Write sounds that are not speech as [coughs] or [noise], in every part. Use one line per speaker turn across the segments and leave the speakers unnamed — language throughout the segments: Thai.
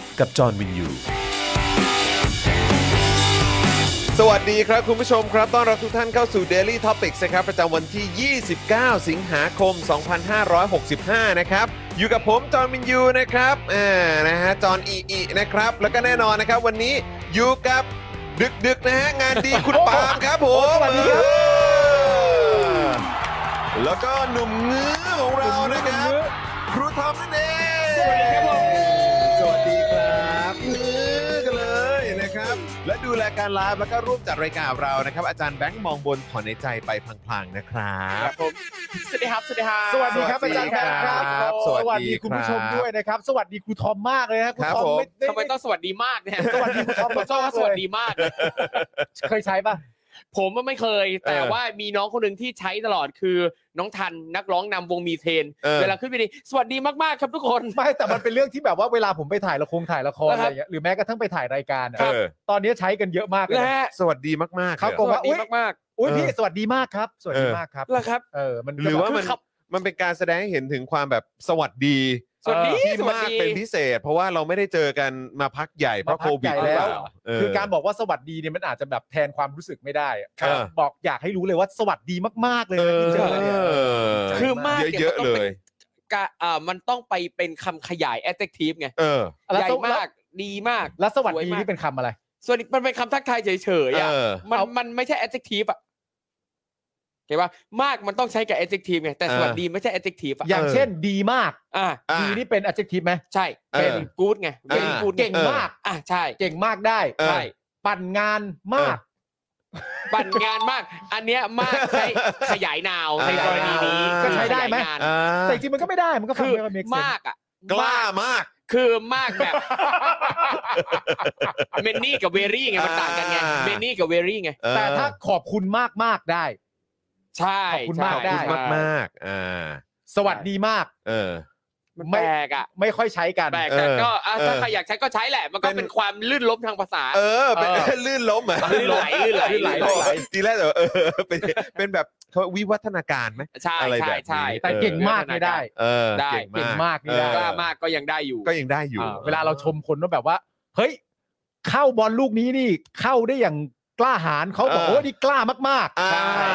กับจอห์นวินยู
สวัสดีครับ คุณผู้ชมครับ ต้อนรับทุกท่านเข้าสู่ Daily Topics นะครับ ประจำวันที่ 29 สิงหาคม 2565 นะครับ อยู่กับผม จอห์นวินยูนะครับอ่านะฮะ จอห์นอีอีนะครับ แล้วก็แน่นอนนะครับ วันนี้อยู่กับดึกดึกๆนะฮะ งานดี [laughs] คุณปาล์มครับผมสวัสดีครับแล้วก็หนุ่มเงื้อของเรานะครับ ครูทอมนั่นเองสวัสดีครับผมสวัสดีครับนี่กันเลยนะครับ และดูแลการไลฟ์แล้วก็ร่วมจัดรายการเรานะครับ อาจารย์แบงค์มองบนถอนในใจไปพลางๆนะครับ
สวัสดีครับสวัสดีครับ
สวัสดีครับอาจารย์แบงค์ครับ
บส
ส
วั
วั
ส
ส
ดี
ดี
คุ
คุณ ณ
ผู้
ผู้
ช
ช
ม
ม
ด้
ด้
ว
วย ยนะครับ สวัสดีครูทอมมากเลยนะค
ครั
รับ
บ
ทอม
ผม
ไม่ด้
ทำไมต้องสวัสดีมากเนี่ย
สวัสดีครูทอม
ผมชอบว่าสวัสดีมาก
เคยใช้ป่ะ
ผมว่าไม่เคย แต่
เออ
ว่ามีน้องคนหนึ่งที่ใช้ตลอดคือน้องทันนักร้องนำวงมีเทน
เออ
เวลาขึ้นไปดีสวัสดีมากๆครับทุกคน
ไม่แต่มันเป็นเรื่องที่แบบว่าเวลาผมไปถ่ายละครถ่ายละคร
นะ
อะ
ครั
ไร
บ
เงี้ยหรือแม้กระทั่งไปถ่ายรายการอะ
เออ
ตอนนี้ใช้กันเยอะมากเลย
และ
นะ
สวัสดีมากๆ
ครับ
เลย
ส
ผ
วัสดีมาก
อุ้ยพี่สวัสดีมากครับ สวัสดีมากครับ
ๆแล้วครับ
เออมัน
หรือว่ามัน
ครับ
มันเป็นการแสดงให้เห็นถึงความแบบสวัสดี
สวัสดี
ที่
สวัส
มาก
ดี
เป็นพิเศษ เพราะว่าเราไม่ได้เจอกันมาพักใหญ่เพราะโควิดหรือเปล่าเ
คือการบอกว่าสวัสดีเนี่ยมันอาจจะแบบแทนความรู้สึกไม่ได้อะ
ครับ
บอกอยากให้รู้เลยว่าสวัสดีมากๆเลย
เอ
นะ
อ
ที่เจอเนี่ย
คือมากนี่
เยอะ
มัน
ๆเล
ต้งป็น
ย
กะอ่ามันต้องไปเป็นคำขยาย adjective ไง
เออ
แล้ว
ใหญ่
สวัสดี
มากดีมาก
แล้วสวัสดี
สวยมาก
นี่เป็นคำอะไร
ส่วนอีกมันเป็นคำทักทายเฉยๆอ่ะ
เออ
มัน
เอามั
มันไม่ใช่ adjective อ่ะเข้าปะมากมันต้องใช้กับ adjective ไงแต่สวัสดีไม่ใช่ adjective อ่ะ
อย่าง
เออ
เช่น ดีมาก
อ่ะ
อ่ะ
ดีนี่เป็น adjective ไหม
ใช่
เออ
เป็น good ไง
เออ
เป็น good
เก่งมาก
อ่ะใช่
เก่งมากได้
เออ
ใช่
ปั่นงานมาก
ปั่นงานมาก อันเนี้ยมากใช้ขยายนาวในกรณีนี้
ก็ใช้ได้ไหม
ขยายนาน
อ่า
แต่จริงๆมันก็ไม่ได้มันก็ฟัง
คือ
ไม่ค่อย make sense
มากอ่ะ
กล้ามาก
คือมากแบบเมนนี่กับเวรี่ไงมันต่างกันไงเมนนี่กับเวรี่ไง
แต่ถ้าขอบคุณมากมากๆได้
ใช่
ขอบคุณ
ใช่
มากได้
ได้มากมากๆอ่า
สวัสดีมาก
เออ
มันแป
ไม่
ลกอ่ะ
ไม่ค่อยใช้กัน
แปลกแต่ก็อ่ะ
เออ
ถ้าใครอยากใช้ก็ใช้แหละ มันก็
เป็น
เป็นความลื่นล้มทางภาษา
เออเป็น
เออ
ลื่นล้มเหรอ
ลื่นไหลลื่นไหล
ลื่นไหลทีแรกเดี๋ยวเออเป็นเป็นแบบเขาวิวัฒนาการไหม
ใช่
อะไร
ใช่
แบบนี้
ใช่
แต่เก่งมากไม่ได้
เออ
ได้
เก่งมากนี่
เอ
ได้
อก
ล้ามากก็ยังได้อยู่
ก็ยังได้อยู่
อ่า
เวลาเราชมคนว่าแบบว่า เฮ้ย เข้าบอลลูกนี้นี่ เข้าได้อย่างกล้าหาญเขาบอกว่านี่กล้ามาก
อ่า
ใช่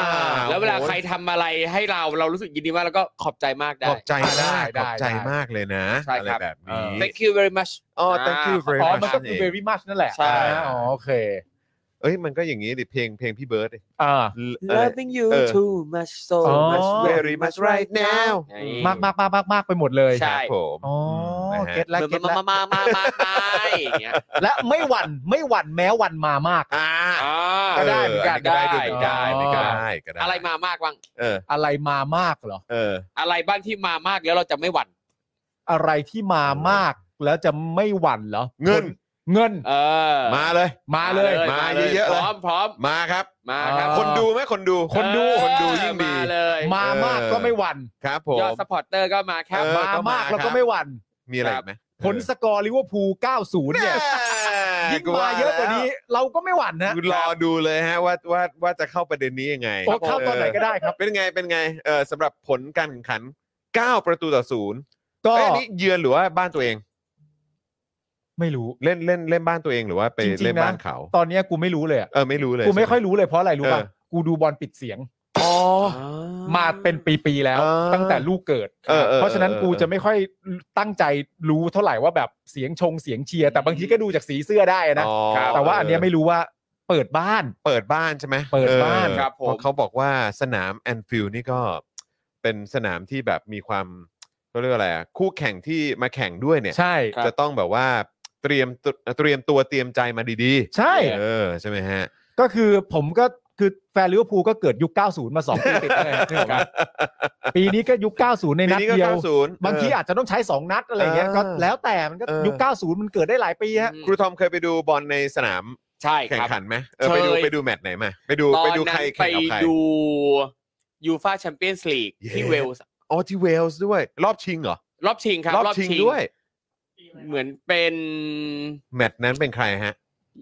แล้วเวลาใครทำอะไรให้เราเรารู้สึกยินดีมากแล้วก็ขอบใจมากได้
ขอบใจมากขอบใจมากเลยนะ
ใช่
อะไร
ครับ
แบบนี้
Thank you very much
อ๋อ thank you
ๆ
very
อ๋อ
much
มันก็คือ very much นั่นแหละ
ใช่
อ๋อโอเค
เอ้ยมันก็อย่างนี้ดิเพลงเพลงพี่เบิร์ดดิ
อ่า
อะไร
Loving you
เออ
too much so
อ๋อ
much
very much right now
นี่
มากมากมากมากมากไปหมดเลย
ค
ใช่
รับผม
อ๋อ
นะฮะ
เก็ตแล้วเก็ต
มา
แล้ว
มามามามามาอย่างเงี้ย
และไม่หวั่นไม่หวั่นแม้วันมามาก
อ่า
อ่า
ก็ได้เหมือนกัน
ได้ด้วยเหมือนกัน
ได้
ก็ได้ก็ได้
อะไรมามากบ้าง
เออ
อะไรมามากเหรอ
เออ
อะไรบ้างที่มามากแล้วเราจะไม่หวั่น
อะไรที่มามากแล้วจะไม่หวั่นเหรอ
เงิน
เงิน
เออ
มาเลย
มาเลย
มาเยอะๆ
พ
เลย
ร้อมพร้อม
มาครับ
มาครับ
คนดูไหมคนดู
เออ
คนดูยิ่งดี
มาเลย
มามากก็ไม่หวั่น
ครับผม
ยอดสปอร์ตเตอร์ก็มาครับ
เออ
มามากแล้วก็ไม่หวั่น
มีอะไรอีกไหม
ผลสกอร์ลิเวอร์พูล90 เนี่ย
แ
ยิ่งมาเยอะกว่านี้ เราก็ไม่หวั่นนะ
กูรอดูเลยฮะว่าว่าว่าจะเข้าประเด็นนี้ยังไง
โอ้เข้าตอนไหนก็ได้ครับ
เป็นไงเป็นไงเออสำหรับผลการแข่งขัน 9 ประตูต่อศูนย์
ก็
เอ้ยอันนี้เยือนหรือว่าบ้านตัวเอง
ไม่รู้
เล่นเล่นเล่นบ้านตัวเองหรือว่าไป
จริงๆ
เล่น
นะ
บ้านเขา
ตอนเนี้ยกูไม่รู้เลยอะ
เออไม่รู้เลย
กูไม่
ใช่ห
ค่อยรู้เลยเพราะอะไรรู้ป่ะ
เออ
กูดูบอลปิดเสียง
อ๋อ
มาเป็นปีๆแล้ว
อ่า
ตั้งแต่ลูกเกิด
เออเออ
เพราะฉะนั้น
เออ
กู
เออ
จะไม่ค่อยตั้งใจรู้เท่าไหร่ว่าแบบเสียงชงเสียงเชียร์แต่บางทีก็ดูจากสีเสื้อได้นะ
อ๋อ
แต่ว่าอันเนี้ยไม่รู้ว่าเปิดบ้าน
เปิดบ้านใช่ไหม
เปิดบ้าน
เออ
ครับผม
เพาะเขาบอกว่าสนามแอนฟิลนี่ก็เป็นสนามที่แบบมีความเขาเรียกว่าอะไรอะคู่แข่งที่มาแข่งด้วยเนี่ย
ใช่
ครับ
จะต้องแบบว่าเตรียมตัวเตรียมตัวเตรียมใจมาดี
ใช่
ๆ เออใช่ไหมฮะ
ก็คือผมก็คือแฟนลิเวอร์พูลก็เกิดยุค 90 มา 2 ปีติดเลยนึก
[laughs]
ออกไหมปีนี้ก็ยุค 90 ในนัด
ปีก็
เดียว
90
บางทีอาจจะต้องใช้ 2 นัดอะไรเงี้ย
เออ
ก็แล้วแต่มันก็
เออ
ยุค 90 มันเกิดได้หลายปีฮะ
ครูทอมเคยไปดูบอลในสนาม
ใช่
แข่
ค
ง
รับ
ขันไหมเออ
เค
ไป
ย
ดูไปดูแมตช์ไหนมาไปดู
ตอ
ไป
น
ดู
นั้
ใคร
น
แข่
ไป
งกับใคร
ดูยูฟาแชมเปี้ยนส์ลีกที่
เย้
เวลส์
อ๋อที่เวลส์ด้วย รอบชิงเหรอ
รอบชิงครับ
รอบชิงด้วย
เหมือนเป็น
แมตช์นั้นเป็นใครฮะ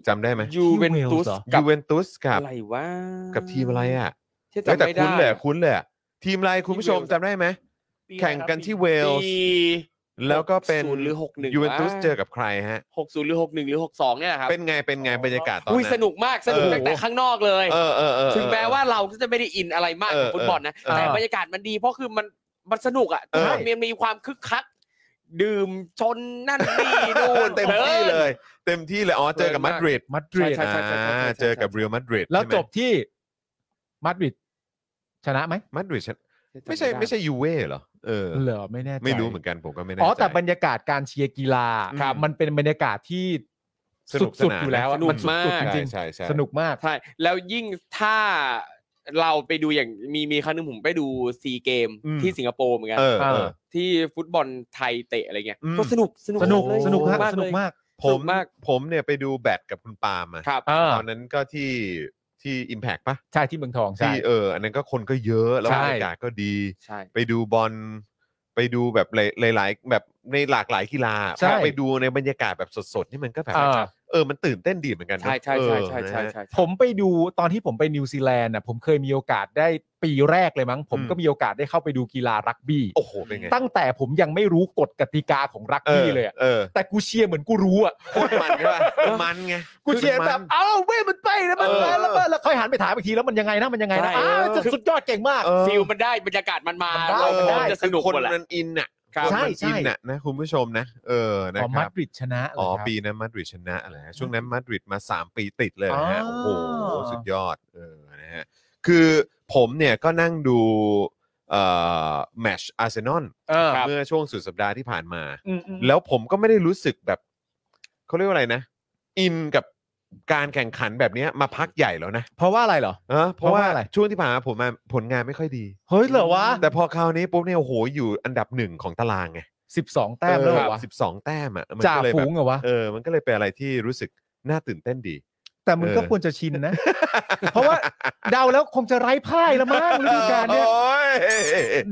จำได้ไหม
ยูเวนตุส
เหรอ
กั
ยู
บ
เวนตุสกับ
อะไรวะ
กับทีมอะไรอ่ะ
ที่
เฮ้ย
จำ
แต่
ไม่
คุ้น
ได้
เลยอะคุ้นเลยอะทีมอะไรคุณผู้ชม
ที่เวลส์
จำได้ไหม แข่งกันที่เวลส์
ปี
แล้วก็เป็น
60หรือ61
ยูเวนตุส
วะ
เจอกับใครฮะ
หกศูนย์หรือหกหนึ่งหรือหกสองเนี่ยแหละครับ
เป็นไงเป็นไงบรรยากาศตอน
อุ้ย
นั้
ส
น
นุกมากสนุก
เออ
ตั้งแต่ข้างนอกเลย
เออเออเออ
ถึงแม้ว่าเราก็จะไม่ได้อินอะไรมาก
เอ
กับ
อ
ฟุตบอลนะ
เออ
แต่
เออ
บรรยากาศมันดีเพราะคือมันมันสนุกอ่ะ
เออ
มันมีความคึกคัก ดื่มชนนั่นนี่นู่น
เต็มที่เลย เต็มที่เลยอ๋อเจอกับ
เพ
มา
ลิ
น
มาก
ดริด
มาดริด
ใช่ใช่ใช่ใช่
อ่า
ใช่
เจอกับเรียลมาดริด
แล้ว
ใช่ไหม
จบที่มาดริดชนะไหม
มาดริดชนะไม่ใช่ไม่ใช่ยูเว่เหรอเออ
เหรอไม่แน่ใจ
ไม่รู้เหมือนกันผมก็ไม่แน่ใจ
อ๋อแต่บรรยากาศการเชียร์กีฬา
ครับ
มันเป็นบรรยากาศที่
สนุกส
สุด
นาน
ๆอยู่แล้วอะ
สนุก
มันสุด
มา
ๆ
ก
จริง
ใช่ใช่ใช่
ๆสนุกมาก
ใช่แล้วยิ่งถ้าเราไปดูอย่างมีมีครั้งหนึงผมไปดูซีเกม
อืม
ที่สิงคโปร์เหมือนกัน
เออเออ
ที่ฟุตบอลไทยเตะอะไรเงี้ย
อืม
ก็สนุกสนุก
สนุก
เลย
สนุกมากส
เล
นุก
ย
มาก
ผม
สนุกมาก
ผมเนี่ยไปดูแบตกับคุณปาล์มอะ
ครับ
อ่า
ตอนนั้นก็ที่ที่ Impact ปะ
ใช่ที่เมืองทองใช่
ที่เออ อันนั้นก็คนก็เยอะแล้ว
ใช่
บรรยากาศก็ดี
ใช่
ไปดูบอลไปดูแบบหลายๆแบบในหลากหลายกีฬา
ใช่
พอไปดูในบรรยากาศแบบสดๆนี่มันก็แบบ
อ่า
เออมันตื่นเต้นดีเหมือนกันนะ
ใช่ใช่ใช่
เอ
ใช่
อนะ
ใช่
ฮะ
ใช่
ผมไปดูตอนที่ผมไปนิวซีแลนด์น่ะผมเคยมีโอกาสได้ปีแรกเลยมั้ง ผม
อืม
ก็มีโอกาสได้เข้าไปดูกีฬารักบี้
โอ้โหเป็นไง
ตั้งแต่ผมยังไม่รู้กฎกติกาของรักบี้เลยอะ
เออ
แต่กูเชียร์เหมือนกูรู้อ่ะ
โคตรมันใช่ป่ะ มันไง
กูเชียร์แบบเอ้าเว้ยมันไปนะมัน
เออ
ไปแล้วมันแล้วค่อยหันไปถามอีกทีแล้วมันยังไงนะมันยังไงนะ
ใช่
อ้าวจะสุดยอดเก่งมาก
เออ
ฟิลมันได้บรรยากาศมันมา
มันได้
เออ
เราพร้อมจะสนุก
คน
หมดแหละ
มันอินน่ะ
ครั
น
บ
มัน
ใช่ใช่
อินน่ะนะคุณผู้ชมนะ เออนะ
อ๋อ
ค
มา
รับ
ดริดชนะเหร
อ๋อ
อครับ
ปีนั้นมาดริดชนะเหรอฮะช่วงนั้นมาดริดมา 3 ปีติดเลยนะฮะ
อ๋
โอ้
อ
โหสุดยอดเออนะฮะคือผมเนี่ยก็นั่งดูเอ่อแมชอาร์เซนอล
เออ
เมื่อช่วงสุดสัปดาห์ที่ผ่านมา
อืมอืม
แล้วผมก็ไม่ได้รู้สึกแบบเขาเรียกว่าอะไรนะ อินกับการแข่งขันแบบเนี้ยมาพักใหญ่แล้วนะ
เพราะว่าอะไรเหรอ
เออเพราะว่า
เพราะว่าอะไร
ช่วงที่ผ่านมาผมมาผลงานไม่ค่อยดี
เฮ้ยเหรอวะ
แต่พอคราวนี้ปุ๊บเนี่ยโอ้โหอยู่อันดับหนึ่งของตารางไง
สิบสองแต้มแล้วเหรอวะ
สิบสองแต้มอ่ะมัน
จ่า
ก็เลย
ฝู
แบบ
งเหรอวะ
เออมันก็เลยเป็นอะไรที่รู้สึกน่าตื่นเต้นดี
แต่มึงก็
เออ
ควรจะชินนะ เพราะว่าเดาแล้วคงจะไร้พ่ายละมั้งฤดูกาลเนี้ย
โอ้ย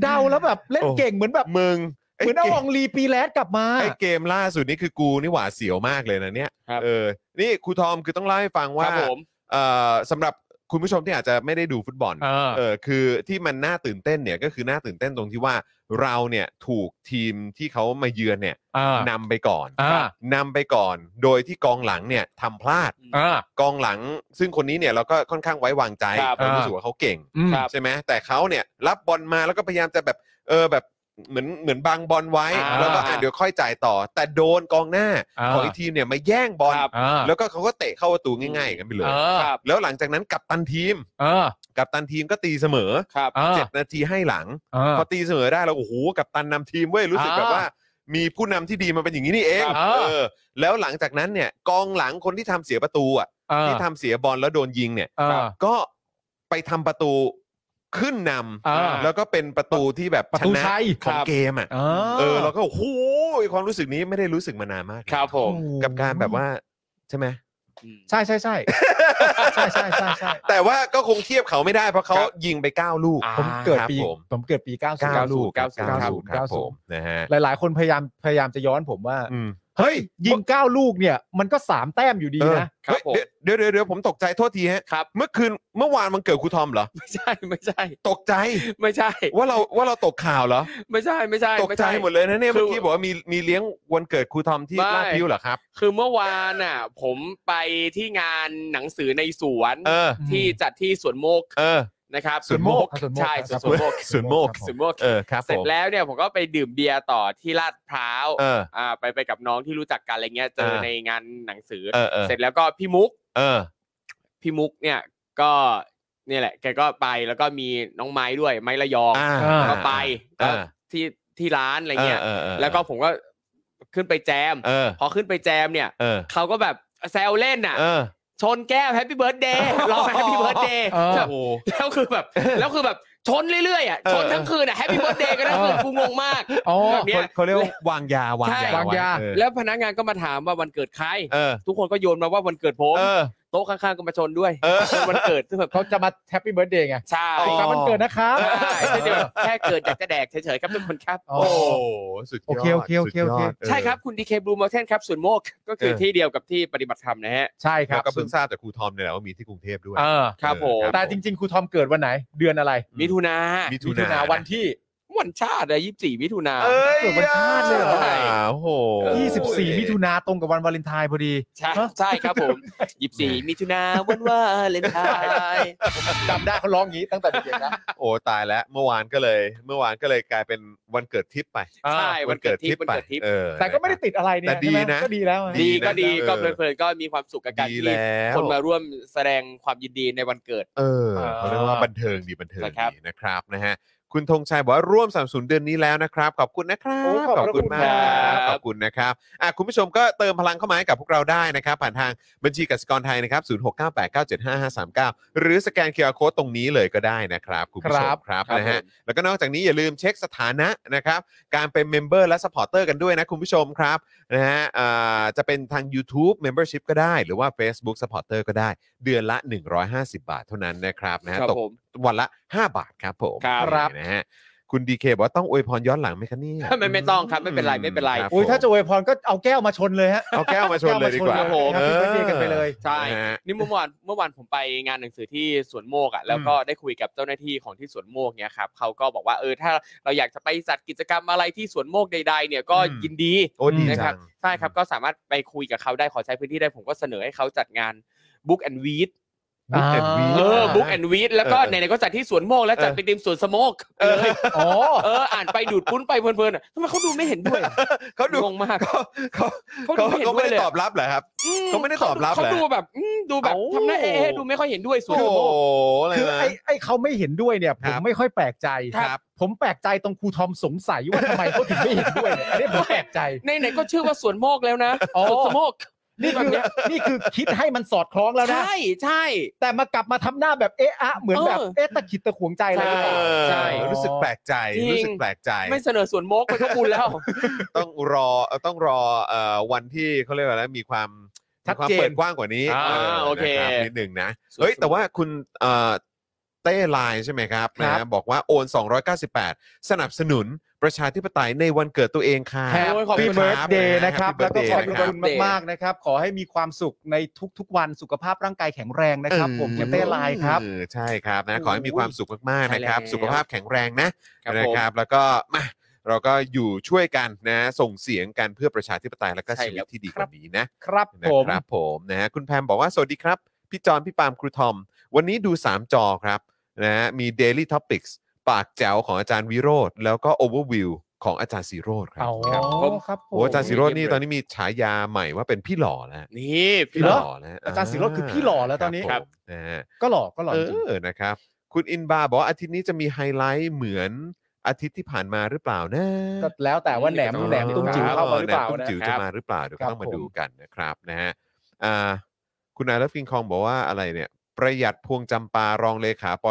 เดาแล้วแบบเล่นเก่งเหมือนแบบ
มึง
เหมือนเอาอองลีปีแลดกลับมา
ไอ้เกมล่าสุดนี่คือกูนี่หวาดเสียวมากเลยนะเนี่ย
ครับ
เออนี่ครูทอมคือต้องเล่าให้ฟัง
ค
ว่า
รับผม
เอ่อสำหรับคุณผู้ชมที่อาจจะไม่ได้ดูฟุตบอล เออคือที่มันน่าตื่นเต้นเนี่ยก็คือน่าตื่นเต้นตรงที่ว่าเราเนี่ยถูกทีมที่เขามาเยือนเนี่ยนำไปก่อน
อ่า
นำไปก่อน โดยที่กองหลังเนี่ยทำพลาด
อ่า
กองหลัง ซึ่งคนนี้เนี่ยเราก็ค่อนข้างไว้วางใจ
ครับ
เรารู้สึก
อ่า
ว่าเขาเก่ง
อืม
ใช่ไหมแต่เขาเนี่ยรับบอลมาแล้วก็พยายามจะแบบเออแบบเหมือนเหมือนบังบอลไว้
อ่า
แล้วก็อ่ะเดี๋ยวค่อยจ่ายต่อ แต่โดนกองหน้า
อ่า
ของอีกทีมเนี่ยมาแย่งบอล
อ่า
แล้วก็เขาก็เตะเข้าประตูง่ายๆอย่างนั้นไปเลย
เออ
ครับ
แล้วหลังจากนั้นกัปตันทีม
เออ
กัปตันทีมก็ตีเสมอ
ครับ
อ่า
เจ็ดนาทีให้หลัง
อ่า
พอตีเสมอได้แล้วโอ้โหกับตันนำทีมเว้ยรู้สึก
อ่า
แบบว่า มีผู้นำที่ดีมันเป็นอย่างนี้นี่เอง
ครับ
เออ แล้วหลังจากนั้นเนี่ย กองหลังคนที่ทำเสียประตูอ่ะ
อ่า
ที่ทำเสียบอลแล้วโดนยิงเนี่ย
อ่า
ก็ไปทำประตูขึ้นน
อ่า
ำแล้วก็เป็นประตูที่แบบ
ประตู
นะ
ชัย
ขอ
ค
ง
รับ
เกมอ่ะ
อ่า
เออเราก็โอ้โหความรู้สึกนี้ไม่ได้รู้สึกมานานมากเลย
ครับผม
กับการแบบว่าใช่ไหม
ใช่ใช่ใช่ใช่ใช่ใช่ใช่
แต่ว่าก็คงเทียบเขาไม่ได้เพราะเขา
ครับ
ยิงไปเก้าลูก
ผมเกิด
ครับ
ปี
ผม
ผมเกิดปี90
เก้าลูก
90 90
90ครับผมนะฮะ
หลาย ๆ คนพยายามพยายามจะย้อนผมว่า
อืม
เฮ้ย ยิง 9 ลูกเนี่ย มันก็ 3 แต้มอยู่ดี
เออ
นะ
ครับผม
เฮ้ยเดี๋ยวเดี๋ยวเดี๋ยวผมตกใจโทษทีฮะ
ครับ
เมื่อคืนเมื่อวานมันเกิดครูทอมเหรอ
ไม่ใช่ [laughs] ไม่ใช่
ตกใจ
ไม่ใช่
ว่าเราว่าเราตกข่าวเหรอ
ไม่ใช่ไม่ใช่
ตก
ไใช่
ใจหมดเลยนะเนี่ย
คือ
เมื่อกี้บอกว่ามีมีเลี้ยงวันเกิดครูทอมที่
ไม่
ลาดพริ้วเหรอครับ
คือเมื่อวานน่ะ ผมไปที่งานหนังสือในสวน
เออ
ที่จัดที่สวนโมก
เออ
นะครับ
สวนโมก
ใช่สวน
สวน
โม
โม
ก
ก
สวนโมก
สวนโมก
เออครับ
เสร็
ผ
จ
ม
แล้วเนี่ยผมก็ไปดื่มเบียร์ต่อที่ลาดพร้าว
เออ
อ่าไปไปกับน้องที่รู้จักกันอะไรเงี้ยเจอ
เออ
ในงานหนังสือ
เออเออ
เสร็จแล้วก็พี่มุก
เออ
พี่มุกเนี่ยก็เนี่ยแหละ แกก็ไปแล้วก็มีน้องไม้ด้วย ไม้ระยอง
อ่า
ก็ไปก็
อ่า
ที่ที่ร้านอะไรเงี้ย
ออออ
แล้วก็ผมก็ขึ้นไปแจม
เออ
พอขึ้นไปแจมเนี่ย
เออ
เขาก็แบบแซวเล่นน่ะ
เออ
ชนแก้วแฮปปี้เบิร์ดเดย์ร้องแฮปปี้เบิร์ดเดย์
เออ
แบบ [laughs] แล้วคือแบบแล้วคือแบบชนเรื่อยๆอ่ะชนทั้งคืนอ่ะแฮปปี้เบิร์ดเดย์กันทั้งคืนกูงงมาก
อ๋อ
แบบนี้ เนี่ย
เขาเขาเรียกว่าวางยาวาง
ใช่
ยาว
างยา
เออ
แล้วพนักงานก็มาถามว่าวันเกิดใคร
เออ
ทุกคนก็โยนมาว่าวันเกิดผม
เออ
โต๊ะข้างๆก็มาชนด้วย
เออ
ชนวันเกิดซึ่งแบบ
เขาจะมาแฮปปี้เบิร์ดเดย์ไง
ใช่
อ๋อ
ครับวันเกิดนะครับ
ใช่ซึ่งจะแบบแค่เกิดอยากจะแดกเฉยๆครับทุกคนครับ
อ๋อ
โอ้สุดยอด
โอเคโอเคโอเคโอเค
สุดยด
ใช่ครับคุณดีเคบลูม t เทนครับส่วนโมกก็คือที่เดียวกับที่ปฏิบัติธรรมนะฮะ
ใช่ค
แล้
รั
ว
บ
ก็เพิ่งทราบจากครูทอมเนี่ยแหละว่ามีที่กรุงเทพด้วย
เออ
ครับผม
เออ
แต่จริง ๆ ครูทอมเกิดวันไหน เดือนอะไร
มิถุนา
มิถุ
มิถุ
นา
นาวันที่
วันชาติเลยยี่สิบสี่มิถุนา
เอ้ย
เกิดวันชาติเลยเหรอ
าโอ้โห
เออ
24 มิถุนาตรงกับวันวาเลนไทน์พอดี
ใช่
ฮะ
ใช่ครับผมยี่สิบสี่มิถุนาวันวาเลนไทน์
จำได้เขาร้องอย่างนี้ตั้งแต่เด็กๆนะ
โอ้ตายแล้วเมื่อวานก็เลย เมื่อวานก็เลยกลายเป็นวันเกิดทิพย์ไป
ใช่วันเกิดทิพย์วัน
ไป
เกิดทิพย์
เออ
แต่ก็ไม่ได้ติดอะไรเนี่ย
แต่ดี
ใช่ไหม
นะ
ก็ดีแล้วอะ
ดีก็ดี
เออ
ก็เพลินๆก็มีความสุขกับการ
ดี
ที่
แล้ว
คนมาร่วมแสดงความยินดีในวันเกิด
เออเขาเรียกว่าบันเทิงดีบันเทิง
นะครับ
ดีนะครับนะฮะคุณธงชัยบอกว่าร่วมสามสูนเดือนนี้แล้วนะครับ ขอบคุณนะครับ
โอ้ขอบพระคุณครับ
ขอบคุณนะครับอ่ะคุณผู้ชมก็เติมพลังเข้ามาให้กับพวกเราได้นะครับ ผ่านทางบัญชีกสิกรไทยนะครับ0 6 9 8 9 7 5 5 3 9 หรือสแกนเคอร์โคตรงนี้เลยก็ได้นะครับ คุณผู้ชมครับ
ครับ
นะฮะ
ผม
แล้วก็นอกจากนี้อย่าลืมเช็คสถานะนะครับ การเป็นเมมเบอร์และสปอร์เตอร์กันด้วยนะคุณผู้ชมครับนะฮะอ่าจะเป็นทาง YouTube Membership ก็ได้ หรือว่า Facebook Supporter ก็ได้ เดือนละ 150 บาทเท่านั้นนะครับนะฮะ
ครับ
ตก
ผม
วันละ 5 บาทครับผม
ครับ
นี่นะฮะคุณดีเคบอกว่าต้องอวยพรย้อนหลังไหมคะเนี่ย
ไม่ไม่ต้องครับไม่เป็นไรไม่เป็นไร
ครับ
อุ้ยถ้าจะอวยพรก็เอาแก้วมาชนเลยฮะ
เอาแก้วมาชนเลยดีกว่า
แก้วมาชนเลยครับ Happy Birthday กันไปเลย
ใช่
นะฮะ
นี่เมื่อวานเมื่อวานผมไปงานหนังสือที่สวนโมกอ่ะแล้วก็ได้คุยกับเจ้าหน้าที่ของที่สวนโมกเนี่ยครับเขาก็บอกว่าเออถ้าเราอยากจะไปจัดกิจกรรมอะไรที่สวนโมกใด ๆ เนี่ยก็
อืม
ยินดี
โอ้ดี
นะค
จั
รั
ง
ใช่ครับก็สามารถไปคุยกับเขาได้ขอใช้พื้นที่ได้ผมก็เสนอให้เขาจัดงาน Book and Read
Book and Read
เอ
า
อ Book and Read แล้วก็
เออ
ไหนๆก็จัดที่สวนโมกแล้วจัด
เออ
ไปติมสวนสโมกไปเลย
อ๋อ
เอออ่านไปดูดปุ้นไปเพลินๆอะทำไมเขาดูไม่เห็นด้วย
เขาดู
งงมาก
เขาเขา
เขาดู
เขา
เห็น
เขาไม่
ด้วย
ได้
เลย
ตอบรับเหรอครับ
อื
เขาไม่ได้ตอบรับ
เขา
เหรอ
ดูแบบอืมดูแบบ
เอ้า
ทำหน้าเอ๊ะๆดูไม่ค่อยเห็นด้วยสวน
โอ้
โม
โห
ก
อะไร
คือ
นะ
ไอ้ไอ้เขาไม่เห็นด้วยเนี่ย
ค
ผ
รับ
มไม่ค่อยแปลกใจ
ครับ
ผมแปลกใจตรงครูทอมสงสัยว่าทำไมเขาถึงไม่เห็นด้วย
[laughs]
เนี่ยอันนี้ผมแปลกใจ
ในไหนๆก็ชื่อว่าสวนโมกแล้วนะ
อ๋อ
สวนสโมก
นี่คือนี่คือคิดให้มันสอดคล้องแล้วนะ
ใช่ใช่
แต่มากลับมาทำหน้าแบบเอะอะเหมือนแบบ
เออ
เอะตะขิดตะขวงใจอะไรหรือเปล่า
เออ
ใช่
รู้สึกแปลกใจ
จริง
รู้สึกแปลกใจ
ไม่เสนอสวนโมกไปก็บุญแล้ว
ต้องรอเอ่อต้องรอเอ่อวันที่เขาเรียกว่าอะไรมีความ
ชัด
มีความ
เจน
เปิดกว้างกว่านี้
อ่าโอเค
นะครับนิดหนึ่งนะ เฮ้ย แต่ว่าคุณเอ่อเต้ไลน์ใช่ไหมครับนะฮะบอกว่าโอน 298 สนับสนุนประชาธิปไตยในวันเกิดตัวเองค่ะ
แฮป
ขอบ
Happy
คุณเบิร์ดเด
birthday
ย์นะครับ
Happy
แล้วก็
birthday
ขอบคุณ
นะค
คุ
รับ
ณมากๆนะครับ ขอให้มีความสุขในทุกๆวันสุขภาพร่างกายแข็งแรงนะครับ ผม
อื
เจเต้ไลน์ครับ
เออใช่ครับนะขอให้มีความสุขมากๆ
ใช่
นะครับ
แล้ว
สุขภาพแข็งแรงนะ
ผม
นะครับ แล้วก็มาเราก็อยู่ช่วยกันนะส่งเสียงกันเพื่อประชาธิปไตยและก็
ใช่
ชีวิ
แล้
ต
ว
ที่ดีกว่านี้นะครับ นะ
ผม
ครับผมนะฮะคุณแพมบอกว่า สวัสดีครับ พี่จอนพี่ปาล์มครูทอม วันนี้ดู 3 จอครับนะฮะมี Daily Topics ปากแจ๋วของอาจารย์วิโรธแล้วก็ Overview ของอาจารย์สีโรธครั
เอา
ครับ
ผม
ครับผม
โอ้อาจารย์สีโรธนี่ตอนนี้มีฉายาใหม่ว่าเป็นพี่หล่อแล้ว
นี่
พี่
พี่
ห
เหร
ล่
อ
อนะฮะ
อาจารย์ศิโรจน์คือพี่หล่อแล้วตอนนี้
ครับผมนะฮะ
ก็หล่อก็หล่อจริง
เออ นะครับ คุณอินบาร์บอกว่าอาทิตย์นี้จะมีไฮไลท์เหมือนอาทิตย์ที่ผ่านมาหรือเปล่านะ
ก็แล้วแต่ว่าแหนมแหนมตุ้มจิ๋วเข้ามาหรือเปล่า
แหนมตุ้ม
นะ
จิ๋ว
ค
จะ
รับ
มาหรือเปล่า เดี๋ยว
ค
ก็
รับ
ต้องมา
ผม
ดูกันนะครับนะฮะอ่าคุณนายรัฟกินคองบอกว่าอะไรเนี่ย ประหยัดพวงจำปารองเลขาป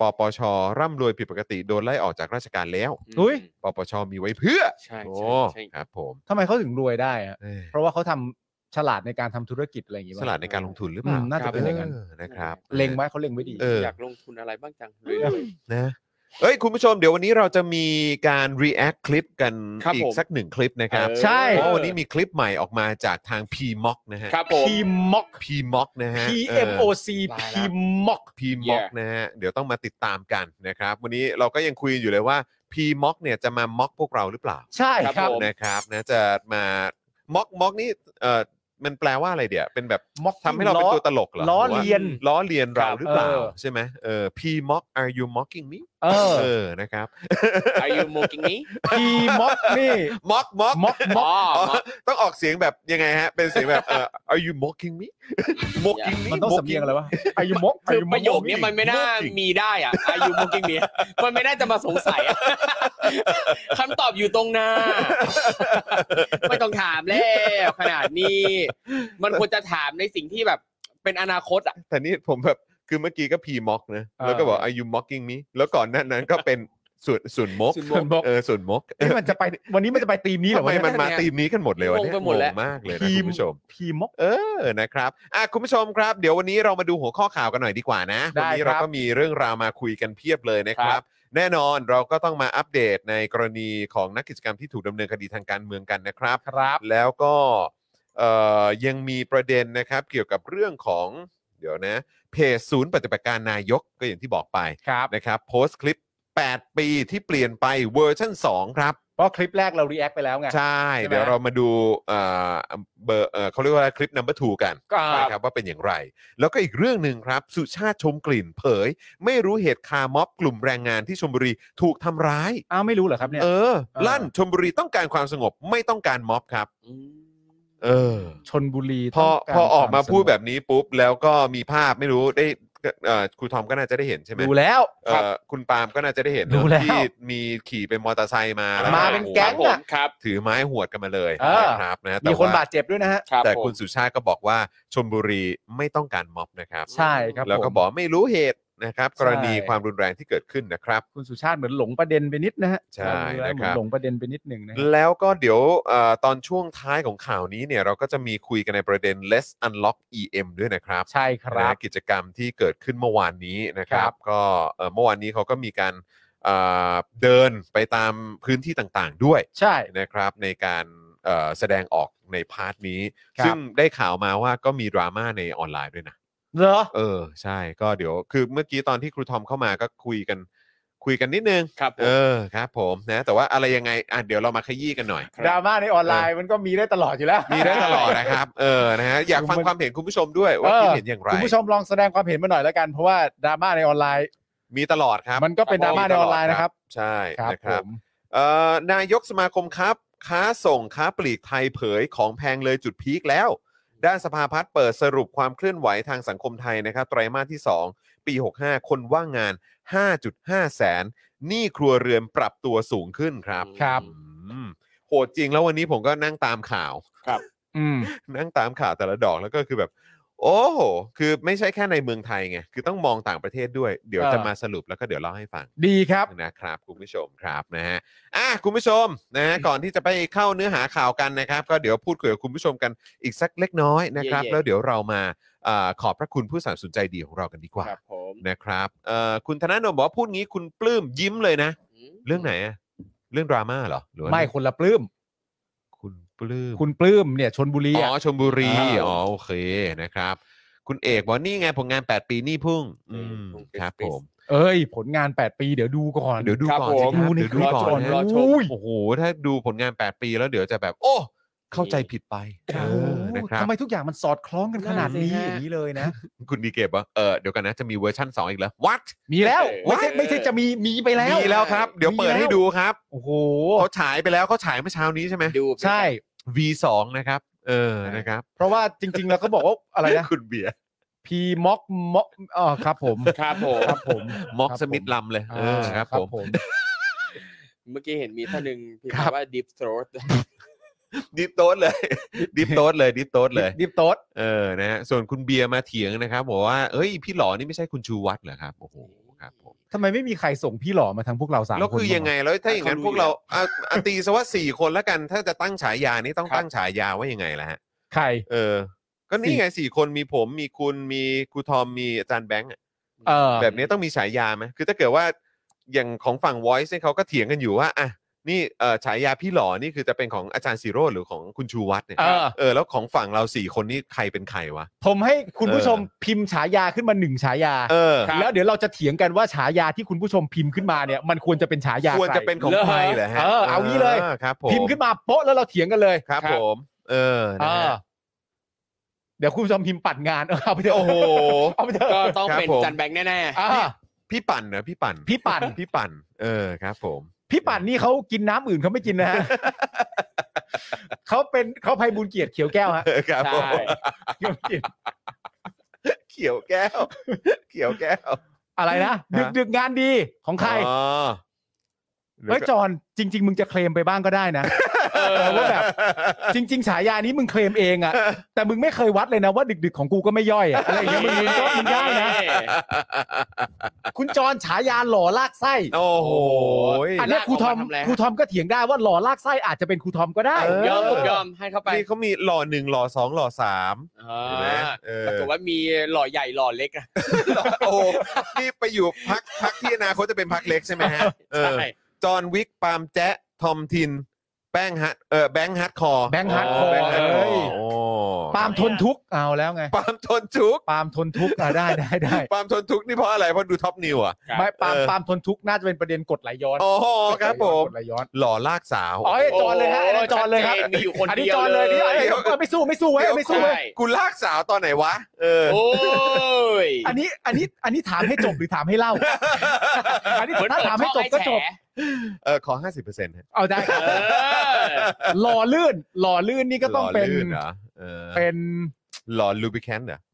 ปปช ร่ำรวยผิดปกติโดนไล่ออกจากราชการแล้ว
อุ๊ย
ปปชมีไว้เพื่อ
ใช่
โอ้
ใช่ใช่
ครับผม
ทำไมเขาถึงรวยได้อะ
เอ้ย
เพราะว่าเขาทำฉลาดในการทำธุรกิจอะไรอย่างงี้
ฉ
ป่ะ
ลาดในการลงทุนหรือเปล่า
อืมน่าจะเป็นอย่างนั้น
ออนะครับ
เล็งไว้เขาเล็งไว้ดี
เออ
อยากลงทุนอะไรบ้างจัง
นะเอ้ย คุณผู้ชมเดี๋ยววันนี้เราจะมีการ react คลิปกัน
ครับ
อี
ผ
ก
ม
สักหนึ่งคลิปนะครับ
เออ
ใช่
เพราะวันนี้มีคลิปใหม่ออกมาจากทาง p m o c นะฮะ
ครับ
[laughs]
ผม
พีม็อก
p m o c นะฮะ
P M O C
ได้
พี
แล้ว
ม็อก
p m o c นะฮะ เดี๋ยวต้องมาติดตามกันนะครับ วันนี้เราก็ยังคุยอยู่เลยว่า p m o c เนี่ยจะมา mock พวกเราหรือเปล่า
ใช่
ครับ
ครับ
ผม
นะครับนะจะมา mock mock นี่เอ่อ มันแปลว่าอะไรเดี๋ยวเป็นแบบ
ม็อก
ทำให้เราเป็นตัวตลกเหรอ
ล้อ
หว่า
เลียน
ล้อเลียนเรา
ครับ
หรือเปล่า
เออ
ใช่ไหมเออ P mock are you mocking me
เออ
เออนะครับ
Are you mocking me
พีม็อกนี่
mock mock
ม็อกม็
อ๋
อก
อ mock
ต้องออกเสียงแบบยังไงฮะ เป็นเสียงแบบเอ่อ are you mocking me [laughs] mocking me
มันต้องสำ
mocking
เนียงอะไรวะอายุมก
คือ
อา
ป
มก
ระโยคนี้มันไม่น่ามีได้อ่ะ Are you mocking me มันไม่น่าจะมาสงสัยอะ [laughs] คำตอบอยู่ตรงหน้า [laughs] ไม่ต้องถามแล้วขนาดนี้ มันควรจะถามในสิ่งที่แบบเป็นอนาคตอ่ะ
แต่นี่ผมแบบคือเมื่อกี้ก็ P mock นะ แล้วก็บอก are you mocking me แล้วก่อนหน้านั้นก็เป็น [laughs] ส่วนส่วนมก
ส่วน
ส่วน
มก
บอก
เออส่วนมก
นี่มันจะไปวันนี้มันจะไปตีมนี้เหรอ
ทำไม
วะเนี่ย
มันมาธีมนี้กันหมดเลยวะเนี่ย
งงไปหมดแล้ว
งงมากเลยนะ
ทีม
คุณผู้ชม
พีม็อก
เออ นะครับอ่ะคุณผู้ชมครับ เดี๋ยววันนี้เรามาดูหัวข้อข่าวกันหน่อยดีกว่านะ
ได้
วันี้
ครั
เรา
บ
ก็มีเรื่องราวมาคุยกันเพียบเลยนะครับ แน่นอนเราก็ต้องมาอัปเดตในกรณีของนักกิจกรรมที่ถูกดำเนินคดีทางการเมืองกันนะครับ
ครับ
แล้วก็เอ่อยังมีประเด็นนะครับเกี่ยวกับเรื่องของเดี๋ยวนะเพจศูนย์ปฏิบัติการนายกก็อย่างที่บอกไป
ครับ
นะครับโพสต์คลิป 8 ปีที่เปลี่ยนไปเวอร์ชัน2 ครับ
เพราะคลิปแรกเรารีแอคไปแล้วไง
ใช่
ใช่ไหม
เดี๋ยวเรามาดูเอ่อเบอร์เอ่อเขาเรียกว่าคลิป number two กัน
ครับ
นะครับว่าเป็นอย่างไร แล้วก็อีกเรื่องหนึ่งครับ สุชาติชมกลิ่นเผย ไม่รู้เหตุคาร์ม็อบกลุ่มแรงงานที่ชมบุรีถูกทำร้าย
อ้าวไม่รู้เหรอครับเนี่ย
เออ ลั่นชมบุรีต้องการความสงบไม่ต้องการม็อบครับ เออ
ชนบุรี
พอ
ต้งร
พอออกมา
ควสงบ
พูดแบบนี้ปุ๊บ แล้วก็มีภาพไม่รู้ได้เอ่อครูทอมก็น่าจะได้เห็นใช่ไหม
ดูแล้ว
เอ่อคุณปาล์มก็น่าจะได้เห็นเน
ดูแล้
อะ
ว
ที่มีขี่เป็นมอเตอร์ไซค์มาแล้ว
มาเป็นแก๊ง
ผม
อะ
ครับ
ถือไม้หวดกันมาเลย
เออ
นะครับนะแต่
มีคน
ว่า
บาดเจ็บด้วยนะฮะ
ครับ
แต่
ผม
คุณสุชาติก็บอกว่าชมบุรีไม่ต้องการม็อบนะครับ
ใช่ครับ
แล้วก็
ผม
บอกไม่รู้เหตุนะครับ กรณี
ใช่
ความรุนแรงที่เกิดขึ้นนะครับ
คุณสุชาติเหมือนหลงประเด็นไปนิดนะฮะ
ใช่
ดูแล้วเหมื
นะครั
อน
บ
หลงประเด็นไปนิดหนึ่งนะฮะ
แล้วก็เดี๋ยวเออตอนช่วงท้ายของข่าวนี้เนี่ยเราก็จะมีคุยกันในประเด็น Let's Unlock EM ด้วยนะครับ
ใช่ครับ
นะกิจกรรมที่เกิดขึ้นเมื่อวานนี้นะครับ
ครับ
ก็เอ่อเมื่อวานนี้เขาก็มีการเอ่อเดินไปตามพื้นที่ต่างๆด้วย
ใช่
นะครับ ในการเอ่อแสดงออกในพาร์ทนี้
ครับ
ซึ่งได้ข่าวมาว่าก็มีดราม่าในออนไลน์ด้วยนะ
เหรอ
เออ ใช่ก็เดี๋ยวคือเมื่อกี้ตอนที่ครูทอมเข้ามาก็คุยกันคุยกันนิดนึง
ครับผม
เออครับผมนะแต่ว่าอะไรยังไงอ่ะเดี๋ยวเรามาขยี้กันหน่อย
ค
ด
รั
รา
บ
ม่าในออนไลน์มันก็มีได้ตลอดอยู่แล้ว
มีได้ตลอด
[laughs]
นะครับ เออนะฮะอยากฟังความเห็นคุณผู้ชมด้วยว่า
เออ
คิดเห็นอย่างไร
คุณผู้ชมลองแสดงความเห็นมาหน่อยแล้วกัน เพราะว่าดราม่าในออนไลน์
มีตลอดครับ
มันก็เป็นดราม่าในออนไลน์นะครับ
ใช่
ครับ
นะค
ผ
รับ
ม
เอ่อนายกสมาคมครับ ค้าส่งค้าปลีกไทยเผยของแพงเลยจุดพีคแล้ว ด้านสภาพัฒน์เปิดสรุปความเคลื่อนไหวทางสังคมไทยนะครับ ไตรมาสที่ 2 ปี 65 คนว่างงาน 5.5 แสนหนี้ครัวเรือนปรับตัวสูงขึ้นครับ
ครับ
อืมโหดจริงแล้ววันนี้ผมก็นั่งตามข่าว
อืม
นั่งตามข่าวแต่ละดอกแล้วก็คือแบบ โอ้โหคือไม่ใช่แค่ในเมืองไทยไงคือต้องมองต่างประเทศด้วย เดี๋ยว
เออ
จะมาสรุปแล้วก็เดี๋ยวเล่าให้ฟัง
ดีครับ
นะครับคุณผู้ชมครับนะฮะอ่ะคุณผู้ชมนะฮะก่อนที่จะไปเข้าเนื้อหาข่าวกันนะครับ ก็เดี๋ยวพูดคุยกับคุณผู้ชมกันอีกสักเล็กน้อยนะครับ
เย่ๆ
แล้วเดี๋ยวเรามาอ่าขอบพระคุณผู้สนับสนุนใจดีของเรากันดีกว่า
ครับผม
นะครับเอ่อคุณธนาโนมบอกว่าพูดงี้คุณปลื้มยิ้มเลยนะ เรื่องไหนอะเรื่องดราม่าเหรอหรือว่า
ไม่คนละปลื้ม
คุณปลื้ม
คุณปลื้มเนี่ยชนบุรี
อ๋
อะ
อชมบุรี
อ่า
อ๋อโอเคนะครับ คุณเอกบอกนี่ไงผลงาน 8 ปีนี่พุ่งอืมครับผม
เอ้ย ผลงาน 8 ปีเดี๋ยวดูก่อน
เดี๋ยวดู
ครับ
ก่อน
ผ
สิครับ
ดู
ม
ใน
เดี๋ยวดู
รอ
ก่อน
ชม
นะ
รอชม
ยโอ้โห ถ้าดูผลงาน 8 ปีแล้วเดี๋ยวจะแบบ โอ้ เข้าใจผิดไป
โอ้
เอ
โห
อนะครับ
ทำไมทุกอย่างมันสอดคล้องกันขนาดนี้
นั่นสิฮะ
อย่างนี้เลย
[laughs]
นะ
คุณดีเก็บว่าเออเดี๋ยวกันนะ จะมีเวอร์ชั่น 2 อีกแล้ว what
มีแล้วไม่ใช่
What?
ไม่ใช่จะมีมีไปแล้ว
มีแล้วครับ เดี๋ยวเปิด
มีแล้ว
ให้ดูครับ
โอ้โห
เขาฉายไปแล้วเขาฉายเมื่อเช้านี้ใช่ไหม
ดู
ใช่
V2 นะครับ เออนะครับ
เพราะว่าจริง ๆ แล้วเขาบอก [laughs] ว่าอะไรนะ
คุณเบียร์
พีม็อกม็อกอ๋อครับผม
ครับผม
ครับผม
ม็อก
ครับ
สมิธลำเลยเออ
อ่า
ครับผม
เมื่อกี้เห็นมีท่านหนึ่งพิม
ครับ
พ์ว่า deep throat
ดิฟโต๊ดเลย ดิฟโต๊ดเลยดิฟโต๊ดเลย
ดิฟโต๊ด
เออนะฮะส่วนคุณเบียร์มาเถียงนะครับบอกว่าเอ้ยพี่หลอนี่ไม่ใช่คุณชูวัฒน์เหรอครับโอ้โหครับผม
ทำไมไม่มีใครส่งพี่หล่อมาทางพวกเราสามคน
แล้วคือยังไง
บ้า
แล้วถ้าอย่างนั้น
เขารู้
พวกเราเอาเอาตีซะว่าสี่คนแล้วกัน ถ้าจะตั้งฉายานี้ต้อง
ครับ
ตั้งฉายาว่ายังไงล่ะฮะ
วะใคร
เออ ก็นี่ไงสี่คนมีผมมีคุณมีครูทอมมีอาจารย์แบงค์อะ
เออ
แบบนี้ต้องมีฉายาไหมคือถ้าเกิดว่าอย่างของฝั่ง Voice เนี่ยเขาก็เถียงกันอยู่ว่าอ่ะนี่เอ่อฉายาพี่หล่อนี่คือจะเป็นของอาจารย์ซีโร่หรือของคุณชูวัฒน์เนี่ย
เออ
เออแล้วของฝั่งเราสี่คนนี่ใครเป็นใครวะ
ผมให้คุณผู้ชม
เออ
พิมพ์ฉายาขึ้นมาหนึ่งฉายา
เออ
ครับ
แล้วเดี๋ยวเราจะเถียงกันว่าฉายาที่คุณผู้ชมพิมพ์ขึ้นมาเนี่ย มันควรจะเป็นฉายา
ควร
ใ
จะเป็นของ
เหรอ
ใครเหรอฮะ
เออเอางี้เลย
ครับผม
พิมพ์ขึ้นมาโป๊ะแล้วเราเถียงกันเลย
ครับ
ครับ
ผม เออ
เอ
นะ
อ
ฮะ
เดี๋ยวคุณผู้ชมพิมพ์ปัดงาน [laughs] เออเอาไปเถอะ
โอ้โห
เอาไปเถ
ก็
อะ
ต้อง
ครับ
เป็น
ผม
จันแบงค์แน่
อ่ะ
พี่ปั่นเหรอพี่ปั่น
พี่ปั่น
พี่ปั่น เออครับ ผม
พี่ปั่นนี่เขากินน้ำอื่นเขาไม่กินนะ
[laughs]
ฮะเขาเป็นเขาภัยบุญเกียรติเขียวแก้วฮะ
เออค
ๆ
รับผ
ใช่
ม [laughs]
เขาไม่กิน
เขียวแก้ว [laughs] เขียวแก้ว
อะไรนะดึกดึกงานดีของใคร
อ๋อ
เฮ้ยจอนจริง ๆ มึงจะเคลมไปบ้างก็ได้
[laughs]
นะ
เออ
ว่าแบบ จริง ๆ ฉายานี้มึงเคลมเองอะแต่มึงไม่เคยวัดเลยนะว่าดึก ๆ ของกูก็ไม่ย่อยอะอะไรอย่างเงี้ยมึงมึงก็มึงได้นะ คุณจรฉายาหล่อลากไส้
[laughs] โอ้โห
อันเนี้ยครูทอม
ลากออกมาทำอะไรฮะ
ครูทอมก็เถียงได้ว่าหล่อลากไส้อาจจะเป็นครูทอมก็ได้
เอ
ยอมผมยอมให้เข้าไป
นี่เขามีหล่อหนึ่งหล่อสองหล่อสาม
อ่
เห็นไหมา เออ
ปรากฏว่ามีหล่อใหญ่หล่อเล็กนะ
โอ้โหนี่ไปอยู่พักพักที่อนาคตจะเป็นพักเล็กใช่ไหมฮะเออ
ใช่
จอห์นวิก ปาล์มแจ๊ะ ทอมทิน แป้งฮัทเออแบงค์ฮัทคอร์
แบงค์ฮาร์ดคอ
แบ
ร์
งค์ฮาร์ดคอร์
เอ้ย
โอ้
ปาล์มทนทุกข์เอาแล้วไง
ปาล์มทนทุกข์
ปาล์มทนทุกข์อ่ะได้ได้ได้
ปาล์มทนทุกข์นี่เพราะอะไรเพราะดูท็อปนิวอ่ะ
ครับ
ไม่ปาล์ม
เออ
ปาล์มทนทุกข์น่าจะเป็นประเด็นกดไหลย้อน
อ๋อครับผม
กดไหลย้อน
หล่อลากสาว
อ๋อไอ้จอนเลยฮะไอ้จอนเลยครับ
ชัดจนมีอยู่คน
อันนี้
เดีย
จ
ว
อนเลยนี่เอ้ยเอ้ยไม่สู้ไม่สู้ไว้ยไม่สู้ไว้ย
ใช่
กูลากสาวตอนไหนวะ เออ
โอ้ย
อันนี้อันนี้อันนี้ถามให้จบหรือถามให้เล่า อันนี้
เหมือน
ถ้า
เปิด
ถามให้จ
ช่
บ
อง
ก็จ
แฉ
บ
เออขอ 50%ฮะ
เอาได้ค
เอ
รับ
อ
หล่อลื่นหล่อลื่นนี่ก็ต้องเป็น
หล่ลื่เหรอเออ
เป็น
หล่อลูบิแคนเหรอ
[laughs]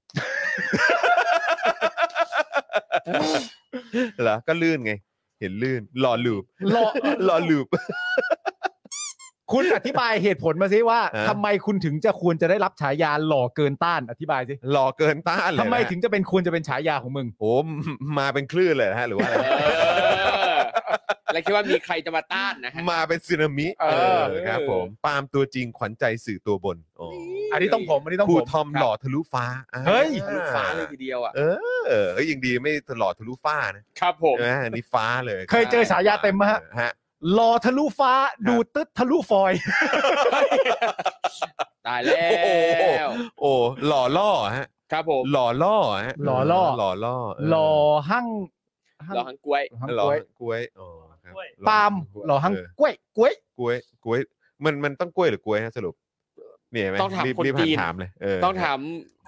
เหรอก็ลื่นไง เห็นลื่น หล่อ
[laughs]
ลูบ
หล่อ
หล่อลูบ
คุณอธิบายเหตุผลมาสิว่า
ฮะ
ทำไมคุณถึงจะควรจะได้รับฉายาหล่อเกินต้านอธิบายสิ
หล่อเกินต้านเลย
ทำไม
นะ
ถึงจะเป็นควรจะเป็นฉายาของมึง
โอ้ [laughs] มมาเป็นคลื่นเลยนะฮะ หรือว่าอะไร
[laughs]
เออแล้วคิดว่ามีใครจะมาต้านนะฮะ
มาเป็นสึนามิ
เออ
ครับผมปาล์มตัวจริงขวัญใจสื่อตัวบนโอ้
อันนี้ต้องผมอันนี้ต้อง
ครู
ผม
ทอมหล่อทะลุฟ้าอ่า
เฮ้ย
ลูกฟ้าเลยทีเดียวอ่ะ
เออเฮ้ยยังดีไม่หล่อทะลุฟ้านะ
ครับผม
ใช่ไหมอันนี้ฟ้าเลย
เคยเจอฉายาเต็มไหมฮะ
ฮะ
หล่อทะลุฟ้าดูตึ๊ดทะลุฟอย
ตายแล้
โอ้โห
ว
โอ้หล่อล่อฮะ
ครับผม
หล่อล่อฮะ
หล่อล่อ
หล่อล่อเห
ล่อหั่งหั่ง
รอหังกล้วย
หั่ง
หล่
ก
อ
ล้วย
กล้วยอ๋อครับ
ปาล์มหล่อหั่ง
เ
กล้วยกล้วย
กล้วยกล้วย มันมันต้องกล้วยหรือกล้วยฮะสรุปเนี่ยเห็นไหม
ต้องถาม
รีบ
คน
รีบ
จี
หัน
น
ถามเลยเออ
ต้องถาม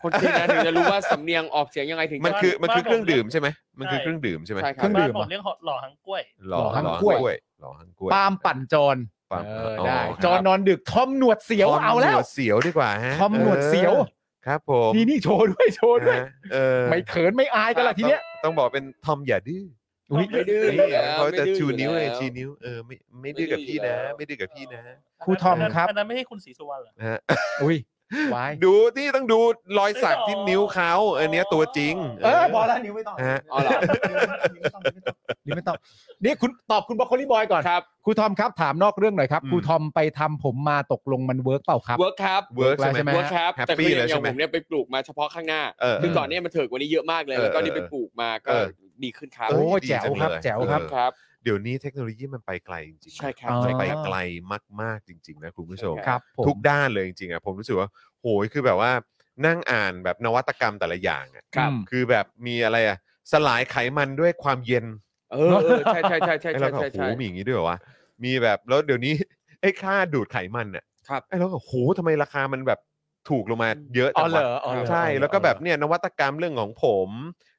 คนจีนนะถึงจะรู้ว่าสำเนียงออกเสียงยังไงถึง
มันคือมันคือ
บ้านผม
เครื่องดื่มใช่ไหมมันคือ
ใช่
เครื่องดื่มใช่ไหม
ใช่ครั
เครื่
บ
อง
บ้า
ดื่
น
ม
ผ
อ่ะ
มเรียกหล่อหังกล้วย
หล่อ
หล่อหัง
หล่อก
ล้วย
หล่อหังกล้วย
ปาล์มปั่นจร
ปาล์ม
เออได้
ครับ
จอนนอนดึกทอมหนวดเสียว
ทม
เอาแล้ว
หนวดเสียวดีกว่าฮะ
ทอมหนวดเสียว
ออครับผม
นี่นี่โชว์ด้วยโชว์ด้วย
นะเออ
ไม่เขินไม่อายกันละทีเนี้ย
ต้องต้องบอกเป็นทอมอย่าดื้อ
อุ๊ย
ไม่ดื้อ
เอ
อยู่
อ
แล้ว
เขาจะ
ไม่ดื้อ
ชูนิ้ว
อยู่
เลย
แล้
ชี้นิ้วเออไม่ไม่ดื้อกับพี่นะ ไม่ดื้อกับพี่นะ
ครูทอมครับ
อันนั้นไม่ให้คุณศรีสุวรรณเหรอ
นะฮะ
อุ้ยไว้
ดูที่ต้องดูรอยสักที่นิ้วเขาอันเนี้ยตัวจริง
เออพอแล้วนิ้วไม่ต้อง
ฮะ
อ๋อเหรอ
[laughs]
หรือไม่ต้องนี่คุณตอบคุณบรอกโคลีบอยก่อน
ครับ
ครูทอมครับถามนอกเรื่องหน่อยครับครูทอมไปทำผมมาตกลงมันเวิร์กเปล่าครับ
เวิร์กครับ
เวิร์ก
แล้
ใช่
วใช่
ไห
ไห
ม
ม
เวิร์กครับ
Happy
แต่คืออ
เล
ย่าง
ย
อ
ใช่
ย่าง
ไหม
ผมเนี่ยไปปลูกมาเฉพาะข้างหน้า
เออ
คือก่อนเนี่ยมันเถิดกว่านี้เยอะมากเลย แล้วก็นี่ไปปลูกมาก็ดีขึ้นครับ
โอ้
เ
แจ๋วครับ
ดีงเลย
แจ๋วครับ
ครับ
เดี๋ยวนี้เทคโนโลยีมันไปไกลจริงๆ
ใช่ครับ
อ๋อ
มันไปไกลมากๆจริง ๆ นะคุณผู้ชม
ครับผม
ทุกด้านเลยจริงๆอ่ะผมรู้สึกว่าโหยคือแบบว่านั่งอ่านแบบนวัตกรรมแต่ละอย่างอ่ะ
ครับ
คือแบบมีอะไรอ่ะสลายไขมันด้วยความเย็น
เออเออใช่ใช่ใช่ใช่
ไอ้
ใช่
เราก็
ใช่
โห
ใช่
มีอย่างนี้ด้วยเหรอวะ มีแบบแล้วเดี๋ยวนี้ [laughs] ไอ้ค่าดูดไขมันเนี่ย
ครับ
ไอ้เราก็โหทำไมราคามันแบบถูกลงมาเยอะ
อ๋
จั
อง เหร
วะ
ออ๋อเหรอ
ใช่ แล้วก็แบบเนี่ยนวัตกรรมเรื่องของผม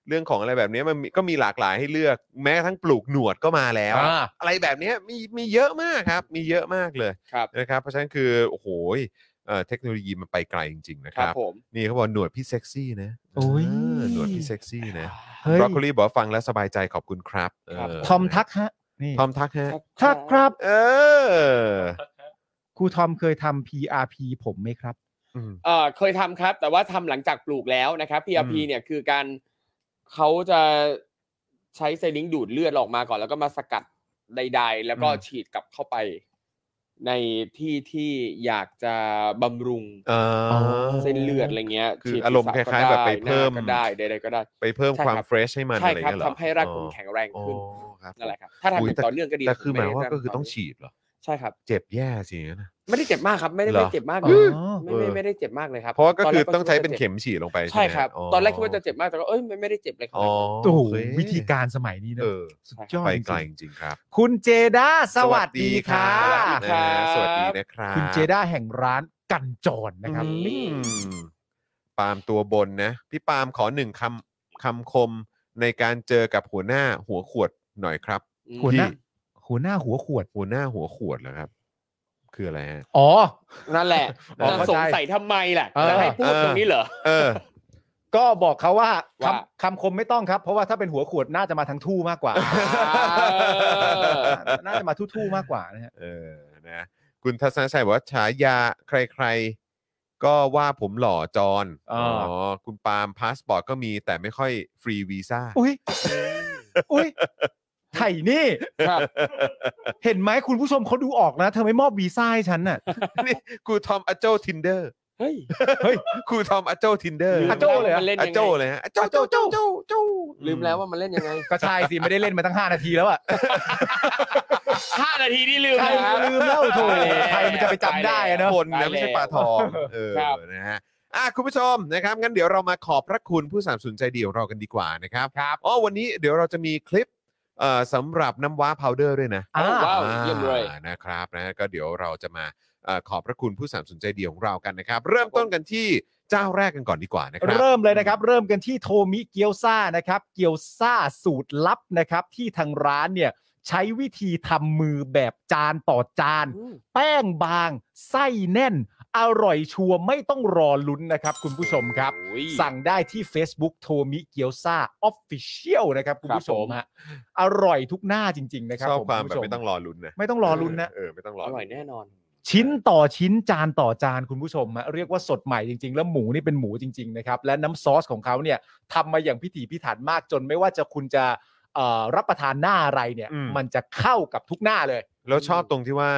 เรื่องของอะไรแบบเนี้ยมันมีก็มีหลากหลายให้เลือก แม้กระทั้งปลูกหนวดก็มาแล้ว
อ่า
อะไรแบบเนี้ยมีมีเยอะมากครับ มีเยอะมากเลย
ครับ
นะครับ เพราะฉะนั้นคือโอ้โหเอ่อเทคโนโลยีมันไปไกลจริงๆนะ
ค
ค
รั
รั
บบ ผม
นี่เขาบอกหนวดพี่เซ็กซี่นะ
โอ้ย
เอหนวดพี่เซ็กซี่นะ
เฮ้ย
บรอกโคลีบอกว่าฟังแล้วสบายใจขอบคุณครับเ
ทอมทักฮะนี่
ทอมทักฮะ
ทักครับ
เออ
ครูทอมเคยทำ PRP ผมไหมครับ
อืม
เออเคยทำครับ แต่ว่าทำหลังจากปลูกแล้วนะครับ PRP
อืม
เนี่ยคือการเขาจะใช้ไซลิงดูดเลือดออกมาก่อน แล้วก็มาสกัดใด ๆ แล้วก็
อืม
ฉีดกลับเข้าไป ในที่ที่อยากจะบำรุง
เออ
เส้นเลือดอะไรเงี้ย
คือ
ฉีด
อารมณ์คล้ายๆแบบไปเพิ่ม
หน้าก็ได้ใดๆก็ได้
ไปเพิ่ม
ใช่
ความ
ครับ
เฟรชให้มัน
ใช่
อะไร
ครับ
เงี้ยเหรอ
ทำให้รากคุณแข็งแรง
อ๋อ
ขึ้น
ครับ
นั่นแหละครับ ถ้าทำ
อุ๊ย
อย่างต่อเนื่องก็ดี
แต่คือหมายว่า
ไได้
ก็คือต้องฉีดเหรอ
ใช่ครับ
เจ็บแย่สิอย่างนั้นนะ
ไม่ได้เจ็บมากครับ ไม่ได้
เหรอ
ไม่เจ็บมาก
อ๋
เลย
อ
ไม่ไม่ไม่ได้เจ็บมากเลยครับ
เพราะว่าก็
นแ
คือต้องใช้เป็น
ดว่าจะ
เข็มฉีดลงไป
ใช่ครับ ตอนแรกคิดว่าจะ
เจ็บ
เจ็บมากแต่ก็เอ้ยไม่ไม่ได้เจ็บเลยครั
อ๋อ
โอ้โห
เค
วิธีการสมัยนี้นะ
เออ
สุดยอด
ไป
จ
ไกล
ริง
จริงๆครับ
ๆคุณเจด้าสวัสดีค่ะ
นะสวัสดีนะครับ
คุณเจด้าแห่งร้านกันจรนะครับ
อืม ปาล์มตัวบนนะพี่ปาล์มขอหนึ่งคำคำคมในการเจอกับหัวหน้าหัวขวดหน่อยครับ
หัวหน้า
ที่
หัวหน้าหัวขวด
หัวหน้าหัวขวดเหรอครับ คืออะไรฮะ
อ๋อ
นั่นแหละ
อ๋อ
จะ
เข้าใจ
สงสัยทำไมล่ะ
เออ
จะให้พูด
เออ
ตรงนี้เหรอ
เออ
ก็บอกเขาว่า
ว่า
คำคำคมไม่ต้องครับ เพราะว่าถ้าเป็นหัวขวดน่าจะมาทางทู่มากกว่า
เออ
น่าจะมาทู่ๆมากกว่านะฮะ
เออนะคุณทัศนชัยบอกว่าฉายาใครๆ ก็ว่าผมหล่อจอนอ๋อคุณปาล์มพาสปอร์ตก็มีแต่ไม่ค่อยฟรีวีซ่า
อุ้ยอุ้ยไถนี่
ครับ
เห็นไหมคุณผู้ชมเขาดูออกนะ เธอไม่มอบวีซ่าให้ฉันน่ะ
นี่ครูทอมอโจทินเดอร์
เฮ้ย
เฮ้ย
ครูทอมอโจทินเดอร์
อาโจ้เลยเหรอ
มันเล่น
อ
ยัง
โจ
ไง
เลยฮะอโจ
โจ
โจ
โจ
โจ
โจโจ
ลืมแล้วว่ามันเล่นยังไง
ก็ใช่สิ ไม่ได้เล่นมาตั้ง 5 นาทีแล้วอ่ะ
ห้านาทีนี่ลืม
ใคร
แล้วครับ
ลืมแล้วโถ
ไปแล้ว
ใครมันจะไปจำได้อะเนอะ
คนนะไม่ใช่ปลาทองเออ
ครับ
นะฮะอ่ะคุณผู้ชมนะครับงั้นเดี๋ยวเรามาขอบพระคุณผู้สนับสนุนใจดีของเรากันดีกว่านะครับครับอ๋อวันนี้เดี๋ยวเราจะมีคลิปเอ่อสำหรับน้ำว้าพาวเดอร์ด้วยนะ
อ่า
ว้าวเยี่ยมเลย
อ่านะครับนะก็เดี๋ยวเราจะมาเอ่อขอบพระคุณผู้สามสนุนใจดีของเรากันนะครับ เริ่มต้นกันที่เจ้าแรกกันก่อนดีกว่านะครับ
เริ่มเลยนะครับ เริ่มกันที่โทมิเกียวซ่านะครับ เกียวซ่าสูตรลับนะครับ ที่ทางร้านเนี่ยใช้วิธีทำมือแบบจานต่อจาน แป้งบาง ไส้แน่น อร่อยชัวร์ไม่ต้องรอลุ้นนะครับ คุณผู้ชมครับ
โอ้ย
สั่งได้ที่ Facebook โทมิเกียวซ่าออฟฟิเชียลนะครับ คุณผู้ชม
ครับผม
ฮะอร่อยทุกหน้าจริง ๆ นะครับ
ชอบ
ผม
ความ
ณ
แบบ
ผู้ช
ไม่ต้องรอลุ้นนะ
ไม่ต้องรอลุ้นนะ
เออไม่ต้องรอ
อ
อ
ร่อยแน่นอน
ชิ้นต่อชิ้นจานต่อจานคุณผู้ชมฮะเรียกว่าสดใหม่จริง ๆ แล้วหมูนี่เป็นหมูจริง ๆ นะครับ และน้ำซอสของเขาเนี่ยทำมาอย่างพิถีพิถันมากจนไม่ว่าจะคุณจะเอ่อรับประทานหน้าอะไรเนี่ย มันจะเข้ากับทุกหน้าเลย
แล้วชอบตรงที่ว่า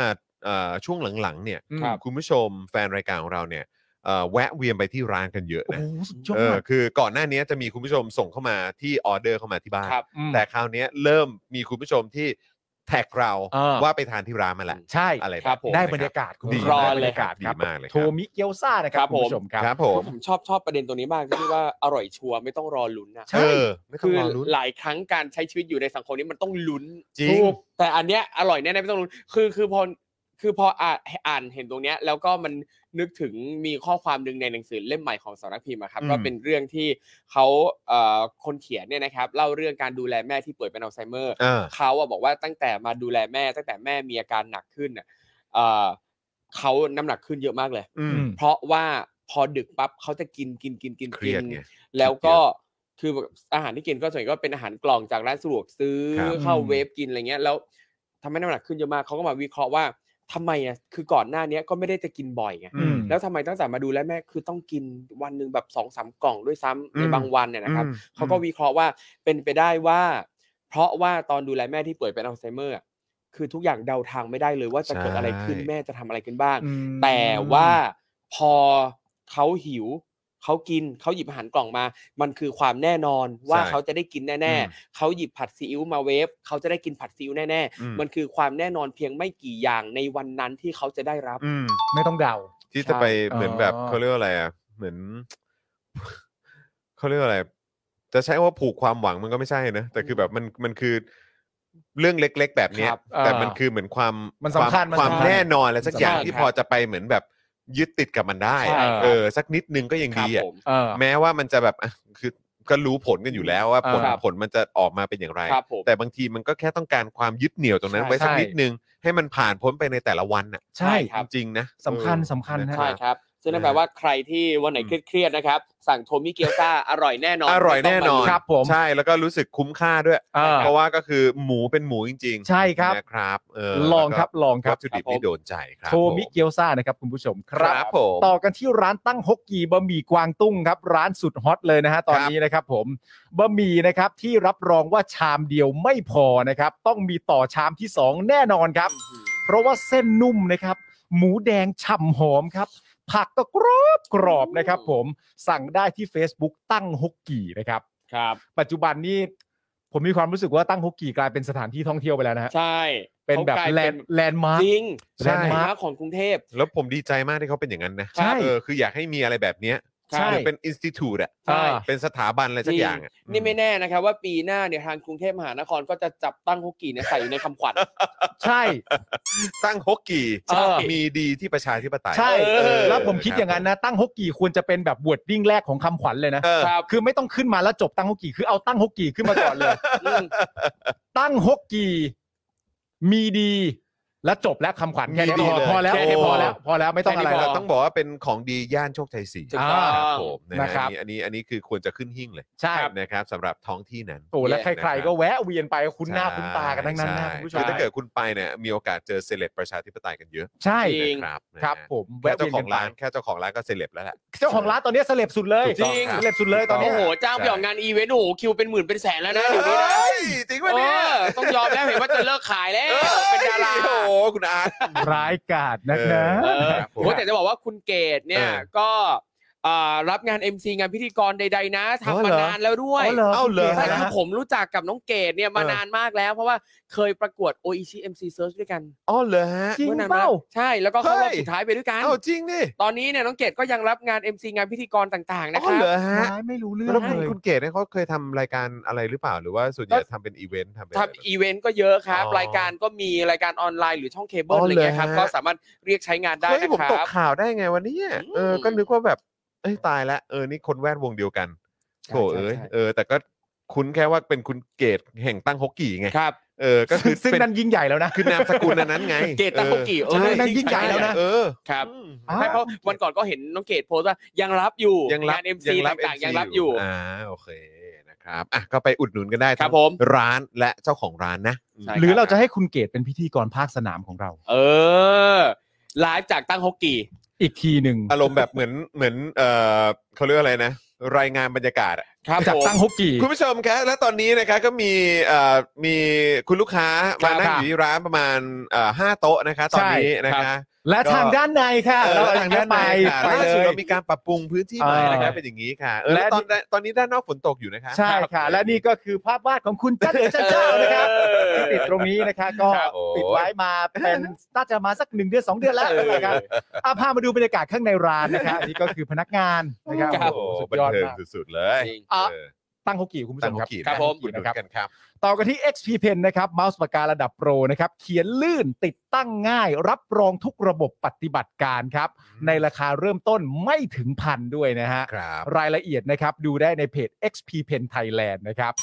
เอ่อช่วงหลังๆเนี่ย
ครับ
คุณผู้ชมแฟนรายการของเราเนี่ยเอ่อแวะเวียนไปที่ร้านกันเยอะ
โอ้
นะ
โหสุดยอ
เออ
ด
คือก่อนหน้านี้จะมีคุณผู้ชมส่งเข้ามาที่ออเดอร์เข้ามาที่บ้าน
ครับ
อืม
แต่คราวนี้เริ่มมีคุณผู้ชมที่แท็กเรา
เออ
ว่าไปทานที่ร้านมาแหละ
ใช่
อะไร
ครับผม
ได้บรรยากาศคุณ
ดี
ผู้ชม
รอ
ได้
เล
บรร
ย
ยากาศ
ดี
ครับ
มากเลย
โท
ครับ
มิเกียวซ่านะค
ค
รั
รั
บบ คุณผู้ชมครับ
ครับผม
เพราะผมชอบชอบประเด็นตรงนี้มากที่ว่าอร่อยชัวร์ไม่ต้องรอลุ้นนะ
ใช่
เออ ไม่ต้อง
คือ
รอลุ้น
หลายครั้งการใช้ชีวิตอยู่ในสังคมนี้มันต้องลุ้น
จริง
ถูกแต่อันเนี้ยอร่อยแน่ๆไม่ต้องลุ้นคือคือพอคือพออ่านอ่านเห็นตรงเนี้ยแล้วก็มันนึกถึงมีข้อความหนึ่งในหนังสือเล่มใหม่ของสำนักพิมพ์อะครับ
อืม
ก็เป็นเรื่องที่เขาเอ่อคนเขียนเนี่ยนะครับเล่าเรื่องการดูแลแม่ที่ป่วยเป็นอัลไซเมอร์
เออ
เขาอะบอกว่าตั้งแต่มาดูแลแม่ตั้งแต่แม่มีอาการหนักขึ้นน่ะเอ่อเขาน้ำหนักขึ้นเยอะมากเลย
อืม
อืม
เพราะว่าพอดึกปั๊บเขาจะกินกินกินกิน
เครี
กิ
ยด
น
ไง
แล้วก็คืออาหารที่กินก็ส่วนใหญ่ก็เป็นอาหารกล่องจากร้านสะดวกซื้อ
ครับ
เข้า
อืม
เวฟกินอะไรเงี้ยแล้วทำให้น้ำหนักขึ้นเยอะมากเขาก็มาวิเคราะห์ว่าทำไมอะคือก่อนหน้าเนี้ยก็ไม่ได้จะกินบ่อยไง
อืม
แล้วทำไมตั้งแต่มาดูแลแม่คือต้องกินวันหนึ่งแบบสองสามกล่องด้วยซ้ำใน
อืม
บางวันเนี่ยนะครับ
อืม
เขาก็วิเคราะห์ว่าเป็นไปได้ว่า เพราะว่าตอนดูแลแม่ที่ป่วยเป็นอัลไซเมอร์อะคือทุกอย่างเดาทางไม่ได้เลยว่าจะเกิดอะไรขึ้น
ใช่
แม่จะทำอะไรกันบ้าง
อืม
แต่ว่าพอเขาหิวเขากินเขาหยิบอาหารกล่องมา มันคือความแน่นอนว่า
ใช่
เขาจะได้กิน
อื
แน่
ม
ๆเขาหยิบผัดซีอิ๊วมาเวฟเขาจะได้กินผัดซีอิ๊วแน่
อืม
ๆมันคือความแน่นอนเพียงไม่กี่อย่างในวันนั้นที่เขาจะได้รับ
อืม
ไม่ต้องเดา
ที่จะไปเหมือนแบบ
อ๋อ
เขาเรียกว่าอะไรอ่ะ เหมือน [sighs] เขาเรียกว่าอะไร จะใช้ว่าผูกความหวังมันก็ไม่ใช่นะ แต่คือแบบมันมันคือเรื่องเล็ก ๆ แบบเนี้ย
ครับ
แต่
อ่ามั
มันคือเหมือนความ
มันสำคัญ
วา
มัน
ความ
สำคัญ
แน่นอนอะไรสักอย่าง
สำคัญ
ที่
ครั
พ
บ
อจะไปเหมือนแบบยึดติดกับมันได้
ใช่
อะ
ครับ
เออ สักนิดนึงก็ยัง
ครับ
ดีอ่ะ
ผม
เออ
แม้ว่ามันจะแบบอ่ะคือก็รู้ผลกันอยู่แล้วว่าผล
ครับ
ผลมันจะออกมาเป็นอย่างไร
ครับผม
แต่บางทีมันก็แค่ต้องการความยึดเหนี่ยวตรงนั้น
ใช่
ไว้สัก
ใช่
นิดนึง ให้มันผ่านพ้นไปในแต่ละวันน่ะ
ใช่
ครับ
จริงๆนะ
สำคัญ
เออ
สำคัญนะ
ใช่
ใช่ครับ ซึ่งนั่นแปลว่าใครที่วันไหนเครียดๆนะครับ สั่งโทมิเกียวซ่า อร่อยแน่นอน
อร่อยแน่นอน
ครับผม
ใช่แล้วก็รู้สึกคุ้มค่าด้วย
เออ
เพราะว่าก็คือหมูเป็นหมูจริงๆ
ใช่ครับ
นะครับเออ
ลองครับลองค
วั
รั
ต
บ
ถุดิบนี่โดนใจครับ
โทมิเกียวซ่านะครับคุณผู้ชมค
ค
รั
รับ บผม
ต่อกันที่ร้านตั้งฮกกีบะหมี่กวางตุ้งครับ ร้านสุดฮอตเลยนะฮะตอนนี้นะครับผมบะหมี่นะครับที่รับรองว่าชามเดียวไม่พอนะครับ ต้องมีต่อชามที่ 2 แน่นอนครับ เพราะว่าเส้นนุ่มนะครับ หมูแดงฉ่ำหอมครับ ผักก็กรอบกรอบนะครับผมสั่งได้ที่ Facebook ตั้งฮกกีนะครับ
ครับ
ปัจจุบันนี้ผมมีความรู้สึกว่าตั้งฮกกีกลายเป็นสถานที่ท่องเที่ยวไปแล้วนะฮะ
ใช่
เป็นแบบ
ขากย
แลนด์แลนด์มาร์ค
จริง
แลนด์มาร์ค
ของกรุงเทพ
แล้วผมดีใจมากที่เขาเป็นอย่างนั้นนะ
ใช่
เออคืออยากให้มีอะไรแบบเนี้ย
ใช่
หรือเป็นอินสติทูตอะ
ใช่
เป็นสถาบันอะไรสักอย่างอะ
นี่นี่ไม่แน่นะครับว่าปีหน้าเนี่ยทางกรุงเทพมหานครก็จะจับตั้งฮกกี้เนี่ยใส่อยู่ในคำขวัญ
ใช่
ตั้งฮกกี่
ใช่
มีดีที่ประชาธิปไตย
ใช่
เออ
แล้วผมคิดอย่างนั้นนะ ตั้งฮกกี่ควรจะเป็นแบบบวดดิ้งแรกของคำขวัญเลยนะ
เออ [laughs]
ครับ
คือไม่ต้องขึ้นมาแล้วจบตั้งฮกกี่คือเอาตั้งฮกกี่ขึ้นมาก่อนเลย
อืม
ตั้งฮกกี่มีดี และจบแล้วคำขวัญแค่นี้
มีดี
พอ
เลย
พอแล้ว
แค่นี้
พ
พ
อ
อ
แล้ว พอแล้วไม่ต้องอะไร
แต่
แล้
เรา
ว
ต้องบอกว่าเป็นของดีย่านโชคชัยสี่
ถูกต้อง
อ่า
ครับผมนะ
นะครับ
อันนี้อันนี้อันนี้คือควรจะขึ้นหิ้งเลย
ใช่
นะครับสำหรับท้องที่นั้น
โอ้แล้วใคร ๆ ก็แวะเวียนไปคุ้นหน้า
ใช่
คุ้นตากันทั้งนั้นนะคุณผู้ช
ใคือ
ม
ถ้าเกิดคุณไปเนี่ยมีโอกาสเจอเซเลบประชาธิปไตยกันเยอะ
ใช่
จริง
นะครับนะฮะ
ครับ ผม
แค่
แวะ
เจ้า
เวียน
ขอ
กั
ง
นไป
ร้านแค่เจ้าของร้านก็เซเลบแล้วแหละ
เจ้าของร้านตอนนี้เสเลบสุดเลย
ถูกต้องครับ
เสเลบสุดเลยตอนนี้
โอ้โหจ้าง
ใช่
พี่ออกงานอีเวนต์โอ้โหคิวเป็นหมื่นเป็นแสนแล้วนะเดี๋ยวนี้นะ
เฮ้ยจริงปะ
เอ
เนี่ย
อต้องยอมแล้วเห็นว่าจะเลิกขายแล้ว
เฮ้ย
เป็นดารา
โอ้โหคุณอาร์ต
ร้ายกาจนัก
เอ
นะ
อ
เออ
ครับผม
โอ้แต่จะบอกว่าคุณเกดเนี่ย
เออ
ก็อ่ารับงาน MC งานพิธีกรใด ๆ นะทำมา
เหรอ
นานแล้วด้วย
เอ้าเหรอ
ใช่คือ
นะ
ผมรู้จักกับน้องเกดเนี่ยมานานมากแล้ว เพราะว่าเคยประกวด OEC MC Search ด้วยกัน
อ๋อเหรอฮะ
จริง
เมื่อนาน
เป
มาแล้
ล่า
วใช่แล้วก็เข้ารอบ
เฮ้ย
สุดท้ายไปด้วยกัน
เอ้าจริงดิ
ตอนนี้เนี่ยน้องเกดก็ยังรับงาน MC งานพิธีกรต่างๆ
อ๋
นะค
อ
รั
เหร
บ
อฮะ
ร้ายไม่รู้เรื่อง
แล้วคุณ
เลย
คุณเกดเนี่ยเขาเคยทำรายการอะไรหรือเปล่าหรือว่าส่วนใหญ่ทำเป็นอีเวนต์ทำเป็นอะไร
ทำอีเวนต์ก็เยอะครับ
อ๋อ
รายการก็มีรายการออนไลน์หรือช่องเคเบิล
อ๋อ
อะ
อ
ไรเงี้ยครับ
เหรอฮะ
ก็สามารถเรียกใช้งานได้
เฮ้ย
นะ
ผม
ค
ตก
รับ
ข่าวได้ไงวันนี้
อืม
เออก็นึกว่าแบบเอ้ยตายแล้วเออนี่คนแวดวงเดียวกัน
ใช่
โถเอ้ย
ใช่ใช่
เออ แต่ก็คุ้นแค่ว่าเป็นคุณเกตแห่งตั้งฮกกี่ไง
ครับ
เออก็คือ
ซึ่ง
เป็น
นั่นยิ่งใหญ่แล้วนะ
คือนามสกุลอันนั้นไง
เกตตั้งฮกกี่เออ
ช่
นั่นยิ่งใหญ่แล้วนะ
เออ
ครับ
อืม
อ่า
ใช่เพราะวันก่อนก็เห็นน้องเกดโพสต์ว่ายังรับอยู่
ยังรับ
งาน MC ต่างๆ ยังรับอยู่
อ่าโอเคนะครับอ่ะก็ไปอุดหนุนกันได้
ครั
ทั้
บ
ง
ผม
ร้านและเจ้าของร้านนะ
ใช่
หรือเราจะให้คุณเกตเป็นพิธีกรภาคสนามของเรา
เออไลฟ์จากตั้งฮกกี่
อีกทีหนึ่ง
อารมณ์แบบเหมือนเหมือนเออเขาเรียกว่าอะไรนะ รายงานบรรยากาศอะ
ครับ
จาก
ผม
ตั้งฮกกี่
คุณผู้ชมครับและตอนนี้นะครับก็มีเอ่อมีคุณลูกค้า
ครั
มา
บ
นั่งอยู่ที่ร้านประมาณเอ่อห้าโต๊ะนะคะตอนนี้
ใช่
นะ
ครั
คะ
บ
และทางด้านในค่ะ
เออ
เรา
ทาง
ทา
ด้าง น
ไป
ในค่ะ
ไป
ล่า
เล
สุด
ย
เรามีการปรับปรุงพื้นที่ใหม่
เออ
นะครับเป็นอย่างนี้ค่ะเออแล้ว
และ
ตอนตอนนี้ด้านนอกฝนตกอยู่นะคะ
ใช่ค่ะ และนี่ก็คือภาพวาดของคุณจ้าเอ๋จ้าเจ้านะครับ
เออ
ที่ติดตรงนี้นะคะก็
ครับโอ้
ติดไว้มาเป็น [laughs] น่าจะมาสักหนึ่งเดือนสองเดือนแล้วนะครับอาพามาดูบรรยากาศข้างในร้านนะครับอันนี้ก็คือพนักงานนะครับ
ครับ
โอ้
โอ้โหสุด
บัน
ยอด
เทิง
มาก
สุดๆเลย
จริง
อ่ะ
เออ
ตั้งฮกกี่คุณผู้ช
ตั้ง
ม
ฮก
ครับ
กี้นะครับ
ผม
อุดหนุนกันครับ
ต่อกันที่ XP Pen นะครับเมาส์ปากการะดับโปรนะครับ เขียนลื่นติดตั้งง่าย รับรองทุกระบบปฏิบัติการครับ ในราคาเริ่มต้นไม่ถึงพันด้วยนะฮะ
ครับ
รายละเอียดนะครับ ดูได้ในเพจ XP Pen Thailand นะครับ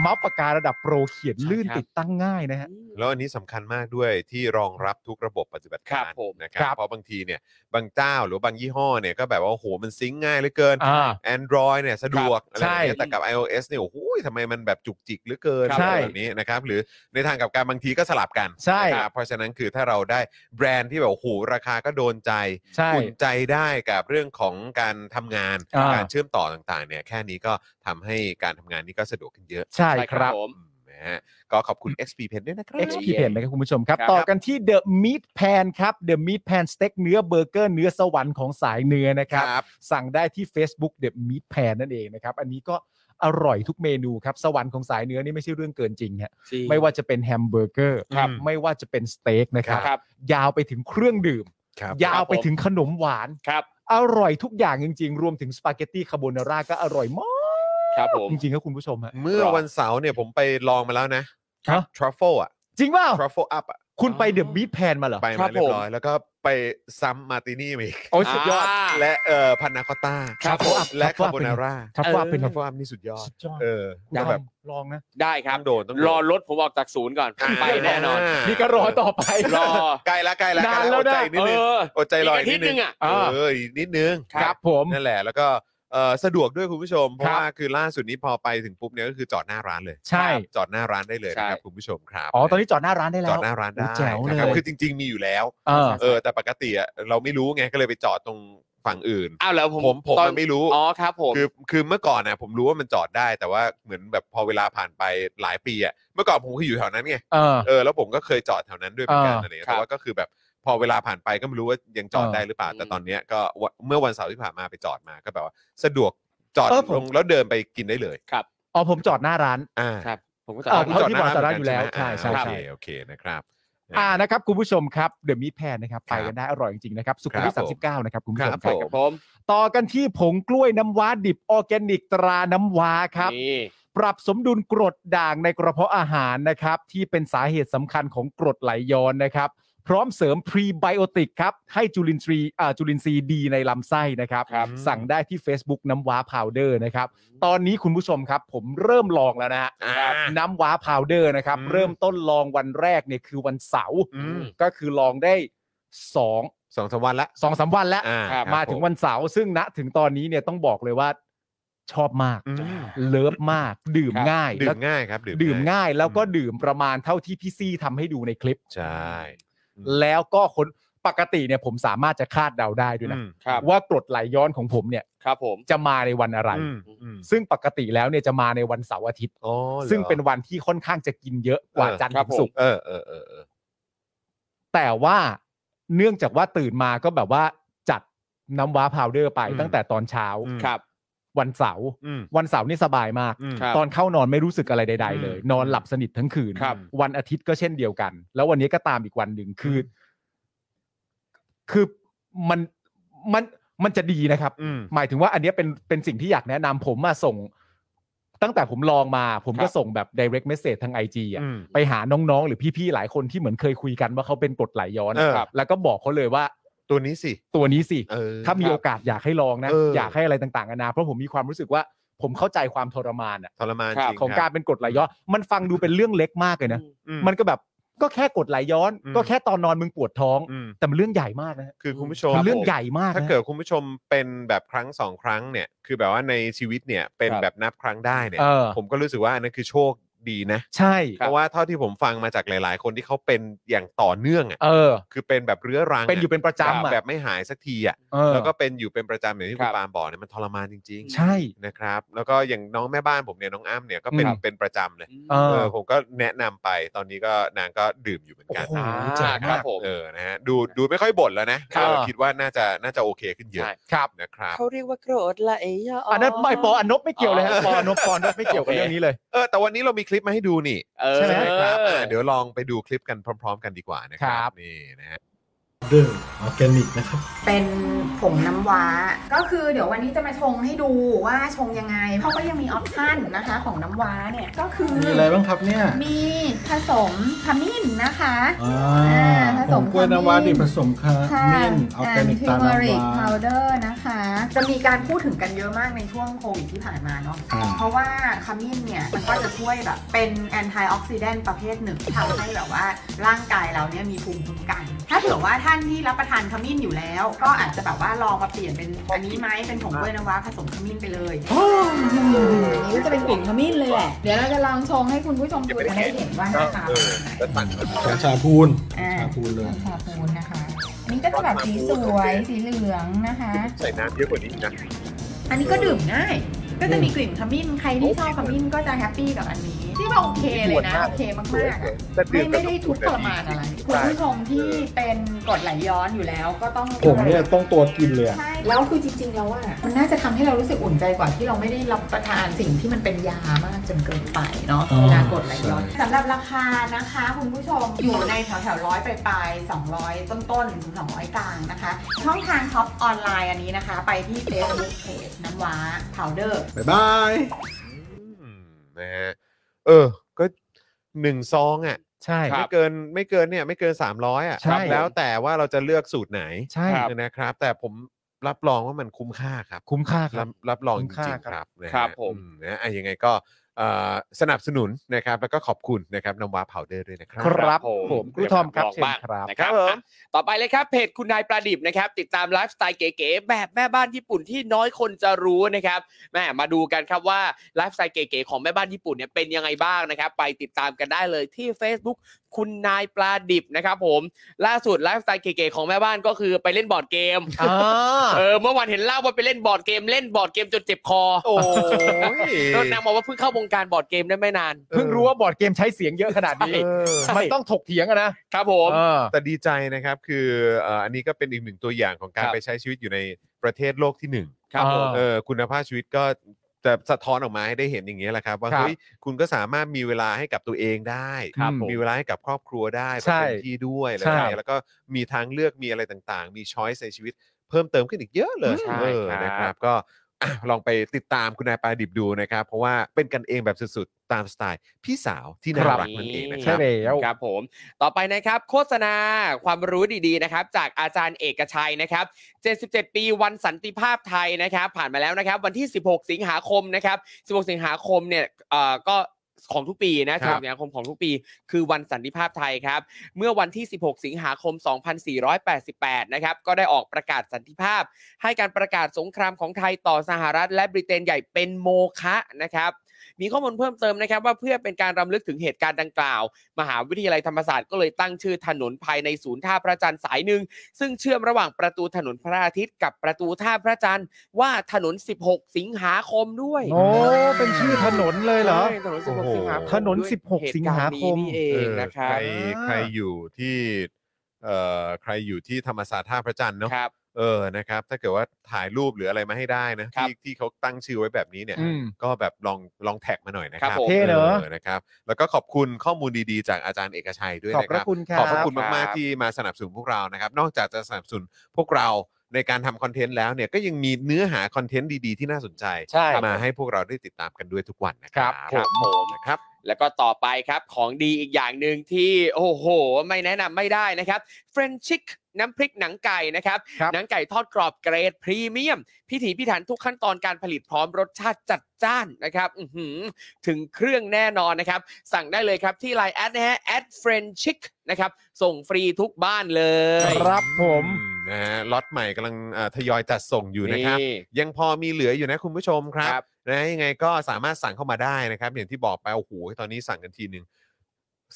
เมาส์ปากการะดับโปรเขียนลื่น
ใช่ครับ
ติดตั้งง่ายนะฮะ
แล้วอันนี้สำคัญมากด้วยที่รองรับทุกระบบปฏิบัติ
ครั
กา
บ
ร
ผม
นะครับ
ครับ
เพราะบางทีเนี่ยบางเจ้าหรือบางยี่ห้อเนี่ยก็แบบว่าโอ้โหมันซิงค์ง่ายเหลือเกิน
อ่า
Android เนี่ยสะดวกอะไรอย่างเงี้
ใช่
ยแต่กับ iOS เนี่ยโอ้โหทำไมมันแบบจุกจิกเหลือเกิน
ใช่
อะไรแบบนี้นะครับหรือในทางกลับการบางทีก็สลับกัน
ใช่
นะครับเพราะฉะนั้นคือถ้าเราได้แบรนด์ที่แบบโอ้โหราคาก็โดนใจ
ใช่
อุ่นใจได้กับเรื่องของการทำงาน
อ่า
การเชื่อมต่อต่างๆเนี่ยแค่นี้ก็ทำให้การทำงานนี่ก็สะดวกขึ้นเยอะ
ใช่
ใช่
ค
ครั
รับ
บผม
อืมนะฮะก็ขอบคุณ XP Pen ด้วยนะครับ
XP Pen นะครับคุณผู้ชมครับ
ครับ
ต่อกันที่ The Meat Pan ครับ The Meat Pan สเต็กเนื้อเบอร์เกอร์เนื้อสวรรค์ของสายเนื้อนะครับ
ครับ
สั่งได้ที่ Facebook The Meat Pan นั่นเองนะครับ อันนี้ก็อร่อยทุกเมนูครับ สวรรค์ของสายเนื้อนี่ไม่ใช่เรื่องเกินจริงฮะ
จริง
ไม่ว่าจะเป็นแฮมเบอร์เกอร์
ครับ
ไม่ว่าจะเป็นสเต็กนะครับ
ครับ
ยาวไปถึงเครื่องดื่ม
ครับ
ยาวไปถึงขนมหวาน
ครับ
อร่อยทุกอย่างจริง ๆ รวมถึงสปาเกตตี้คาโบนาร่าก็อร่อยมาก
ครับผม
จริงๆครับคุณผู้ชมฮะ
เมื่อวันเสาร์เนี่ยผมไปลองมาแล้วนะ
ฮะ
ทรัฟเฟิลอะ
จริงเปล่า
ทรัฟเฟิลอัพอะ
คุณไปเดอะบีทแพนมาเหรอ
ไปมาเรียบร้อยแล้วก็ไปซ้ำมาร์ตินี่มาอีก
โอ้ยสุดยอด
า
และเอ่อพันนาคอตต้า
ครับผม
และ
ครั
คา
บ
โบ
ผม
นาร่า
ครับว่าเป็น
ค
ค
รั
รั
บบ ว่านี่สุดยอด
สุดยอด
เออ
ล
ก็
อง
แบบ
ลองนะ
ได้
ต้
ครั
อ
บ
งโดนต้อง
ร
โด
อน รถผมออกจากศูนย์ก่อน
อ่า
ไปแน่นอน
นี่ก็รอต่อไป
รอ
ใกล้ละใกล้ละ
นาน
ใก
แล้ว
อดใจ
นะ
นิด
เอ
นึง
อ
อดใจรออีก
อีกอาทิ
นิด
ตย์
นึง
หนึ่งอะ
เอออีกนิดนึง
ครับผม
นั่นแหละแล้วก็เอ่อสะดวกด้วยคุณผู้ชม เพ
ครั
ราะ
บ
ว่าคือล่าสุดนี้พอไปถึงปุ๊บเนี่ยก็คือจอดหน้าร้านเลย
ใช่
ครับจอดหน้าร้านได้เลยนะครับคุณผู้ชมครับ
อ๋อ ตอนนี้จอดหน้าร้านได้แล้ว
จอดหน้าร้านได้
แจ๋วเลย
นะครับคือจริง ๆ มีอยู่แล้ว
เออ
เออแต่ปกติอะเราไม่รู้ไงก็เลยไปจอดตรงฝั่งอื่น
อ้าวแล้วผ
ผม มผม
ตอ
มันไม่รู้
อ๋อครับผม
คือคือเมื่อก่อนนะผมรู้ว่ามันจอดได้แต่ว่าเหมือนแบบพอเวลาผ่านไปหลายปีอ่ะเมื่อก่อนผมก็อยู่แถวนั้นไง
เออ
เออแล้วผมก็เคยจอดแถวนั้นด้วยเหมือนกัน
อ่า
อะไรเงี้ย
ครับ
แต่ว่าก็คือแบบพอเวลาผ่านไปก็ไม่รู้ว่ายังจอดได้หรือเปล่า
อืม
แต่ตอนเนี้ยก็วะเมื่อวันเสาร์ที่ผ่านมาไปจอดมาก็แบบว่า สะดวกจอด
เออผม
ลงแล้วเดินไปกินได้เลย
อ๋อผมจอดหน้าร้าน
อ่า
ครับผมก็จะ
เออ
คุณ
เท่าที่บอกจอดได้อยู่แล้ว
ใช่ไหม
ใช่
อ่าโอ
ใช่ใช่
เคโอเคนะครับ
อ่านะครับคุณผู้ชมครับเดอะมิตแพนนะครับไปกันได้อร่อยจริงๆนะครับสุขุมวิท
ครับผม
39นะครับคุณผู้ชม
ครับ
ค
ผ
รับ
ม
ผม
ต่อกันที่ผงกล้วยน้ำว้าดิบออร์แกนิกตราน้ำว้าครับ
นี่
ปรับสมดุลกรดด่างในกระเพาะอาหารนะครับ ที่เป็นสาเหตุสำคัญของกรดไหลย้อนนะครับ พร้อมเสริมพรีไบโอติกครับ ให้จุลินทรีย์อ่าจุลินทรีย์ดีในลำไส้นะครับ
ครับ
สั่งได้ที่ Facebook น้ำว้าพาวเดอร์นะครับ ตอนนี้คุณผู้ชมครับ ผมเริ่มลองแล้วนะฮะ
อ่า
น้ำว้าพาวเดอร์นะครับ
อืม
เริ่มต้นลองวันแรกเนี่ยคือวันเสาร์
อืม
ก็คือลองได้สอง
สองสามวันละ
สองสามวันแล้ว
อ่
ครับ
มาถึงวันเสาร์ซึ่งณถึงตอนนี้เนี่ยต้องบอกเลยว่าชอบมาก
อืม
เลิฟมาก ดื่ม
ครับ
ง่าย
ดื่
แล้ว
มง่ายครับ
ดื่มง่ายแล้วก็ดื่มประมาณเท่าที่พี่ซี่ทำให้ดูในคลิป
ใช่
แล้วก็คนปกติเนี่ยผมสามารถจะคาดเดาได้ด้วยนะ
ครับ
ว่ากรดไหลย้อนของผมเนี่ย
ครับผม
จะมาในวันอะไร ซึ่งปกติแล้วเนี่ยจะมาในวันเสาร์อาทิตย์ ซึ่งเป็นวันที่ค่อนข้างจะกินเยอะกว่า
เออ
จันทร์
ครั
ถึง
บผม
ศุกร์
เออเออเออเออ
แต่ว่าเนื่องจากว่าตื่นมาก็แบบว่าจัดน้ำว้าพาวเดอร์ไปตั้งแต่ตอนเช้า
อืม
ครับ
วันเสาร์
อืม
วันเสาร์นี่สบายมาก
อืม
ครับ
ตอนเข้านอนไม่รู้สึกอะไรใด ๆ เลย
อืม
นอนหลับสนิททั้งคืน
ครับ
วันอาทิตย์ก็เช่นเดียวกัน แล้ววันนี้ก็ตามอีกวันหนึ่งคืออคือมันมันมันจะดีนะครับ
อืม
หมายถึงว่าอันเนี้ยเป็นเป็นสิ่งที่อยากแนะนำผมมาส่ง ตั้งแต่ผมลองมา ผมก็
ครับ
ส่งแบบ direct message ทาง IG อ่ะ
อืม
ไปหาน้องๆ หรือพี่ๆ หลายคนที่เหมือนเคยคุยกันว่าเขาเป็นกรดไหลย้อน
เออ
ครับแล้วก็บอกเขาเลยว่า
ตัวนี้สิ
ตัวนี้สิ
เออ
ถ้ามีโอกาสอยากให้ลองนะ
เอออ
อยากให้อะไรต่างๆนานาเพราะผมมีความรู้สึกว่าผมเข้าใจความทรมานอ่ะ
ทรมานจ
ครับ
ริง
ของ
ค
การ
บ
เป็นกรดไหลย้อน มันฟังดูเป็นเรื่องเล็กมากเลยนะ
อื
มันก็แบบก็แค่กรดไหลย้อน
อืม
ก็แค่ตอนนอนมึงปวดท้อง
อืม
แต่มันเรื่องใหญ่มากนะฮะ
คือคุณผู้ชม
มันเรื่องใหญ่มากนะ
ถ้าเกิดคุณผู้ชมเป็นแบบครั้งสองครั้งเนี่ย คือแบบว่าในชีวิตเนี่ยเป็น
ครับ
แบบนับครั้งได้เนี่ย
เออ
ผมก็รู้สึกว่าอันนั้นคือโชคดีนะ
ใช่
เพราะว่าเท่าที่ผมฟังมาจากหลาย ๆ คนที่เขาเป็นอย่างต่อเนื่องอ่ะ
เออ
คือเป็นแบบเรื้อรังะ
เป็นอยู่เป็นประจำอะ
แบบไม่หายสักทีอ่ะ
เออ
แล้วก็เป็นอยู่เป็นประจำอย่างที่คุ
ค
ณ
รับ
ปาล์มบอกเนี่ยมันทรมานจริงๆ
ใช่
นะครับ แล้วก็อย่างน้องแม่บ้านผมเนี่ยน้องอ้ำเนี่ยก็เป็น
ครับ
เป็นประจำเลย
เออ
เออผมก็แนะนำไปตอนนี้ก็นางก็ดื่มอยู่เหมือนกัน
โอ้โห
อ่า
เจ๋งมาก
ครับผม
เออนะฮะดูดูไม่ค่อยบ่นแล้วนะครับ เออคิดว่าน่าจะน่าจะโอเคขึ้นเยอะ
ใช่
ครับ
นะครับ
เขาเรียกว่าโกรธละเอ้ย
อันนั้นไม่ปออนบไม่เกี่ยวเลยฮะ
อ๋อ
ปออนบปออนบไม่เกี่ยวกับ
โอเค
เรื่องนี้เลย
เออแต่วันนี้เรามีคลิปมาให้ดูนี่
เออ
ใช่ไหม
ครับอ่าเดี๋ยวลองไปดูคลิปกันพร้อม ๆ กันดีกว่านะค
ครั
รับ นี่นะฮะ
เดิมออร์แกนิกนะครับ
เป็นผงน้ำว้า ก็คือเดี๋ยววันนี้จะมาชงให้ดูว่าชงยังไง เพราะก็ยังมีออปชั่นนะคะของน้ำว้าเนี่ย ก็คือ
มีอะไรบ้างครับเนี่ย
มีผสมขมิ้นนะคะ
อ่า
อ่าผสม
ผงกล้วยน้ำว้าดิบผสมขมิ้นออร์แกนิกตา
ทิวเมอ
น้ำ
ริก
ว้า
พาวเดอร์นะคะ จะมีการพูดถึงกันเยอะมากในช่วงโควิดที่ผ่านมาเนาะ
อ่า
เพราะว่าขมิ้นเนี่ย มันก็จะช่วยแบบเป็นแอนตี้ออกซิแดนต์ประเภทหนึ่งทำให้แบบว่าร่างกายเราเนี่ยมีภูมิคุ้มกัน ถ้าเผื่อว่าท่านที่รับประทานขมิ้นอยู่แล้ว ก็อาจจะแบบว่าลองมาเปลี่ยนเป็นอันนี้ไหมเป็นผงกล้วยน้ำว้าผสมขมิ้นไปเลย อันนี้ก็จะเป็นกลิ่นขมิ้นเลยแหละ เดี๋ยวเราจะลองชงให้คุณผู้ชมดูจะได้เห็นว่าหน้าตา
เอ
เป็น
อ
ยังไง
แล้ว
กั
ตัดมาดูกั
ญ
น
ชาพูน
อ่า
กัญชาพูนเลย
ชาปูนนะคะ อันนี้ก็จะแบบสีสวยสีเหลืองนะคะ
ใส่น้ำเยอะกว่านี้อีกนะ
อันนี้ก็ดื่มง่าย ก็จะมีกลิ่นขมิ้น ใครที่ชอบขมิ้นก็จะแฮปปี้กับอันนี้ ที่ว่าโอเคเลยนะ โอเคมากๆอะ
แต่
ไม่
ดื่มกับ
ไม่ได้ทุกข์ทรมานอะไร คุณผู้ชมที่เป็นกรดไหลย้อนอยู่แล้วก็ต้อง
ผมเนี่ยต้องตัวกินเลยอะ
ใช่ แล้วคือจริงๆ แล้วอ่ะ มันน่าจะทำให้เรารู้สึกอุ่นใจกว่าที่เราไม่ได้รับประทานสิ่งที่มันเป็นยามากจนเกินไปเนาะเวลากดไหลย้อนสำหรับราคานะคะ คุณผู้ชมอยู่ในแถวแถวร้อยปลายๆ200 ต้นๆถึง200 กลางนะคะ ช่องทางช็อปออนไลน์อันนี้นะคะ ไปที่ Facebook Page น้ำว้า powder
บ๊ายบาย
อืมนะฮะเออ ก็หนึ่งซองอ่ะ
ใช่
ไม่เกินไม่เกินเนี่ย ไม่เกิน 300อ่ะ
ใช่
แล้วแต่ว่าเราจะเลือกสูตรไหน
ใช่
ครับ
นะครับ แต่ผมรับรองว่ามันคุ้มค่าครับ
คุ้มค่าค
รั
รั
บ บรับรอง
คุ้
จ
มค่า
ริงๆ
ค
ค
รั
รับบ นะฮะ
ครับผม
อืนะอ่ะยังไงก็เอ่อสนับสนุนนะครับ แล้วก็ขอบคุณนะครับนำวาเผาเดอร์ด้วยนะครั
ครับผมครูทอมครับ
ลอง
เชิญ
บ้าง
ครับ
นะครั
ครั
บ
บผม
อ่ะต่อไปเลยครับเพจคุณนายประดิบนะครับ ติดตามไลฟ์สไตล์เก๋ๆแบบแม่บ้านญี่ปุ่นที่น้อยคนจะรู้นะครับแม่มาดูกันครับว่าไลฟ์สไตล์เก๋ๆของแม่บ้านญี่ปุ่นเนี่ยเป็นยังไงบ้างนะครับ ไปติดตามกันได้เลยที่ Facebook คุณนายปลาดิบนะครับผมล่าสุดไลฟ์สไตล์เก๋ๆของแม่บ้านก็คือไปเล่นบอร์ดเกม
อ่า
เออเมื่อวันเห็นเล่าว่าไปเล่นบอร์ดเกมเล่นบอร์ดเกมจนเจ็บคอ
โอ้ย
แล้วนางบอกว่าเพิ่งเข้าวงการบอร์ดเกมได้ไม่นาน
เพิ่งรู้ว่าบอร์ดเกมใช้เสียงเยอะขนาดนี้
เออ
มันต้องถกเถียงอะนะครับ
ผม
เออ
แต่ดีใจนะครับ คือเอ่ออันนี้ก็เป็นอีกหนึ่งตัวอย่างของการ
ครับ
ไปใช้ชีวิตอยู่ในประเทศโลกที่หนึ่ง
ครับผม
เออคุณภาพชีวิตก็ จะสะท้อนออกมาให้ได้เห็นอย่างเงี้ยแหละครับ ว่า
ครับ
เฮ้ยคุณก็สามารถมีเวลาให้กับตัวเองได้
ครับผม
มีเวลาให้กับครอบครัวได้
ใช่
เต็มที่ด้วยอะไร
ใช่
แบบเนี้ยแล้วก็มีทางเลือกมีอะไรต่างๆ มีช้อยส์ในชีวิตเพิ่มเติมขึ้นอีกเยอะเลย
ใช่
เออ
ครับ
นะครับ ก็อ่ะลองไปติดตามคุณนายปลาดิบดูนะครับ เพราะว่าเป็นกันเองแบบสุดๆตามสไตล์พี่สาวที่น่ารักนั่นเองนะค
ใช่
รับ
แล้ว
ครับผมต่อไปนะครับโฆษณาความรู้ดีๆนะครับ จากอาจารย์เอกชัยนะครับ 77 ปีวันสันติภาพไทยนะครับ ผ่านมาแล้วนะครับ วันที่ 16 สิงหาคมนะครับ 16 สิงหาคมเนี่ยเอ่อก็ของทุกปีนะ
ค
สิ
รั
บบ สิงหาคมของทุกปี คือวันสันติภาพไทยครับ เมื่อวันที่ 16 สิงหาคม 2488 นะครับ ก็ได้ออกประกาศสันติภาพ ให้การประกาศสงครามของไทยต่อสหรัฐ และบริเตนใหญ่เป็นโมฆะนะครับ มีข้อมูลเพิ่มเติมนะครับว่าเพื่อเป็นการรำลึกถึงเหตุการณ์ดังกล่าว มหาวิทยาลัยธรรมศาสตร์ก็เลยตั้งชื่อถนนภายในศูนย์ท่าพระจันทร์สายหนึ่ง ซึ่งเชื่อมระหว่างประตูถนนพระอาทิตย์กับประตูท่าพระจันทร์ว่าถนน 16 สิงหาคมด้วย
โอ้เป็นชื่อถนนเลยเหรอ
ใช่ถนน 16 สิงหาคม
ถนน
ด้วย
16
เหตุ
สิง
ก
หาร
ณ์
คม
นี้นี่เองนะครับ
ใครใครอยู่ที่เอ่อใครอยู่ที่ธรรมศาสตร์ท่าพระจันทร์เนาะ
ครับ
เออนะครับ ถ้าเกิดว่าถ่ายรูปหรืออะไรมาให้ได้นะครับ ที่ที่เขาตั้งชื่อไว้แบบนี้เนี่ย
อืม
ก็แบบลองลองแท็กมาหน่อยนะค
ครั
รับบ
ผม
เท่เนอะ
นะครับ แล้วก็ขอบคุณข้อมูลดีๆ จากอาจารย์เอกชัยด้วย
ขอ
นะ
บพ
ค
ระ
รับ
คุณครั
ข
บ
อบพระคุณ
ครับ
มาก ๆ ที่มาสนับสนุนพวกเรานะครับ นอกจากจะสนับสนุนพวกเราในการทำคอนเทนต์แล้วเนี่ยก็ยังมีเนื้อหาคอนเทนต์ดีๆ ที่น่าสนใจ
ใช่
มาให้พวกเราได้ติดตามกันด้วยทุกวันนะครั
ครับ
ผมนะครับ
แล้วก็ต่อไปครับของดีอีกอย่างหนึ่งที่โอ้โห ไม่แนะนำไม่ได้นะครับเฟรนชิกน้ำพริกหนังไก่นะครับ
ครับ
หนังไก่ทอดกรอบเกรดพรีเมียม พิถีพิถันทุกขั้นตอนการผลิตพร้อมรสชาติจัดจ้านนะครับอื้อหือถึงเครื่องแน่นอนนะครับ สั่งได้เลยครับที่ไลน์แอดนะฮะแอดเฟรนชิกนะครับ ส่งฟรีทุกบ้านเลย
ครับผม
อืมนะฮะล็อตใหม่กำลังเอ่อทยอยจัดส่งอยู่นะครับ
นี่
ยังพอมีเหลืออยู่นะคุณผู้ชมครั
ครับ บ
นะยังไงก็สามารถสั่งเข้ามาได้นะครับ อย่างที่บอกไปโอ้โหตอนนี้สั่งกันทีหนึ่ง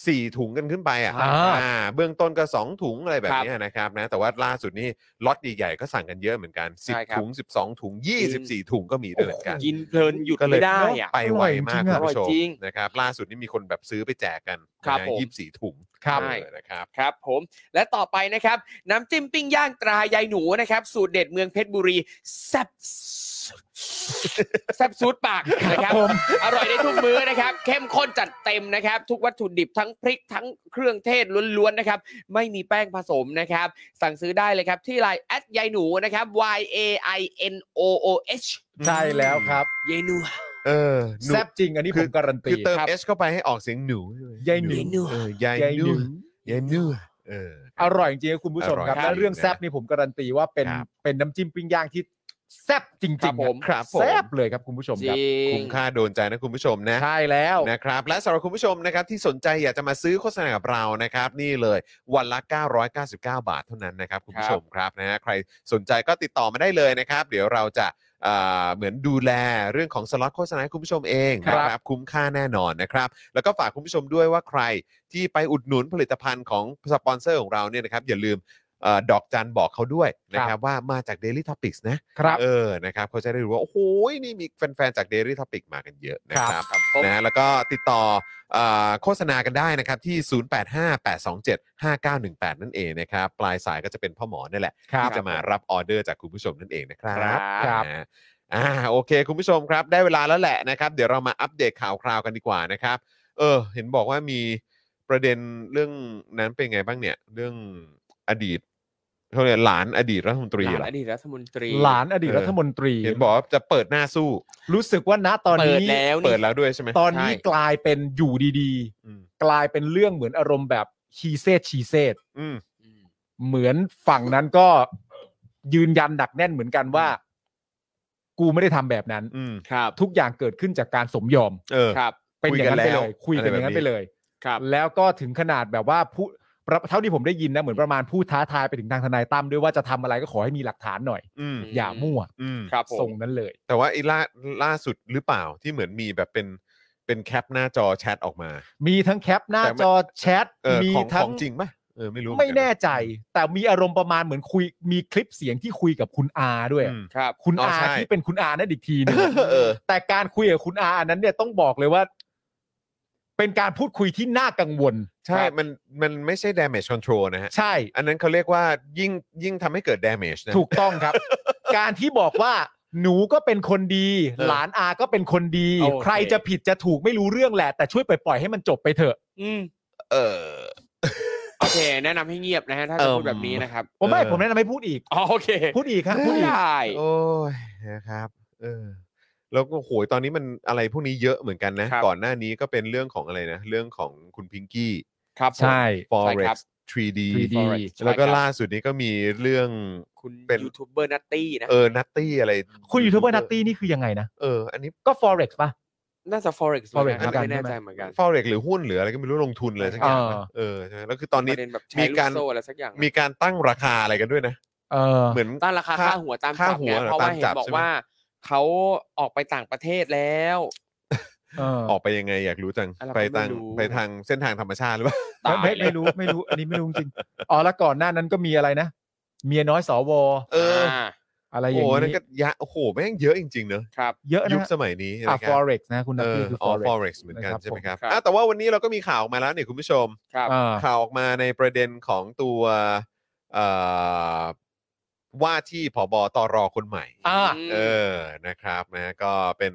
สี่ถุงกันขึ้นไปอ่ะ
อ่า
อ่าเบื้องต้นก็สองถุงอะไรแบบเนี้ยนะครับนะแต่ว่าล่าสุดนี่ล็อตใหญ่ๆก็สั่งกันเยอะเหมือนกันสิบ
ใช่ครับ
ถุงสิบสองถุงยี่สิบสี่ถุงก็มีด้วยเหมือนกัน
กินเพลินหยุด
ก็เลย
ไม่ได้อ่ะ
ไปไวมาก
อร่อย
คุณผู้
จริงอะ
ชม
อร่อยจริง
นะครับ ล่าสุดนี่มีคนแบบซื้อไปแจกกัน
ครับผม
ยี่สิบสี่ถุง
ครับ
เออนะครับ
ครับผมและต่อไปนะครับ น้ำจิ้มปิ้งย่างตรายายหนูนะครับ สูตรเด็ดเมืองเพชรบุรีแซ่บแซ่บซูดปากนะครับ อร่อยได้ทุกมื้อนะครับ เข้มข้นจัดเต็มนะครับ ทุกวัตถุดิบทั้งพริกทั้งเครื่องเทศล้วนๆนะครับ ไม่มีแป้งผสมนะครับ สั่งซื้อได้เลยครับ ที่ไลน์แอดยายหนูนะครับ y a i n o o h
ใช่แล้วครับ
ยายหนู
เออหนู
แซ่บจริงอันนี้
คื
ผ
อ
มการันตี
คือเติม
ครับ
H เข้าไปให้ออกเสียงหนูใช่ไม
ยายหนู
เออยาย
ใหญ่
ห
ห
นู
นึ่ง
ยายหนูเออค
อบ ร่อยจริงๆคุณผู้ชมครับ
อร่อย
และเรื่อง
จริงนะ
แซ่บนี่ผมการันตีว่าเป็น
ครับ
เป็นน้ำจิ้มปิ้งย่างที่แซ่บจ
ครั
ริง
บ
ๆ
ผม
ครับผม
แซ่บเลยครับคุณผู้ชม
จ
ครับ
ริง
คุ้มค่าโดนใจนะคุณผู้ชมนะ
ใช่แล้ว
นะครับ และสำหรับคุณผู้ชมนะครับที่สนใจอยากจะมาซื้อโฆษณากับเรานะครับ นี่เลยวันละ 999 บาทเท่านั้นนะครับคุณผู้ชมครับนะฮะใครสนใจก็ติดต่อมาได้เลยนะครับ เดี๋ยวเราจะอ่าเหมือนดูแลเรื่องของสล็อตโฆษณาให้คุณผู้ชมเอง
ครับ
นะครับคุ้มค่าแน่นอนนะครับ แล้วก็ฝากคุณผู้ชมด้วยว่าใครที่ไปอุดหนุนผลิตภัณฑ์ของสปอนเซอร์ของเราเนี่ยนะครับอย่าลืม เออดอกจันบอกเขาด้วยนะครับว่ามาจาก Daily Topics นะครับ เออนะครับเขาจะได้รู้ว่า โอ้โหนี่มีแฟนๆ จาก Daily Topic มากันเยอะนะค
ครั
รับบ นะแล้วก็ติดต่อเอ่อโฆษณากันได้นะครับที่ 0858275918 นั่นเองนะครับ ปลายสายก็จะเป็นพ่อหมอนี่แหละ
ครับ
ที่จะมารับออเดอร์จากคุณผู้ชมนั่นเองนะครับ
ครับ
นะฮะอ่าโอเค คุณผู้ชมครับ ได้เวลาแล้วแหละนะครับ เดี๋ยวเรามาอัปเดตข่าวคราวกันดีกว่านะครับ เออ เห็นบอกว่ามีประเด็นเรื่องนั้นเป็นไงบ้างเนี่ย เรื่องอดีตเขาเรียกหลานอดีตรัฐมนตรี
หลา
เหร
น
อ
อดีตรัฐมนตรี
หลานอดีต
เออ
รัฐมนตรี
เห็นบอกว่าจะเปิดหน้าสู้
รู้สึกว่าณตอน
เปิด
นี้
แล้ว
เปิ
นี่
ดแล้วด้วยใช่ไหม
ตอนนี้
ใช่
กลายเป็นอยู่ดี
อืม
ๆ กลายเป็นเรื่องเหมือนอารมณ์แบบชีเซตชีเซต
อืม
เหมือนฝั่งนั้นก็ยืนยันหนักแน่นเหมือนกันว่า กูไม่ได้ทำแบบนั้น
อืม
ครับ
ทุกอย่างเกิดขึ้นจากการสมยอม
เออ
ครับ
เป็นอย่างนั้นไปเลย
คุ
คุ
ย
ย
กันแล้ว
กันอย่างนั้นไปเลย
ครับ
แล้วก็ถึงขนาดแบบว่าผู้ประเท่าที่ผมได้ยินนะเหมือนประมาณผู้ท้าทายไปถึงทางทนายตั้มด้วยว่าจะทำอะไรก็ขอให้มีหลักฐานหน่อย
อืม
อย่ามั่ว
อืม
ครับผ
ส่ง
ม
นั้นเลย
แต่ว่าไอ้ล่าล่าสุดหรือเปล่าที่เหมือนมีแบบเป็นเป็นแคปหน้าจอแชทออกมา
มีทั้งแคปหน้า
แต่มัน
จอแชท
เออ
มี
ของ
ทั้
ของจริงป่ะเออไม่รู้เหอ
ไม่
กัะ
แน่ใจ แต่มีอารมณ์ประมาณเหมือนคุย มีคลิปเสียงที่คุยกับคุณอาด้วย
อืม
ครับ
คุณ
อ๋อ
อา
ใช่
ที่เป็นคุณอานั่นอีกทีหนึง
เออ
แต่การคุยกับคุณอาอันนั้นเนี่ยต้องบอกเลยว่า เป็นการพูดคุยที่น่ากังวล
ใช่ มัน มันไม่ใช่ damage control นะฮะ
ใช่
อันนั้นเขาเรียกว่ายิ่งยิ่งทำให้เกิด damage นะ
ถูกต้องครับ การที่บอกว่า หนูก็เป็นคนดี
เออ
หลานอาก็เป็นคนดี
โอเค
ใครจะผิดจะถูกไม่รู้เรื่องแหละ แต่ช่วยปล่อยๆให้มันจบไปเถอะ
อืม
เออ
โอเค แนะนำให้เงียบนะฮะถ้าจะพูดแบบนี้นะครับ
ผมไม่
เออ
ผมแนะนำให้พูดอีก
อ๋อโอเค
พูดอีกครับพูดอีก
ได้
โอ้ยนะครับเออแล้วก็โหยตอนนี้มันอะไรพวกนี้เยอะเหมือนกันนะ ก่อนหน้านี้ก็เป็นเรื่องของอะไรนะ เรื่องของคุณพิงกี้
ครับผม
ใช่
ใช่ครั
Forex
บ
3D แล้วก็
ใช่ครับ
ล่าสุดนี้ก็มีเรื่อง
คุณ
เป็น
ยูทูบเบอร์นัตตี้นะ
เออนัตตี้อะไร
คุณยูทูบเบอร์นัตตี้นี่คือยังไงนะ
เอออันนี้
ก็ forex ป่ะ
น่าจะ forex ไหม
Forex
ครับ
เหมือนกัน
ไม่แน่
ใช่ไหม
ใจเหมือนกัน
Forex หรือหุ้นหรืออะไรก็ไม่รู้ลงทุนเลยสักอย่างนะ
เออ
เออใช่ไหมแล้วคือตอนนี้
ประเด็นแบบแช
มี
ร์ลู
การ
กโซ่อะไรสักอย่างนะ
มีการตั้งราคาอะไรกันด้วยนะ
เออ
เหมือน
ตั้งราคาค่าหัวตาม
ค่า
จับ
หัว
เนี่ย
เหรอ
เพราะ
ตา
ว่า
ม
เห็
จั
น
บ
บอก
ใช่ไหม
ว่าเขาออกไปต่างประเทศแล้ว
เออ
ออกไปยังไงอยากรู้จัง
อะ
ไป
ไร
ทาง
ไม่รู้
ไปทางเส้นทางธรรมชาติหรือเปล่า
ตาย
ไม่ไม่รู้ไม่รู้ อันนี้ไม่รู้จริงอ๋อแล้วก่อนหน้านั้นก็มีอะไรนะ เมียน้อยสว
เออ
า
อะไรอย่า
โอ้
ง
โหนั่
นี้
นก็ยะโอ้โหแม่งเยอะจริงๆเนอะ
ครับ
เยอะ
ยุค
นะ
สมัยนี้
อ่ะ
นะครับ
forex นะคุณนัต
เออ
ตี้คือ
อ๋อ
forex
forex เหมือนกัน
นะครับ
ใช่ไหมครับ
ผม
อ่ะแต่ว่าวันนี้เราก็มีข่าวออกมาแล้วเนี่ยคุณผู้ชม
ครับ
อ่า
ข่าวออกมาในประเด็นของตัวเอ่อว่าที่ผบตรคนใหม่
อ่า
อืม
เออ นะครับนะก็เป็น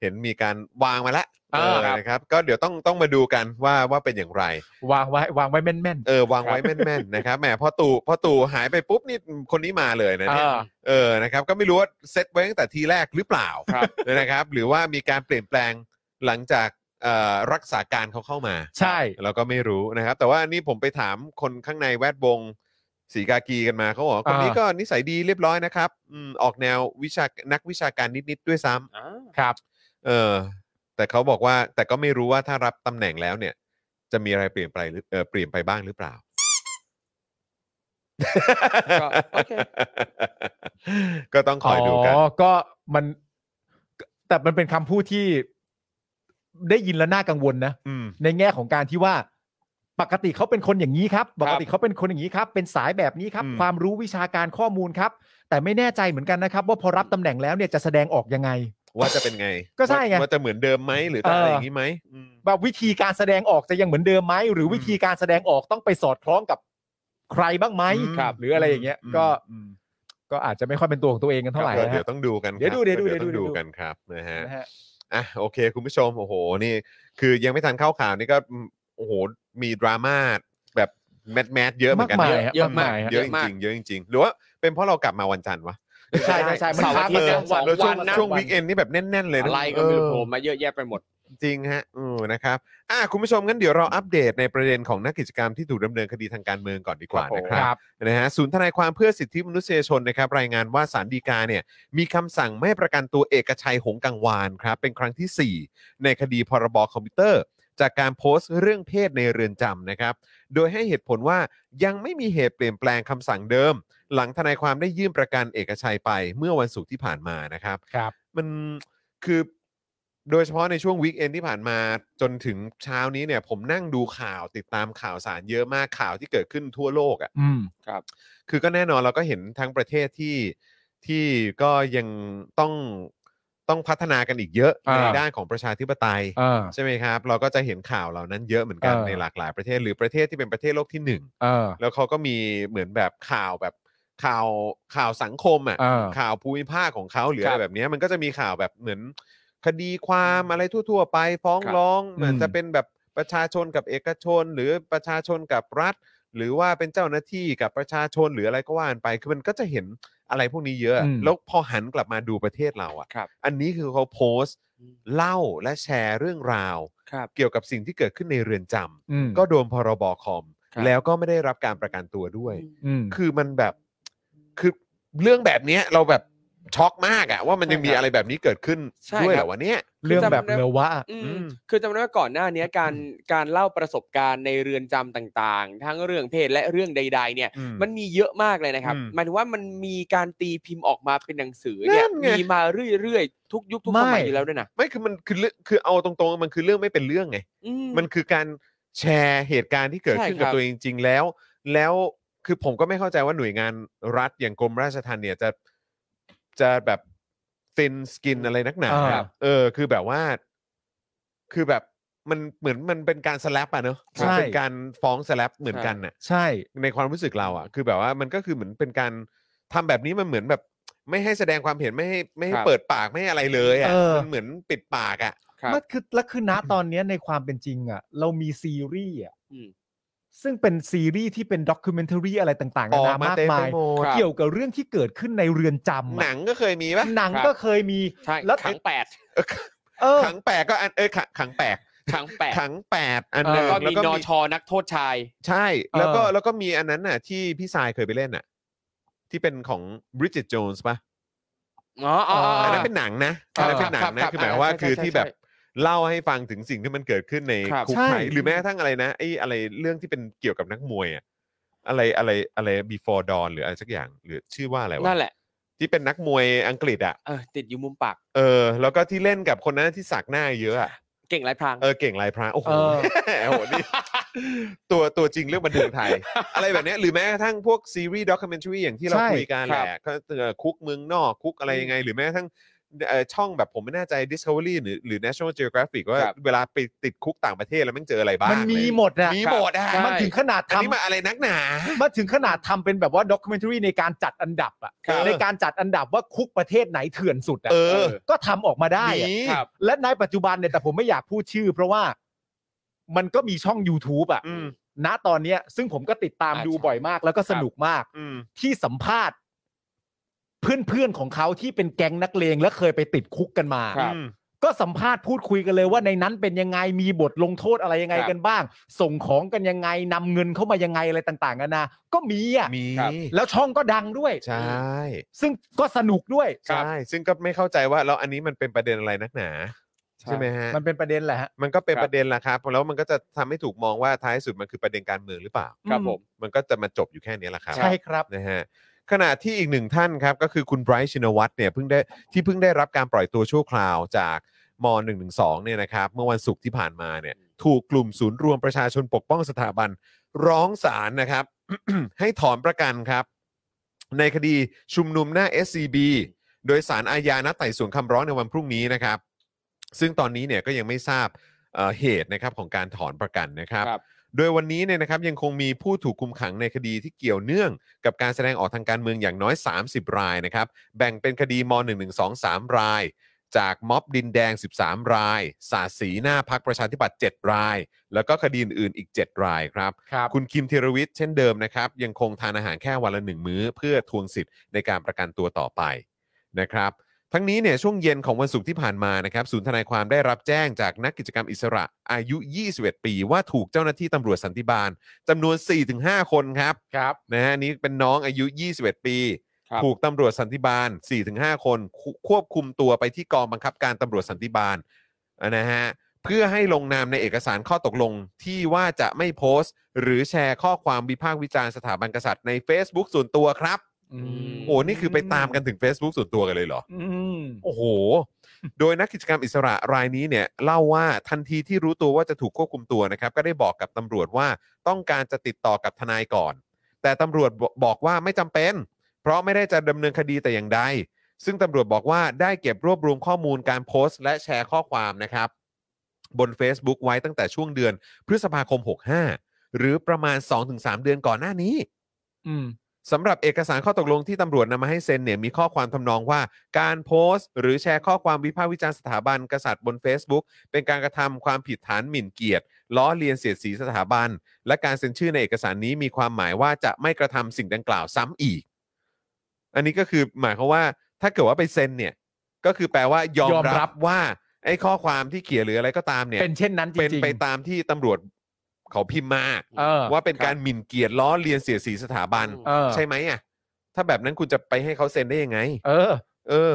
เห็นมีการวางมาแล้ว
อ่า
เออนะครับ ก็เดี๋ยวต้องต้องมาดูกันว่าว่าเป็นอย่างไร
วางไว้วางไว้แม่น
เออ วางไว้แม่นๆนะครับแหมพอตู่พอตู่หายไปปุ๊บนี่คนนี้มาเลยนะเนี่ย
อ่า
เออนะครับ ก็ไม่รู้ว่าเซตไว้ตั้งแต่ทีแรกหรือเปล่า
ครับ
นะครับ หรือว่ามีการเปลี่ยนแปลงหลังจากเอ่อรักษาการเขาเข้ามา
ๆ ใช่
เราก็ไม่รู้นะครับ แต่ว่านี่ผมไปถามคนข้างในแวดวงสีกากีกันมาเขาบอกว่าคนนี้
อ่า
ก็นิสัยดีเรียบร้อยนะครับอืมออกแนววิชานักวิชาการนิดๆด้วยซ้ำ
อ่า
ครับ
เออ แต่เขาบอกว่าแต่ก็ไม่รู้ว่าถ้ารับตำแหน่งแล้วเนี่ย จะมีอะไรเปลี่ยนไปหรือเออเปลี่ยนไปบ้างหรือเปล่า
ก็โอเค
[laughs] ก็ต้องคอยดูกัน
อ๋อ ก็มันแต่มันเป็นคำพูดที่ได้ยินแล้วน่ากังวลนะ
อืม
ในแง่ของการที่ว่า ปกติเขาเป็นคนอย่างนี้ครับปกติเขาเป็นคนอย่างนี้ครับ เป็นสายแบบนี้ครับ
อืม
ความรู้วิชาการข้อมูลครับ แต่ไม่แน่ใจเหมือนกันนะครับ ว่าพอรับตำแหน่งแล้วเนี่ยจะแสดงออกยังไง
ว่าจะเป็นไง
ก็ใช่ไง
ว่าว่าจะเหมือนเดิมไหมหรือจะอะไรอ
เอออ
ย่างนี้ไหมอืม
แบบวิธีการแสดงออกจะยังเหมือนเดิมไหมหรือวิธีการแสดงออกต้องไปสอดคล้องกับใครบ้างไหม
อืม
หรืออะไรอย่างเงี้ย
อืม
ก็
อืม
ก็อาจจะไม่ค่อยเป็นตัวของตัวเองกันเท่าไหร่
ก็
นะ
เดี๋ย
ฮะ
วต้องดูกันครับ
เดี๋ยวดูเดี๋ยวดู
ก็ต้อง
เดี๋ยวดู
ดูกันครับนะฮะ
นะฮะ
อ่ะโอเค คุณผู้ชม โอ้โห นี่ คือยังไม่ทันเข้าข่าวนี่ก็อืมโอ้โห มีดราม่าแบบแมดแมดเยอะเหมือนกัน
มาก
เย
มาย
อะ
ฮะ
เยอะมาก
มากมายฮะ
เยอะจริงๆเยอะจริงๆหรือว่าเป็นเพราะเรากลับมาวันจันทร์วะ
ใช่ใช่ใช่
[laughs]
มัน
เสาร์
ค้า
อาทิ
ไป
ต
สอ
ย์นะ
ง
วั
วัน น
ช่
วั
วง
นนะ
ช่วง
วั
วีคเอนนี่แบบแน่น ๆ เลยนะ
อะไรก็ไม่รู้
เออ
โผล่มาเยอะแยะไปหมด
จริงฮะอืมนะครับ อ่ะคุณผู้ชมงั้นเดี๋ยวเราอัปเดตในประเด็นของนักกิจกรรมที่ถูกดำเนินคดีทางการเมืองก่อนดีกว่า
ครับผม
นะครับ
ครับ
นะฮะศูนย์ทนายความเพื่อสิทธิมนุษยชนนะครับรายงานว่าสารดีกาเนี่ยมีคำสั่งไม่ให้ประกันตัวเอกชัยหงส์กังวานครับเป็นครั้งที่ 4 ในคดีพรบคอมพิวเตอร์ จากการโพสต์เรื่องเพศในเรือนจำนะครับโดยให้เหตุผลว่ายังไม่มีเหตุเปลี่ยนแปลงคำสั่งเดิม หลังทนายความได้ยื่นประกันเอกชัยไปเมื่อวันศุกร์ที่ผ่านมานะครับ
ครับ
มันคือโดยเฉพาะในช่วงวีคเอนที่ผ่านมาจนถึงเช้านี้เนี่ยผมนั่งดูข่าวติดตามข่าวสารเยอะมากข่าวที่เกิดขึ้นทั่วโลกอ่ะ
อืม
คือก็แน่นอนเราก็เห็นทั้งประเทศที่ที่ก็ยังต้องต้องพัฒนากันอีกเยอะ
อ่า
ในด้านของประชาธิปไตย
อ่า
ใช่ไหมครับ เราก็จะเห็นข่าวเหล่านั้นเยอะเหมือนกัน
เออ
ในหลากหลายประเทศหรือประเทศที่เป็นประเทศโลกที่หนึ่ง
เออ
แล้วเขาก็มีเหมือนแบบข่าวแบบข่าวข่าวสังคมอ่ะ
เออ
ข่าวภูมิภาคของเขาหรืออะ
ครั
ไร
บ
แบบเนี้ยมันก็จะมีข่าวแบบเหมือนคดีความอะไรทั่ว ๆ ไปฟ้อง
ครับ
ร้องเหมือน
อืม
จะเป็นแบบประชาชนกับเอกชน หรือประชาชนกับรัฐ หรือว่าเป็นเจ้าหน้าที่กับประชาชนหรืออะไรก็ว่ากันไป คือมันก็จะเห็นอะไรพวกนี้เยอะ
อืม
แล้วพอหันกลับมาดูประเทศเราอะ่ะ
ครับ
อันนี้คือเขาโพสต์เล่าและแชร์เรื่องราว
ครับ
เกี่ยวกับสิ่งที่เกิดขึ้นในเรือนจำ
อืม
ก็โดนพรบคอม
ครับ
แล้วก็ไม่ได้รับการประกันตัวด้วย
อืม
คือมันแบบคือเรื่องแบบเนี้ยเราแบบช็อกมากอะว่ามันยังมีอะไรแบบนี้เกิดขึ้น
ใช่
ด้วย
ค
เห
รั
ร
บ
อวะเนี่ย
เรื่องแบบเลววะ
อื
อื
ม
ม
คือจำได้ว่าก่อนหน้าเนี้ยการการเล่าประสบการณ์ในเรือนจำต่างๆ ทั้งเรื่องเพศและเรื่องใด ๆ เนี่ย
อื
มันมีเยอะมากเลยนะครับ
อืม
หมายถึงว่ามันมีการตีพิมพ์ออกมาเป็นหนังสือเนี่ย
นั่นไง
มีมาเรื่อยๆทุกยุคทุกส
ไม่
มัยอยู่แล้วด้วยนะ
ไม่คือมันคือเรื่องคือเอาตรงๆ มันคือเรื่องไม่เป็นเรื่องไง
อื
มันคือการแชร์เหตุการณ์ที่เกิด
ใช่
ขึ้นกับ
ครับ
ตัวเองจริงๆแล้ว แล้วคือผมก็ไม่เข้าใจว่าหน่วยงานรัฐอย่างกรมราชทัณฑ์เนี่ยจะจะแบบฟินสกินอะไรนักหนา
อ่า
ครับเออ คือแบบว่า คือแบบมันเหมือนมันเป็นการสแลปอะเนอะมันเป็นการฟ้องสแลปเหมือนกันน่ะ
ใช่
ในความรู้สึกเราอะคือแบบว่ามันก็คือเหมือนเป็นการทำแบบนี้มันเหมือนแบบ ไม่ให้แสดงความเห็นไม่ให้ไม่ให้
ครับ
เปิดปากไม่ให้อะไรเลยอ่ะ
เออ
มันเหมือนปิดปากอ่ะ
ครับ
มันคือแล้วคือณตอนเนี้ยในความเป็นจริงอ่ะ เรามีซีรีส์อ่ะ
อืม
ซึ่งเป็นซีรีส์ที่เป็นด็อกิเมนทารีอะไรต่างๆ
อ
นา
อก
นา
าม
มาก
เต็ม
มา
ไป
ย
หมด
ครับ
เกี่ยวกับเรื่องที่เกิดขึ้นในเรือนจำอะ
หนังก็เคยมีป่ะ
หนัง
ครับ
ก็เคยมี
ใช่
แล้ว
ขังแปด
เออ
ขังแปดก็อันเอ้ยขังขังแปด
ขังแปด
ขังแปดอันห
แล้
นึง
วก็
แล้ว
มี
ก็
นอ
มี
ชนักโทษชาย
ใช่ แล้วก็
เออ
แล้วก็มีอันนั้นน่ะ ที่พี่สายเคยไปเล่นน่ะ ที่เป็นของบริจิตโจนส์ป่ะ
อ๋ออ๋ออ๋อ
อั
อั
น
น
นั้นเป็นหนังนะอันนั้นเป็นหนังนะคือหมายความว่าคือที่แบบ เล่าให้ฟังถึงสิ่งที่มันเกิดขึ้นใน
ครับ
คุก
ใช่
ไทยหรือแม้กระทั่งอะไรนะไอ้อะไรเรื่องที่เป็นเกี่ยวกับนักมวยอะอะไรอะไรอะไร before dawn หรืออะไรสักอย่างหรือชื่อว่าอะไรวะ
นั่นแหละ
ที่เป็นนักมวยอังกฤษอ่ะ
เออติดอยู่มุมปาก
เออ แล้วก็ที่เล่นกับคนนั้นที่สักหน้าเยอะอะ
เก่งไรพราง
เออเก่งลายพรางโอ้โห
เออ
โอ้โห
[laughs]
นี่ ตัวตัวจริงเรื่องบันเทิงไทย อะไรแบบเนี้ยหรือแม้กระทั่งพวกซีรีส์ด็อก m เมนทรีอย่างที่เรา
ใช่
คุยกันแหละก็เอ่อคุกเมืองนอกคุกอะไรยังไง หรือแม้กระทั่งเอ่อช่องแบบผมไม่แน่ใจ Discovery หรือหรือ National Geographic ว่าเวลาไปติดคุกต่างประเทศแล้วมันเจออะไรบ้าง
มัน
อะไรอ
มี
ย่าง
หม
เงี้ยมี
ดนะ
หมดอ่ะ
มันถึงขนาด
อันนี้
ทำ
มาอะไรนักหนา
มันถึงขนาดทำเป็นแบบว่าด็อกิเมนทารีในการจัดอันดับอ่ะ
ครับ
ในการจัดอันดับว่าคุกประเทศไหนเถื่อนสุดอ่ะ
เออ
ก็ทำออกมาได้อะ
มี
ครับ
และในปัจจุบันเนี่ยแต่ผมไม่อยากพูดชื่อ เพราะว่ามันก็มีช่อง YouTube อ่ะ
อืม
ณตอนเนี้ย ซึ่งผมก็ติดตาม
อ่า
ดู
ใช่
บ่อยมาก แล้วก็สนุกมาก
อืม
ที่สัมภาษณ์ เพื่อนๆของเขาที่เป็นแก๊งนักเลงและเคยไปติดคุกกันมา
ครับ
อืม
ก็สัมภาษณ์พูดคุยกันเลยว่าในนั้นเป็นยังไงมีบทลงโทษอะไรยังไง
ครับ
กันบ้าง ส่งของกันยังไงนำเงินเข้ามายังไงอะไรต่างๆกันานะก็มีอ่ะ
มี
แล้วช่องก็ดังด้วย
ใช่
ซึ่งก็สนุกด้วย
ใช่ซึ่งก็ไม่เข้าใจว่าแล้วอันนี้มันเป็นประเด็นอะไรนักหนา ใช่ไหมฮะ
มันเป็นประเด็นแหละฮะ
มันก็เป็น
ครับ
ประเด็นละครับแล้วมันก็จะทำให้ถูกมองว่าท้ายสุดมันคือประเด็นการเมืองหรือเปล่า
ครับผม
มันก็จะมาจบอยู่แค่นี้แหละครับ
ใช่ครับ
นะฮะขณะที่อีกหนึ่งท่านครับ ก็คือคุณไบรท์ชินวัตรเนี่ยเพิ่งได้ที่เพิ่งได้รับการปล่อยตัวชั่วคราวจากม .112 เนี่ยนะครับ เมื่อวันศุกร์ที่ผ่านมาเนี่ยถูกกลุ่มศูนย์รวมประชาชนปกป้องสถาบันร้องศาลนะครับ [coughs] ให้ถอนประกันครับ ในคดีชุมนุมหน้า SCB โดยสารอาญานัดไต่สวนคำร้องในวันพรุ่งนี้นะครับ ซึ่งตอนนี้เนี่ยก็ยังไม่ทราบเอ่อเหตุนะครับของการถอนประกันนะครับ
ครับ
โดยวันนี้เนี่ยนะครับยังคงมีผู้ถูกคุมขังในคดีที่เกี่ยวเนื่องกับการแสดงออกทางการเมืองอย่างน้อย 30 รายนะครับ แบ่งเป็นคดีม .112 3 ราย จากม็อบดินแดง 13 ราย สาดสีหน้าพักประชาธิปัตย์7ราย แล้วก็คดีอื่นๆอีก 7 รายครับ
ครับ
คุณคิมธีรวิทย์เช่นเดิมนะครับ ยังคงทานอาหารแค่วันละหนึ่งมื้อ เพื่อทวงสิทธิ์ในการประกันตัวต่อไปนะครับ ทั้งนี้เนี่ยช่วงเย็นของวันศุกร์ที่ผ่านมานะครับศูนย์ทนายความได้รับแจ้งจากนักกิจกรรมอิสระอายุ 21 ปี ว่าถูกเจ้าหน้าที่ตำรวจสันติบาลจำนวน 4-5 คนครับ
ครับ
นะฮะนี่เป็นน้องอายุ 21 ปี
ครับ
ถูกตำรวจสันติบาล 4-5 คนคุควบคุมตัวไปที่กองบังคับการตำรวจสันติบาลนะฮะเพื่อให้ลงนามในเอกสารข้อตกลงที่ว่าจะไม่โพสต์ หรือแชร์ข้อความวิพากษ์วิจารณ์สถาบันกษัตริย์ใน Facebook ส่วนตัวครับ
ม
โอ้นี่คือไปตามกันถึง Facebook ส่วนตัวกันเลยเหรอ
อืม
โอ้โห โดยนักกิจกรรมอิสระรายนี้เนี่ยเล่าว่าทันทีที่รู้ตัวว่าจะถูกควบคุมตัวนะครับ ก็ได้บอกกับตำรวจว่าต้องการจะติดต่อกับทนายก่อน แต่ตำรวจบอกว่าไม่จำเป็น เพราะไม่ได้จะดำเนินคดีแต่อย่างใด ซึ่งตำรวจบอกว่าได้เก็บรวบรวมข้อมูลการโพสต์ และแชร์ข้อความนะครับ บน Facebook ไว้ตั้งแต่ช่วงเดือนพฤษภาคม 65 หรือประมาณ 2-3 เดือนก่อนหน้านี้
อืม
สำหรับเอกสารข้อตกลงที่ตำรวจนำมาให้เซ็นเนี่ยมีข้อความทำนองว่า การโพสต์ หรือแชร์ข้อความวิพากษ์วิจารณ์สถาบันกษัตริย์บน Facebook เป็นการกระทำความผิดฐานหมิ่นเกียรติ ล้อเลียนเสียดสีสถาบัน และการเซ็นชื่อในเอกสารนี้มีความหมายว่าจะไม่กระทำสิ่งดังกล่าวซ้ำอีก อันนี้ก็คือหมายความว่าถ้าเกิดว่าไปเซ็นเนี่ยก็คือแปลว่ายอม
ยอมรั
รับบ ว่าไอ้ข้อความที่เขียนหรืออะไรก็ตามเนี่ย
เป็นเช่นนั้นจ
เป็น
ริง
ไปตามที่ตำรวจเขาพิมพ์มา
ๆเออ
ว่าเป็น
ครับ
การหมิ่นเกียรติล้อเลียนเสียดสีสถาบัน
เออ
ใช่ไหมอ่ะ ถ้าแบบนั้นคุณจะไปให้เขาเซ็นได้ยังไง
เออ
เออ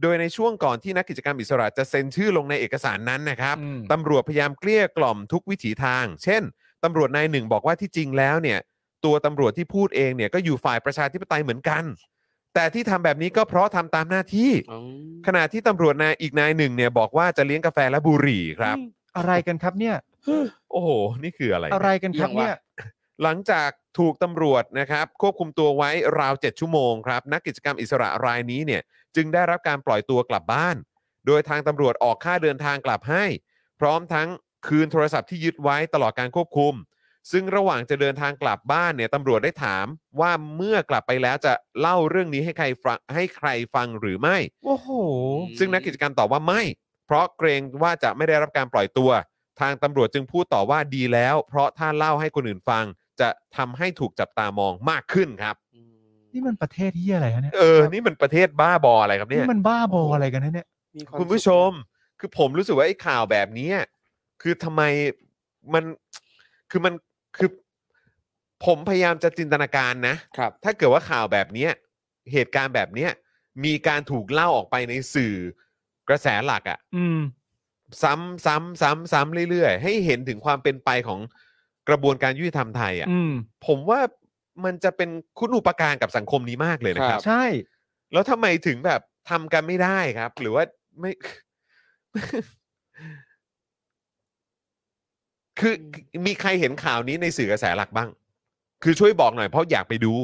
โดยในช่วงก่อนที่นักกิจกรรมอิสระจะเซ็นชื่อลงในเอกสารนั้นนะครับ
อืม
ตำรวจพยายามเกลี้ยกล่อมทุกวิถีทาง เช่น ตำรวจนายหนึ่งบอกว่าที่จริงแล้วเนี่ย ตัวตำรวจที่พูดเองเนี่ยก็อยู่ฝ่ายประชาธิปไตยเหมือนกัน แต่ที่ทำแบบนี้ก็เพราะทำตามหน้าที่
อืม
ขณะที่ตำรวจนายอีกนายหนึ่งเนี่ยบอกว่าจะเลี้ยงกาแฟและบุหรี่ครับ
อะไรกันครับเนี่ย
โอ้โห นี่คืออะไรเนี่ย
อะไรกันครับเนี่ย
หลังจากถูกตำรวจนะครับควบคุมตัวไว้ราว 7 ชั่วโมงครับ นักกิจกรรมอิสระรายนี้เนี่ยจึงได้รับการปล่อยตัวกลับบ้าน โดยทางตำรวจออกค่าเดินทางกลับให้ พร้อมทั้งคืนโทรศัพท์ที่ยึดไว้ตลอดการควบคุม ซึ่งระหว่างจะเดินทางกลับบ้านเนี่ยตำรวจได้ถามว่าเมื่อกลับไปแล้วจะเล่าเรื่องนี้ให้ใครฟังให้ใครฟังหรือไม่
โอ้โห
ซึ่งนักกิจกรรมตอบว่าไม่ เพราะเกรงว่าจะไม่ได้รับการปล่อยตัว ทางตำรวจจึงพูดต่อว่าดีแล้ว เพราะถ้าเล่าให้คนอื่นฟัง จะทำให้ถูกจับตามองมากขึ้นครับ
นี่มันประเทศที่อะไรฮะเนี่ย
เออ นี่มันประเทศบ้าบออะไรครับเนี่
นี่
ย
มันบ้าบออะไรกันนะเนี่ย
มีวา
คุณผู้ชม คือผมรู้สึกว่าไอ้ข่าวแบบเนี้ยคือทำไมมันคือมันคือ ผมพยายามจะจินตนาการนะ
ครับ
ถ้าเกิดว่าข่าวแบบเนี้ยเหตุการณ์แบบเนี้ยมีการถูกเล่าออกไปในสื่อกระแสหลักอะ
อืม
ซ้ำซ้ำซ้ำซ้ำเรื่อยๆ ให้เห็นถึงความเป็นไปของกระบวนการยุติธรรมไทยอ่ะ
อืม
ผมว่ามันจะเป็นคุณอุปการกับสังคมนี้มากเลยนะครับ
ใช่
แล้วทำไมถึงแบบทำกันไม่ได้ครับ หรือว่าไม่ [laughs] คือมีใครเห็นข่าวนี้ในสื่อกระแสหลักบ้าง คือช่วยบอกหน่อยเพราะอยากไปดู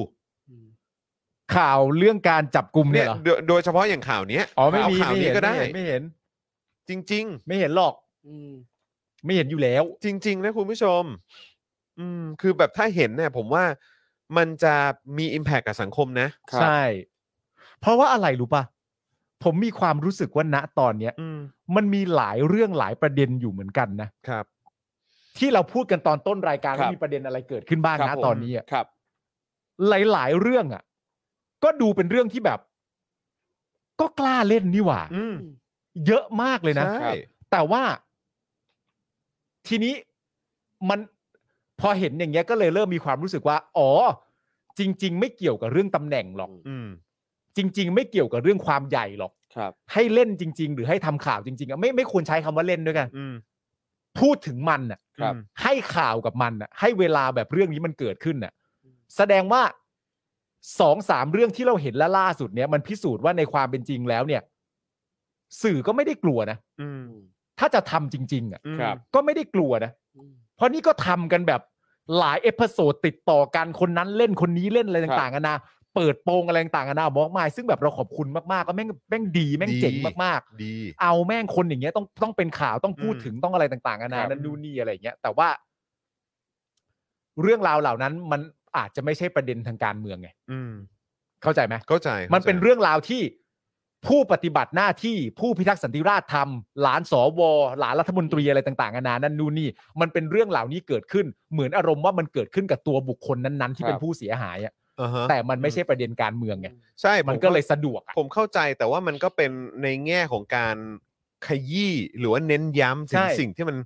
ข่าวเรื่องการจับกลุ่มเนี่
เนี่ย ยโด
เหรอ
ยโดยเฉพาะอย่างข่าวเนี้ย
อ๋อไม่
ข่าว
มี
ข่าว
ไม่
นี้
เห็น
ก็ได้
ไม่เห็นไม่เห็น
จริง ๆ
ไม่เห็นหรอก
อืม
ไม่เห็นอยู่แล้ว
จริง ๆ นะคุณผู้ชม อืม คือแบบถ้าเห็นเนี่ย ผมว่ามันจะมี Impact กับสังคมนะ
ครับ
ใช่ เพราะว่าอะไรรู้ป่ะ ผมมีความรู้สึกว่าณตอนเนี้ย
อืม
มันมีหลายเรื่องหลายประเด็นอยู่เหมือนกันนะ
ครับ
ที่เราพูดกันตอนต้นรายการ
ครั
ว่า
บ
มีประเด็นอะไรเกิดขึ้นบ้าง
ครับ
นะ
ผม
ตอนนี้อะ
ครับ
หลาย ๆ เรื่องอ่ะ ก็ดูเป็นเรื่องที่แบบ ก็กล้าเล่นนี่หว่า
อืม
เยอะมากเลยนะ
ใช่
แต่ว่า ทีนี้มันพอเห็นอย่างเงี้ยก็เลยเริ่มมีความรู้สึกว่า อ๋อ จริง ๆ ไม่เกี่ยวกับเรื่องตำแหน่งหรอก
อืม
จริง ๆ ไม่เกี่ยวกับเรื่องความใหญ่หรอก
ครับ
ให้เล่นจริง ๆ หรือให้ทำข่าวจริงๆอะไม่ไม่ควรใช้คำว่าเล่นด้วยกัน
อืม
พูดถึงมันน่ะ
ครับ
ให้ข่าวกับมันน่ะ ให้เวลาแบบเรื่องนี้มันเกิดขึ้นน่ะ แสดงว่าสองสามเรื่องที่เราเห็นและล่าสุดเนี้ยมันพิสูจน์ว่าในความเป็นจริงแล้วเนี่ย สื่อก็ไม่ได้กลัวนะ
อืม
ถ้าจะทำจริง ๆ อ่ะ
อืม
ครับ
ก็ไม่ได้กลัวนะ
อืม
เพราะนี่ก็ทำกันแบบหลายเอพิโซดติดต่อกันคนนั้นเล่นคนนี้เล่นอะไร
ครับ
ต่างๆกันานาเปิดโปงอะไรต่างๆกันานาบอกมาซึ่งแบบเราขอบคุณมากๆก็แม่งแม่งดีแม่งเจ๋ง
ดี
มาก
ดี
ๆ เอาแม่งคนอย่างเงี้ยต้องต้องเป็นข่าวต้องพูด
อืม
ถึงต้องอะไรต่างๆกันานา
ครับ
นั่นนู่นนี่อะไรอย่างเงี้ยแต่ว่า เรื่องราวเหล่านั้นมันอาจจะไม่ใช่ประเด็นทางการเมืองไง
อืม
เข้าใจไหม
เข้าใจข้าใจ
มันเป็นเรื่องราวที่ผู้ปฏิบัติหน้าที่ผู้พิทักษ์สันติราษฎร์ทำหลานสวหลานรัฐมนตรีอะไรต่างๆนานานั่นนู่นนี่มันเป็นเรื่องเหล่านี้เกิดขึ้น เหมือนอารมณ์ว่ามันเกิดขึ้นกับตัวบุคคลนั้น ๆ ที่
ครับ
เป็นผู้เสียหายอะ
อ่าฮะ
แต่มันไม่ใช่ประเด็นการเมืองไง
ใช่
มัน
ผ
ก็เลยสะดวกอะ
ผมเข้าใจแต่ว่ามันก็เป็นในแง่ของการขยี้หรือว่าเน้นย้ำถึ
ใช่
งสิ่งที่มัน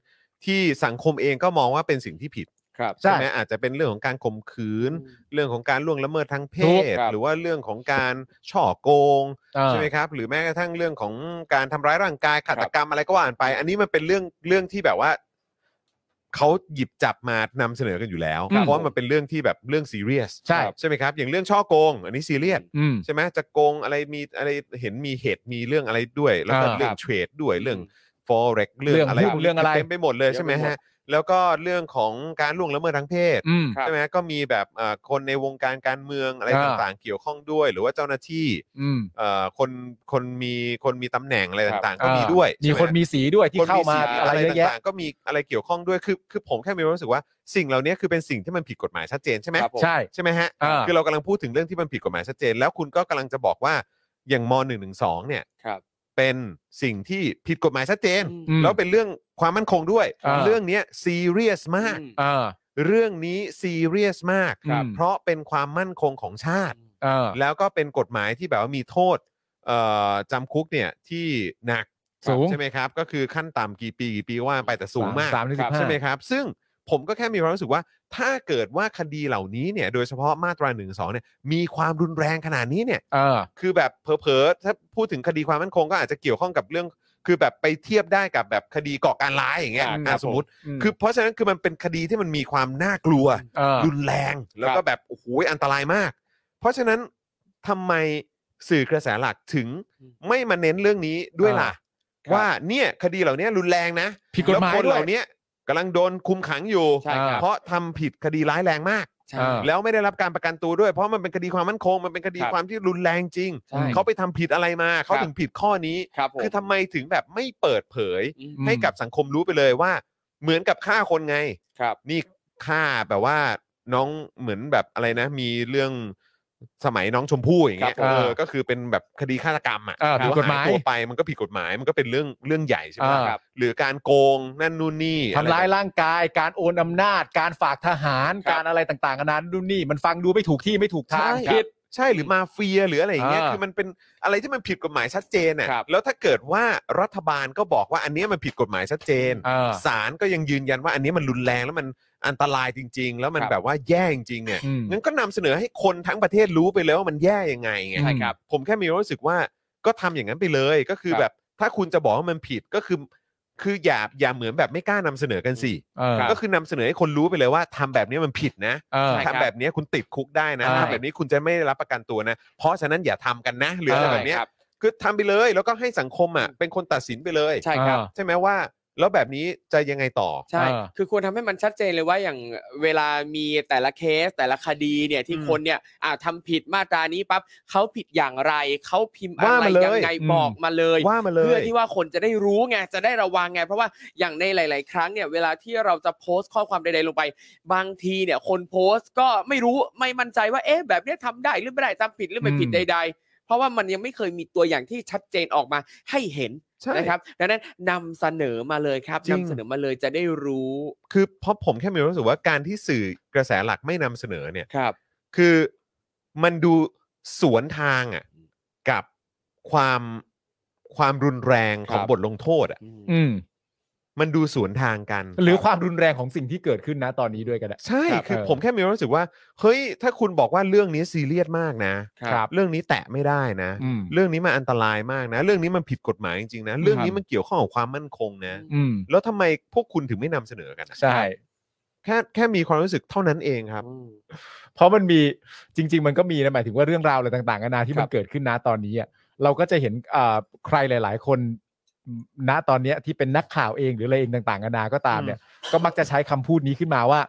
ที่สังคมเองก็มองว่าเป็นสิ่งที่ผิด
ครับ
ใช่
ไหมอาจจะเป็นเรื่องของการข่มขืน
อืม
เรื่องของการล่วงละเมิดทางเพ
ถูก
ศ
ครับ
หรือว่าเรื่องของการช่อโกง
อ่า
ใช่ไหมครับหรือแม้กระทั่งเรื่องของการทำร้ายร่างกายฆาตกรรมอะไรก็ว่ากันไป อันนี้มันเป็นเรื่องเรื่องที่แบบว่าเขาหยิบจับมานำเสนอกันอยู่แล้ว
ครับ
เพราะว่ามันเป็นเรื่องที่แบบเรื่องซีเรียส
ใช่
ใช่ไหมครับอย่างเรื่องช่อโกง อันนี้ซีเรียส
อืม
ใช่ไหมจะโกงอะไรมีอะไรเห็นมีเหตุมีเรื่องอะไรด้วย แล้วก็
อ่า
เรื่องเทรดด้วยเรื่อง forex เรื่
เรื่
อ
องง
อะไร
หุ้นเรื่องอะไร
เต็มไปหมดเลย
เยอะไป
ใช่ไหม
หม
ฮะ
ด
แล้วก็เรื่องของการล่วงละเมิดทางเพศ
อืม
ครับ
ใช่ไหมก็มีแบบเอ่อคนในวงการการเมืองอะไร
อ่า
ต่างๆ เกี่ยวข้องด้วย หรือว่าเจ้าหน้าที่
อืม
เอ่อคนคนมีคนมีตำแหน่งอะไร
ครับ
ต่างๆ ก็มีด้วย
มี
ใช่ไห
คนมีสีด้วยที่
คน
เข้ามา
สี
อะไรเยอะแยะ
ต่างๆก็มีอะไรเกี่ยวข้องด้วยคือคือผมแค่มีความรู้สึกว่าสิ่งเหล่านี้คือเป็นสิ่งที่มันผิดกฎหมายชัดเจนใช่ไหม
ครับผม
ใช่
ใช่ไหมฮะ
อ่า
คือเรากำลังพูดถึงเรื่องที่มันผิดกฎหมายชัดเจน แล้วคุณก็กำลังจะบอกว่าอย่างม .112 เนี่ย
ครับ
เป็นสิ่งที่ผิดกฎหมายชัดเจน
อืม
แล้วเป็นเรื่องความมั่นคงด้วย
อ่า
เรื่องเนี้ซีเรียสมาก
อ่า
เรื่องนี้ซีเรียสมาก
ครับ
เพราะเป็นความมั่นคงของชาติ
อ่า
แล้วก็เป็นกฎหมายที่แบบว่ามีโทษเอ่อจำคุกเนี่ยที่หนัก
สูง
ใช่ไหมครับ ก็คือขั้นต่ำกี่ปีกี่ปีว่าไปแต่สูงมาก
สามถึงสิบห้า
ใช่ไหมครับ ซึ่งผมก็แค่มีความรู้สึกว่า ถ้าเกิดว่าคดีเหล่านี้เนี่ยโดยเฉพาะมาตราหนึ่งสองเนี่ยมีความรุนแรงขนาดนี้เนี่ย
เออ
คือแบบเผลอๆถ้าพูดถึงคดีความมั่นคงก็อาจจะเกี่ยวข้องกับเรื่อง คือแบบไปเทียบได้กับแบบคดีก่อการร้ายอย่างเงี้ย
อ่า
อ่ะ
ครับผม
สมมติ คือเพราะฉะนั้นคือมันเป็นคดีที่มันมีความน่ากลัว
เออ
รุนแรงแล้วก็แบบโอ้โหอันตรายมาก เพราะฉะนั้นทำไมสื่อกระแสหลักถึง
อืม
ไม่มาเน้นเรื่องนี้ด้วยล่ะ
ครับ
ว่าเนี่ยคดีเหล่านี้รุนแรงนะ
ผิดกฎหมาย
แล้วคน
ด้วย
เหล่านี้กำลังโดนคุมขังอยู่
ใช่ครับ
เพราะทำผิดคดีร้ายแรงมาก
ใช่
อ่า
แล้วไม่ได้รับการประกันตัวด้วย เพราะมันเป็นคดีความมั่นคง มันเป็นคดี
ครับ
ความที่รุนแรงจริง
ใช่
เขาไปทำผิดอะไรมา เขา
ครับ
ถึงผิดข้อนี้
ครับผม
คือทำไมถึงแบบไม่เปิดเผย
อืม
ให้กับสังคมรู้ไปเลยว่า เหมือนกับฆ่าคนไง
ครับ
นี่ ฆ่าแบบว่าน้องเหมือนแบบอะไรนะ มีเรื่องสมัยน้องชมพู่อย่างเงี้ย
ครับผม
เออก็คือเป็นแบบคดีฆาตกรรมอ่ะ
อ่าผิดกฎหมาย
เอตัวไปมันก็ผิดกฎหมายมันก็เป็นเรื่องเรื่องใหญ่ใช่ไหม
อ่า
ครับหรือการโกงนั่นนู่นนี่
ทำร้าย
อะไรแบบ
ร่างกาย การโอนอำนาจ การฝากทหาร การอะไรต่างๆกันานั้นดูนนี่ มันฟังดูไม่ถูกที่ไม่ถูกทาง
ใช่ใช่หรือมาเฟียหรืออะไรอย่างเงี้ย
อ่า
คือมันเป็นอะไรที่มันผิดกฎหมายชัดเจนอ่ะ
ครับ
แล้วถ้าเกิดว่ารัฐบาลก็บอกว่าอันเนี้ยมันผิดกฎหมายชัดเจน
เออ
ศาลก็ยังยืนยันว่าอันนี้มันรุนแรงแล้วมันอันตรายจริง ๆ แล้วมัน
ครับ
แบบว่าแย่จริงๆเนี่ย
อืม
งั้นก็นำเสนอให้คนทั้งประเทศรู้ไปเลยว่ามันแย่ยังไงไง
ใช่ครับ
ผมแค่มีความรู้สึกว่าก็ทำอย่างนั้นไปเลยก็คือ
ครับ
แบบถ้าคุณจะบอกว่ามันผิดก็คือ คืออย่าอย่าเหมือนแบบไม่กล้านำเสนอกันสิ
เออ
ก็คือนำเสนอให้คนรู้ไปเลยว่าทำแบบนี้มันผิดนะ
เออ
ใช่ ครับ
ทำแบบนี้คุณติดคุกได้นะ
ใช่
ทำแบบนี้คุณจะไม่ได้รับประกันตัวนะ เพราะฉะนั้นอย่าทำกันนะหรืออะไรแบบเนี้ย
ใช่ครับ
คือทำไปเลย แล้วก็ให้สังคมอ่ะเป็นคนตัดสินไปเลย
ใช่ครับ
เออ
ใช่ไหมว่า แล้วแบบนี้จะยังไงต่อ
ใช่
เออ
คือควรทำให้มันชัดเจนเลยว่าอย่างเวลามีแต่ละเคสแต่ละคดีเนี่ยที่
อืม
คนเนี่ยอ่าทำผิดมาตรานี้ปั๊บเขาผิดอย่างไรเขาพิมพ์อะ
ว่า
ไร
มาเลย
ยังไง
อืม
บอกมาเลย
ว่ามาเลย
เพื่อที่ว่าคนจะได้รู้ไงจะได้ระวังไง เพราะว่าอย่างในหลาย ๆ ครั้งเนี่ยเวลาที่เราจะโพสต์ข้อความใด ๆ ลงไป บางทีเนี่ยคนโพสต์ก็ไม่รู้ไม่มั่นใจว่าเอ๊ะแบบเนี้ยทำได้หรือไม่ได้ทำผิดหรือไม่ผิด
อืม
ใด ๆ เพราะว่ามันยังไม่เคยมีตัวอย่างที่ชัดเจนออกมาให้เห็น
ใช่
นะครับดังนั้นนำเสนอมาเลยครับ
จริ
นำ
ง
เสนอมาเลยจะได้รู้
คือเพราะผมแค่มีความรู้สึกว่าการที่สื่อกระแสหลักไม่นำเสนอเนี่ย
ครับ
คือมันดูสวนทางอ่ะกับความความรุนแรงของ
ครับ
บทลงโทษอ่ะ
อืม
มันดูสวนทางกัน
หรือความรุนแรงของสิ่งที่เกิดขึ้นนะตอนนี้ด้วยก็ได้
ใช่
ครับ
คือ
เออ
ผมแค่มีความรู้สึกว่าเฮ้ยถ้าคุณบอกว่าเรื่องนี้ซีเรียสมากนะ
ครับ
เรื่องนี้แตะไม่ได้นะ
อืม
เรื่องนี้มันอันตรายมากนะ เรื่องนี้มันผิดกฎหมายจริงๆนะ เรื่องนี้
ครับ
มันเกี่ยวข้องกับความมั่นคงนะ
อืม
แล้วทำไมพวกคุณถึงไม่นำเสนอกันอะ
ใช่
แค่แค่มีความรู้สึกเท่านั้นเองครับ
เพราะมันมีจริง ๆ มันก็มีนะหมายถึงว่าเรื่องราวอะไรต่างๆกันานาที่มัน
ครับ
เกิดขึ้นนะตอนนี้อะเราก็จะเห็นอ่าใครหลาย ๆ คนณตอนเนี้ยที่เป็นนักข่าวเองหรืออะไรเองต่างๆกันานาก็ตามเนี่ย ก็มักจะใช้คำพูดนี้ขึ้นมาว่า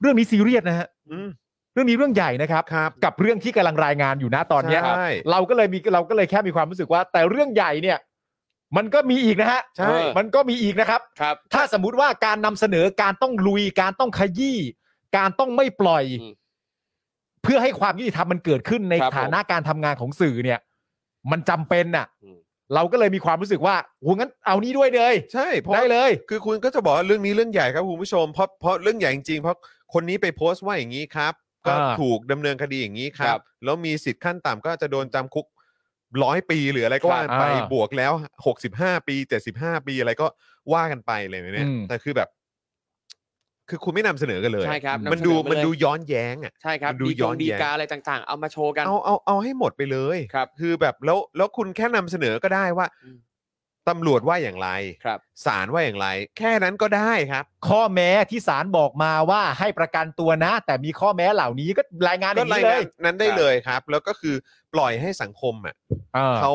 เรื่องนี้ซีเรียสนะฮะ
อืม
เรื่องนี้เรื่องใหญ่นะครับ
ครับ
กับเรื่องที่กำลังรายงานอยู่นะตอนเนี้ย
ใช่
เราก็เลยมีเราก็เลยแค่มีความรู้สึกว่า แต่เรื่องใหญ่เนี่ย มันก็มีอีกนะฮะ
ใช่
มันก็มีอีกนะครับ
ครับ
ถ้าสมมุติว่าการนำเสนอการต้องลุยการต้องขยี้การต้องไม่ปล่อย
อืม
เพื่อให้ความยุติธรรมมันเกิดขึ้นใน
ครับผม
ฐานะการทำงานของสื่อเนี่ย มันจำเป็นน่ะ
อืม
เราก็เลยมีความรู้สึกว่าโหงั้นเอานี้ด้วยเลย
ใช่เพราะ
ได้เลย
คือคุณก็จะบอกว่าเรื่องนี้เรื่องใหญ่ครับคุณผู้ชมเพราะเพราะเรื่องใหญ่จริงๆเพราะคนนี้ไปโพสต์ว่าอย่างนี้ครับ ก็
อ่า
ถูกดำเนินคดีอย่างนี้ครั
ครับ บ
แล้วมีสิทธิ์ขั้นต่ำก็จะโดนจำคุกร้อยปีหรืออะไรก็ว่ากันไป
อ่า
บวกแล้ว 65 ปี 75 ปีอะไรก็ว่ากันไปเลยไหมเนี่ย
อืม
แต่คือแบบ คือคุณไม่นำเสนอกันเลย
ใช่ครับ
มันดู
นำเสนอไปเลย
มันดูย้อนแย้งอ่ะ
ใช่ครับ
มันดู
ดี
ย้
ก
อง น
ดี
แย้ง
กาอะไรต่าง ๆ เอามาโชว์กัน
เอาเอาเอาให้หมดไปเลย
ครับ
คือแบบแล้วแล้วคุณแค่นำเสนอก็ได้ว่า
อืม
ตำรวจว่าอย่างไร
ครับ
ศาลว่าอย่างไร แค่นั้นก็ได้ครับ
ข้อแม้ที่ศาลบอกมาว่าให้ประกันตัวนะ แต่มีข้อแม้เหล่านี้ก็รายงานอ
ก็
ย่าง
ราย
นี้เล
งาน
ย
นั้นได้เลยครับ แล้วก็คือปล่อยให้สังคมอ่ะ
อ่า
เขา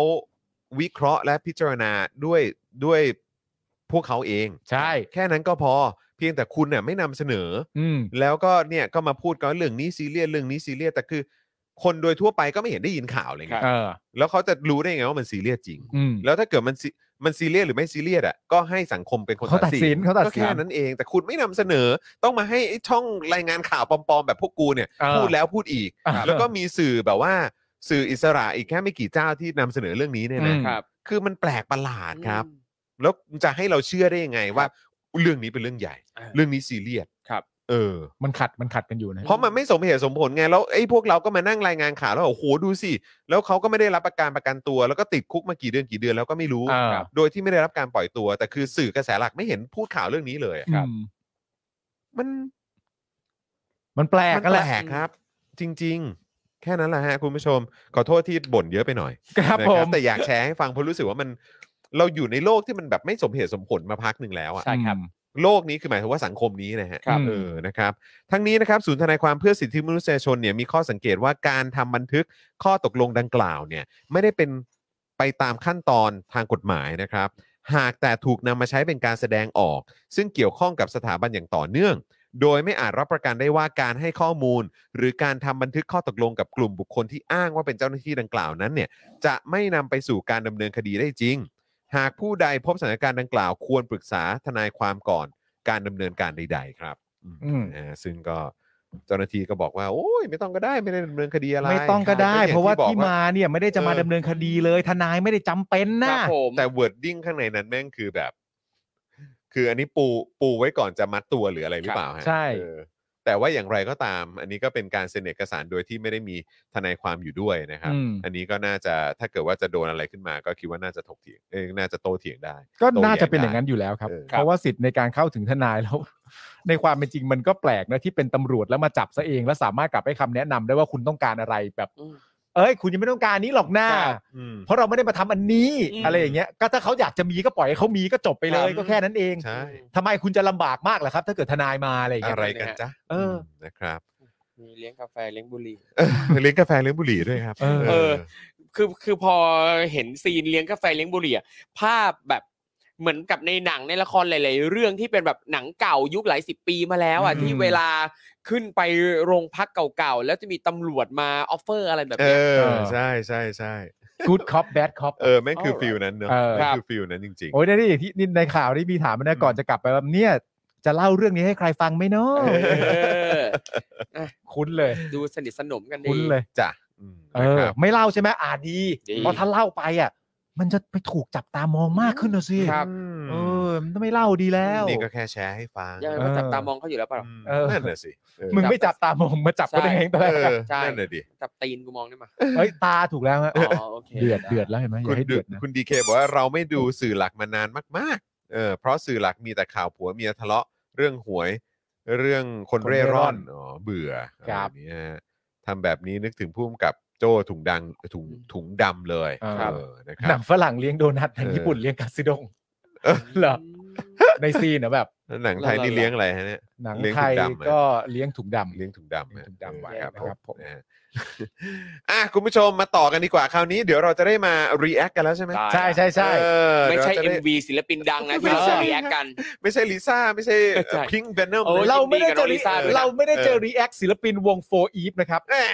วิเคราะห์และพิจารณาด้วยด้วยพวกเขาเอง
ใช่
แค่นั้นก็พอเพียงแต่คุณเนี่ยไม่นำเสนอ
อืม
แล้วก็เนี่ยก็มาพูดกันว่าเรื่องนี้ซีเรียสเรื่องนี้ซีเรียสแต่คือ คนโดยทั่วไปก็ไม่เห็นได้ยินข่าวเลยไง
เออ
แล้วเขาจะรู้ได้ไงว่ามันซีเรียสจริง
อืม
แล้วถ้าเกิดมันซีมันซีเรียสหรือไม่ซีเรียสอ่ะก็ให้สังคมเป็นคน
เขาตั
ตั
ด
ดสิ
สิ
น
นเขาตัด
ก็
สิน
แค่นั้นเองแต่คุณไม่นำเสนอต้องมาให้ไอ้ช่องรายงานข่าวปลอมๆ แบบพวกกูเนี่ย
เออ
พูดแล้วพูดอีก
อ่า
แล้วก็มีสื่อแบบว่า สื่ออิสระอีกแค่ไม่กี่เจ้าที่นำเสนอเรื่องนี้เนี่ยนะ
อืม
ครับ
คือมันแปลกประหลาดครับ แล้วจะให้เราเชื่อได้ยังไงว่า เรื่องนี้เป็นเรื่องใหญ่
อ่า
เรื่องนี้ซีเรียส
ครับ
เออ
มันขัดมันขัดกันอยู่นะ
เพราะมันไม่สมเหตุสมผลไงแล้วไอ้พวกเราก็มานั่งรายงานข่าวแล้วโอ้โหดูสิแล้วเขาก็ไม่ได้รับประกันประกันตัว แล้วก็ติดคุกมากี่เดือนกี่เดือนแล้วก็ไม่รู้
อ่า
โดยที่ไม่ได้รับการปล่อยตัว แต่คือสื่อกระแสหลักไม่เห็นพูดข่าวเรื่องนี้เลยอะ
อืม
มัน
มันแปลก
มัน
กันแห
แป
ละ
ลกครับ จริง ๆ แค่นั้นแหละฮะคุณผู้ชม ขอโทษที่บ่นเยอะไปหน่อย
ครับ
นะ
ผม
แต่อยากแชร์ให้ฟังเพราะรู้สึกว่ามัน เราอยู่ในโลกที่มันแบบไม่สมเหตุสมผลมาพักหนึ่งแล้วอะ
ใช่ครับ
โลกนี้คือหมายถึงว่าสังคมนี้นะฮะ
ครับ
เออนะครับทั้งนี้นะครับศูนย์ทนายความเพื่อสิทธิมนุษยชนเนี่ยมีข้อสังเกตว่าการทำบันทึกข้อตกลงดังกล่าวเนี่ย ไม่ได้เป็นไปตามขั้นตอนทางกฎหมายนะครับ หากแต่ถูกนำมาใช้เป็นการแสดงออก ซึ่งเกี่ยวข้องกับสถาบันอย่างต่อเนื่อง โดยไม่อาจรับประกันได้ว่าการให้ข้อมูล หรือการทำบันทึกข้อตกลงกับกลุ่มบุคคลที่อ้างว่าเป็นเจ้าหน้าที่ดังกล่าวนั้นเนี่ยจะไม่นำไปสู่การดำเนินคดีได้จริง หากผู้ใดพบสถานการณ์ดังกล่าว ควรปรึกษาทนายความก่อน การดำเนินการใด ๆ ครับ
อืม
เออซึ่งก็เจ้าหน้าที่ก็บอกว่า โอ้ย ไม่ต้องก็ได้ไม่ได้ดำเนินคดีอะไร
ไม่ต้องก็ได้
คบ
เพราะว่า
อย่ง
ที่
บอก
มาเนี่ยไม่ได้จะมา
เออ
ดำเนินคดีเลย ทนายไม่ได้จำเป็น
ค
นะ
รับผม
แต่ wording ข้างในนั้นแม่งคือแบบ คืออันนี้ปูปูไว้ก่อนจะมัดตัวหรืออะไรหรือเปล่าฮะ
ใช่
เออแต่ว่าอย่างไรก็ตาม อันนี้ก็เป็นการเซ็นเอกสารโดยที่ไม่ได้มีทนายความอยู่ด้วยนะครับ
อืม
อันนี้ก็น่าจะถ้าเกิดว่าจะโดนอะไรขึ้นมา ก็คิดว่าน่าจะถกเถียงเอ้ยน่าจะโต้เถียงได้
ก็น่าจะเป็นอย่างนั้นอยู่แล้วครับ
เออครับ
เพราะว่าสิทธิ์ในการเข้าถึงทนายแล้ว [laughs] ในความเป็นจริงมันก็แปลกนะที่เป็นตำรวจแล้วมาจับซะเอง แล้วสามารถกลับให้คำแนะนำได้ว่าคุณต้องการอะไรแบบ
อืม
เอ้ย คุณยังไม่ต้องการนี้หรอกนะ
ใช่
อืม
เพราะเราไม่ได้มาทำอันนี้
อืม
อะไรอย่างเงี้ยก็ถ้าเขาอยากจะมีก็ปล่อยให้เขามีก็จบไปเล
ค
ย
รับ
ก็แค่นั้นเอง
ใช่
ทำไมคุณจะลำบากมากล่ะครับ ถ้าเกิดทนายมาอะไรอย่าง
อะ
เงี้ย
ไรกันจ๊ะ
เออ
มนะครับ
มีเลี้ยงกาแฟเลี้ยงบุหรี่
เออเลี้ยงกาแฟเลี้ยงบุหรี่ด้วยครับ
เออ
เออ คือคือพอเห็นซีนเลี้ยงกาแฟเลี้ยงบุหรี่อะภาพแบบเหมือนกับในหนังในละครหลาย ๆ เรื่องที่เป็นแบบหนังเก่ายุคหลายสิบปีมาแล้วอ่ะ
อืม
ที่เวลาขึ้นไปโรงพักเก่า ๆ แล้วจะมีตำรวจมาออฟเฟอร์อะไรแบบ
เอ
เนี้ย
อใช่ใช่ใช่
good cop bad cop
เออแม่งคือฟิลนั้นเนอะ
เออ
แม่ง
ครับ
คือฟิลนั้นจริง
โอ้ยนี่อย่างที่นี่ในข่าวที่มีถามมานะก่อนจะกลับไปแบบเนี่ย จะเล่าเรื่องนี้ให้ใครฟังไหมเนาะ
เออ
คุ้นเลย
ดูสนิทสนมกันดี
คุ้นเลย
ๆจ้ะอืม
เอ
นะ
อ
ครับ
ไม่เล่าใช่ไหมอ่าดี
ดี
เพราะถ้าเล่าไปอ่ะ มันจะไปถูกจับตามองมากขึ้นนะสิ
ครับ
เออมันไม่เล่าดีแล้ว
นี่ก็แค่แชร์ให้ฟัง
ยังไงก็จับตามองเขาอยู่แล้วเปล่า
ม
เออ
นั่นน่ะสิเออ
มึงไม่จับตามองมาจับก็ได้ไงตั้งแต่
เอ
แรกอะ
อ
ใช่
นั่นน่ะดิ
จับตีนกูมองได้มา
เฮ้ยตาถูกแล้วฮะ
อ๋อโอเค
เดือดเดือดแล้วเห็นไหมอ
คุณ
ย่าให้
ดู
เดือดนะ
คุณดีเคบอกว่าเราไม่ดูสื่อหลักมานานมากๆเออเพราะสื่อหลักมีแต่ข่าวผัวเมียทะเลาะเรื่องหวย เรื่องคนเร่ร่อนอ๋อเบื่ออะไอย่างเนี้ยทำแบบนี้นึกถึงพุ่มกับโจ้ถุงดังถุงถุงดำเลยเออนะค
หนั
รับ
งฝรั่งเลี้ยงโดนัทหนังญี่ปุ่นเลี้ยงกาซิดง
เออ
เหรอในซีนเหรอแบบ
แล้วหนังไทยนี่เลี้ยงอะไรฮะเนี่ย
หนัง
เลี้ยง
ไท
ถุง
ย
ดำอะ
ก็เลี้ยงถุงดำ
เลี้ยงถุงดำ
เลี้ยงถุง
เออ
ดำไว้
ครับ
นะครับ
ผ
ผม ม
นะฮะอ่ะคุณผู้ชมมาต่อกันดีกว่าคราวนี้ เดี๋ยวเราจะได้มา react กันแล้วใช่ไหม
ได้
ใช่ใช่ใช่
เออ
ไม่ใช่
เดี๋ยวเราจะด้
MV ศิลปินดังนะที่เรา
ไม่ใช่
จะเรียกกัน
ไม่ใช่ลิซ่า ไม่ใช่
ไม่ใช่
พิงค์เบนเนอร์
โอ้ย
เราไม่ได้เจอ
ยินดีกับน้องลิซ่าด้วยนะ
เราไม่ได้เจอรีแอคศิลปินวง4 e v e นะครับ
เอ้ย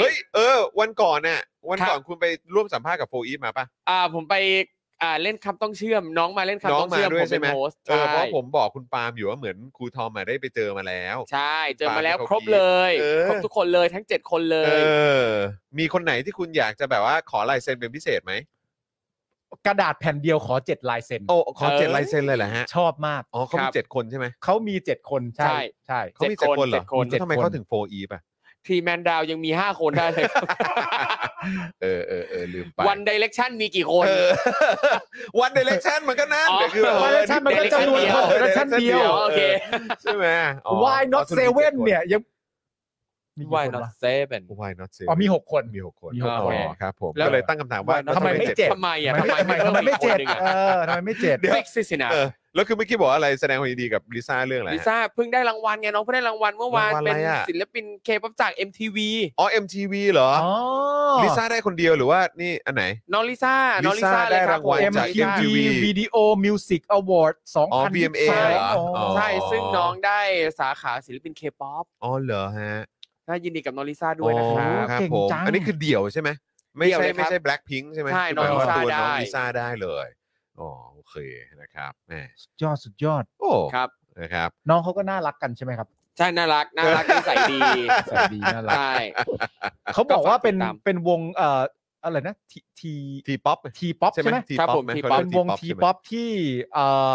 เฮ้ย เออ วันก่อนน่ะ วัน
ครับ
ก่อนคุณไปร่วมสัมภาษณ์กับโฟอีฟมาปะ
อ่าผมไปอ่าเล่นคำต้องเชื่อมน้องมาเล่นคำ
น้อง
ต้องเชื่อม
มาด้ว
ผ
ย
ม
ใช่
เป็น
ไหม
โฮสต์
เออ เพราะผมบอกคุณปาล์มอยู่ว่าเหมือนครูทอมมาได้ไปเจอมาแล้ว
ใช่เจอมาแล้ว
ปาล์ม
ครบเลย
เออ
ครบทุกคนเลยทั้ง 7 คนเล
เอย อ มีคนไหนที่คุณอยากจะแบบว่าขอลายเซ็นเป็นพิเศษไหม
กระดาษแผ่นเดียวขอ 7 ลายเซ็น
โอ้ขอเจ็ด
เออ
ลายเซ็นเลยเหรอฮะ
ชอบมาก
อ๋อเขา
ค
มี
รับ
เจ็ดคนใช่ไหม
เขามี 7 คนใช่
ใช่
ใช่
เขามี
เจ็
เจ็ด
ดค
คน นเหรอ
เจ็ดคน
แล้วทำไมเขาถึงโฟอีฟอ่ะ
ทีแมนดาวยังมี 5 คนได้เลย
เออเออเออลืม [laughs] ไป
วันดิเรกชันมีกี่คน
เออ [laughs] วันเดเรกชันมันก็นั่น
อ๋อ
เดี๋ยวคือแบบ
One Direction มันก็จำนวนคน One Direction เดียว
อ๋อโอเค
ใช่ไหมอ๋อ
Why not
อาสรุปจ็ดค
seven เนี่ยยังมีกี่
Why
คน
not
วะ
seven
Why not seven
อ๋อมี 6 คน
มีหกคน
มีหก
อ๋อ
คน
ครับผม
แล้ว
ก็เลยตั้งคำถามว่า
Why not
ทำไมไม่
seven
เจ็ด
ทำไมอ่ะทำไม
ทำไมทำไมไม่เจ็ดเออทำไมไม่เจ็ด
เดี๋ยว
ฟิกซิสินะ
เออแล้วคือเมื่อกี้บอกอะไรแสดงความยินดีกับลิซ่าเรื่องอะไรฮะ
ลิซ่าเพิ่งได้รางวัลไงน้องเพิ่งได้รางวัลเมื่อวาน
รางวัลอะไร
เป็น
อะ
ศิลปินเคป๊อปจาก MTV
อ๋อ MTV เหรอ
อ๋อ
ลิซ่าได้คนเดียวหรือว่านี่อันไหน
น้องลิซ่าน้องลิ
ลิ
ซ่า
ซ่า
เลยครั
ได้
บ
รางวัล
ผ
จาก MTV
MTV Video Music Award
อ๋อ VMA
2023
เหรอ
อ๋อ
อ๋อ
ใช่ ซึ่งน้องได้สาขาศิลปินเคป๊อป
อ๋อเหรอฮะ
น่ายินดีกับน้องลิซ่าด้วยนะครั
อ๋อบ ครับ
เก่ง
ผม
จัง
อันนี้คือเดี่ยวใช่ไหมไม่
เดี่ยว
ใช่
เลยครับ
ไม่ใช่ Blackpink ใช่ไหม
ใช่
คือ
น้อง
หมย
ลิซ่า
ว่ตัวน้อง
ได้
ลิซ่าได้เลยอ๋อโอเคนะครับแหม
สุดยอดสุดยอด
โอ้
ครับ
นะครับ
น้องเขาก็น่ารักกันใช่ไหมครับ
ใช่น่ารักน่ารั
[laughs]
กนิสัยดี
ใส่ดีน่ารัก
ใช่
เขาบอกว่าเป็น
ก็ฝากติดตาม
เป็นวงเอ่ออะไรนะทีที
ทีป๊อป
ทีป๊อป
ใช่
ใช่
ไหม
ไหม
ที
ครับ
ป๊อป
ผม
ไหม
ที
เขา
ป๊
เรียก
อป
เป็นวงที
ป๊
ป๊
อ
อ
ป
ปที่เอ่อ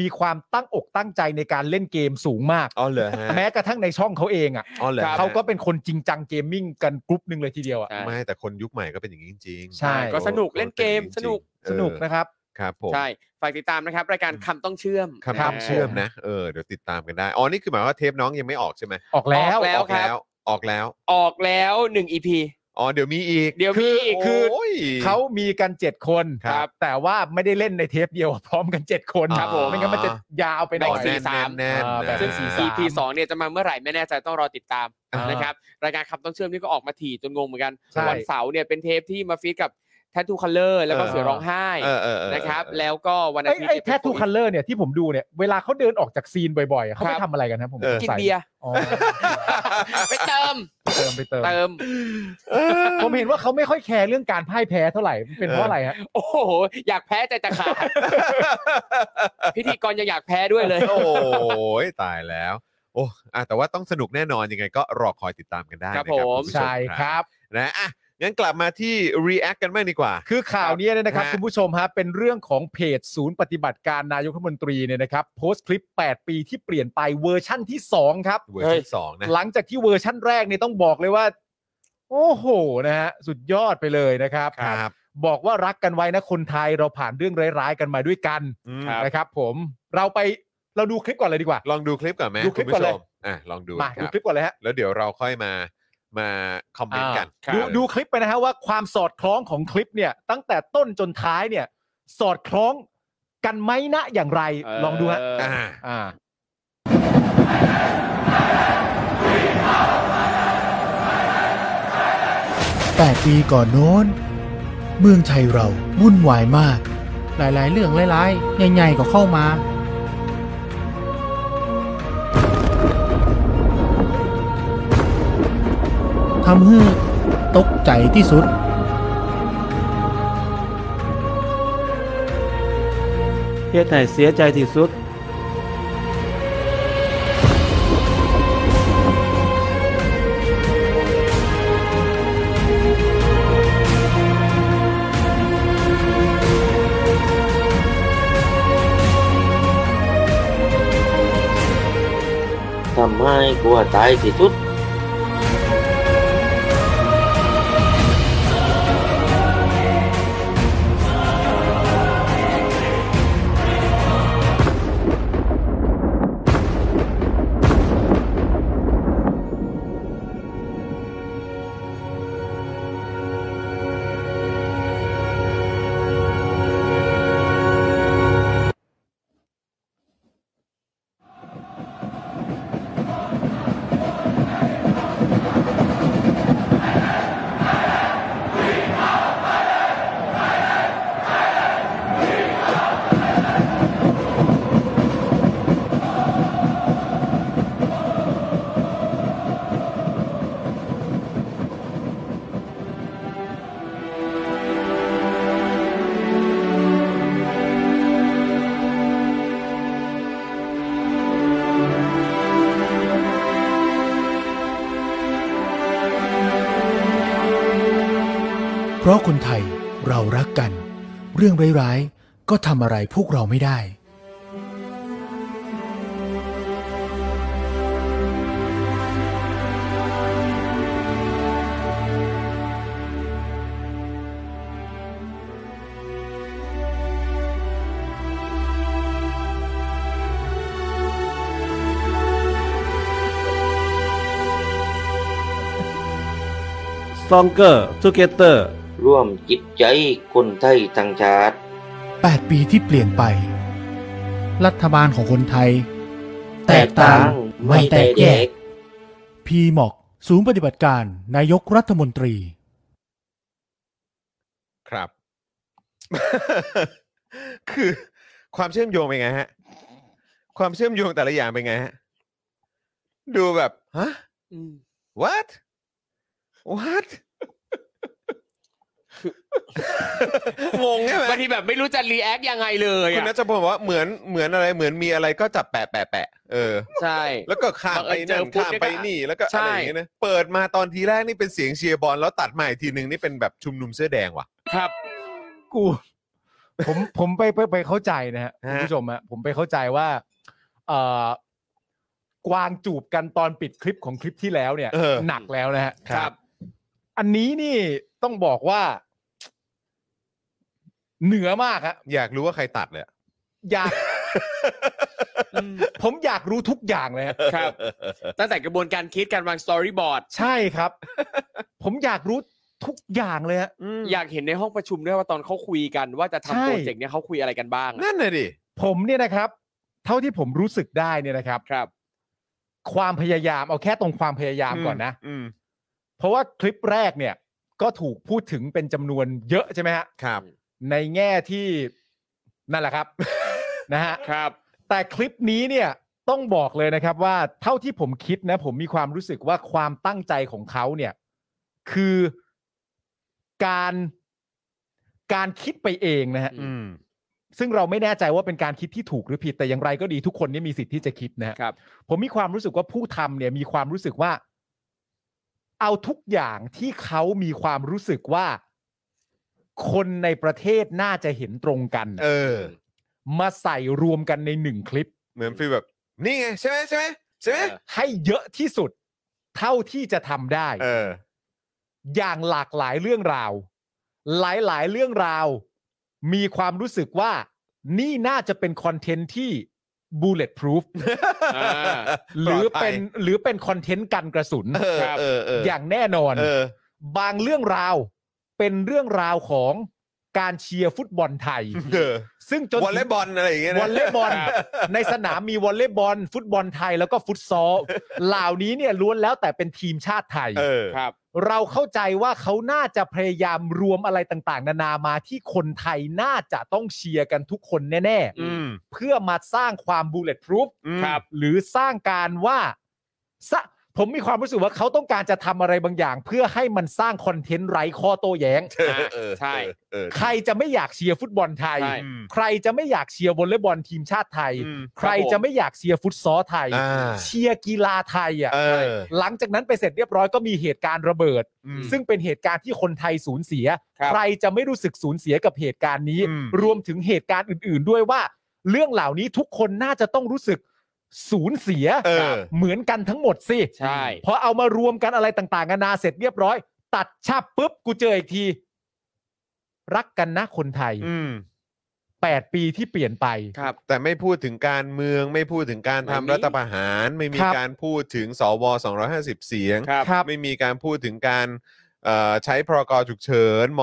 มีความตั้งอกตั้งใจในการเล่นเกมสูงมาก
อ๋อเหรอฮะ
แม้กระทั่งในช่องเขาเองอ่ะ
อ๋อเหรอ
ครับ
ฮะ
เขาก็เป็นคนจริงจังเกมมิ่งกันกรุ๊ปหนึ่งเลยทีเดียวอ่ะ
ใช่
ไม่แต่คนยุคใหม่ก็เป็นอย่างนี้จริงๆ
ใช่
ก็สนุกเล่นเกม
จริงๆ
สนุก
เออ
สนุกนะครับ
ครับผม
ใช่ฝากติดตามนะครับ รายการคำต้องเชื่อม
คำถาม
นะ
เชื่อมนะ เออ เดี๋ยวติดตามกันได้ อ๋อ นี่คือหมายว่าเทปน้องยังไม่ออกใช่ไหม
ออกแล้ว
ออกแล้ว
ออก
ครับ
แล้ว ออกแล้ว
ออกแล้วหนึ่งอีพี
อ๋อ เดี๋ยวมีอีก
เดี๋ยวมีอีก
คือ
โย
เขามีกันเจ็ดคน
ครับ
แต่ว่าไม่ได้เล่นในเทปเดียวพร้อมกันเจ็ดคน
ครับผม
ไม่งั้นมันจะยาวไปหน่อย
แบ่งสี่
แน่น
สาม
แน่น
อ่า
แน่น
แบ่ง
นะ
เป็
ซึ่ง
สี่
4 EP 2เนี่ยจะมาเมื่อไหร่ไม่แน่ใจต้องรอติดตาม
อ่าน
นะครับรายการคำต้องเชื่อมนี่ก็ออกมาถี่จนงงเหมือนกัน
ใช่
วัเสาร์เนี่ยเป็นเทปที่มาฟีดกับ แททูคัลเลอร์แล้วก็
เออ
เสือร้องไห้
เออเออเออ
นะครับ แล้วก็วันอา
ไอ้
ทิตย์
ไอ้
เนี่ย
แททูคัลเลอร์เนี่ยที่ผมดูเนี่ยเวลาเขาเดินออกจากซีนบ่อยๆอะเขาไปทำอะไรกันครับผมสง
กิน
สั
เบียร์
อ๋อ
[laughs] ไปเติม
ไปเติมไปเติม
เติม
ผมเห็นว่าเขาไม่ค่อยแคร์เรื่องการพ่ายแพ้เท่าไหร่มันเป็นเพราะอะไรฮะ
โอ้โห อยากแพ้ใจจะ
[laughs]
ขาด พิธีกรยังอยากแพ้ด้วยเลย
โอ้ยตายแล้ว โอ้อ่ะแต่ว่าต้องสนุกแน่นอนยังไงก็รอคอยติดตามกันได้นะครับ
ผม
ณผู้
ใช่
ม
ครับ
นะอ่ะงั้นกลับมาที่ React กันบ้างดีกว่า
คือข่าวนี้เนี่ยนะครับ
ฮะ
คุณผู้ชมฮะเป็นเรื่องของเพจศูนย์ปฏิบัติการนายกรัฐมนตรีเนี่ยนะครับโพสต์คลิป 8 ปีที่เปลี่ยนไปเวอร์ชั่นที่ 2 ครับ
เวอร์ชันสองนะ
หลังจากที่เวอร์ชั่นแรกเนี่ยต้องบอกเลยว่า โอ้โหนะฮะสุดยอดไปเลยนะครับ
ครับ
บอกว่ารักกันไว้นะคนไทยเราผ่านเรื่องร้ายๆกันมาด้วยกัน
อืม
นะครับ ผมเราไปเราดูคลิปก่อนเลยดีกว่า
ลองดูคลิปก่อนไหม
ดูคลิปก่อนเล
ณ
ย
ผู้ชมอ่ะลองดู
มา
ค
ดู
รับ
คลิปก่อนเลยฮะ
แล้วเดี๋ยวเราค่อยมามาคอมเมนต์กัน
ดู
เออ
ดูคลิปไปนะฮะว่าความสอดคล้องของคลิปเนี่ย ตั้งแต่ต้นจนท้ายเนี่ย สอดคล้องกันไหมนะอย่างไร ลองดูฮะ
เออ
อ่า
อ่า
8 ปีก่อนโน้น เมืองไทยเราวุ่นวายมาก หลายๆ เรื่องหลายๆ ใหญ่ๆ ก็เข้ามา ทำให้ตกใจที่สุด
เฮ็ดให้เสียใจที่สุด
ทำให้กลัวตายที่สุด
เพราะคนไทยเรารักกัน เรื่องร้ายๆ ก็ทำอะไรพวกเราไม่ได้
Stronger Together
ร่วมจิตใจคนไทยทั้งชาติ
8 ปีที่เปลี่ยนไป รัฐบาลของคนไทย แตกต่าง ไม่แตกแยก พีหมอกศูนย์ปฏิบัติการนายกรัฐมนตรี
ครับ [laughs] คือความเชื่อมโยงเป็นไงฮะ ความเชื่อมโยงแต่ละอย่างเป็นไงฮะ ดูแบบฮะ
อืม
what what งงใช่ไหม
บางทีแบบไม่รู้จะรีแอคยังไงเลย
คุณ
อะ
นัชพลบอกว่าเหมือนเหมือนอะไรเหมือนมีอะไรก็จับแปะแปะแปะเออ
ใช่
แล้วก็ข้ามไป
บังเอิญเจ
นั่น
อปุ๊บ
ข้ามไป
เนี่ยก็
นี่แล้วก็
ใช่
อะไรอย่างเงี้ยนะเปิดมาตอนทีแรกนี่เป็นเสียงเชียร์บอลแล้วตัดมาอีกทีหนึ่งนี่เป็นแบบชุมนุมเสื้อแดงว่ะ
ครับ
กู ผมผมไปไปไปเข้าใจนะฮะ
ฮะ
คุณผู้ชมฮะผมไปเข้าใจว่าเอ่อกวางจูบกันตอนปิดคลิปของคลิปที่แล้วเนี่ย
เออ
หนักแล้วนะฮะ
ครับ
อันนี้นี่ต้องบอกว่า เหนือมากฮะ
อยากรู้ว่าใครตัด
[laughs]
เลยอะ
อยาก ผมอยากรู้ทุกอย่างเลยฮะ
ครับ ตั้งแต่กระบวนการคิดการวางสตอรี่บอร์ด
ใช่ครับ [laughs] ผมอยากรู้ทุกอย่างเลยฮะ
อยากเห็นในห้องประชุมด้วยว่าตอนเขาคุยกันว่าจะ
ใช่
ทำโปรเจกต์เนี้ยเขาคุยอะไรกันบ้างอะ
นั่นน่ะดิ
ผมเนี่ยนะครับ เท่าที่ผมรู้สึกได้เนี่ยนะครับ
ครับ
ความพยายามเอาแค่ตรงความพยายามก่อนนะ
อืม
เพราะว่าคลิปแรกเนี่ย ก็ถูกพูดถึงเป็นจำนวนเยอะใช่ไหมฮะ
ครับ
ในแง่ที่นั่นแหละครับ [laughs] นะฮะ
ครับ
แต่คลิปนี้เนี่ยต้องบอกเลยนะครับว่าเท่าที่ผมคิดนะ ผมมีความรู้สึกว่าความตั้งใจของเขาเนี่ย คือการการคิดไปเองนะฮะ
อืม
ซึ่งเราไม่แน่ใจว่าเป็นการคิดที่ถูกหรือผิดแต่อย่างไรก็ดีทุกคนเนี่ยมีสิทธิ์ที่จะคิดนะฮะ
ครับ
ผมมีความรู้สึกว่าผู้ทำเนี่ยมีความรู้สึกว่า เอาทุกอย่างที่เขามีความรู้สึกว่า คนในประเทศน่าจะเห็นตรงกันน่ะ
เออ
มาใส่รวมกันในหนึ่งคลิป
เหมือนฟีลแบบ นี่ไงใช่ไหมใช่ไหมใช่ไหม
ให้เยอะที่สุด เท่าที่จะทำได้
เออ
อย่างหลากหลายเรื่องราว หลายๆเรื่องราว มีความรู้สึกว่า นี่น่าจะเป็นคอนเทนต์ที่ bullet proof
อ่า
หรือเป็นหรือเป็นคอนเทนต์กันกระสุน
เออเออเออ
อย่างแน่นอน
เออ
บางเรื่องราวเป็นเรื่องราวของการเชียร์ฟุตบอลไทย
เออ
ซึ่งจน
วอลเลย์บอลอะไรอย่างเงี้ยนะ
วอลเลย์บอล ในสนามมีวอลเลย์บอล ฟุตบอลไทยแล้วก็ฟุตซอล เหล่านี้เนี่ยล้วนแล้วแต่เป็นทีมชาติไทย
เออ
ครับ
เราเข้าใจว่าเขาน่าจะพยายามรวมอะไรต่างๆ นานามาที่คนไทยน่าจะต้องเชียร์กันทุกคนแน่
อืม
ๆ เพื่อมาสร้างความบูเลตพรูฟ
อืม
หรือสร้างการว่าสะผมมีความรู้สึกว่าเขาต้องการจะทำอะไรบางอย่าง เพื่อให้มันสร้างคอนเทนต์ไร้ข้อโต้แย้ง
เออเออ
ใช่
เออ
ใครจะไม่อยากเชียร์ฟุตบอลไทย
ใช่
ใครจะไม่อยากเชียร์วอลเลย์บอลทีมชาติไทย
อืม
ใครจะไม่อยากเชียร์ฟุตซอลไทย
อ่า
เชียร์กีฬาไทยอ่ะ
เออ
หลังจากนั้นไปเสร็จเรียบร้อยก็มีเหตุการณ์ระเบิด
อืม
ซึ่งเป็นเหตุการณ์ที่คนไทยสูญเสีย
ครับ
ใครจะไม่รู้สึกสูญเสียกับเหตุการณ์นี้
อืม
รวมถึงเหตุการณ์อื่น ๆ ด้วยว่า เรื่องเหล่านี้ทุกคนน่าจะต้องรู้สึกสูญเสีย
เออ
เหมือนกันทั้งหมดสิ
ใช่
พอเอามารวมกันอะไรต่างๆนานาเสร็จเรียบร้อย ตัดชับปุ๊บกูเจออีกที รักกันนะคนไทย
อืม
แปดปีที่เปลี่ยนไป
ครับ
แต่ไม่พูดถึงการเมืองไม่พูดถึงการ
ไม่
ทำ
มี
รัฐประหาร ไม่มี
ครับ
การพูดถึงสว250 เสียง
ครับ
ครับ
ไม่มีการพูดถึงการเอ่อใช้พรกฉุกเฉินม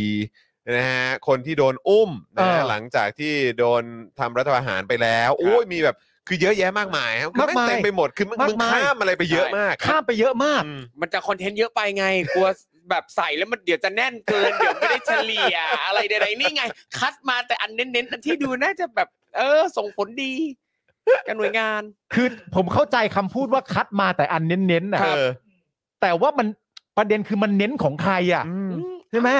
.44 นะฮะคนที่โดนอุ้มนะฮะ
เออ
หลังจากที่โดนทำรัฐประหารไปแล้วโอ้ยมีแบบคือเยอะแยะมากมายครับคือแม่ง
มากมาย
เต็มไปหมดคือมึง
มาก
มึง
มาย
ข้ามอะไรไปเยอะมาก
ข้ามไปเยอะมาก
อืม
มันจะคอนเทนต์เยอะไปไง กลัวแบบใส่แล้วมันเดี๋ยวจะแน่นเกิน เดี๋ยวไม่ได้เฉลี่ย อะไรใดๆนี่ไง คัดมาแต่อันเน้นๆอันที่ดูน่าจะแบบ เออ ส่งผลดีกับหน่วยงาน
คือผมเข้าใจคำพูดว่าคัดมาแต่อันเน้นๆนะ
เออ
แต่ว่ามันประเด็นคือมันเน้นของใครอ่ะ
อืม
ใช่ไหม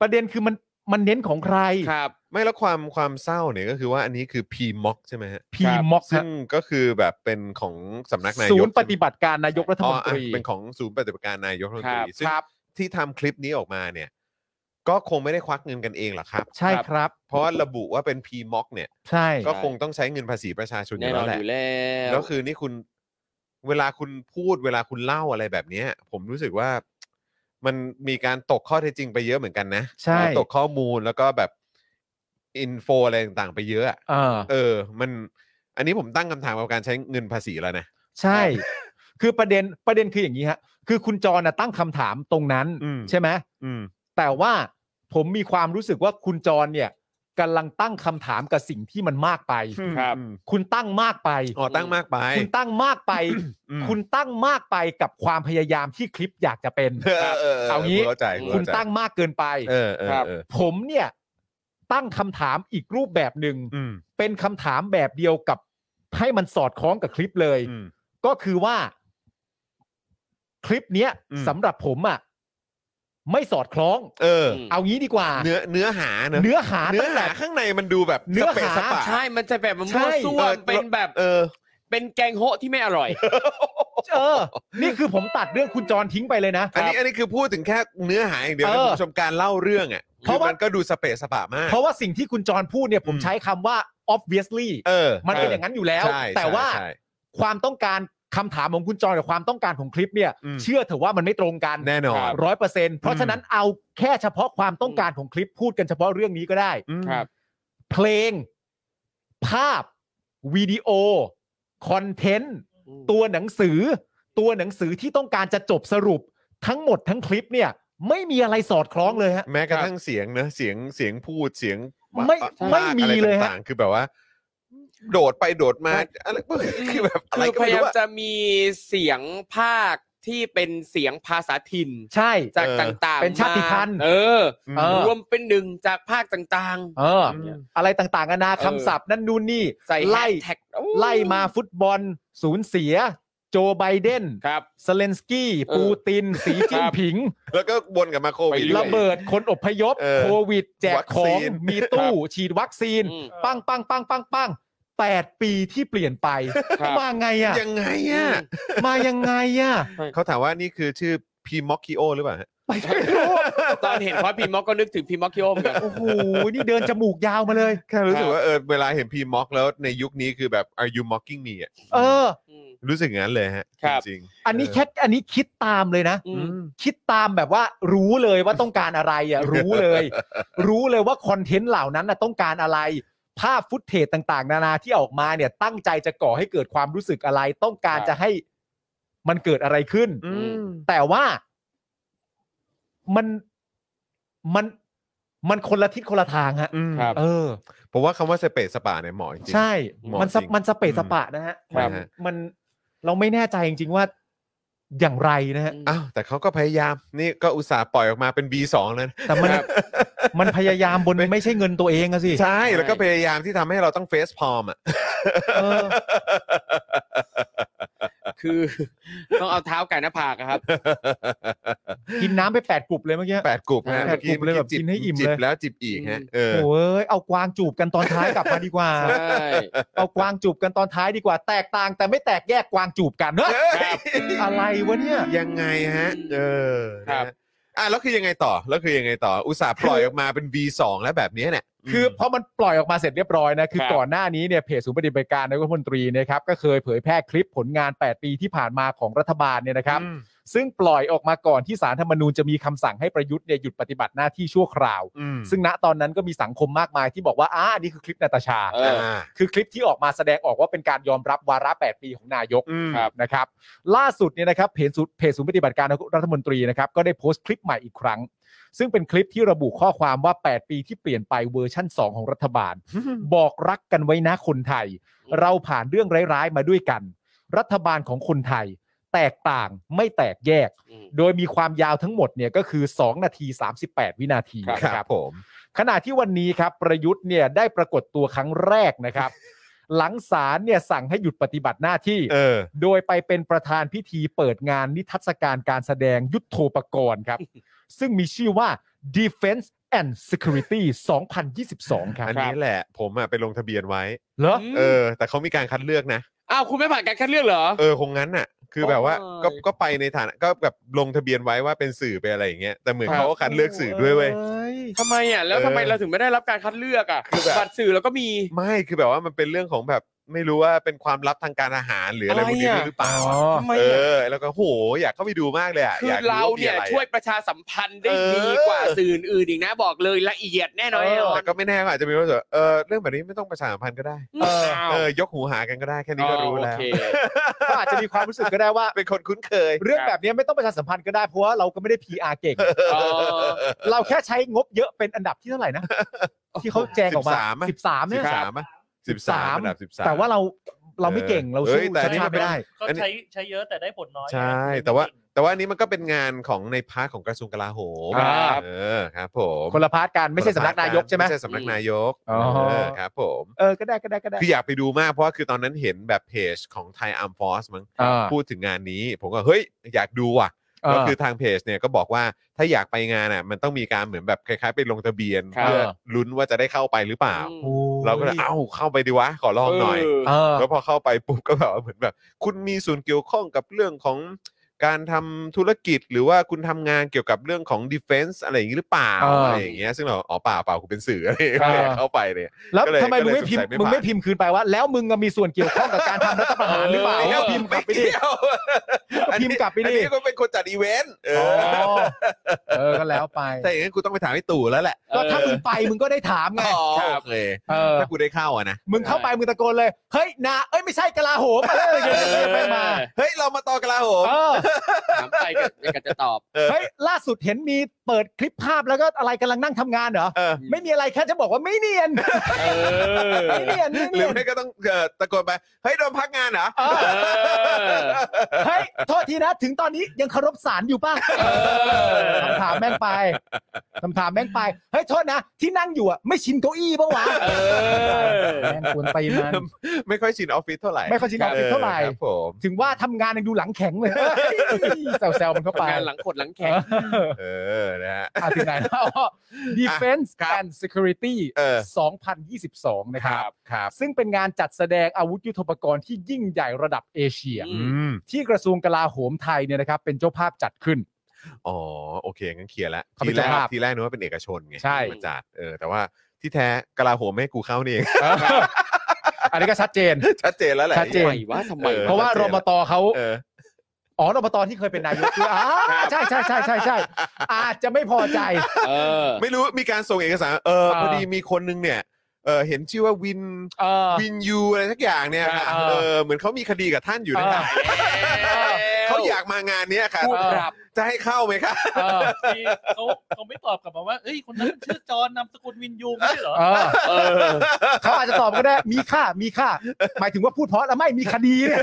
ประเด็นคือมันมันเน้นของใคร
ครับ
ไม่แล้วความความเศร้าเนี่ยก็คือว่าอันนี้คือ P m o c ใช่ไหมฮะ
พีม็อก
ซึ่งก็คือแบบเป็นของสำนักนายก
ศูนย์ปฏิบัติการนายกรัฐ
อ๋อ
มนต
อ่ะ
รี
เป็นของศูนย์ปฏิบัติการนายกรัฐมนตรีซึ่ง
ครับ
ที่ทำคลิปนี้ออกมาเนี่ย ก็คงไม่ได้ควักเงินกันเองหรอกครับ
ใช่ครับ
เพราะว่าระบุว่าเป็น P m o c เนี่ย
ใช่
ก็คงต้องใช้เงินภาษีประชาชนอ
แน่
ยู่
น
แล้
อ
ว
น
แหละ
อยู่แล้ว
แล้วคือนี่คุณเวลาคุณพูดเวลาคุณเล่าอะไรแบบเนี้ย ผมรู้สึกว่า มันมีการตกข้อเท็จจริงไปเยอะเหมือนกันนะ
ใช่
ตกข้อมูลแล้วก็แบบอินโฟอะไรต่างๆ ไปเยอะอะ
เออ
เออ มัน อันนี้ผมตั้งคำถามกับการใช้เงินภาษีแล้วนะ
ใช่ คือประเด็นประเด็นคืออย่างนี้ฮะ คือคุณจรนะตั้งคำถามตรงนั้น
อืม
ใช่ไหม
อืม
แต่ว่าผมมีความรู้สึกว่าคุณจรเนี่ยกำลังตั้งคำถามกับสิ่งที่มันมากไป
ครับ
คุณตั้งมากไป
อ๋อ ตั้งมากไป
คุณตั้งมากไป
อืม
คุณตั้งมากไปกับความพยายามที่คลิปอยากจะเป็น
เออเออ
เอางี้
เข้าใจ
คุณ
เข้าใจ
ตั้งมากเกินไป
เออเออเออ
ผมเนี่ยตั้งคำถามอีกรูปแบบหนึ่ง
อืม
เป็นคำถามแบบเดียวกับให้มันสอดคล้องกับคลิปเลย
อืม
ก็คือว่า คลิปเนี้ย
อืม
สำหรับผมอ่ะไม่สอดคล้อง
เออ
อืม
เอางี้ดีกว่า
เนื้อ เนื้อหาเนอะ
เนื้อหา
เนื้อ
ตั้ง
หา
แต่
ข้างในมันดูแบบ
เนื้อ
สปะ
หา
สปะ
ใช่มันจะแบบมันมั่วซั่ว
ใช่
เป็นแบบ
เออ
เป็นแกงโฮะที่ไม่อร่อย
เออ นี่คือผมตัดเรื่องคุณจรทิ้งไปเลยนะ
อันนี้ อันนี้คือพูดถึงแค่เนื้อหาอย่างเดียวนะ
เออ
คุณผู้ชมการเล่าเรื่องอ่ะ
เพราะ
คือ
ว่ามั
นก็ดูสเปะสปะมาก
เพราะว่าสิ่งที่คุณจรพูดเนี่ย ผม
อืม
ใช้คำว่า obviously
เออ
มันเป็นอย่างนั้นอยู่แล้ว
ใช่ใช่
แต่ว่า
ใช่
ความต้องการคำถามของคุณจอยกับความต้องการของคลิปเนี่ย
อืม
เชื่อเถอะว่ามันไม่ตรงกัน
แน่นอน
ร้อยเปอร์เซ็นต์เพราะฉะนั้นเอาแค่เฉพาะความต้องการของคลิปพูดกันเฉพาะเรื่องนี้ก็ได้
อืม
ครับ
เพลง ภาพ วิดีโอ คอนเทนต์ ตัวหนังสือ ตัวหนังสือที่ต้องการจะจบสรุป ทั้งหมดทั้งคลิปเนี่ย ไม่มีอะไรสอดคล้องเลยฮะ
แม้กระทั่งเสียงเนอะเสียงเสียงพูดเสียง
ไม่ไม่มี
อะไร
เลยฮะ
ต่างๆคือแบบว่า [laughs] โดดไปโดดมาอะไรคือแบบอะไร
คือ
ก็
พ
ไม่
ยายาม
รู้อะ
จะมีเสียงภาค ที่เป็นเสียงภาษาถิ่น
ใช่
จาก
เออ
ต่างๆ
เป็นชาติพันธุ์
มาเออ
เออ
รวมเป็นหนึ่งจากภาคต่าง
เออ อะไรต่างๆนานาคำศัพท์นั่นนู่นนี่
ๆ ใส่
ไล่
แท็ก
ไล่มาฟุตบอล ศูนย์เสีย โจไบเดน
ครับ
เซเลนสกี้
เออ
ปูติน สีจิ้น
ครับ
ผิง
แล้วก็วนกลับมาโควิด
ไปรื่อย
ระเบิดคนอพยพ
เออ
โควิด แจก
วัค
ข
ซี
อง
น
มีตู้ ฉีดวัคซีน
อืม
ปังปังปังปังปังแปดปีที่เปลี่ยนไป
ครับ
มาไงอ่ะ
ยังไงอ่ะ
มายังไงอ่ะ
เขาถามว่านี่คือชื่อพีมอคคิโอหรือเปล่าฮะ
ไปไม่รู้
ตอนเห็นพอดพีมอกก็นึกถึงพีมอกคิโอมอนกัน
โอ้โห นี่เดินจมูกยาวมาเลย
แค่รู้สึก
ครับ
ว่าเออเวลาเห็นพีมอคแล้วในยุคนี้คือแบบ are you mocking me อ่ะ
เออ
อืม
รู้สึกงั้นเลยฮะ
ครับ
จริงๆ
อันนี้แค่อันนี้คิดตามเลยนะ
อื
อื
ม
ม
คิดตามแบบว่ารู้เลยว่าต้องการอะไรอ่ะ รู้เลย รู้เลยว่าคอนเทนต์เหล่านั้นน่ะต้องการอะไร ภาพฟุตเทจต่างๆ นานาที่ออกมาเนี่ย ตั้งใจจะก่อให้เกิดความรู้สึกอะไร ต้องการ
ครับ
จะให้มันเกิดอะไรขึ้น
อืม
แต่ว่ามันมันมันคนละทิศคนละทางฮะ
ครับ
เออ
ผมว่าคำว่าสเปซสปาเนี่ยเหมาะจริง
ใช่
หมอ
มันสะ
จริง
มันสเปซสปะนะฮะ
ครับ
มันมันเราไม่แน่ใจจริงๆว่าอย่างไรนะฮะ
อ้าวแต่เขาก็พยายาม นี่ก็อุตส่าห์ปล่อยออกมาเป็น B2 แล้วนะ
แต่มัน
ครับ
มันพยายามบนไม่ใช่เงินตัวเองอะสิ
ใช่แล้วก็พยายามที่ทำให้เราต้องเฟซพอมอ่ะ
เออ
คือ ต้องเอาเท้าไก่หน้าผากอะครับ
กินน้ำไปแปดกลุ่มเลยเมื่อกี้
แปดกลุ่มฮะ
แปดกลุ่มเลยแบบกินให้อิ่มเลย
จิบแล้วจิบอีกฮะเออ
โอ้ยเอากวางจูบกันตอนท้ายกลับมาดีกว่า
ใช่
เอากวางจูบกันตอนท้ายดีกว่า แตกต่างแต่ไม่แตกแยกกวางจูบกันเนอะ
เอ้ย
อะไรวะเนี่ย
ยังไงฮะ เออนะฮะอ่ะแล้วคือยังไงต่อแล้วคือยังไงต่อ อุตส่าห์ปล่อยออกมาเป็น B2 แล้วแบบเนี้ยเนี่ย
คือพอมันปล่อยออกมาเสร็จเรียบร้อยนะ คือ
ครับ
ก่อนหน้านี้เนี่ยเพจศูนย์ปฏิบัติการนายกรัฐมนตรีเนะครับก็เคยเผยแพร่คลิปผลงาน 8 ปีที่ผ่านมาของรัฐบาลเนี่ยนะครับ
อืม
ซึ่งปล่อยออกมาก่อนที่สารธรรมนูญจะมีคำสั่งให้ประยุทธ์เนี่ยหยุดปฏิบัติหน้าที่ชั่วคราว
อืม
ซึ่งณตอนนั้นก็มีสังคมมากมายที่บอกว่าอ่านี่คือคลิปนาตาชา
เออ
อ่า
คือคลิปที่ออกมาแสดงออกว่าเป็นการยอมรับวาระ 8 ปีของนายก
อืม
ครับ
นะครับ ล่าสุดเนี่ยนะครับเพจศูนย์เพจศูนย์ปฏิบัติการรัฐมนตรีนะครับก็ได้โพสต์คลิปใหม่อีกครั้ง ซึ่งเป็นคลิปที่ระบุข้อความว่า 8 ปีที่เปลี่ยนไปเวอร์ชั่น 2 ของรัฐบาล บอกรักกันไว้นะคนไทย เราผ่านเรื่องร้ายๆมาด้วยกัน รัฐบาลของคนไทย แตกต่างไม่แตกแยก
อืม
โดยมีความยาวทั้งหมดเนี่ยก็คือ 2 นาที 38 วินาที
ครับ
นะ
ครับผม
ขณะที่วันนี้ครับประยุทธ์เนี่ยได้ปรากฏตัวครั้งแรกนะครับ หลังศาลเนี่ยสั่งให้หยุดปฏิบัติหน้าที่
เออ
โดยไปเป็นประธานพิธีเปิดงานนิทรรศการการแสดงยุทโธปกรณ์ครับ ซึ่งมีชื่อว่า Defense and Security 2022 ครับ
อันนี้แหละ ผมอ่ะไปลงทะเบียนไว้
เหรอ
เออ แต่เขามีการคัดเลือกนะ
อ้าวคุณไม่ผ่านการคัดเลือกเหรอ
เออคงงั้นน่ะ คือแบบว่า
โอ้ย
ก็ก็ไปในฐานะก็แบบลงทะเบียนไว้ว่าเป็นสื่อไปอะไรอย่างเงี้ยแต่เหมือน
ครับ
เขาก็คัดเลือกสื่อด้วยเว้ย
ทำไมอ่ะแล้วทำไม
เออ
เราถึงไม่ได้รับการคัดเลือกอ่ะ
คือแบบ
บัตรสื่อเราก็มี
ไม่คือแบบว่ามันเป็นเรื่องของแบบไม่รู้ว่าเป็นความลับทางการอาหารหรืออะไร
อะไร
พวกนี้
อ่ะ
ด้วยหรือเปล่า
อ๋อ
ทำไม
เอ
อ่ะ
อ แล้วก็โหอยากเข้าไปดูมากเลยอ่ะ
คื
ย
อกเรา
มี
เนี่ย
อะไรอ่ะ
ช่วยประชาสัมพันธ์ได้
เออ
ดีกว่าสื่ออื่นอีกนะบอกเลยละเอียดแน่นอน
เออแต่ก็ไม่แน่ก็อาจจะมีรู้สึกว่าเออเรื่องแบบนี้ไม่ต้องประชาสัมพันธ์ก็ได้
เออ
เออยกหูหากันก็ได้แค่นี้ก็รู้แล้ว
โอเค
ก็อาจจะมีความรู้สึกก็ได้ว่า
เป็นคนคุ้นเคย
เรื่องแบบนี้ไม่ต้องประชาสัมพันธ์ก็ได้เพราะว่าเราก็ไม่ได้ PR เก่ง
อ๋อ
เราแค่ใช้งบเยอะเป็นอันดับที่เท่าไหร่นะ ที่เขาแจงออกมา
สิบสาม
13เนี่ย
สิบสามอะสิบสามอันดับสิบสาม
แต่ว่าเราเราไม่เก่งเรา
เอ้
สู้
ยแต่อันนี้
ชา
มันเป็
ติ
น
ไม่ได้
ก็ใช้ใช้เยอะแต่ได้ผลน้อย
ใช่
นะ
แต่ว่าแต่ว่าอันนี้มันก็เป็นงานของในพาร์ทของกระทรวงกลาโหม
ครับ
เออครับ ผม
คนละพาร์ทกันไม่ใช่สำนักนายกใช่ไหม
ไม่ใช่สำนักนายก
อ๋อ
เออครับ ผม
เออ ก็ได้ก็ได้ก็ได้
คืออยากไปดูมากเพราะว่าคือตอนนั้นเห็นแบบเพจของไทยอัมฟอสมั้ง
อ่า
พูดถึงงานนี้ ผมก็เฮ้ยอยากดูว่ะ
เออ
ก็คือทางเพจเนี่ยก็บอกว่าถ้าอยากไปงานอ่ะ มันต้องมีการเหมือนแบบคล้ายๆไปลงทะเบียน
ครับ
เพื่อลุ้นว่าจะได้เข้าไปหรือเปล่า
อืม
เราก็เลยเอ้าเข้าไปดีวะขอลองหน่อย
เ
เออ
แล้วพอเข้าไปปุ๊บก็แบบว่าเหมือนแบบ คุณมีส่วนเกี่ยวข้องกับเรื่องของการทำธุรกิจ หรือว่าคุณทำงานเกี่ยวกับเรื่องของ defense อะไรอย่างนี้หรือเปล่า
เอออ
อะไรอย่างเงี้ยซึ่งเราอ๋อเปล่าเปล่ากูเป็นสื่ออะไรอย่างเงี้ย
เออ
เข้าไปเนี่ย
แล้ว
ก็เลย
ทำไมมึง
ก็เลย
ไม่พิม
สงสัย
พ์
ไม่ผ่าน
มึงไม่พิมพ์คืนไปว่า แล้วมึงก็มีส่วนเกี่ยวข้องกับการทำรัฐประหารหรือเปล่า
เออ
แล้วพิมพ์กลับไปดิ
เยว
พิมพ์กลับไปดิ
อันนี้ก็เป็นคนจัดอีเวนต์เอ
อ๋
อ
อเออก็แล้วไป
แต่อย่างงั้นกูต้องไปถามไอ้ตู่แล้วแหละ
ก็ถ้ามึงไปมึงก็ได้ถามไง
อ๋อโอเค
เออ
ถ้ากูได้เข้าอ่ะนะ
มึงเข้าไปมึงตะโกนเลยเฮ้ยนาเอ้ยไม่ใช่กลาโหมอะไรอย่างเงี้ยไม่มา
เฮ้ยเรามาต่อกนแลาโหม
เออ
ถามไปก็อยากจะตอบ
เฮ้ยล่าสุดเห็นมีเปิดคลิปภาพแล้วก็อะไรกำลังนั่งทำงานเหรอ
เออ
ไม่มีอะไรแค่จะบอกว่าไม่เนียน
เออ
ไม่เนียนไม่
หรื
เนี
อย
น
ไม่ก็ต้องเอ่อตะโกนไปเฮ้ยโดนพักงานเหรอ
เออ
อ
เฮ้ยโทษทีนะ ถึงตอนนี้ยังเคารพศาลอยู่ป่ะ
อ
คำถามแม่งไปคำถามแม่งไปเฮ้ยโทษนะ ที่นั่งอยู่อะไม่ชินเก้าอี้ปะวะ
เออ
แม่งควรไปมัน
ไม่ค่อยชินออฟฟิศเท่าไหร่
ไม่ค่อยชินออฟฟิศเท่าไหร่
ครับผม
ถึงว่าทำงานยังดูหลังแข็งเลยเฮ้ยแซวๆมันเข้าไป
งานหลังขดหลังแข็ง
เออนะฮะ
อ่ะถึงไหน [laughs] แล้ว Defense
ครับ
and Security
เออ
2022 นะค
ค
รั
รับ บครับ
ซึ่งเป็นงานจัดแสดงอาวุธยุทโธปกรณ์ที่ยิ่งใหญ่ระดับเอเชีย
อื
อืม
ที่กระทรวงกลาโหมไทยเนี่ยนะครับ เป็นเจ้าภาพจัดขึ้น
อ๋อโอเคงั้นเคลียร์แล้ว
เขาเป็
ที
น
แร
เจ้าก ภาพ
ทีแรกนึกว่าเป็นเอกชนไง
ใช่
ที่มาจัดเออแต่ว่าที่แท้กลาโหมไม่ให้กูเข้านี่เอง [laughs]
อันนี้ก็ชัดเจน
ชัดเจนแล้วแหละ
ชัดเจน
ทำไมว่าทำไม
เออ
เพราะว่ารมตเขา
เออ
อ๋อรมตที่เคยเป็นนายกคืออ่าใช่ใช่ใช่ใช่ใช่อาจจะไม่พอใจ
เออ
ไม่รู้มีการส่งเอกสารเออ
เออ
พอดีมีคนนึงเนี่ยเออเห็นชื่อว่าวิน
เออ
วินยูอะไรสักอย่างเนี่ยค่ะ
เออ
เออเหมือนเขามีคดีกับท่านอยู่นะ
เออ
คะเขาอยากมางานเนี้ยค่ะ
พูดครับ
จะให้เข้าไหมคะ
เออ
ที่เขาเขาไม่ตอบกลับมาว่าเอ้ยคนนั้นมันชื่อจอนนามสกุลวินยูไม่ใช่เหรอ
เออ
เออ
เขาอาจจะตอบก็ได้มีค่ามีค่า หมายถึงว่าพูดเพราะแล้วไม่มีคดีเนี่ย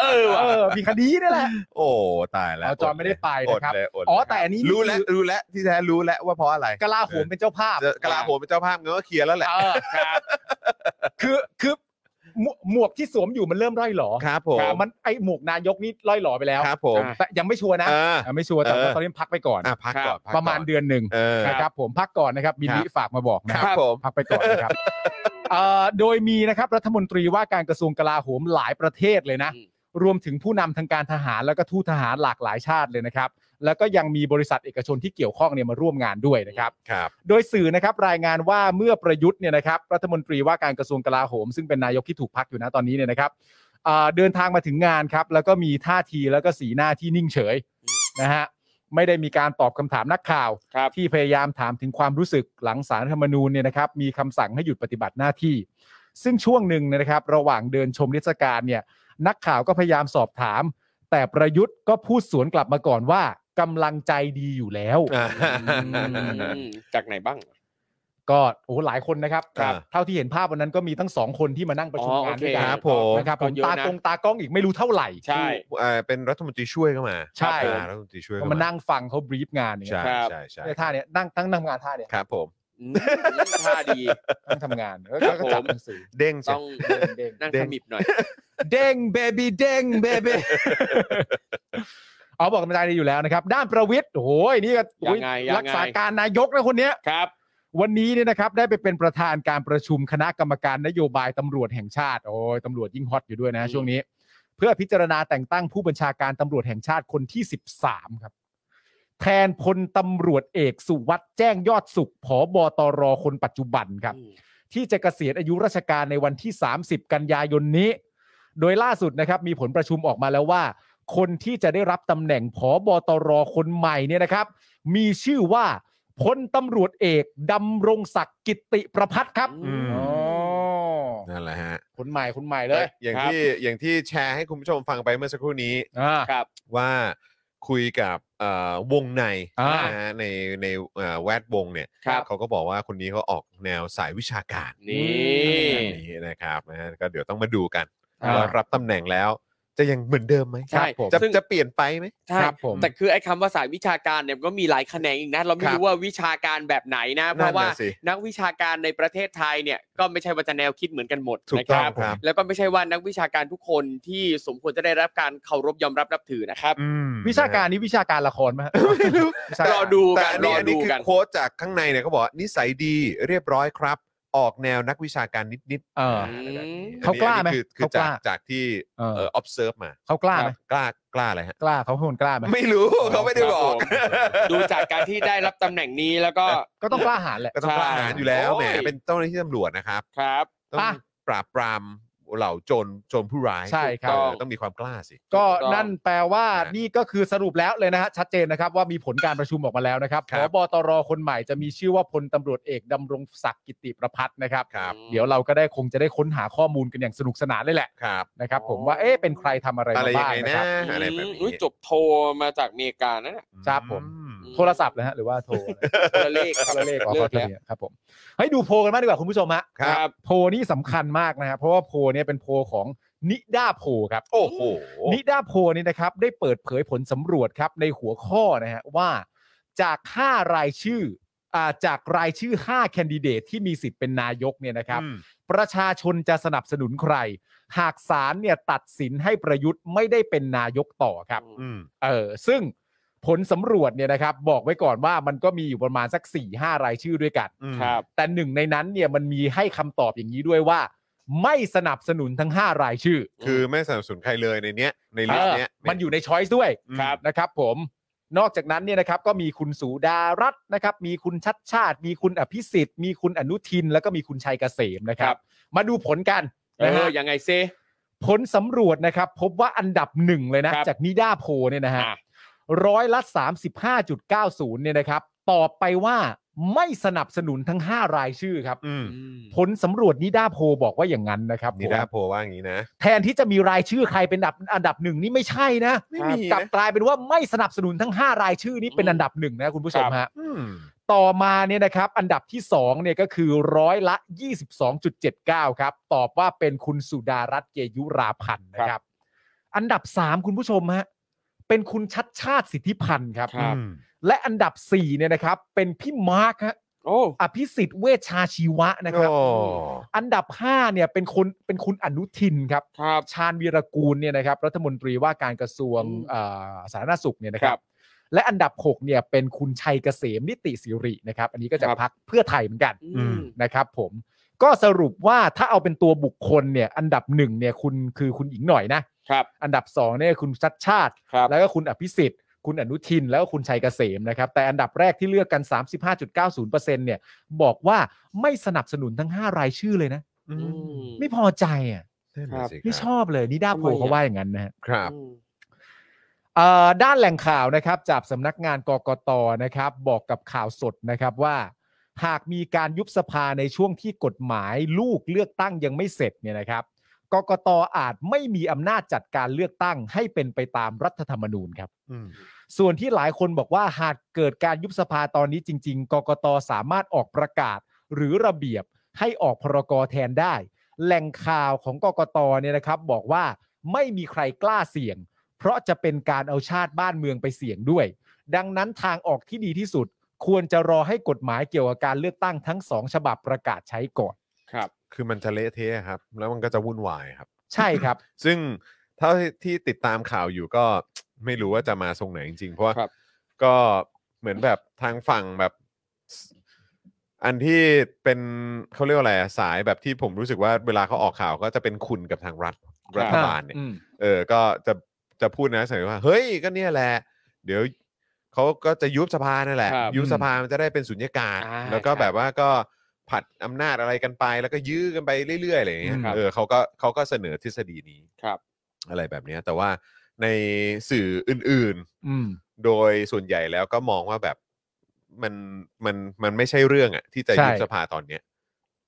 เออว่ะ
เออมีคดีเนี่ยแหละ
[laughs] โอ้ตายแล้ว
เอาจอนไม่ได้ไป
อด
นะครับ
เลยดเลย
อ๋อแต่อันนี้
รู้แล้วรู้แล้วที่แท้รู้แล้วว่าเพราะอะไร
กลาโหมเป็นเจ้าภาพ
จะกลาโหมเป็นเจ้าภาพเงินก็เคลียร์แล้วแหละ
เออครับคือคือหมวหมวกที่สวมอยู่มันเริ่มร่อยหลอ
ครับผม
ครับมันไอหมวกนายกนี่ร่อยหลอไปแล้ว
ครับผม
แต่ยังไม่ชัวร์นะ
อ่า
ยังไม่ชัวร์แต่ว่า
เออ
ตอนนี้พักไปก่อน
อ่ะพักก่อนพักก่อน
ประมาณเดือนหนึ่ง
เออ
นะครับ ผมพักก่อนนะครับบิน
ครับ
นี้ฝากมาบอก
ค
นะ
รับผม
พักไปก่อน
[laughs]
นะครับเอ่อโดยมีนะครับรัฐมนตรีว่าการกระทรวงกลาโหมหลายประเทศเลยนะ รวมถึงผู้นำทางการทหารแล้วก็ทูตทหารหลากหลายชาติเลยนะครับ แล้วก็ยังมีบริษัทเอกชนที่เกี่ยวข้องเนี่ยมาร่วมงานด้วยนะครับ
ครับ
โดยสื่อนะครับรายงานว่าเมื่อประยุทธ์เนี่ยนะครับรัฐมนตรีว่าการกระทรวงกลาโหม ซึ่งเป็นนายกที่ถูกพักอยู่นะตอนนี้เนี่ยนะครับอ่าเดินทางมาถึงงานครับ แล้วก็มีท่าทีแล้วก็สีหน้าที่นิ่งเฉยนะฮะไม่ได้มีการตอบคำถามนักข่าว
ครับ
ที่พยายามถามถึงความรู้สึกหลังสารรัฐธรรมนูญเนี่ยนะครับมีคำสั่งให้หยุดปฏิบัติหน้าที่ ซึ่งช่วงหนึ่งเนี่ยนะครับ ระหว่างเดินชมนิทรรศการเนี่ยนักข่าวก็พยายามสอบถาม แต่ประยุทธ์ก็พูดสวนกลับมาก่อนว่ากำลังใจดีอยู่แล้ว
อ่า
อืมจากไหนบ้าง
ก็โอ้โหหลายคนนะครับ
ครับ
เท่าที่เห็นภาพวันนั้นก็มีทั้งสองคนที่มานั่งประชุม
อ๋อโอง
าน
เค
ด้วยกัน
ครับผม
นะครับ
ก็
ผม
เยอะ
ตา
นะ
ตรงตากล้องอีกไม่รู้เท่าไหร่
ใช่
เอ่อเป็นรัฐมนตรีช่วยเข้ามา
ใช่
อ่ารัฐมนตรีช่วย
ก็
เข้ามา
มานั่งฟังเขาบรีฟงานเนี่ย
ใช่
ครับ
ใช่ใช่
เนี่ยท่าเนี่ยนั่งทั้งทำงานท่าเนี่ย
ครับผม
อืมท่าดี
ทั้งทำงานแล้ว
ครั
ก็
บ
จับ
ผม
หนังสือ
เด้งใช่
ต้อง
เด้ง
นั่งขมิบหน่อย
เด้งเบบี้เด้งเบบี้ เอาบอกกำลังใจดีอยู่แล้วนะครับ ด้านประวิทย์โอ้โหนี่ก็โอ้
ยังไงยังไง
รักษาการนายกนะคนเนี้ย
ครับ
วันนี้เนี่ยนะครับได้ไปเป็นประธานการประชุมคณะกรรมการนโยบายตำรวจแห่งชาติโอ้ยตำรวจยิ่งฮอตอยู่ด้วยนะ
อืม
ช่วงนี้ เพื่อพิจารณาแต่งตั้งผู้บัญชาการตำรวจแห่งชาติคนที่ 13 ครับ แทนพลตำรวจเอกสุวัสด์แจ้งยอดสุขผอบอตรคนปัจจุบันครับ
อืม
ที่จะเกษียณอายุราชการในวันที่ 30 กันยายนนี้ โดยล่าสุดนะครับ มีผลประชุมออกมาแล้วว่า คนที่จะได้รับตำแหน่งผอบอตรคนใหม่เนี่ยนะครับ มีชื่อว่าพลตำรวจเอกดำรงศักดิ์กิตติประพัฒน์ครับ
อืม
อ๋อ
นั่นแหละฮะ
คนใหม่คนใหม่เลย
อย่าง
ครับ
ที่อย่างที่แชร์ให้คุณผู้ชมฟังไปเมื่อสักครู่นี้
อ่า
ครับ
ว่าคุยกับเอ่อวงใน
อ่า
นะฮะในในเอ่อแวดวงเนี่ย
ครับ
เขาก็บอกว่าคนนี้เขาออกแนวสายวิชาการ
นี่
แบบนี้นะครับนะฮะก็เดี๋ยวต้องมาดูกัน
อ่า
ว่ารับตำแหน่งแล้ว จะยังเหมือนเดิมไหม
ใช่
ครับผมจะ
ซึ่ง
จะเปลี่ยนไปไหม
ใช่
ครับผม
แต่คือไอ้คำว่าสายวิชาการเนี่ยมันก็มีหลายแขนงอีกนะ เราไม่
ครับ
รู้ว่าวิชาการแบบไหนนะ เพราะว่า
น่ะสิ
นักวิชาการในประเทศไทยเนี่ยก็ไม่ใช่ว่าจะแนวคิดเหมือนกันหมด
ถูก
นะ
ต้อ
ค
ง
รับ
ครับ
แล้วก็ไม่ใช่ว่านักวิชาการทุกคนที่สมควรจะได้รับการเคารพยอมรับนับถือนะครับ
อืม
วิชาการนี้วิชาการละครไหมฮะ
ไม่รู้
วิชาการ
อดู
แต่
กั
อั
น
นนี้
รอดู
อันนี้คือ
กัน
โค้ดจากข้างในเนี่ยเขาบอกว่านิสัยดีเรียบร้อยครับ ออกแนวนักวิชาการนิด
เออ
ๆะไรแบบนี้
เขากล้าไหม
อันนี้คือคือ
เขาก
จา
ล้า
กจากที่
เออ
เอ่อ observe มา
เขากล้าไหม
กล้ากล้าอะไรฮะ
กล้าเขาเป็นคนกล้าไหม
ไม่รู้เขาไม่ได้บอก
ดูจากการที่ได้รับตำแหน่งนี้แล้วก็
ก็ต้องกล้าหาญแหละ
ก็ต้องกล้าหาญอยู่แล้ว
โอ้ย
แหมเป็นเจ้าหน้าที่ตำรวจนะครับ
ครับ
ต้อง
อ่ะ
ปราบปราม เหล่าโจรโจรผู้ร้าย
ใช่ครับ
เออต้องมีความกล้าสิ
ก็นั่นแปลว่านี่ก็คือสรุปแล้วเลยนะฮะชัดเจนนะครับว่ามีผลการประชุมออกมาแล้วนะครับ
ครั
พ
บ
บตรคนใหม่จะมีชื่อว่าพลตำรวจเอกดำรงศักดิ์กิติประพัฒน์นะครับ
ครับ
เดี๋ยวเราก็ได้คงจะได้ค้นหาข้อมูลกันอย่างสนุกสนานเลยแหละ
ครับ
นะครับ ผมว่าเอ๊ะเป็นใครทำอะไร
อะไรยั
มาบ้าง
งไง
นะ
นะครับ อะไรแบบ
อืมอุ๊
นี้
ยจบโทรมาจากอเมริกานั่นน่ะ
ครับผม โทรศัพท์นะฮะหรือว่าโทร
คนละเลข
คนละเลขอ๋อ
เลื
ข
อ
อกโทษ
แล้ว
ทีครับผมให้ดูโพลกันมางดีกว่าคุณผู้ชมฮะ
ครับ
โพลนี่สำคัญมากนะครับเพราะว่าโพลเนี่ยเป็นโพลของนิด้าโพลครับ
โอ้โห
นิดาโพลนี่นะครับได้เปิดเผยผลสำรวจครับในหัวข้อนะฮะว่าจาก5รายชื่ออ่าจากรายชื่อ 5 แคนดิเดตที่มีสิทธิ์เป็นนายกเนี่ยนะครับ
อืม
ประชาชนจะสนับสนุนใคร หากศาลเนี่ยตัดสินให้ประยุทธ์ไม่ได้เป็นนายกต่อครับ
อืม
เออซึ่งผลสำรวจเนี่ยนะครับ บอกไว้ก่อนว่ามันก็มีอยู่ประมาณสัก 4 5 รายชื่อด้วยกัน
อืม
ครับ
แต่หนึ่งในนั้นเนี่ยมันมีให้คำตอบอย่างนี้ด้วยว่า ไม่สนับสนุนทั้ง 5 รายชื่อ
คือไม่สนับสนุนใครเลยในเนี้ยในลิสต์เนี้ย
เออมันอยู่ในช้อยส์ด้วย
ครับ
นะครับผมนอกจากนั้นเนี่ยนะครับก็มีคุณสูดารัตน์นะครับ มีคุณชัดชาติ มีคุณอภิสิทธิ์มีคุณอนุทิน แล้วก็มีคุณชัยเกษมนะครั
ครับ บ
มาดูผลกัน
เอ
นะฮะ
อยังไงเซ
ผลสำรวจนะครับ พบว่าอันดับหนึ่งเลยนะ
ครับ
จากนิด้าโพลเนี่ยนะฮะ
อ่ะ
ร้อยละ35.90เนี่ยนะครับ ตอบไปว่าไม่สนับสนุนทั้ง 5 รายชื่อครับ
อืม
อืม
ผลสำรวจนิด้าโพลบอกว่าอย่างนั้นนะครับ
นิ
ผม
ดาโพลว่าอย่างนี้นะ
แทนที่จะมีรายชื่อใครเป็นอันดับอันดับหนึ่งนี่ไม่ใช่นะ
ไม่มีนะ
กลับกลายเป็นว่าไม่สนับสนุนทั้ง 5 รายชื่อนี้เป็นอันดับหนึ่งนะคุณผู้ชมฮะ
อืม
ต่อมาเนี่ยนะครับอันดับที่2เนี่ยก็คือร้อยละ 22.79 ครับ ตอบว่าเป็นคุณสุดารัตน์เกยุราพันธ์นะครับ อันดับ 3 คุณผู้ชมฮะเป็นคุณชัดชาติสิทธิพันธ์ครับ
ครับ
อืม
และอันดับ4เนี่ยนะครับเป็นพี่มาร์คฮะ
โอ้
อภิสิทธิ์เวชชาชีวะนะครับ
โอ้
อันดับ5เนี่ยเป็นคนเป็นคุณอนุทินครับ
ครับ
ชาญวีรกูลเนี่ยนะครับรัฐมนตรีว่าการกระทรวง
อืม
เอ่อสาธารณสุขเนี่ยนะครั
ครับ บ
และอันดับ6เนี่ยเป็นคุณชัยเกษมนิติสิรินะครับ อันนี้ก็จะ
ครับ
พักเพื่อไทยเหมือนกัน
อืม
นะครับ ผม ก็สรุปว่าถ้าเอาเป็นตัวบุคคลเนี่ยอันดับหนึ่งเนี่ยคุณคือคุณหญิงหน่อยนะครับ อันดับสองเนี่ยคุณชัดชาติ
ครับ
แล้วก็คุณอภิสิทธิ์ คุณอนุทิน แล้วก็คุณชัยเกษมนะครับ แต่อันดับแรกที่เลือกกัน 35.90%เนี่ยบอกว่าไม่สนับสนุนทั้งห้ารายชื่อเลยนะ
อื
อื
ม
ม
ไม่พอใจอ่ะ
นั่นน่ะสิ
ไม่
ค
ช
รับ
อบเลยนิด้าโพล
ทำไมอะ
เขาว่าอย่างนั้นนะฮะ
ครับ
อืม
เอ่อด้านแหล่งข่าวนะครับจากสำนักงานกกตนะครับ บอกกับข่าวสดนะครับว่า หากมีการยุบสภาในช่วงที่กฎหมายลูกเลือกตั้งยังไม่เสร็จเนี่ยนะครับกกตอาจไม่มีอำนาจจัดการเลือกตั้งให้เป็นไปตามรัฐธรรมนูญครับ
อืม
ส่วนที่หลายคนบอกว่าหากเกิดการยุบสภาตอนนี้จริง ๆ กกตสามารถออกประกาศหรือระเบียบให้ออกพรกแทนได้ แหล่งข่าวของกกตเนี่ยนะครับบอกว่าไม่มีใครกล้าเสี่ยง เพราะจะเป็นการเอาชาติบ้านเมืองไปเสี่ยงด้วย ดังนั้นทางออกที่ดีที่สุด ควรจะรอให้กฎหมายเกี่ยวกับการเลือกตั้งทั้งสองฉบับประกาศใช้ก่อน
ครับ
คือมันจะเละเทะครับ แล้วมันก็จะวุ่นวายครับ
ใช่ครับ
ซึ่งเท่าที่ติดตามข่าวอยู่ก็ ไม่รู้ว่าจะมาทรงไหนจริงๆ เพราะว่า
ครับ
ก็เหมือนแบบทางฝั่งแบบ อันที่เป็นเขาเรียกว่าอะไรอะสายแบบที่ผมรู้สึกว่าเวลาเขาออกข่าวก็จะเป็นคุณกับทางรัฐ
ครับ
รัฐบาลเนี่ย เออ ก็จะจะพูดในะสมัยว่า เฮ้ย ก็เนี่ยแหละ เดี๋ยวเขาก็จะยุบสภานั่นแหละ
ครับ
ยุบสภามันจะได้เป็นสุญญากาศ
อ่า
แล้วก็
ครับ
แบบว่าก็ผัดอำนาจอะไรกันไป แล้วก็ยื้อกันไปเรื่อยๆอะไรอย่างเงี้ย
ครับ
เออเขาก็เขาก็เสนอทฤษฎีนี้
ครับ
อะไรแบบเนี้ย แต่ว่าในสื่ออื่น
อืม
ๆ โดยส่วนใหญ่แล้วก็มองว่าแบบมันมันมันไม่ใช่เรื่องอะที่จะ
ใช่
ยุบสภาตอนเนี้ย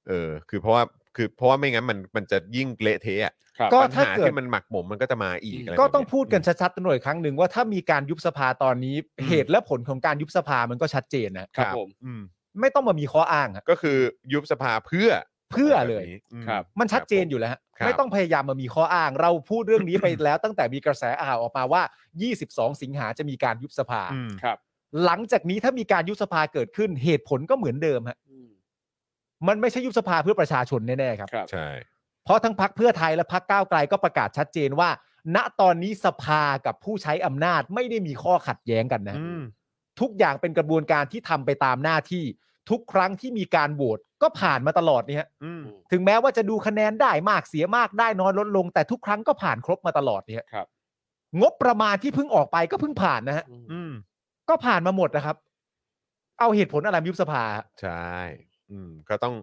เออ คือเพราะว่าคือเพราะว่าไม่งั้นมันมันจะยิ่งเละเทะอะ
ครับ
ก็
ปัญ
ถ้า
หา
เกิด
ที่มันหมักหมมมันก็จะมาอีกะไร
ก็
แบบ
ต้อง
เย
พูดกันชัดๆตหน่อยครั้งหนึ่งว่าถ้ามีการยุบสภาตอนนี้
อืม
เหตุและผลของการยุบสภามันก็ชัดเจนนะครับ
ผม
อืม
ไม่ต้องมามีข้ออ้างฮะ
ก็คือยุบสภาเพื่อ
เพื่อเลย
แบบนี้อืม
ครับ
มันชัดเจนอยู่แล้วฮะ
ครับ
ไม่ต้องพยายามมามีข้ออ้าง เราพูดเรื่องนี้ไปแล้ว ตั้งแต่มีกระแสอ่าวออกมาว่า 22 สิงหาจะมีการยุบสภา
อืม
ครับ
หลังจากนี้ถ้ามีการยุบสภาเกิดขึ้นเหตุผลก็เหมือนเดิมฮะ
อืม
มันไม่ใช่ยุบสภาเพื่อประชาชนแน่ๆครับ
ครับ
ใช่
เพราะทั้งพักเพื่อไทยและพักก้าวไกลก็ประกาศชัดเจนว่า ณตอนนี้สภากับผู้ใช้อำนาจไม่ได้มีข้อขัดแย้งกันนะ
อืม
ทุกอย่างเป็นกระบวนการที่ทำไปตามหน้าที่ ทุกครั้งที่มีการโหวตก็ผ่านมาตลอดนี่ฮะ
อืม
ถึงแม้ว่าจะดูคะแนนได้มากเสียมากได้น้อยลดลง แต่ทุกครั้งก็ผ่านครบมาตลอดนี่ฮะ
ครับ
งบประมาณที่เพิ่งออกไปก็เพิ่งผ่านนะฮะ
อื
อื
ม
ม
ก็ผ่านมาหมดนะครับ เอาเหตุผลอะไรมายุบสภาฮะ
ใช่ อืมก็ต้อง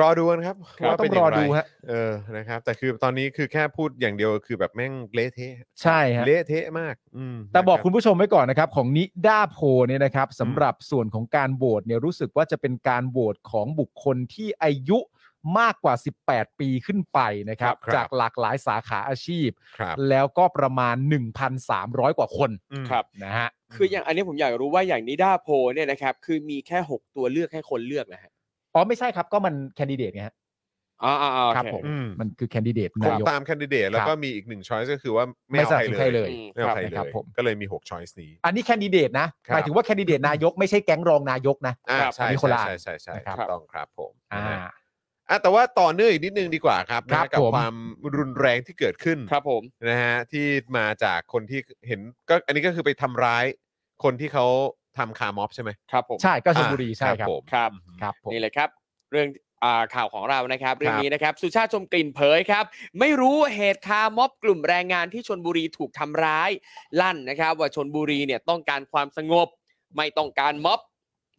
รอดูกันครับ
ครับ
ว่าเป็นย่า
ต้องรอดูฮะ
เออนะครับ แต่คือตอนนี้คือแค่พูดอย่างเดียวคือแบบแม่งเละเทะ
ใช่ฮะ
เละเทะมากอืม
แต่บอก
นะรั
คุณผู้ชมไว้ก่อนนะครับ ของนิด้าโพลเนี่ยนะครับสำหรับส่วนของการโหวตเนี่ยรู้สึกว่าจะเป็นการโหวตของบุคคลที่อายุมากกว่า 18 ปีขึ้นไปนะครับ
ครับ
จากหลากหลายสาขาอาชีพ
ครับ
แล้วก็ประมาณ 1,300 กว่าคน
อืม
ครับ
นะฮะ
คืออย่างอันนี้ผมอยากรู้ว่าอย่างนิด้าโพลเนี่ยนะครับคือมีแค่ 6 ตัวเลือกให้คนเลือกนะฮะ
อ๋อไม่ใช่ครับก็มันแคนดิเดตไงฮะ
อ๋ออ๋ออ๋อ
ครับ
โอ
ผม
เ
อืม
มันคือแคนดิเดต
คง
นายก
ตามแคนดิเดตแล้วก็มีอีกหนึ่งช้อยส์ก็คือว่าไม่เอา
ไม่สนั
ใครเลย
บสนุนใครเลย
ไม่เอา
ครับ
ใครเล
ครั
ย
บผม
ก็เลยมี6ช้อยส์นี้
อันนี้แคนดิเดตนะครับ หมายถึงว่าแคนดิเดตนายกไม่ใช่แก๊งรองนายกนะ
อ่า
ครับ
ใช่
อันนี้คน
ใช่
ละ
ใช่ใช่ใช่
นะค
ถู
รับ
กต้องครับผม
อ่า
นะฮะอ่ะแต่ว่าต่อเนื่องอีกนิดนึงดีกว่าครับ
ครับ
นะกั
ผม
ความรุนแรงที่เกิดขึ้น
ครับผม
นะฮะที่มาจากคนที่เห็นก็อันนี้ก็คือไปทำร้ายคนที่เขาทำคาร์ม็อบใช่ไหม
ครับผม
ใช่ก็ชลบุรีใช่ครับ
ผม
ครับ
ครับผม
นี่เลยครับ เรื่องอ่าข่าวของเรานะครับ เรื่อ
ค
ง
รับ
นี้นะครับ สุชาติชมกลิ่นเผยครับ ไม่รู้เหตุคาร์ม็อบกลุ่มแรงงานที่ชนบุรีถูกทำร้าย ลั่นนะครับ ว่าชนบุรีเนี่ยต้องการความสงบ ไม่ต้องการม็อบ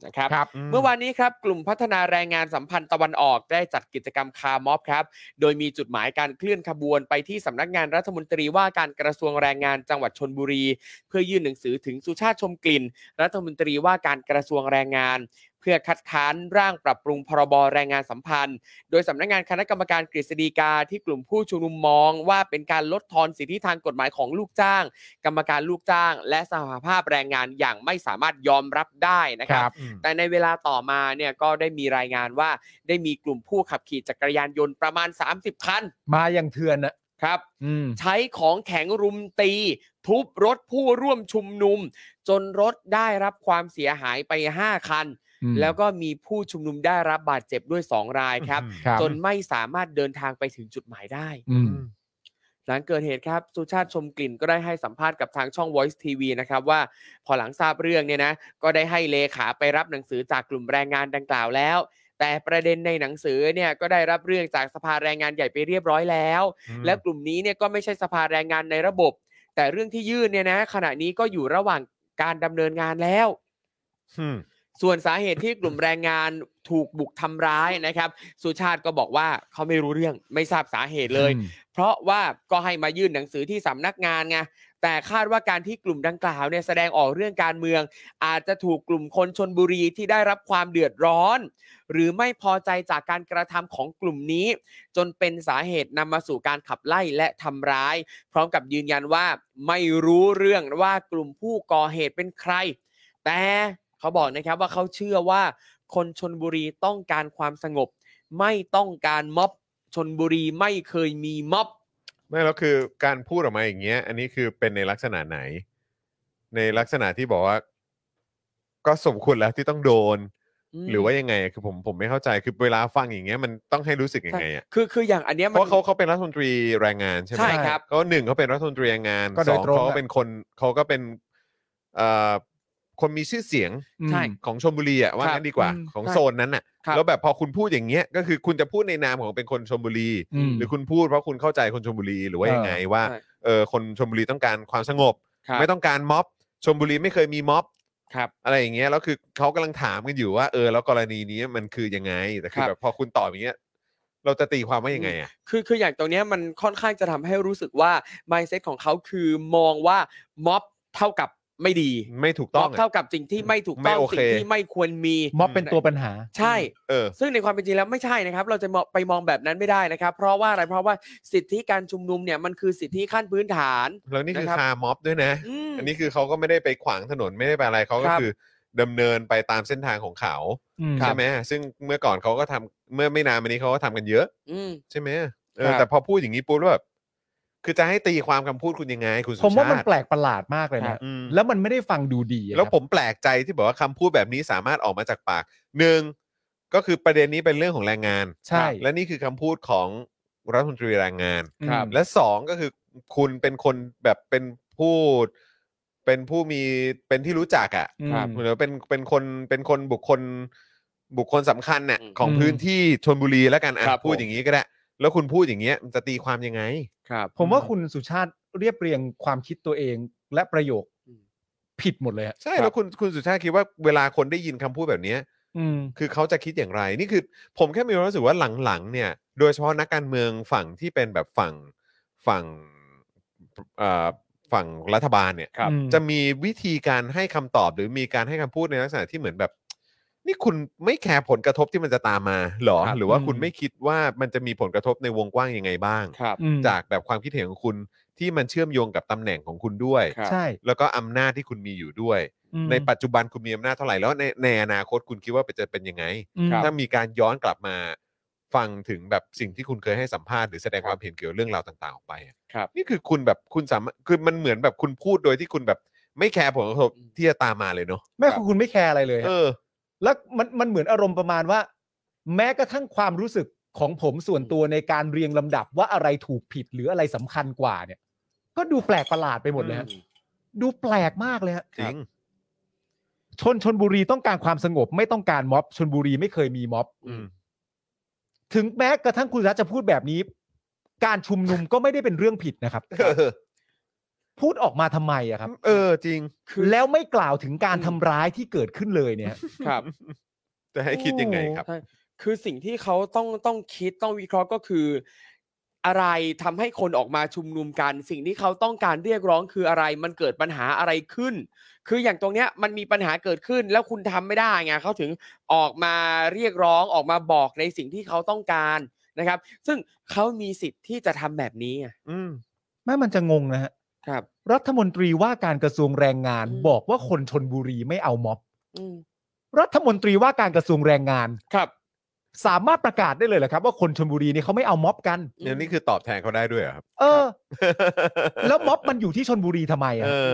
นะครับ
ครับ
เมื่อวานนี้ครับกลุ่มพัฒนาแรงงานสัมพันธ์ตะวันออกได้จัดกิจกรรมคาร์ม็อบครับ โดยมีจุดหมายการเคลื่อนขบวนไปที่สำนักงานรัฐมนตรีว่าการกระทรวงแรงงานจังหวัดชนบุรี เพื่อยื่นหนังสือถึงสุชาติชมกลิ่น รัฐมนตรีว่าการกระทรวงแรงงาน เพื่อคัดค้านร่างปรับปรุงพรบแรงงานสัมพันธ์ โดยสำนักงานคณะกรรมการกฤษฎีกาที่กลุ่มผู้ชุมนุมมองว่าเป็นการลดทอนสิทธิทางกฎหมายของลูกจ้าง กรรมการลูกจ้าง และสหภาพแรงงานอย่างไม่สามารถยอมรับได้นะค
ค
รั
รับ บ
แต่ในเวลาต่อมาเนี่ยก็ได้มีรายงานว่าได้มีกลุ่มผู้ขับขี่จักรยานยนต์ประมาณ 30 คัน
มาอย่างเถื่อนนะครับ อืม
ใช้ของแข็งรุมตี ทุบรถผู้ร่วมชุมนุม จนรถได้รับความเสียหายไป 5 คัน
อืม
แล้วก็มีผู้ชุมนุมได้รับบาดเจ็บด้วย 2 รายครับ
ครับ
จนไม่สามารถเดินทางไปถึงจุดหมายได้
อืม
หลังเกิดเหตุครับสุชาติชมกลิ่นก็ได้ให้สัมภาษณ์กับทางช่อง Voice TV นะครับว่าพอหลังทราบเรื่องเนี่ยนะก็ได้ให้เลขาไปรับหนังสือจากกลุ่มแรงงานดังกล่าวแล้ว แต่ประเด็นในหนังสือเนี่ยก็ได้รับเรื่องจากสภาแรงงานใหญ่ไปเรียบร้อยแล้ว และกลุ่มนี้เนี่ยก็ไม่ใช่สภาแรงงานในระบบ แต่เรื่องที่ยื่นเนี่ยนะขณะนี้ก็อยู่ระหว่างการดำเนินงานแล้ว
อืม
ส่วนสาเหตุที่กลุ่มแรงงานถูกบุกทำร้ายนะครับ สุชาติก็บอกว่าเขาไม่รู้เรื่องไม่ทราบสาเหตุเลย
อืม
เพราะว่าก็ให้มายื่นหนังสือที่สำนักงานไงแต่คาดว่าการที่กลุ่มดังกล่าวเนี่ยแสดงออกเรื่องการเมือง อาจจะถูกกลุ่มคนชนบุรีที่ได้รับความเดือดร้อน หรือไม่พอใจจากการกระทำของกลุ่มนี้ จนเป็นสาเหตุนำมาสู่การขับไล่และทำร้าย พร้อมกับยืนยันว่าไม่รู้เรื่องว่ากลุ่มผู้ก่อเหตุเป็นใคร แต่เขาบอกนะครับว่าเขาเชื่อว่า คนชนบุรีต้องการความสงบ ไม่ต้องการม็อบชนบุรีไม่เคยมีม็อบ
ไม่แล้วคือการพูดออกมาอย่างเงี้ย อันนี้คือเป็นในลักษณะไหน ในลักษณะที่บอกว่า ก็สมควรแล้วที่ต้องโดน
อืม
หรือว่ายังไงอะคือผมผมไม่เข้าใจคือเวลาฟังอย่างเงี้ยมันต้องให้รู้สึกยังไงอ่ะ
คือคืออย่างอันเนี้ย
เพ
มัน
ราะเขาเขาเป็นรัฐมนตรีแรงงานใช่ไหม
ใช่ครับ
เขาหนึ่งเขาเป็นรัฐมนตรีแรงงาน
ก็
ส
โด
อย ง
ตรง
เขาก็เป็นคนเขาก็เป็นเอ่อคนมีชื่อเสียง
ใช่
ของชมบุรีอ่ะว่างั้นดีกว่า
อืม
ของ
ใช่
โซนนั้นอ่ะ
ครับ
แล้วแบบพอคุณพูดอย่างเงี้ยก็คือคุณจะพูดในนามของเป็นคนชมบุรี
อืม
หรือคุณพูดเพราะคุณเข้าใจคนชมบุรีหรือว่า
เออ
ยังไงว่า
ใช่
เออคนชมบุรีต้องการความสงบ
ครับ
ไม่ต้องการม็อบชมบุรีไม่เคยมีม็อบ
ครับ
อะไรอย่างเงี้ยแล้วคือเขากำลังถามกันอยู่ว่า เออแล้วกรณีนี้มันคือยังไงแต่คือ
ครับ
แบบพอคุณตอบอย่างเงี้ยเราจะตีความว่ายังไงอ่ะ
คือคืออย่างตรงเนี้ยมันค่อนข้างจะทำให้รู้สึกว่า mindset ของเขาคือมองว่าม็อบเท่ากับไม่ดี
ไม่ถูก
ม็
ต้
อ
อง
บ
อะ
เท่ากับสิ่งที่ไม่ถูก
ไม่
ต้อง
โอเค
สิ่งที่ไม่ควรมี
ม็อบเป็นตัวปัญหา
ใช่
เออ
ซึ่งในความเป็นจริงแล้วไม่ใช่นะครับ เราจะมองไปมองแบบนั้นไม่ได้นะครับ เพราะว่าอะไรเพราะว่าสิทธิการชุมนุมเนี่ยมันคือสิทธิขั้นพื้นฐาน
แล้วนี่คือ
นะครับ
คาร์ม็อบด้วยนะ
อืม
อันนี้คือเขาก็ไม่ได้ไปขวางถนนไม่ได้ไปอะไรเขาก็
ครับ
คือดำเนินไปตามเส้นทางของเขา
อืม
ใช่ไหมซึ่งเมื่อก่อนเขาก็ทำเมื่อไม่นานมานี้เขาก็ทำกันเยอะ
ืม
ใช่ไหมเอ
ครั
อบ แต่พอพูดอย่างนี้ปุ๊บแล้วแบบคือจะให้ตีความคำพูดคุณยังไง คุณสุ
ผมว่า
ชา
มัน
ติ
แปลกประหลาดมากเลย
ครั
นะ
บ
อืม
แล้วมันไม่ได้ฟังดูดีอะ
แล้ว
ครับ
ผมแปลกใจที่บอกว่าคำพูดแบบนี้สามารถออกมาจากปากหนึ่งก็คือประเด็นนี้เป็นเรื่องของแรงงาน
ใช่
และนี่คือคำพูดของรัฐมนตรีแรงงาน
อืม
ครับ
และสองก็คือคุณเป็นคนแบบเป็นผู้เป็นผู้มีเป็นที่รู้จักอะ่ะ
ครับ
หรือเป็นเป็นคนเป็นคนบุคคลบุคคลสำคัญน่ะ
อืม
ของพื้นที่ชนบุรีแล้วกันอ่ะ
ครับผม
พูดอย่างนี้ก็ได้ แล้วคุณพูดอย่างเงี้ยมันจะตีความยังไง
ครับ
ผมว่าคุณสุชาติเรียบเรียงความคิดตัวเองและประโยค
อืม
ผิดหมดเลยฮะ
ใช่แล้วคุณคุณสุชาติคิดว่าเวลาคนได้ยินคำพูดแบบเนี้ย
อืม
คือเขาจะคิดอย่างไร นี่คือผมแค่มีความรู้สึกว่าหลังๆเนี่ย โดยเฉพาะนักการเมืองฝั่งที่เป็นแบบฝั่งฝั่งเอ่อฝั่งรัฐบาลเนี่ย
ครับ
อืม
จะมีวิธีการให้คำตอบหรือมีการให้คำพูดในลักษณะที่เหมือนแบบ นี่คุณไม่แคร์ผลกระทบที่มันจะตามมาเหรอ
ครับ
หรือว่า
อืม
คุณไม่คิดว่ามันจะมีผลกระทบในวงกว้างยังไงบ้าง
ครับ
อืม
จากแบบความคิดเห็นของคุณที่มันเชื่อมโยงกับตำแหน่งของคุณด้วย
ครับ
ใช่
แล้วก็อำนาจที่คุณมีอยู่ด้วย
อืม
ในปัจจุบันคุณมีอำนาจเท่าไหร่แล้วในในอนาคตคุณคิดว่าจะเป็นยังไง
อืม
ครับ
ถ้ามีการย้อนกลับมาฟังถึงแบบสิ่งที่คุณเคยให้สัมภาษณ์หรือแสดง
ครับ
ความเห็นเกี่ยวกับเรื่องราวต่าง ๆ ออกไปอะ
ครับ
นี่คือคุณแบบคุณสามารถคือมันเหมือนแบบคุณพูดโดยที่คุณแบบไม่แคร์ผลกระทบที่จะตามมาเลยเนาะ
ไม่คุณคุณไม่แคร์อะไรเลยฮะ
เออ
แล้วมันมันเหมือนอารมณ์ประมาณว่า แม้กระทั่งความรู้สึกของผมส่วนตัวในการเรียงลำดับว่าอะไรถูกผิดหรืออะไรสำคัญกว่าเนี่ย ก็ดูแปลกประหลาดไปหมดเลยฮะดูแปลกมากเลยฮะ
จริง
ชนชนบุรีต้องการความสงบไม่ต้องการม็อบชนบุรีไม่เคยมีม็อบ
อืม
ถึงแม้กระทั่งคุณรัฐจะพูดแบบนี้ การชุมนุมก็ไม่ได้เป็นเรื่องผิดนะครับ
เออ
พูดออกมาทำไมอะครับ
เออจริง
แล้วไม่กล่าวถึงการทำร้ายที่เกิดขึ้นเลยเนี่ย
ครับ
[laughs] จะให้คิดยังไงครับ
ใช่คือสิ่งที่เขาต้องต้องคิดต้องวิเคราะห์ก็คือ อะไรทำให้คนออกมาชุมนุมกัน สิ่งที่เขาต้องการเรียกร้องคืออะไร มันเกิดปัญหาอะไรขึ้น คืออย่างตรงเนี้ยมันมีปัญหาเกิดขึ้น แล้วคุณทำไม่ได้ไงเขาถึงออกมาเรียกร้องออกมาบอกในสิ่งที่เขาต้องการนะครับ ซึ่งเขามีสิทธิ์ที่จะทำแบบนี้ไง
อืม
แม่มันจะงงนะฮะ
ครับ
รัฐมนตรีว่าการกระทรวงแรงงาน
อืม
บอกว่าคนชนบุรีไม่เอาม็อบ
อืม
รัฐมนตรีว่าการกระทรวงแรงงาน
ครับ
สามารถประกาศได้เลยเหรอครับ ว่าคนชนบุรีเนี่ยเขาไม่เอาม็อบกัน
อืม
เนี่ยนี่คือตอบแทนเขาได้ด้วยเหรอครับ
เออ แล้วม็อบมันอยู่ที่ชนบุรีทำไมอะ
เออ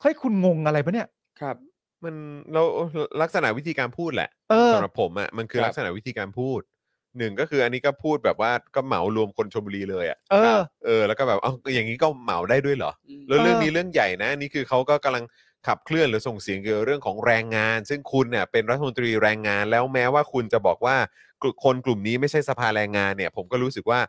เฮ้ยคุณงงอะไรปะเนี่ย
ครับ
มันเราลักษณะวิธีการพูดแหละ
เออ
สำหรับผมอะ่ะมันคือ
ครับ
ลักษณะวิธีการพูดหนึ่งก็คืออันนี้ก็พูดแบบว่าก็เหมารวมคนชมบุรีเลยอะ่ะ
เออ
เออแล้วก็แบบเอาอย่างนี้ก็เหมาได้ด้วยเหรอ
อืม
แล้วเรื่อง
เออ
นี้เรื่องใหญ่นะนี่คือเขาก็กำลังขับเคลื่อนหรือส่งเสียงเกี่ยวกับเรื่องของแรงงาน ซึ่งคุณเนี่ยเป็นรัฐมนตรีแรงงานแล้วแม้ว่าคุณจะบอกว่ากลุ่มคนกลุ่มนี้ไม่ใช่สภาแรงงานเนี่ย ผมก็รู้สึกว่า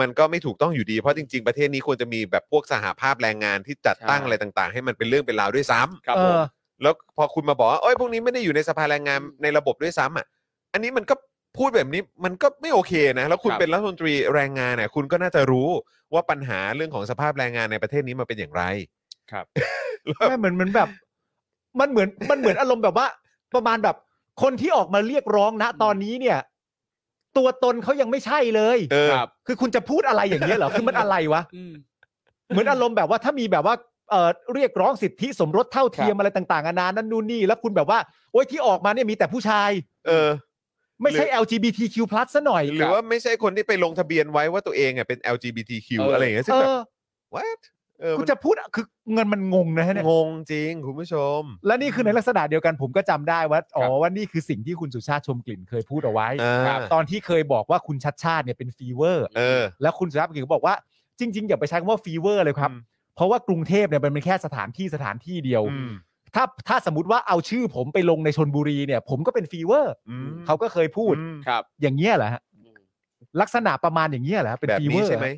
มันก็ไม่ถูกต้องอยู่ดีเพราะจริง ๆ ประเทศนี้ควรจะมีแบบพวกสหภาพแรงงานที่จัดตั้ง
ใช่
อะไรต่าง ๆ ให้มันเป็นเรื่องเป็นราวด้วยซ้ำ
ครับ
เอ
ผม
อ
แล้วพอคุณมาบอกว่าเอ้ยพวกนี้ไม่ได้อยู่ในสภาแรงงานในระบบด้วยซ้ำอ่ะ อันนี้มันก็พูดแบบนี้มันก็ไม่โอเคนะ แล้วคุณเป็นรัฐมนตรีแรงงานเนี่ยคุณก็น่าจะรู้ว่าปัญหาเรื่องของสภาพแรงงานในประเทศนี้มันเป็นอย่างไร
ไม่เหมือนเหมือนแบบ มันเหมือนมันเหมือนอารมณ์แบบว่า ประมาณแบบ คนที่ออกมาเรียกร้องนะตอนนี้เนี่ย ตัวตนเขายังไม่ใช่เลย
เออ
ครับ
คือคุณจะพูดอะไรอย่างเงี้ยเหรอ คือมันอะไรวะ
อืม
เหมือนอารมณ์แบบว่าถ้ามีแบบว่าเอ่อเรียกร้องสิทธิสมรสเท่าเทียมอะไรต่างๆนานานั่นนู่นนี่ แล้วคุณแบบว่า โอ๊ยที่ออกมาเนี่ยมีแต่ผู้ชาย
เออ
ไม่ใช่
หรือ
LGBTQ+ ซะหน่อย
หรือว่าไม่ใช่คนที่ไปลงทะเบียนไว้ว่าตัวเองอ่ะเป็น LGBTQ
เอออ
อะไรอย่างเงี้ยซึ่
เอง
แบบ
อ
what เออ
คุณ
มัน
จะพูดคือเงินมันงงนะฮะเนี่ย
งงจริงคุณผู้ชม
และนี่คือในลักษณะเดียวกันผมก็จำได้ว่าอ๋อว่านี่คือสิ่งที่คุณสุชาติชมกลิ่นเคยพูดเอาไว้
อ่า
ตอนที่เคยบอกว่าคุณชัดชาติเนี่ยเป็นฟีเวอร์
เออ
แล้วคุณสุชาติก็บอกว่าจริง ๆ อย่าไปใช้คำว่าฟีเวอร์เลยครับ
อืม
เพราะว่ากรุงเทพเนี่ยมันเป็นแค่สถานที่สถานที่เดียว
อืม
ถ้าถ้าสมมติว่าเอาชื่อผมไปลงในชนบุรีเนี่ย ผมก็เป็นฟีเวอร์
อืม
เขาก็เคยพูด
อืม
ครับ
อย่างเงี้ยเหรอฮะลักษณะประมาณอย่างเงี้ยเหรอฮะเป็น
แบบ
ฟีเว
นี้
อร์
ใช่ไหม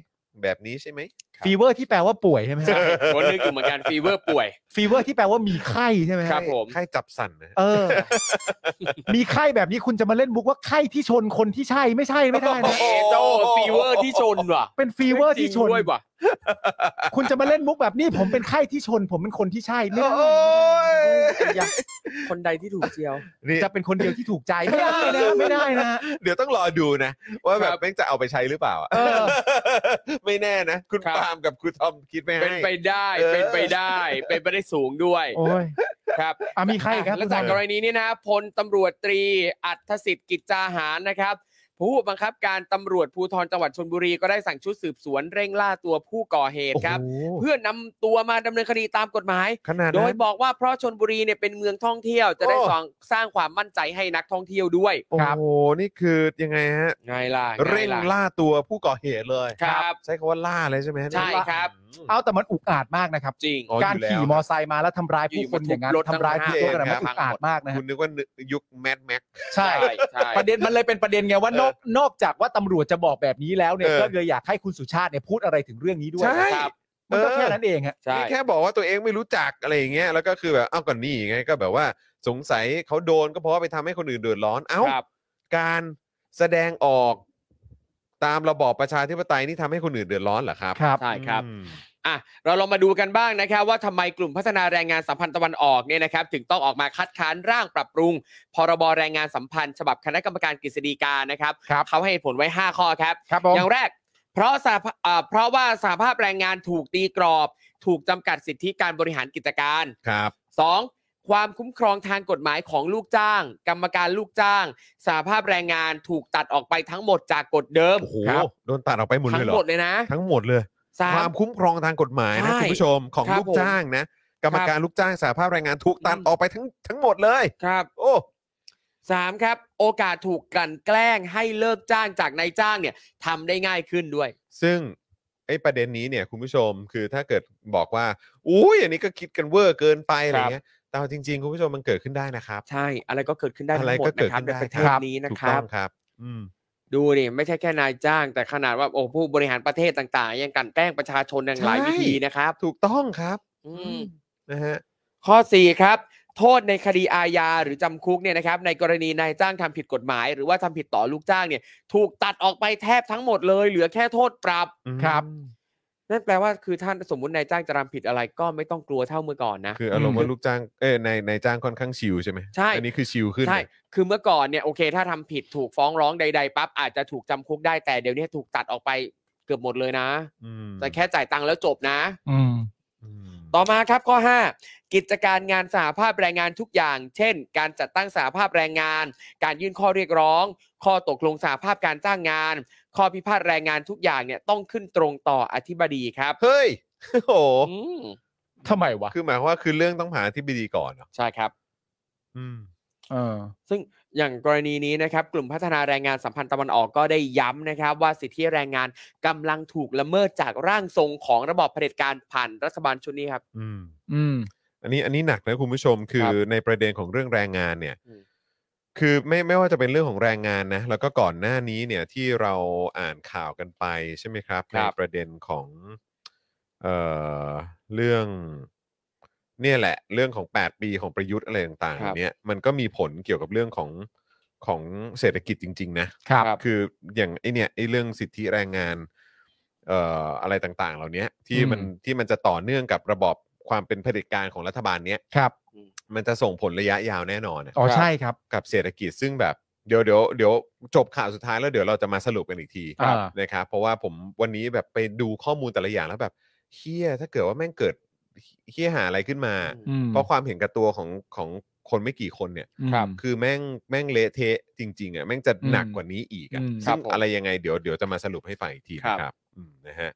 แบบนี้ใช่ไหม
ฟีเวอร์ที่แปลว่าป่วยใช่ไหมฮะ
ใช่คนนึกอยู่เหมือนกันฟีเวอร์ป่วย
[laughs] ฟีเวอร์ที่แปลว่ามีไข้ใช่ไหมฮะ
ครับผม
ค่ายจับสั่นนะ
เออ มีไข้แบบนี้คุณจะมาเล่นมุกว่าไข้ที่ชนคนที่ใช่ไม่ใช่
[laughs]
ไม่ได้นะ
เอโจ้ฟีเวอร์ที่ชนว่ะ
เป็นฟีเวอร์ที่ชน
จงด้วยว่ะ
คุณจะมาเล่นมุกแบบนี้ผมเป็นไข้ที่ชน ผมเป็นคนที่ใช่ไม่ได้
[laughs]
โอ้ย
คนใดที่ถูกเจียว
นี่
จะเป็นคนเดียวที่ถูกใจไม่ได้นะไม่ได้นะ
เดี๋ยวต้องรอดูนะ ว่าแบ
ครับ บ
แม่งจะเอาไปใช้หรือเปล่าอะ
เออ
[laughs] ไม่แน่นะ คุณ
ครับ
ปาล์มกับคุณทอมคิดไม่
เป็น
ให้
ไปได้
เออ
เป็นไปได้ [laughs] เป็นไปได้สูงด้วย
โอ้ย
ครับ
อ่ะมีไข้อีครับ
และจากกรณีนี้นะพลตำรวจตรีอัธสิทธิ์กิจจาหารนะครับ ผู้บังคับการตำรวจภูธรจังหวัดชนบุรีก็ได้สั่งชุดสืบสวนเร่งล่าตัวผู้ก่อเหตุครับ
โอ้โห
เพื่อนำตัวมาดำเนินคดีตามกฎหมาย
ขนาด
โด
นั้
ย
น
บอกว่าเพราะชนบุรีเนี่ยเป็นเมืองท่องเที่ยวจะได้
โอ้
สร้างสร้างความมั่นใจให้นักท่องเที่ยวด้วย
โอ้โหนี่คือยังไงฮะ
ไงล่ะไ
เร่งล่าตัวผู้ก่อเหตุเลย
ครับ
ใช้คำว่าล่าเลยใช่ไหมฮะเนี่ย
ใช่ครับ
อืม
เอาแต่มันอุกอาจมากนะครับ
จริง
อ๋อ
การขี่มอไซค์มาแล้วทำร้ายผู้คนอย่างนั้น
อยู่ๆมาทุบรถ
ทำร้ายผู้คนอะไรมัน
ทั้ง
อุ
ห้าง
กอาจมากนะ
คุ
ฮะ
ณนึกว่ายุคแมดแม็ก
ใช่
ใช่
ประเด็นมันเลยเป็นประเด็นไงว่านอกนอกจากว่าตำรวจจะบอกแบบนี้แล้วเนี่ย
เออ
ก็เลยอยากให้คุณสุชาติเนี่ยพูดอะไรถึงเรื่องนี้ด้วย
ใช่
นะครับมันก็แค่นั้นเองฮะ
ใช่
นี่แค่บอกว่าตัวเองไม่รู้จักอะไรอย่างเงี้ยแล้วก็คือแบบเอ้าก่อนนี่ไงก็แบบว่า สงสัยเขาโดนก็เพราะว่าไปทำให้คนอื่นเดือดร้อน เอ้า
ครับ
การแสดงออกตามระบอบประชาธิปไตยนี่ทำให้คนอื่นเดือดร้อนเหรอครับ
ครับ
ใช่ครับ
อืม
อ่ะเราลองมาดูกันบ้างนะครับว่าทำไมกลุ่มพัฒนาแรงงานสัมพันธ์ตะวันออกเนี่ยนะครับถึงต้องออกมาคัดค้านร่างปรับปรุง พรบแรงงานสัมพันธ์ ฉบับคณะกรรมการกฤษฎีกานะครับ
ครับ
เขาให้เหตุผลไว้ 5 ข้อครับ
ครับผม
อย่างแรก เพราะสหภาพอ่าเพราะว่าสหภาพแรงงานถูกตีกรอบ ถูกจำกัดสิทธิการบริหารกิจการ
ครับ
2. ความคุ้มครองทางกฎหมายของลูกจ้าง กรรมการลูกจ้างสหภาพแรงงานถูกตัดออกไปทั้งหมดจากกฎเดิม
โอ้โห
ครับ
โดนตัดออกไปหมดเล
ทั้
ย
ง
เหร
หม
อ
ดเลยนะ
ทั้งหมดเลย
สา
ค
ม
วามคุ้มครองทางกฎหมายนะ
ใช่
คุณผู้ชมของ
ครับ
ลูกจ้างนะ กรรมการลูกจ้างสหภาพแรงงานถูกตัด
อืม
ออกไปทั้งทั้งหมดเลย
ครับ
โอ้
สามครับ โอกาสถูกกลั่นแกล้งให้เลิกจ้างจากนายจ้างเนี่ยทำได้ง่ายขึ้นด้วย
ซึ่งไอ้ประเด็นนี้เนี่ยคุณผู้ชมคือถ้าเกิดบอกว่าอุ้ยอันนี้ก็คิดกันเวอร์เกินไปอะไรเงี้ยแต่เอาจริง ๆ คุณผู้ชมมันเกิดขึ้นได้นะครับ
ใช่อะไรก็เกิดขึ้นได้ทั้
อะไร
งหม
ก็
ด
เกิด
นะครับ
ขึ้น
ใน
ได้
ประเท
ค
ศ
รับ
นี้นะ
ถูก
ครั
ต้
บ
องครับ อืม
ดูดิไม่ใช่แค่นายจ้าง แต่ขนาดว่าโอ้ผู้บริหารประเทศต่างๆ ยังกลั่นแกล้งประชาชนอย่างหลาย
ใช่
วิธีนะครับ
ถูกต้องครับ
อืม
นะฮะ
ข้อสี่ครับ โทษในคดีอาญาหรือจำคุกเนี่ยนะครับ ในกรณีนายจ้างทำผิดกฎหมาย หรือว่าทำผิดต่อลูกจ้างเนี่ย ถูกตัดออกไปแทบทั้งหมดเลย เหลือแค่โทษปรับ
อืม
ครับ
นั่นแปลว่าคือท่านสมมตินายจ้างจะทำผิดอะไรก็ไม่ต้องกลัวเท่าเมื่อก่อนนะ
คืออารมณ์ว่าลูกจ้างเอ้ยนายนายจ้างค่อนข้างชิลใช่ไหม
ใช่
อันนี้คือชิลขึ้น
ใช่
เลย
คือเมื่อก่อนเนี่ยโอเค ถ้าทำผิดถูกฟ้องร้องใดๆปั๊บอาจจะถูกจำคุกได้แต่เดี๋ยวนี้ถูกตัดออกไปเกือบหมดเลยนะ
อืม
แต่แค่จ่ายตังค์แล้วจบนะ
อืม
อืม
ต่อมาครับข้อ 5 กิจการงานสหภาพแรงงานทุกอย่าง เช่น การจัดตั้งสหภาพแรงงาน การยื่นข้อเรียกร้อง ข้อตกลงสหภาพการจ้างงาน ข้อพิพาทแรงงานทุกอย่างเนี่ยต้องขึ้นตรงต่ออธิบดีครับ
เฮ้ยโอ้โห
อืม
ทำไมวะ
คือหมายความว่าคือเรื่องต้องหาที่บดีก่อนเหรอ
ใช่ครับ
อืม
เออ
ซึ่งอย่างกรณีนี้นะครับ กลุ่มพัฒนาแรงงานสัมพันธ์ตะวันออกก็ได้ย้ำนะครับ ว่าสิทธิแรงงานกำลังถูกละเมิดจากร่างทรงของระบอบเผด็จการผ่านรัฐบาลชุดนี้ครับ
อืม
อืม
อันนี้อันนี้หนักนะคุณผู้ชมคือในประเด็นของเรื่องแรงงานเนี่ย
อืม
คือไม่ไม่ว่าจะเป็นเรื่องของแรงงานนะ แล้วก็ก่อนหน้านี้เนี่ยที่เราอ่านข่าวกันไปใช่ไหมครับในประเด็นของเอ่อเรื่อง เนี่ยแหละ เรื่องของ 8 ปีของประยุทธ์อะไรต่างๆ
ครับ
เนี่ยมันก็มีผลเกี่ยวกับเรื่องของของเศรษฐกิจจริง ๆ นะ
ครับ
คืออย่างไอเนี่ยไอเรื่องสิทธิแรงงานเอ่ออะไรต่างๆ เหล่านี้ที่
อืม
มันที่มันจะต่อเนื่องกับระบอบความเป็นเผด็จการของรัฐบาลเนี้ย
ครับ
มันจะส่งผลระยะยาวแน่นอนนะ
อ๋อใช่ครับ
กับเศรษฐกิจซึ่งแบบเดี๋ยวเดี๋ยวเดี๋ยวจบข่าวสุดท้ายแล้วเดี๋ยวเราจะมาสรุปกันอีกที
ครับ
นะครับเพราะว่าผมวันนี้แบบไปดูข้อมูลแต่ละอย่างแล้วแบบเฮียถ้าเกิดว่าแม่งเกิดเฮียหาอะไรขึ้นมา
อืม
เพราะความเห็นแกับตัวของของคนไม่กี่คนเนี่ย
ครับ
อืม
คือแม่งแม่งเละเทะจริง ๆอ่ะแม่งจะหนัก
อืม
กว่านี้อีกอ่ะ
อืม
ครั
ซึ่
บ
ง
ผม
อะไรยังไงเดี๋ยวเดี๋ยวจะมาสรุปให้ฟังอีกที
ค
นะครั
รับ
บอืมนะฮะ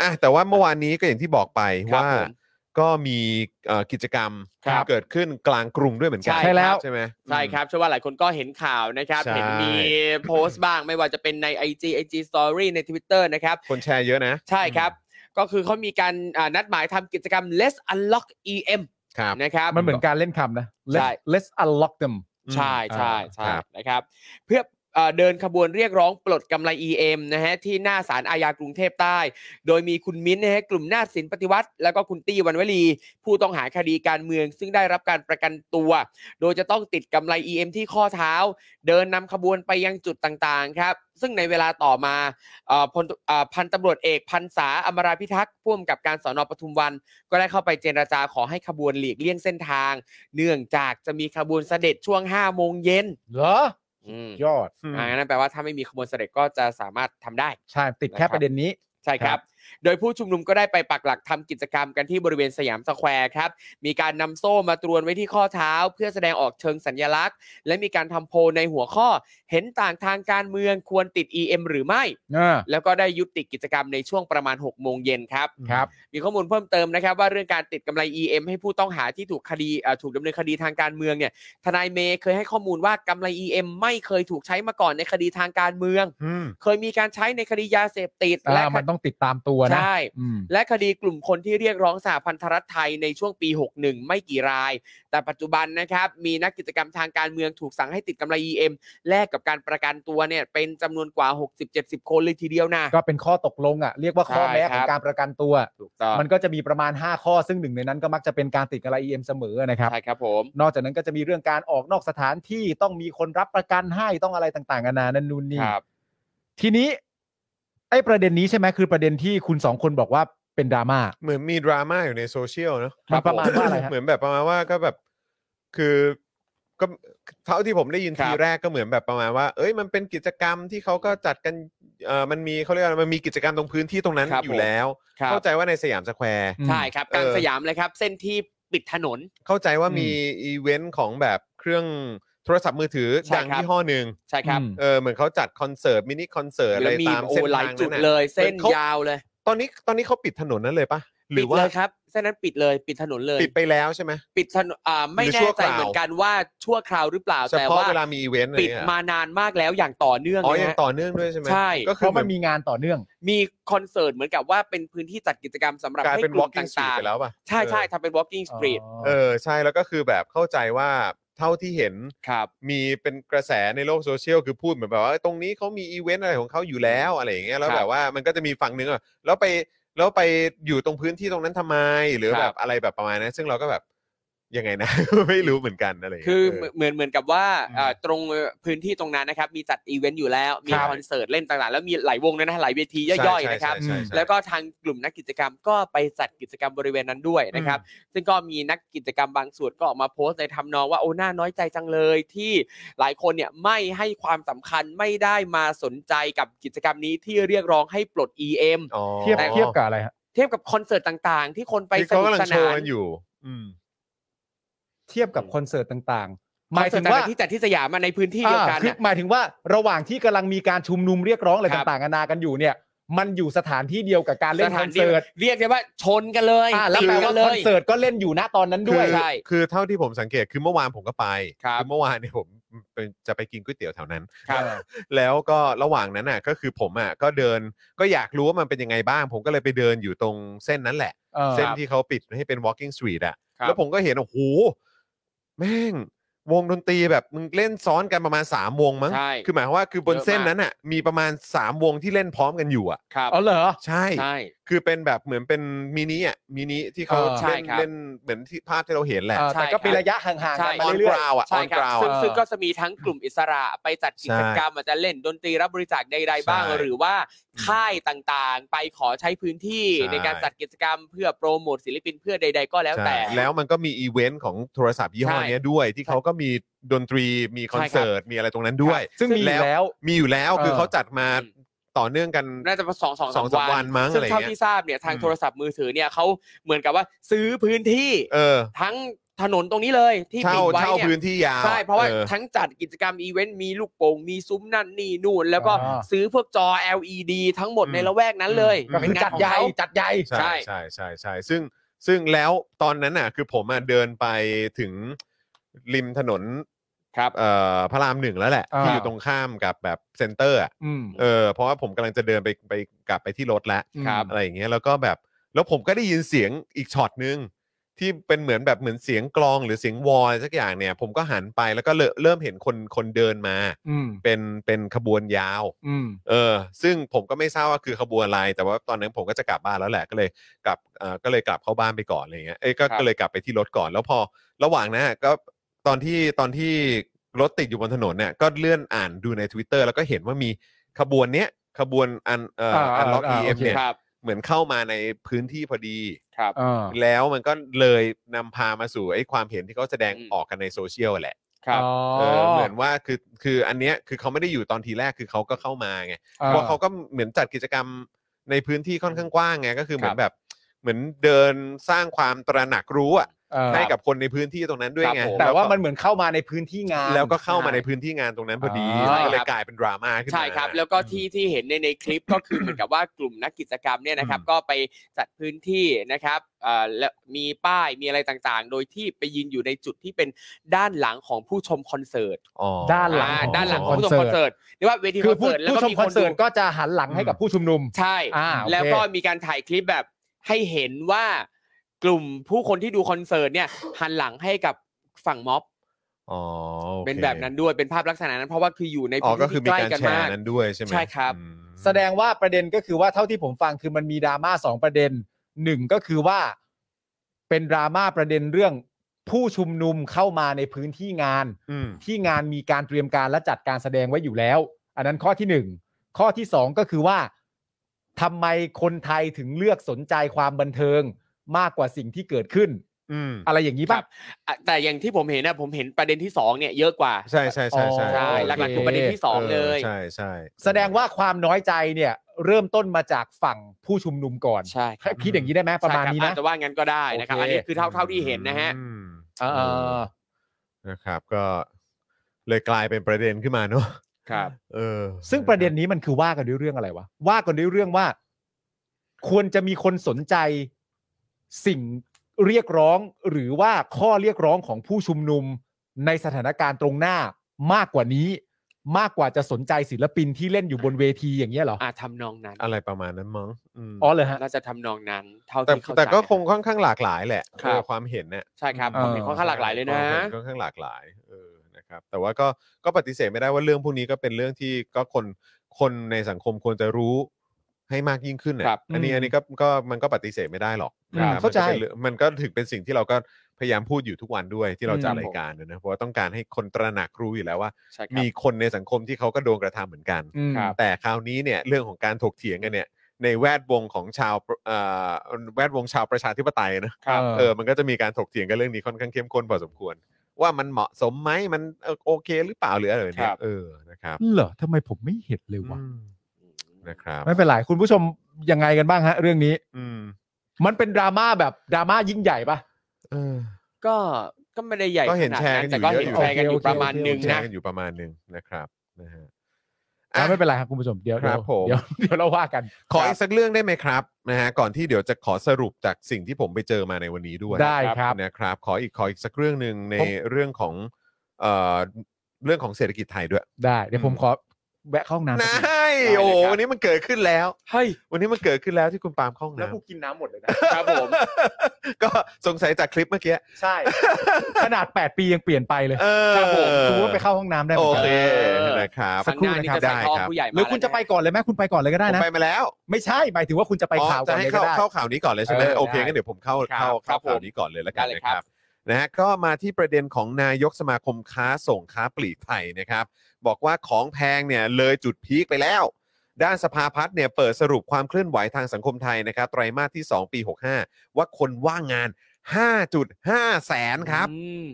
อ่ะแต่ว่าเมื่อวานนี้ก็อย่างที่บอกไป
ครับ
ว่า
ผม
ก็มีเอ่อกิจกรรม
ครับ
เกิดขึ้นกลางกรุงด้วยเหมือนกั
ใช่แล้ว
ใช่ไหม
ใช่ครับเชื่อว่าหลายคนก็เห็นข่าวนะครับ
ใช่
เห็นมีโพสต์บ้างไม่ว่าจะเป็นใน IG IG Story ใน Twitter นะครับ
คนแชร์เยอะนะ
ใช่ครับ ก็คือเขามีการอ่านัดหมายทำกิจกรรม Let's Unlock EM
ครับ
นะครับ
มันเหมือนการเล่นคำนะ
ใช่
let's let's unlock them
ใช่ใช่
อ่า
ใช่
ครับ
นะครับ เพื่อเอ่อเดินขบวนเรียกร้องปลดกำไร EM นะฮะที่หน้าศาลอาญากรุงเทพใต้ โดยมีคุณมิ้นท์นะฮะกลุ่มหน้าศิลปฏิวัติ แล้วก็คุณตี้วันวลี ผู้ต้องหาคดีการเมือง ซึ่งได้รับการประกันตัว โดยจะต้องติดกำไร EM ที่ข้อเท้า เดินนำขบวนไปยังจุดต่างๆครับ ซึ่งในเวลาต่อมาเอ่อพลเอ่อพันตำรวจเอกพันษาอมราพิทักษ์พ่วงกับการสอนอปทุมวัน ก็ได้เข้าไปเจรจาขอให้ขบวนหลีกเลี่ยงเส้นทาง เนื่องจากจะมีขบวนเสด็จช่วง5โมงเย็น
เหรอ
อืม
ยอด
อ่านั่นแปลว่าถ้าไม่มีขบวนเสด็จก็จะสามารถทำได้
ใช่ ติดแค่ประเด็นนี้
ใช่ครับ โดยผู้ชุมนุมก็ได้ไปปักหลักทำกิจกรรมกันที่บริเวณสยามสแควร์ครับ มีการนำโซ่มาตรวนไว้ที่ข้อเท้า เพื่อแสดงออกเชิงสัญลักษณ์ และมีการทำโพลในหัวข้อ เห็นต่างทางการเมืองควรติด EM หรือไม่
เออ
แล้วก็ได้ยุติกิจกรรมในช่วงประมาณ 6 โมงเย็นครับ
ครับ
มีข้อมูลเพิ่มเติมนะครับว่าเรื่องการติดกำไร EM ให้ผู้ต้องหาที่ถูกคดีเอ่อถูกดำเนินคดีทางการเมืองเนี่ย ทนายเมย์เคยให้ข้อมูลว่ากำไร EM ไม่เคยถูกใช้มาก่อนในคดีทางการเมือง
อืม
เคยมีการใช้ในคดียาเสพติด
อ่า
และ
มันต้องติดตามตัว ตัวนะ
ใช่
อืม
และคดีกลุ่มคนที่เรียกร้องสหพันธรัฐไทยในช่วงปี 61 ไม่กี่ราย แต่ปัจจุบันนะครับ มีนักกิจกรรมทางการเมืองถูกสั่งให้ติดกำไร EM แลกกับการประกันตัวเนี่ยเป็นจำนวนกว่า 60-70 คนเลยทีเดียวนะ
[laughs] ก็เป็นข้อตกลงอ่ะเรียกว่าข้อ
ใช่
แม้ข
ครับ
องการประกันตัว
ถูกต้อง
มันก็จะมีประมาณ 5 ข้อซึ่งหนึ่งในนั้นก็มักจะเป็นการติดกับไ EM เสมอนะครับ
ใช่ครับผม
นอกจากนั้นก็จะมีเรื่องการออกนอกสถานที่ต้องมีคนรับประกันให้ต้องอะไรต่างๆนานานั่นนู่นนี่
ครับ
ทีนี้ไอ้ประเด็นนี้ใช่ไหมคือประเด็นที่คุณสองคนบอกว่าเป็นดราม่า
เหมือนมีดราม่าอยู่ในโซเชียลเนอะ
มันประมาณว่าอะไรฮะ
เหมือนแบบประมาณว่าก็แบบคือก็เท่าที่ผมได้ยิน
ครั
ที
บ
แรกก็เหมือนแบบประมาณว่า เอ้ยมันเป็นกิจกรรมที่เขาก็จัดกันเอ่อมันมีเขาเรียกว่ามันมีกิจกรรมตรงพื้นที่ตรงนั้น
ครับ
อ
ผ
ยู่
ม
แล้ว
ครับ
เข้าใจว่าในสยามสแควร์
ใช่ครับกลาง
เออ
สยามเลยครับ เส้นที่ปิดถนน
เข้าใจว่า
อืม
มีอีเวนต์ของแบบเครื่องโทรศัพท์มือถือ
ใช่
ดัง
ครับ
ยี่ห้อหนึ่ง
ใช่ครับ
อืม
เออเหมือนเขาจัดคอนเสิร์ตมินิคอนเสิร์ตอะไร
แล้วมี
ตาม
โอ้
เส้น
หลา
ทาย ง
จุด
นั้นน่ะ
เลยเส้น
เขา
ยาวเลย
ตอนนี้ตอนนี้เขาปิดถนนนั้นเลยปะหรือว่า
ปิดเลยครับเส้นนั้นปิดเลยปิดถนนเลย
ปิดไปแล้วใช่ไหม
ปิดถนนอ่าไม่
หรือชั่
แน่
ว
ใจ
คราว
เหมือนกันว่าชั่วคราวหรือเปล่า
เฉ
แต่
พาะ
ว่า
เวลามีอีเวนต์อะไร
ปิด
เนี่ย
มานานมากแล้วอย่างต่อเนื่อง
อ๋อ
นะ
ยัง
ฮะ
ต่อเนื่องด้วยใช่ไหม
ใช่
ก็
เพ
คือ
ราะมันมีงานต่อเนื่อง
มีคอนเสิร์ตเหมือนกับว่าเป็นพื้นที่จัดกิจกรรมสำหรับ
กลาย
ให้
เป็น
กลุ่ม
walking street
ต่าง
ไปแล้วป่ะ
ๆ ใช่ใช่ทำเป็น walking street
อ๋อ
เออใช่แล้วก็คือแบบเข้าใจว่าเท่าที่เห็น
ครับ
มีเป็นกระแสในโลกโซเชียลคือพูดเหมือนแบบว่าตรงนี้เขามีอีเวนต์อะไรของเขาอยู่แล้วอะไรอย่างเงี้ยแล้ว
ครับ
แบบว่ามันก็จะมีฝั่งหนึ่งอะแล้วไปแล้วไปอยู่ตรงพื้นที่ตรงนั้นทำไม หรือ
ครับ
แบบอะไรแบบประมาณนั้นซึ่งเราก็แบบยังไงนะ [laughs] ไม่รู้เหมือนกันอะไรย่าง
คื
เงี้
อย เห
เ
มือนเหมือนเหมือนกับว่า
อืม
เอ่อตรงพื้นที่ตรงนั้นนะครับ มีจัดอีเวนต์อยู่แล้ว มี
ครับ
คอนเสิร์ตเล่นต่างๆ แล้วมีหลายวงด้วยนะหลายเวทีย่อยๆนะครับ
ใช่ใช่ใช่ใช่
แล้วก็ทางกลุ่มนักกิจกรรมก็ไปจัดกิจกรรมบริเวณนั้นด้วยนะครับ ซึ่งก็มีนักกิจกรรมบางส่วนก็ออกมาโพสต์ในทำนองว่าโอ้น่าน้อยใจจังเลยที่หลายคนเนี่ยไม่ให้ความสำคัญไม่ได้มาสนใจกับกิจกรรมนี้ที่เรียกร้องให้ปลด EM
อ๋อ
เทียบเทียบกับอะไรฮะ
เทียบกับคอนเสิร์ตต่างๆ ที่คนไป
ที่
ส
เขา
นุก
กำลัง
ส
โช
นา
ว์
น
กันอยู่ อืม
เทียบกับคอนเสิร์ตต่างๆ ห
ค
มา
อย นเสิ
ถึ
ร์
ง
ตต่า
ว่า
งๆที่จัดที่สยามมาในพื้นที่เดียว
อ่า
กัน
คือ
น่ะ
หมายถึงว่าระหว่างที่กำลังมีการชุมนุมเรียกร้องอะไร
ครับ
ต่างๆนานากันอยู่เนี่ย มันอยู่สถานที่เดียวกับการเล่นคอนเสิร์ต
เรียกได้ว่าชนกันเลย
อ่าแล้ว
ตี
แปล
กั
ว่าน
เล
คอน
ย
เสิร์ตก็เล่นอยู่ณตอนนั้นด้วย
คือ
ใช่
คือเท่าที่ผมสังเกตคือเมื่อวานผมก็ไป
ครับ
อเมื่อวานเนี่ยผมเป็นจะไปกินก๋วยเตี๋ยวแถวนั้น
ครับ
แล้วก็ระหว่างนั้นน่ะก็คือผมอ่ะก็เดินก็อยากรู้ว่ามันเป็นยังไงบ้าง ผมก็เลยไปเดินอยู่ตรงเส้นนั้นแหละ
เออ
เส้นที่เขาปิดให้เป็น walking street อ่ะ
ครับ
แล้วผมก็เห็นโอ้โหแม่ง วงดนตรีแบบมึงเล่นซ้อนกันประมาณ 3 วงมั้ง
ใช่
คือหมายความว่าคือบนเส้นนั้นอ่ะมีประมาณ 3 วงที่เล่นพร้อมกันอยู่อ่ะ
ครับ
อ๋อเหรอ
ใช่
ใช่
คือเป็นแบบเหมือนเป็นมินิอ่ะมินิที่เขา
เออ
ใช่
เล่น
ครับ
เล่นเหมือนที่ภาพที่เราเห็นแหละ
เออ
ใช่
แต่ก็เป็น
ครับ
ระยะห่างๆ
ใช่
กันมา
ออน
เรื่
ก
อย
ราวอ่ะอ
ใช่
อน
ครั
ก
บ
ราว
ซึ่ง
อ่ะ
ซึ่งก็จะมีทั้งกลุ่มอิสระไปจัดกิจกรรมอาจจะเล่นดนตรีรับบริจาคใดๆบ้าง
ใช่
หรือว่าค่ายต่างๆ ไปขอใช้พื้นที่
ใช่
ในการจัดกิจกรรมเพื่อโปรโมทศิลปินเพื่อใด ๆ ก็แล้ว
ใช่
แต่
แล้วมันก็มีอีเวนต์ของโทรศัพท์ยี่ห้อ
ใช่
เนี้ยด้วย ที่เขาก็มีดนตรีมีคอนเสิร์ตมีอะไรตรงนั้นด้วย
ๆซึ่งมีอยู่แล้ว
มีอยู่แล้วคือ
เออ
เขาจัดมา
อืม
ต่อเนื่องกัน
น่าจะสองสอง
สองสามวันมั้ง
ซึ่ง
อะไรอย่าง
เท่า
เงี้ย
ที่ทราบเนี่ยทางโทรศัพท์มือถือเนี่ยเขาเหมือนกับว่าซื้อพื้นที่
เออ
ทั้งถนนตรงนี้เลยที่ปิ
เช่า
ดไว้
เช่า
เนี่ย
พื้นที่ยาว
ใช่ เพราะว่า
ออ
ทั้งจัดกิจกรรมอีเวนต์มีลูกโป่งมีซุ้มนั่นนี่นู่น แล้วก็
อ่า
ซื้อพวกจอ LED ทั้งหมด
อืม
ในละแวกนั้นเลย
อืม
ก็คือ
เป็นงาน
จัด
ของ
ใหญ่
เขา
จัดใหญ่
ใช่
ใช่
ใช่ใช่ใช่ใช่ซึ่งซึ่งแล้วตอนนั้นน่ะ คือผมอ่ะเดินไปถึงริมถนน
ครับ
เอ่อพระรามหนึ่งแล้วแหละ
อ่า
ที่อยู่ตรงข้ามกับแบบเซ็นเตอร์อะ
อืม
เออเพราะว่าผมกำลังจะเดินไปไปกลับไปที่รถแล้ว
ครับ
อะไรอย่างเงี้ยแล้วก็แบบแล้วผมก็ได้ยินเสียงอีกช็อตนึง ที่เป็นเหมือนแบบเหมือนเสียงกลองหรือเสียงวอลสักอย่างเนี่ย ผมก็หันไปแล้วก็เลเริ่มเห็นคนคนเดินมา
อืม
เป็นเป็นขบวนยาว
อืม
เออ ซึ่งผมก็ไม่ทราบว่าคือขบวนอะไร แต่ว่าตอนนั้นผมก็จะกลับบ้านแล้วแหละก็เลยกลับเอ่อก็เลยกลับเข้าบ้านไปก่อนอะไรเงี้ยเอ้ยก็
ครับ
ก็เลยกลับไปที่รถก่อนแล้วพอระหว่างนั้นอะก็ตอนที่ตอนที่รถติดอยู่บนถนนเนี่ยก็เลื่อนอ่านดูใน Twitter แล้วก็เห็นว่ามีขบวนเนี้ยขบวนอันเอ่อ
อ่า
อันล็อก
อ่า
เอ็ม
โอเค
เนี่ย
ครับ
เหมือนเข้ามาในพื้นที่พอดี
ครับ
เออ
แล้วมันก็เลยนำพามาสู่ไอ้ความเห็นที่เขาแสดง
อืม
ออกกันในโซเชียลแหละ
ครับ
อ๋อ
เออเหมือนว่าคือคืออันเนี้ยคือเขาไม่ได้อยู่ตอนทีแรกคือเขาก็เข้ามาไงเพราะเขาก็เหมือนจัดกิจกรรมในพื้นที่ค่อนข้างกว้างไงก็คือเหมือนแบบเหมือนเดินสร้างความตระหนักรู้อะ
เออ
ให้กับคนในพื้นที่ตรงนั้นด้วยไง
ครับผม
แต่ว่า
ล้ก็
มันเหมือนเข้ามาในพื้นที่งาน
แล้วก็เข้ามาในพื้นที่งานตรงนั้นพอดี
ใช่
ก็เลย
ครับ
กลายเป็นดราม่าขึ้นมา
ใช่ครับ แล้วก็ที่ที่เห็นในในคลิป [coughs] ก็คือ เหมือนกับว่ากลุ่มนักกิจกรรมเนี่ยนะครับ ก็ไปจัดพื้นที่นะครับเอ่อและมีป้ายมีอะไรต่างๆ โดยที่ไปยืนอยู่ในจุดที่เป็นด้านหลังของผู้ชมคอนเสิร์ต
อ๋อ
ด้านหลังข
อ่า
อง
ด้านหลังของ
ผู้
ผู้
ชม
ชม
ค
ค
อ
อน น
เสิ
เสิ
ร์
ร์
ต
ตหรือว่าเวที
คื
ค
อ
อน
ผู้
เสิร์ตแล้ว
ผู้
ก็
ชม
มี
ค
ค
อน
น
เสิ
ดู
ร์ตก็จะหันหลังให้กับผู้ชุมนุม
ใช่
อ่าโอเค
แล้วก็มีการถ่ายคลิปแบบให้เห็นว่ากลุ่มผู้คนที่ดูคอนเสิร์ตเนี่ยหันหลังให้กับฝั่งม็อบ
อ๋อโอค
เป็นแบบนั้นด้วยเป็นภาพลักษณะนั้นเพราะว่าคืออยู่ใน
อ๋อ
พื้น
ก็
ที่
คือมี
ที่ใกล้
การ
กัน
แช
มา
ร์
ก
นั้นด้วยใช่ไหม
ใช่ครับ
อืม
แสดงว่าประเด็นก็คือว่าเท่าที่ผมฟังคือมันมีดราม่าสองประเด็นหนึ่งก็คือว่าเป็นดราม่าประเด็นเรื่องผู้ชุมนุมเข้ามาในพื้นที่งาน
อืม
ที่งานมีการเตรียมการและจัดการแสดงไว้อยู่แล้ว อันนั้นข้อที่หนึ่งข้อที่สองก็คือว่าทำไมคนไทยถึงเลือกสนใจความบันเทิงมากกว่าสิ่งที่เกิดขึ้น
อืม
อะไรอย่างนี้ป่ะ
อ่ะแต่อย่างที่ผมเห็นนะผมเห็นประเด็นที่สองเนี่ยเยอะกว่า
ใช่ใช่ใช่ใช่
อ๋อ
ใช่หลักๆคือประเด็นที่สองเลย
ใช่ใช่
แสดงว่าความน้อยใจเนี่ย เริ่มต้นมาจากฝั่งผู้ชุมนุมก่อน
ใช่ครับ
คิดอย่างนี้ได้ไหมประมาณนี้
ใช่คบ
นะ
อจจะว่างั้นก็ได้นะครับ
โอเค
อันนี้คือเท่าเท่าที่เห็นนะฮะ
อืม
เออเออ
นะครับก็เลยกลายเป็นประเด็นขึ้นมาเนอะ
ครับ
เออ
ซึ่งประเด็นนี้มันคือว่ากันด้วยเรื่องอะไรวะ ว่ากันด้วยเรื่องว่า ควรจะมีคนสนใจสิ่งเรียกร้องหรือว่าข้อเรียกร้องของผู้ชุมนุมในสถานการณ์ตรงหน้ามากกว่านี้ มากกว่าจะสนใจศิลปินที่เล่นอยู่บนเวทีอย่างเงี้ยเหรอ
อาทำนองนั้น
อะไรประมาณนั้นมั้งอืม
อ๋อเลยฮะ
น่าจะทำนองนั้น เท่า
แต่
ที่เข้าใจ
แต่ก็คงค่อนข้างหลากหลายแหละ
ครับ
เออความเห็นเนี่ย
ใช่ครับผมเห็น
เออ
ค่อนข้างหลากหลายเลยนะ
ควมห็ค่อนข้างหลากหลายเออนะครับแต่ว่าก็ก็ปฏิเสธไม่ได้ว่าเรื่องพวกนี้ก็เป็นเรื่องที่ก็คนคนในสังคมควรจะรู้ให้มากยิ่งขึ้นน่ะ
ครับ
อันนี้อันนี้ก็ก็มันก็ปฏิเสธไม่ได้หรอก
อืม
อ่ะ
เข้าใจ
มันก็ป็นรื่องมันก็ถึงเป็นสิ่งที่เราก็พยายามพูดอยู่ทุกวันด้วยที่เราจัด
อืม
รายการเนี่ยนะเพราะว่าต้องการให้คนตระหนักรู้อยู่แล้วว่า
ใช่ครับ
มีคนในสังคมที่เขาก็โดนกระทำเหมือนกัน
อืม
ครับ
แต่คราวนี้เนี่ยเรื่องของการถกเถียงกันเนี่ยในแวดวงของชาวเอ่อแวดวงชาวประชาธิปไตยนะครับ เออมันก็จะมีการถกเถียงกันเรื่องนี้ค่อนข้างเข้มข้นพอสมควร ว่ามันเหมาะสมไหมมันเอ่อโอเคหรือเปล่าหรืออะไรแบบเนี้
ครั
ย
บ
เออนะครับ
เหรอทำไมผมไม่เห็นเลยวะ
อืมนะครับ
ไม่เป็นไรคุณผู้ชมยังไงกันบ้างฮะ เรื่องนี้
อืม
มันเป็นดราม่าแบบดราม่ายิ่งใหญ่ปะ
เออ
ก็ก็ไม่ได้ใหญ่
ก็เห็น
ขาด
แชร์กันอยู่
แต่ก็
เยอะ
เห็
อ
น
ยู่
แชร์กันอยู่
โอเค
ประมาณ
โอเค
หนึ่ง
แช
นะ
ร์กันอยู่ประมาณหนึ่งนะครับนะฮะ
อ่ะไม่เป็นไรครับคุณผู้ชมเดี๋ยว
ครับผม
เดี๋ยวเดี๋ยวเราว่ากัน
ขออีกสักเรื่องได้ไหมครับนะฮะก่อนที่เดี๋ยวจะขอสรุปจากสิ่งที่ผมไปเจอมาในวันนี้ด้วย
ได้ครับ
นะครับ ขออีกขออีกสักเรื่องหนึ่งใน
ผม
เรื่องของเอ่อเรื่องของเศรษฐกิจไทยด้วย
ได้เดี๋ยวผมขอแวะเข้าห้องน้ำ
น
สักนิด
ายโอ้โหวันนี้มันเกิดขึ้นแล้ว
เฮ้ย
วันนี้มันเกิดขึ้นแล้วที่คุณปาล์มเข้าห้อง
แล้ว
น้
กูกินน้ำหมดเลยนะ
ครับผม
ำ ก็สงสัยจากคลิปเมื่อกี้
ใช่ ขนาด 8 ปียังเปลี่ยนไปเลย
เออ
ครับผม
คุณว่าไปเข้าห้องน้ำได้ไหม
โอ
ค
เครับ นะครับ
สั
สั
ก
ก
ครู่
ครู่
นะ
นะ
ได้
ครั
ครับ บได้ค
ค
รั
รั
บบ ผู้ใหญ่
หรือคุณจะไปก่อนเลยไหมคุณไปก่อนเลยก็ได้
ผม
นะ
ไปมาแล้ว
ไม่ใช่หมายถึงว่าคุณจะไป
อ๋อ
ข่าวก่
จะ
อน
ให้
เลยก็
เข้า
ได้
เข้าข่าวนี้ก่อนเลยใช่ไหม
เออ
โอเค
ได้
งั้นเดี๋ยวผมเข้า
ครับ
เข้า
ครั
เข้า
บ
ข่าว
ผม
นี้ก่อนเลยแล้วกัน
ได้เลย
นะค
ครั
รับบ นะฮะก็มาที่ประเด็นของนายกสมาคมค้าส่งค้าปลีกไทยนะครับ บอกว่าของแพงเนี่ยเลยจุดพีคไปแล้ว ด้านสภาพัฒน์เนี่ยเปิดสรุปความเคลื่อนไหวทางสังคมไทยนะครับ ไตรมาสที่ 2 ปี 65 ว่าคนว่างงาน 5.5 แสนครับ
อืม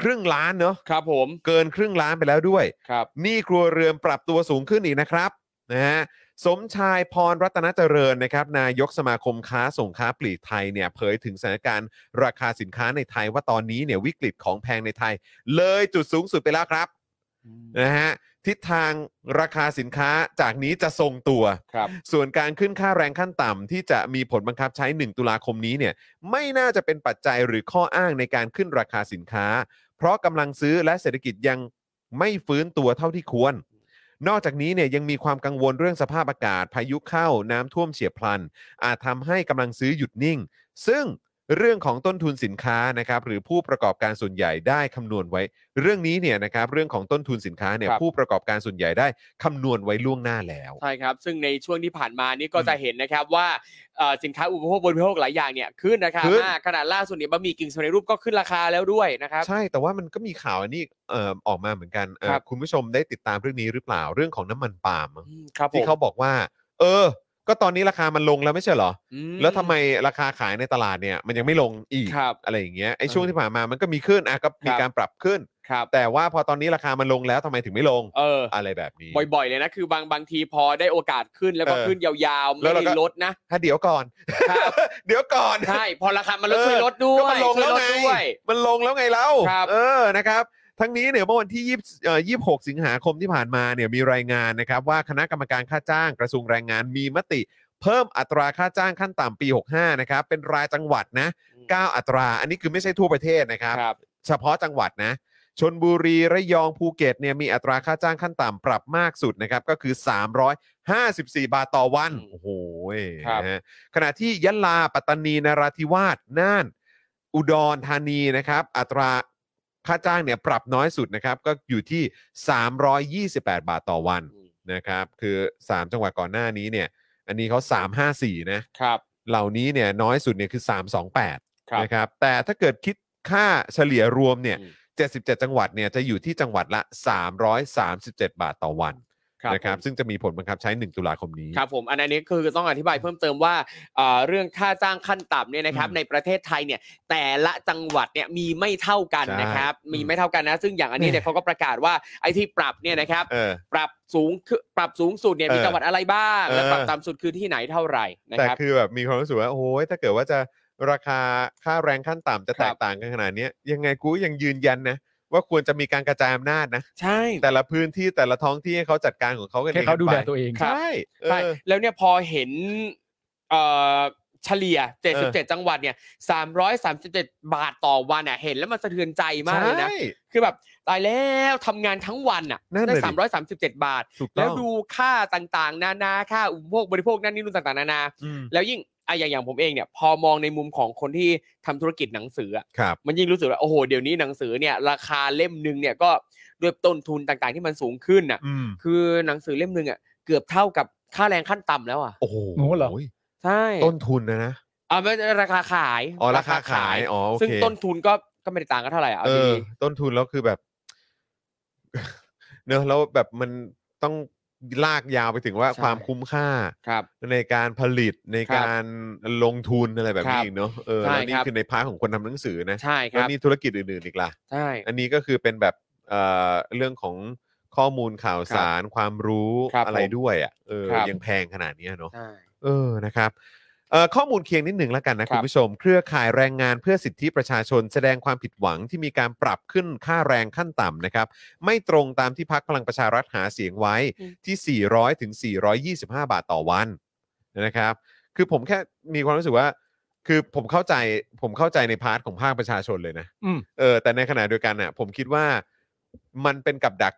ครึ่งล้านเนอะ
ครับผม
เกินครึ่งล้านไปแล้วด้วย
ครับ
หนี้ครัวเรือนปรับตัวสูงขึ้นอีกนะครับนะฮะสมชายพรรัตนเจริญนะครับ นายกสมาคมค้าส่งค้าปลีกไทยเนี่ยเผยถึงสถานการณ์ราคาสินค้าในไทยว่าตอนนี้เนี่ยวิกฤตของแพงในไทย เลยจุดสูงสุดไปแล้วครับนะฮะทิศทางราคาสินค้าจากนี้จะทรงตัว
ครับ
ส่วนการขึ้นค่าแรงขั้นต่ำที่จะมีผลบังคับใช้ 1 ตุลาคมนี้เนี่ยไม่น่าจะเป็นปัจจัยหรือข้ออ้างในการขึ้นราคาสินค้า เพราะกำลังซื้อและเศรษฐกิจยังไม่ฟื้นตัวเท่าที่ควร นอกจากนี้เนี่ยยังมีความกังวลเรื่องสภาพอากาศ พายุเข้าน้ำท่วมเฉียบพลัน อาจทำให้กำลังซื้อหยุดนิ่ง ซึ่งเรื่องของต้นทุนสินค้านะครับหรือผู้ประกอบการส่วนใหญ่ได้คำนวณไว้ เรื่องนี้เนี่ยนะครับเรื่องของต้นทุนสินค้าเนี่ย
ครับ
ผู้ประกอบการส่วนใหญ่ได้คำนวณไว้ล่วงหน้าแล้ว
ใช่ครับ ซึ่งในช่วงที่ผ่านมานี่ก็จะเห็นนะครับว่าเอ่อสินค้าอุปโภคบริโภคหลายอย่างเนี่ยขึ้นราคา
ขึ้น
มากขนาดล่าสุดเนี่ยบะหมี่กึ่งสำเร็จรูปก็ขึ้นราคาแล้วด้วยนะครับ
ใช่แต่ว่ามันก็มีข่าวอันนี้เอ่อออกมาเหมือนกันเอ่อ
ครับ
คุณผู้ชมได้ติดตามเรื่องนี้หรือเปล่าเรื่องของน้ำมันปาล์มอะ
อืมครับผ
ที่
ม
เขาบอกว่า เออ ก็ตอนนี้ราคามันลงแล้วไม่ใช่เหรอ
อื
แล้วทำไมราคาขายในตลาดเนี่ยมันยังไม่ลงอีก
ครับ
อะไรอย่างเงี้ยไอ้ช่วงที่ผ่านมามันก็มีขึ้นอ่ะก็มี
ครับ
การปรับขึ้น
ครับ
แต่ว่าพอตอนนี้ราคามันลงแล้วทำไมถึงไม่ลง
เออ
อะไรแบบนี้
บ่อยๆเลยนะ คือบางบางทีพอได้โอกาสขึ้นแล้วก็
เออ
ขึ้นยาวๆ
แล้
ไม่
วเราก็
ได้ลดนะ
ถ้าเดี๋ยวก่อน
ครับ
[laughs] เดี๋ยวก่อน
ใช่ พอราคามันลด
เออ
ช่วยลดด้ว
ก็
ย
มันลงแล้วไง
ช่ยดด้วย
มันลงแล้วไงเล่า
ครับ
เออนะครับ ทั้งนี้เนี่ยเมื่อวันที่20เอ่อ26 สิงหาคมที่ผ่านมาเนี่ยมีรายงานนะครับว่าคณะกรรมการค่าจ้างกระทรวงแรงงานมีมติ เพิ่มอัตราค่าจ้างขั้นต่ำปี 65 นะครับ เป็นรายจังหวัดนะ
อืม
9 อัตรา อันนี้คือไม่ใช่ทั่วประเทศนะครับ
ครับ
เฉพาะจังหวัดนะชนบุรีระยองภูเก็ตเนี่ยมีอัตราค่าจ้างขั้นต่ำปรับมากสุดนะครับ ก็คือ 354 บาทต่อวัน
อืม
โอ้โห
ครับ
นะฮะขณะที่ยะลาปัตตานีนราธิวาสน่าน อุดรธานีนะครับ อัตราค่าจ้างเนี่ยปรับน้อยสุดนะครับ ก็อยู่ที่ 328 บาทต่อวัน
อืม
นะครับ คือ 3 จังหวัดก่อนหน้านี้เนี่ย อันนี้เขา 354 นะ
ครับ
เหล่านี้เนี่ยน้อยสุดเนี่ยคือ
ครับ
328นะครับแต่ถ้าเกิดคิดค่าเฉลี่ยรวมเนี่ย
อืม
77 จังหวัดเนี่ยจะอยู่ที่จังหวัดละ 337 บาทต่อวันนะครับ
ผม
ซึ่งจะมีผลบังคับใช้ 1 ตุลาคมนี้
ครับผม อันนี้คือต้องอธิบายเพิ่มเติมว่าเอ่อเรื่องค่าจ้างขั้นต่ำเนี่ยนะครับ ในประเทศไทยเนี่ย แต่ละจังหวัดเนี่ยมีไม่เท่ากัน
ใช่
นะครับ มีไม่เท่ากันนะ ซึ่งอย่างอันนี้เนี่ยเขาก็ประกาศว่าไอ้ที่ปรับเนี่ย
[laughs]
นะครับ
เออ
ปรับสูงคือปรับสูงสุดเนี่ยมี
เออ
จังหวัดอะไรบ้างและ
เออ
ปรับต่ำสุดคือที่ไหนเท่าไหร่นะ
แต่
ครับ
คือแบบมีความรู้สึกว่าโอ้ยถ้าเกิดว่าจะราคาค่าแรงขั้นต่ำจะ
ค
แต
รับ
กต่างกันขนาดเนี้ยยังไงกูยังยืนยันนะว่าควรจะมีการกระจายอำนาจนะ
ใช่
แต่ละพื้นที่แต่ละท้องที่ให้เขาจัดการของเขากันอง
ให้เขาดูแล
ไป
ตัวเอง
ใช่เออ
ใช่แล้วเนี่ยพอเห็นเอ่อเฉลี่ย
อ
77 จังหวัดเนี่ย337 บาทต่อวันอ่ะเห็นแล้วมันสะเทือนใจมากเลยนะ
ใช่
คือแบบตายแล้วทำงานทั้งวันอ่ะ
นั่นน่ะ
ได้
ดิ
337 บาท
ถูก
แล้
ต้
ว
อง
ดูค่าต่างๆ นานาค่าอุปโภคบริโภคนั่นนี่นู่นต่างๆนานา
อืม
แล้วยิ่งอะอย่างอย่างผมเองเนี่ยพอมองในมุมของคนที่ทำธุรกิจหนังสืออะ
ครับ
มันยิ่งรู้สึกว่าโอ้โหเดี๋ยวนี้หนังสือเนี่ยราคาเล่มหนึ่งเนี่ยก็ด้วยต้นทุนต่างๆที่มันสูงขึ้นน่ะ
อืม
คือหนังสือเล่มหนึ่งอ่ะเกือบเท่ากับค่าแรงขั้นต่ำแล้วอ่ะ
โอ้โห
โอ้โหเหรอ
ใช่
ต้นทุนนะนะ
อ่าไม่ราคาขาย
อ๋อราคาขายอ๋อโอเค
ซึ่งต้นทุนก็ก็ไม่ได้ต่างกันเท่าไหร่อ่ะ
เอ
เอา
อ
ดี
ต้นทุนแล้วคือแบบ [laughs] เนอะแล้วแบบมันต้องลากยาวไปถึงว่าความคุ้มค่า
ๆครับ
ในการผลิตใน
ครับ
การลงทุนอะไรแบบ
ครั
นี้
บ
อีกเนอะเออ
ใช่
แล้วนี่
ครับ
คือในพาร์ทของคนทำหนังสือนะ
ใช่ค
แล้ว
รับ
นี่ธุรกิจอื่นๆอีกล่ะ
ใช่
อันนี้ก็คือเป็นแบบเอ่อเรื่องของข้อมูลข่าวสาร ความรู้
ครับ
อะไรด้วยอ่ะเออ
ครับ
ยังแพงขนาดเนี้ยเนอะ
ใช่
เออ นะครับเอ่อข้อมูลเคียงนิดหนึ่งแล้วกันนะ
ค
คุ
รั
ณ
บ
ผู้ชม เครือข่ายแรงงานเพื่อสิทธิประชาชนแสดงความผิดหวังที่มีการปรับขึ้นค่าแรงขั้นต่ำนะครับ ไม่ตรงตามที่พักพลังประชารัฐหาเสียงไว้
อืม
ที่ 400ถึง425 บาทต่อวันนะครับ คือผมแค่มีความรู้สึกว่า คือผมเข้าใจผมเข้าใจในพาร์ทของภาคประชาชนเลยนะ
อืม
เออแต่ในขณะเดียวกันน่ะ ผมคิดว่ามันเป็นกับดัก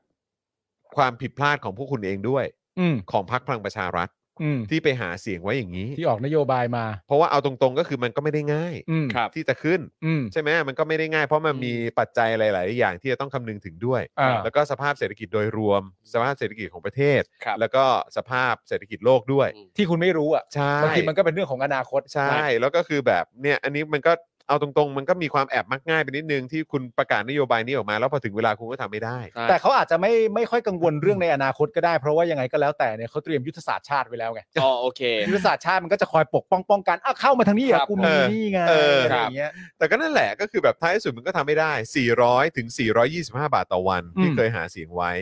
ความผิดพลาดของพวกคุณเองด้วย
อืม
ของพรรคพลังประชารัฐ
อืม
ที่ไปหาเสียงไว้อย่างนี้
ที่ออกนโยบายมา
เพราะว่าเอาตรงๆก็คือมันก็ไม่ได้ง่าย
อืม
ครับ
ที่จะขึ้น
อืม
ใช่ไหมมันก็ไม่ได้ง่ายเพราะมัน
อืม
มีปัจจัยหลาย ๆ อย่างที่จะต้องคำนึงถึงด้วย
อ่า
แล้วก็สภาพเศรษฐกิจโดยรวม สภาพเศรษฐกิจของประเทศ
ครับ
แล้วก็สภาพเศรษฐกิจโลกด้วย
อืม
ที่คุณไม่รู้อ่ะ
ใช่
บางทีมันก็เป็นเรื่องของอนาคต
ใช่ แล้วก็คือแบบเนี่ยอันนี้มันก็เอาตรงๆ มันก็มีความแอบมักง่ายไปนิดนึงที่คุณประกาศนโยบายนี้ออกมา แล้วพอถึงเวลาคุณก็ทำไม่ได้
ใช่
แต่เขาอาจจะไม่ไม่ค่อยกังวลเรื่องในอนาคตก็ได้ เพราะว่ายังไงก็แล้วแต่เนี่ยเขาเตรียมยุทธศาสตร์ชาติไว้แล้วไง
อ๋อโอเค
ยุทธศาสตร์ชาติมันก็จะคอยปกป้องป้องกันอ้าวเข้ามาทางนี้เหร
ครั
อ่ะ
บ
กูมีนี่ไง
เอออ
อะไรอย่างเงี้ย
แต่ก็นั่นแหละก็คือแบบท้ายที่สุดมันก็ทำไม่ได้ 400 ถึง 425 บาทต่อวัน ที่
อืม
เคยหาเสียงไว้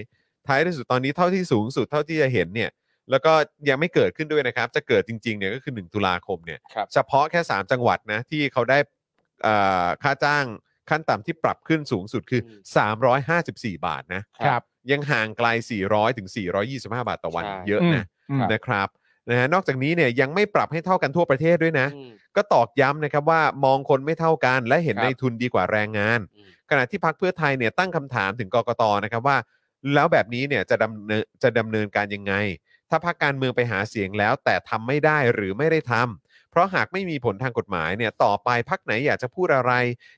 ท้ายที่สุดตอนนี้เท่าที่สูงสุดเท่าที่จะเห็นเนี่ย แล้วก็ยังไม่เกิดขึ้นด้วยนะครับ จะเกิดจริงๆเนี่ยก็คือ 1 ตุลาคมเนี่ย
ครับ
เฉพาะแค่ 3 จังหวัดนะ ที่เขาได้เอ่อค่าจ้างขั้นต่ำที่ปรับขึ้นสูงสุดคือ
อืม
354 บาทนะ
ครับ
ยังห่างไกล 400 ถึง 425 บาทต่อวัน
ใช่
เยอะนะ
อืม
นะครับนะฮะนอกจากนี้เนี่ยยังไม่ปรับให้เท่ากันทั่วประเทศด้วยนะ
อืม
ก็ตอกย้ำนะครับว่ามองคนไม่เท่ากัน และเห็น
ครับ
ในทุนดีกว่าแรงงาน
อืม
ขณะที่พักเพื่อไทยเนี่ยตั้งคำถามถึงกกตนะครับว่า แล้วแบบนี้เนี่ยจะดำเนินจะดำเนินการยังไง ถ้าพักการเมืองไปหาเสียงแล้ว แต่ทำไม่ได้หรือไม่ได้ทำเพราะหากไม่มีผลทางกฎหมายเนี่ยต่อไปพักไหนอยากจะพูดอะไร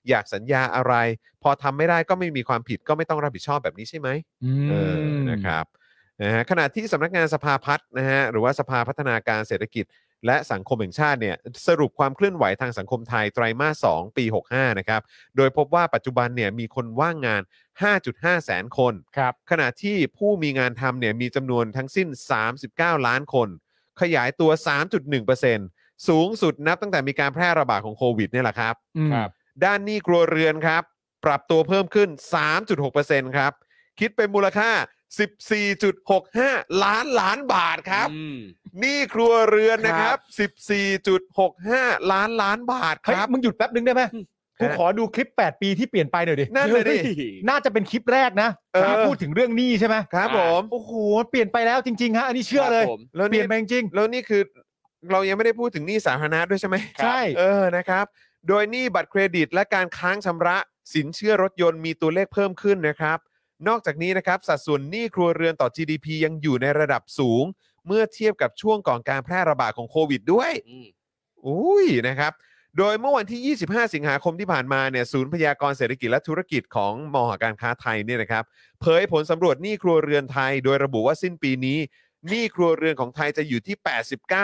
อยากสัญญาอะไร พอทำไม่ได้ก็ไม่มีความผิดก็ไม่ต้องรับผิดชอบแบบนี้ใช่ไหม เออนะครับนะฮะขณะที่สำนักงานสภาพัฒน์นะฮะหรือว่าสภาพัฒนาการเศรษฐกิจ และสังคมแห่งชาติเนี่ยสรุปความเคลื่อนไหวทางสังคมไทยไตรมาส 2 ปี 65 นะครับ โดยพบว่าปัจจุบันเนี่ยมีคนว่างงาน 5.5 แสนคน
ครับ
ขณะที่ผู้มีงานทำเนี่ยมีจำนวนทั้งสิ้น 39 ล้านคน
ขยายตัว 3.1%สูงสุดนับตั้งแต่มีการแพร่ระบาดของโควิดเนี่ยแหละครับ
ครับ
ด้านหนี้ครัวเรือนครับ ปรับตัวเพิ่มขึ้น 3.6%ครับ คิดเป็นมูลค่า 14.65 ล้านล้านบาทครับ
อืม
หนี้ครัวเรือนนะครับ 14.65 ล้านล้านบาทค
เฮ้ย
รับ
มึงหยุดแป๊บนึงได้ไหม
อืม
กูขอดูคลิป 8 ปีที่เปลี่ยนไปหน่อยดิ
นั่นเลยดิ
น่าจะเป็นคลิปแรกนะ
เออ
ที่พูดถึงเรื่องหนี้ใช่ไหม
ครับผม
โอ้โหเปลี่ยนไปแล้วจริงๆฮะอันนี้เชื่อเลย
ครับผม
แล้ว
เป
นี่
ลี่ยนไปจริง
แล้วนี่คือเรายังไม่ได้พูดถึงหนี้สาธารณะด้วยใช่ไหม
ใช่
เออนะครับ โดยหนี้บัตรเครดิตและการค้างชำระสินเชื่อรถยนต์มีตัวเลขเพิ่มขึ้นนะครับ นอกจากนี้นะครับ สัดส่วนหนี้ครัวเรือนต่อ GDP ยังอยู่ในระดับสูง เมื่อเทียบกับช่วงก่อนการแพร่ระบาดของโควิดด้วย
อืม
อุ้ยนะครับ โดยเมื่อวันที่ 25 สิงหาคมที่ผ่านมาเนี่ยศูนย์พยากรณ์เศรษฐกิจและธุรกิจของมหการค้าไทยเนี่ยนะครับ เผยผลสำรวจหนี้ครัวเรือนไทย โดยระบุว่าสิ้นปีนี้หนี้ครัวเรือนของไทยจะอยู่ที่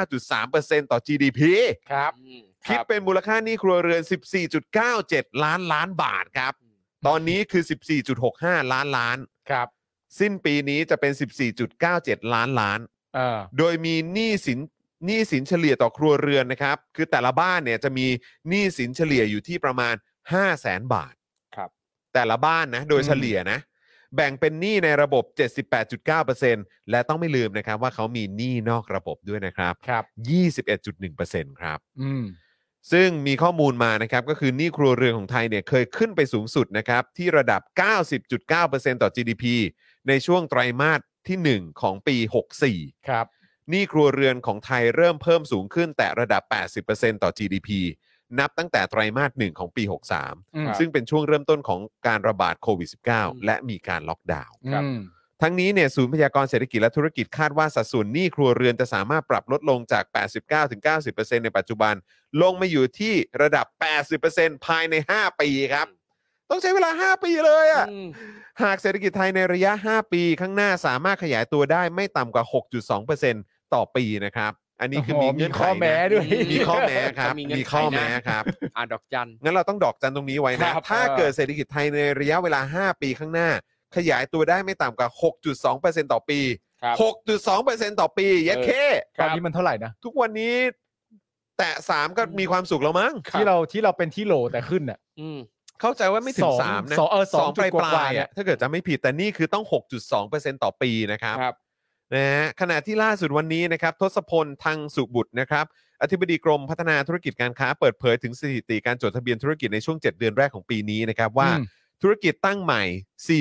89.3%ต่อ GDP
ครับ
อืม
คิดเป็นมูลค่าหนี้ครัวเรือน 14.97 ล้านล้านบาทครับ ตอนนี้คือ 14.65 ล้านล้าน
ครับ
สิ้นปีนี้จะเป็น 14.97 ล้านล้าน
เออ
โดยมีหนี้สินหนี้สินเฉลี่ยต่อครัวเรือนนะครับ คือแต่ละบ้านเนี่ยจะมีหนี้สินเฉลี่ยอยู่ที่ประมาณ 5 0 0แสนบาท
ครับ
แต่ละบ้านนะ โดยเฉลี่ยนะ แบ่งเป็นหนี้ในระบบ 78.9%และต้องไม่ลืมนะครับ ว่าเขามีหนี้นอกระบบด้วยนะครับ
ครับ
21.1%ครับ
อืม
ซึ่งมีข้อมูลมานะครับก็คือหนี้ครัวเรือนของไทยเนี่ยเคยขึ้นไปสูงสุดนะครับที่ระดับ 90.9%ต่อ GDP ในช่วงไตรมาสทีหนึ่1 ของปี 64
ครับ
หนี้ครัวเรือนของไทยเริ่มเพิ่มสูงขึ้นแต่ระดับ 80%ต่อ GDP นับตั้งแต่ไตรมาสหนึ่งของปี
อืม
63 ซึ่งเป็นช่วงเริ่มต้นของการระบาดโควิด -19 และมีการล็อกดาวน์
ครับ
ทั้งนี้เนี่ยศูนย์พยากรณ์เศรษฐกิจและธุรกิจคาดว่าสัดส่วนหนี้ครัวเรือนจะสามารถปรับลดลงจาก 89-90%ในปัจจุบัน ลงมาอยู่ที่ระดับ 80%ภายใน 5 ปีครับ ต้องใช้เวลา 5 ปีเลยอะ
อืม
หากเศรษฐกิจไทยในระยะ 5 ปีข้างหน้าสามารถขยายตัวได้ไม่ต่ำกว่า 6.2%ต่อปีนะครับ อันนี้คือ
โอ้
มี
โห
เงื่อนไข
มีข้อแม้ด้วย
มีข้อแม้ครับ
มีเงื่อน
มี
ไขนะ
ข้อแม้ครับ
อ่าดอกจัน
งั้นเราต้องดอกจันตรงนี้ไว้นะ
ครับ
ถ้าเกิดเศรษฐกิจไทยในระยะเวลา 5 ปีข้างหน้า ขยายตัวได้ไม่ต่ำกว่า 6.2%ต่อปี
ครับ
6.2%ต่อปีเยัดเค
ตอนนี้มันเท่าไหร่นะ
ทุกวันนี้ แตะ 3 ก็มีความสุขแล้วมั้ง
ที่เราที่เราเป็นที่โหลแต่ขึ้นอ่ะ
อืม
เข้าใจว่าไม่ถึ
ส
ง
อง
สามนะ
สองเออสอง
ปลาย
จุดก
ป
ว่า
ลายๆ
เนี่
อะ
ย
ถ้าเกิดจะไม่ผิดแต่นี่คือต้อง 6.2%ต่อปีนะครับ
ครับ
นะฮะขณะที่ล่าสุดวันนี้นะครับทศพลทางสุบุตรนะครับอธิบดีกรมพัฒนาธุรกิจการค้าเปิดเผยถึงสถิติการจดทะเบียนธุรกิจในช่วง 7 เดือนแรกของปีนี้นะครับว่า
อืม
ธุรกิจตั้งใหม่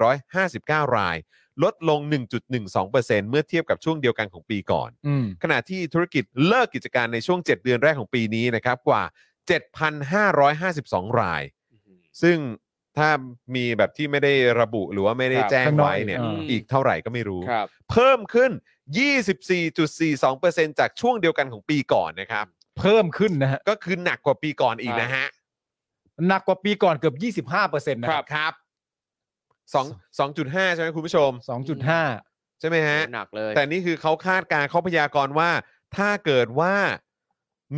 46,159 ราย ลดลง 1.12%เมื่อเทียบกับช่วงเดียวกันของปีก่อน
อืม
ขณะที่ธุรกิจเลิกกิจการในช่วง 7 เดือนแรกของปีนี้นะครับกว่า 7,552 ราย ซึ่งถ้ามีแบบที่ไม่ได้ระบุหรือว่าไม่ได้
ครับ
แจ้ง
ข้างนอก
ไว้เนี่ย
อืม
อีกเท่าไหร่ก็ไม่รู้
ครับ
เพิ่มขึ้น 24.42%จากช่วงเดียวกันของปีก่อนนะครับ
เพิ่มขึ้นนะฮะ
ก็คือหนักกว่าปีก่อนอีกนะฮะ
หนักกว่าปีก่อนเกือบ 25เปอร์เซ็นต์นะครับ
ครับสองสองจุดห้าใช่ไหมคุณผู้ชม
สองจุดห้า
ใช่ไหมฮะ
หนักเลย
แต่นี่คือเขาคาดการณ์เขาพยากรณ์ว่า ถ้าเกิดว่า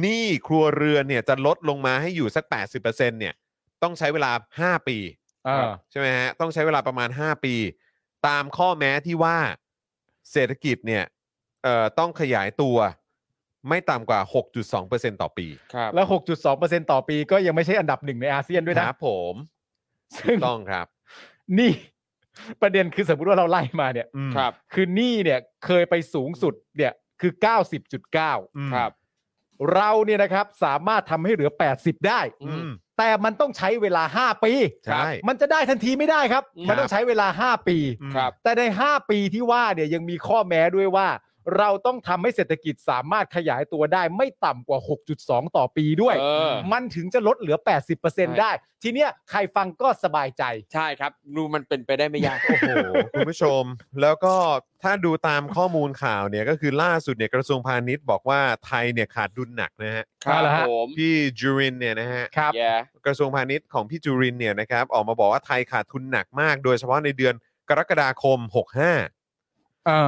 หนี้ครัวเรือนเนี่ยจะลดลงมาให้อยู่สัก 80%เนี่ย ต้องใช้เวลา 5 ปี
เออ
ใช่ไหมฮะ ต้องใช้เวลาประมาณ 5 ปี ตามข้อแม้ที่ว่าเศรษฐกิจเนี่ยเอ่อต้องขยายตัวไม่ต่ำกว่า 6.2%ต่อปี
ครับ
แล้ว 6.2%ต่อปีก็ยังไม่ใช่อันดับหนึ่งในอาเซียนด้วย
ค
นะ
รับผมถู
ซึ่ง
กต้องครับ
นี่ [laughs] ประเด็นคือสมมติว่าเราไล่มาเนี่ย
อืม
ครับ
คือหนี่เนี่ยเคยไปสูงสุดเนี่ยคือ 90.9
อืม
ครับ
เราเนี่ยนะครับสามารถทำให้เหลือ 80 ได้
อืม
แต่มันต้องใช้เวลา 5 ปี
ใช่
มันจะได้ทันทีไม่ได้ครับ
ครับ
มันต้องใช้เวลา 5 ปี
อืม
ครับ
แต่ใน 5 ปีที่ว่าเนี่ยยังมีข้อแม้ด้วยว่า เราต้องทำให้เศรษฐกิจสามารถขยายตัวได้ไม่ต่ำกว่า 6.2 ต่อปีด้วย
เออ
มันถึงจะลดเหลือ 80%ได้ ทีเนี้ยใครฟังก็สบายใจ
ใช่ครับ ดูมันเป็นไปได้ไม่ยาก
โอ้โห คุณผู้ชม แล้วก็ถ้าดูตามข้อมูลข่าวเนี่ยก็คือล่าสุดเนี่ยกระทรวงพาณิชย์บอกว่าไทยเนี่ยขาดดุลหนักนะฮะ
ครับ
เอาละฮะ
ผม
พี่จูรินเนี่ยนะฮะ
ครับ
แย่
กระทรวงพาณิชย์ของพี่จูรินเนี่ยนะครับ ออกมาบอกว่าไทยขาดทุนหนักมาก โดยเฉพาะในเดือนกรกฎาคม 65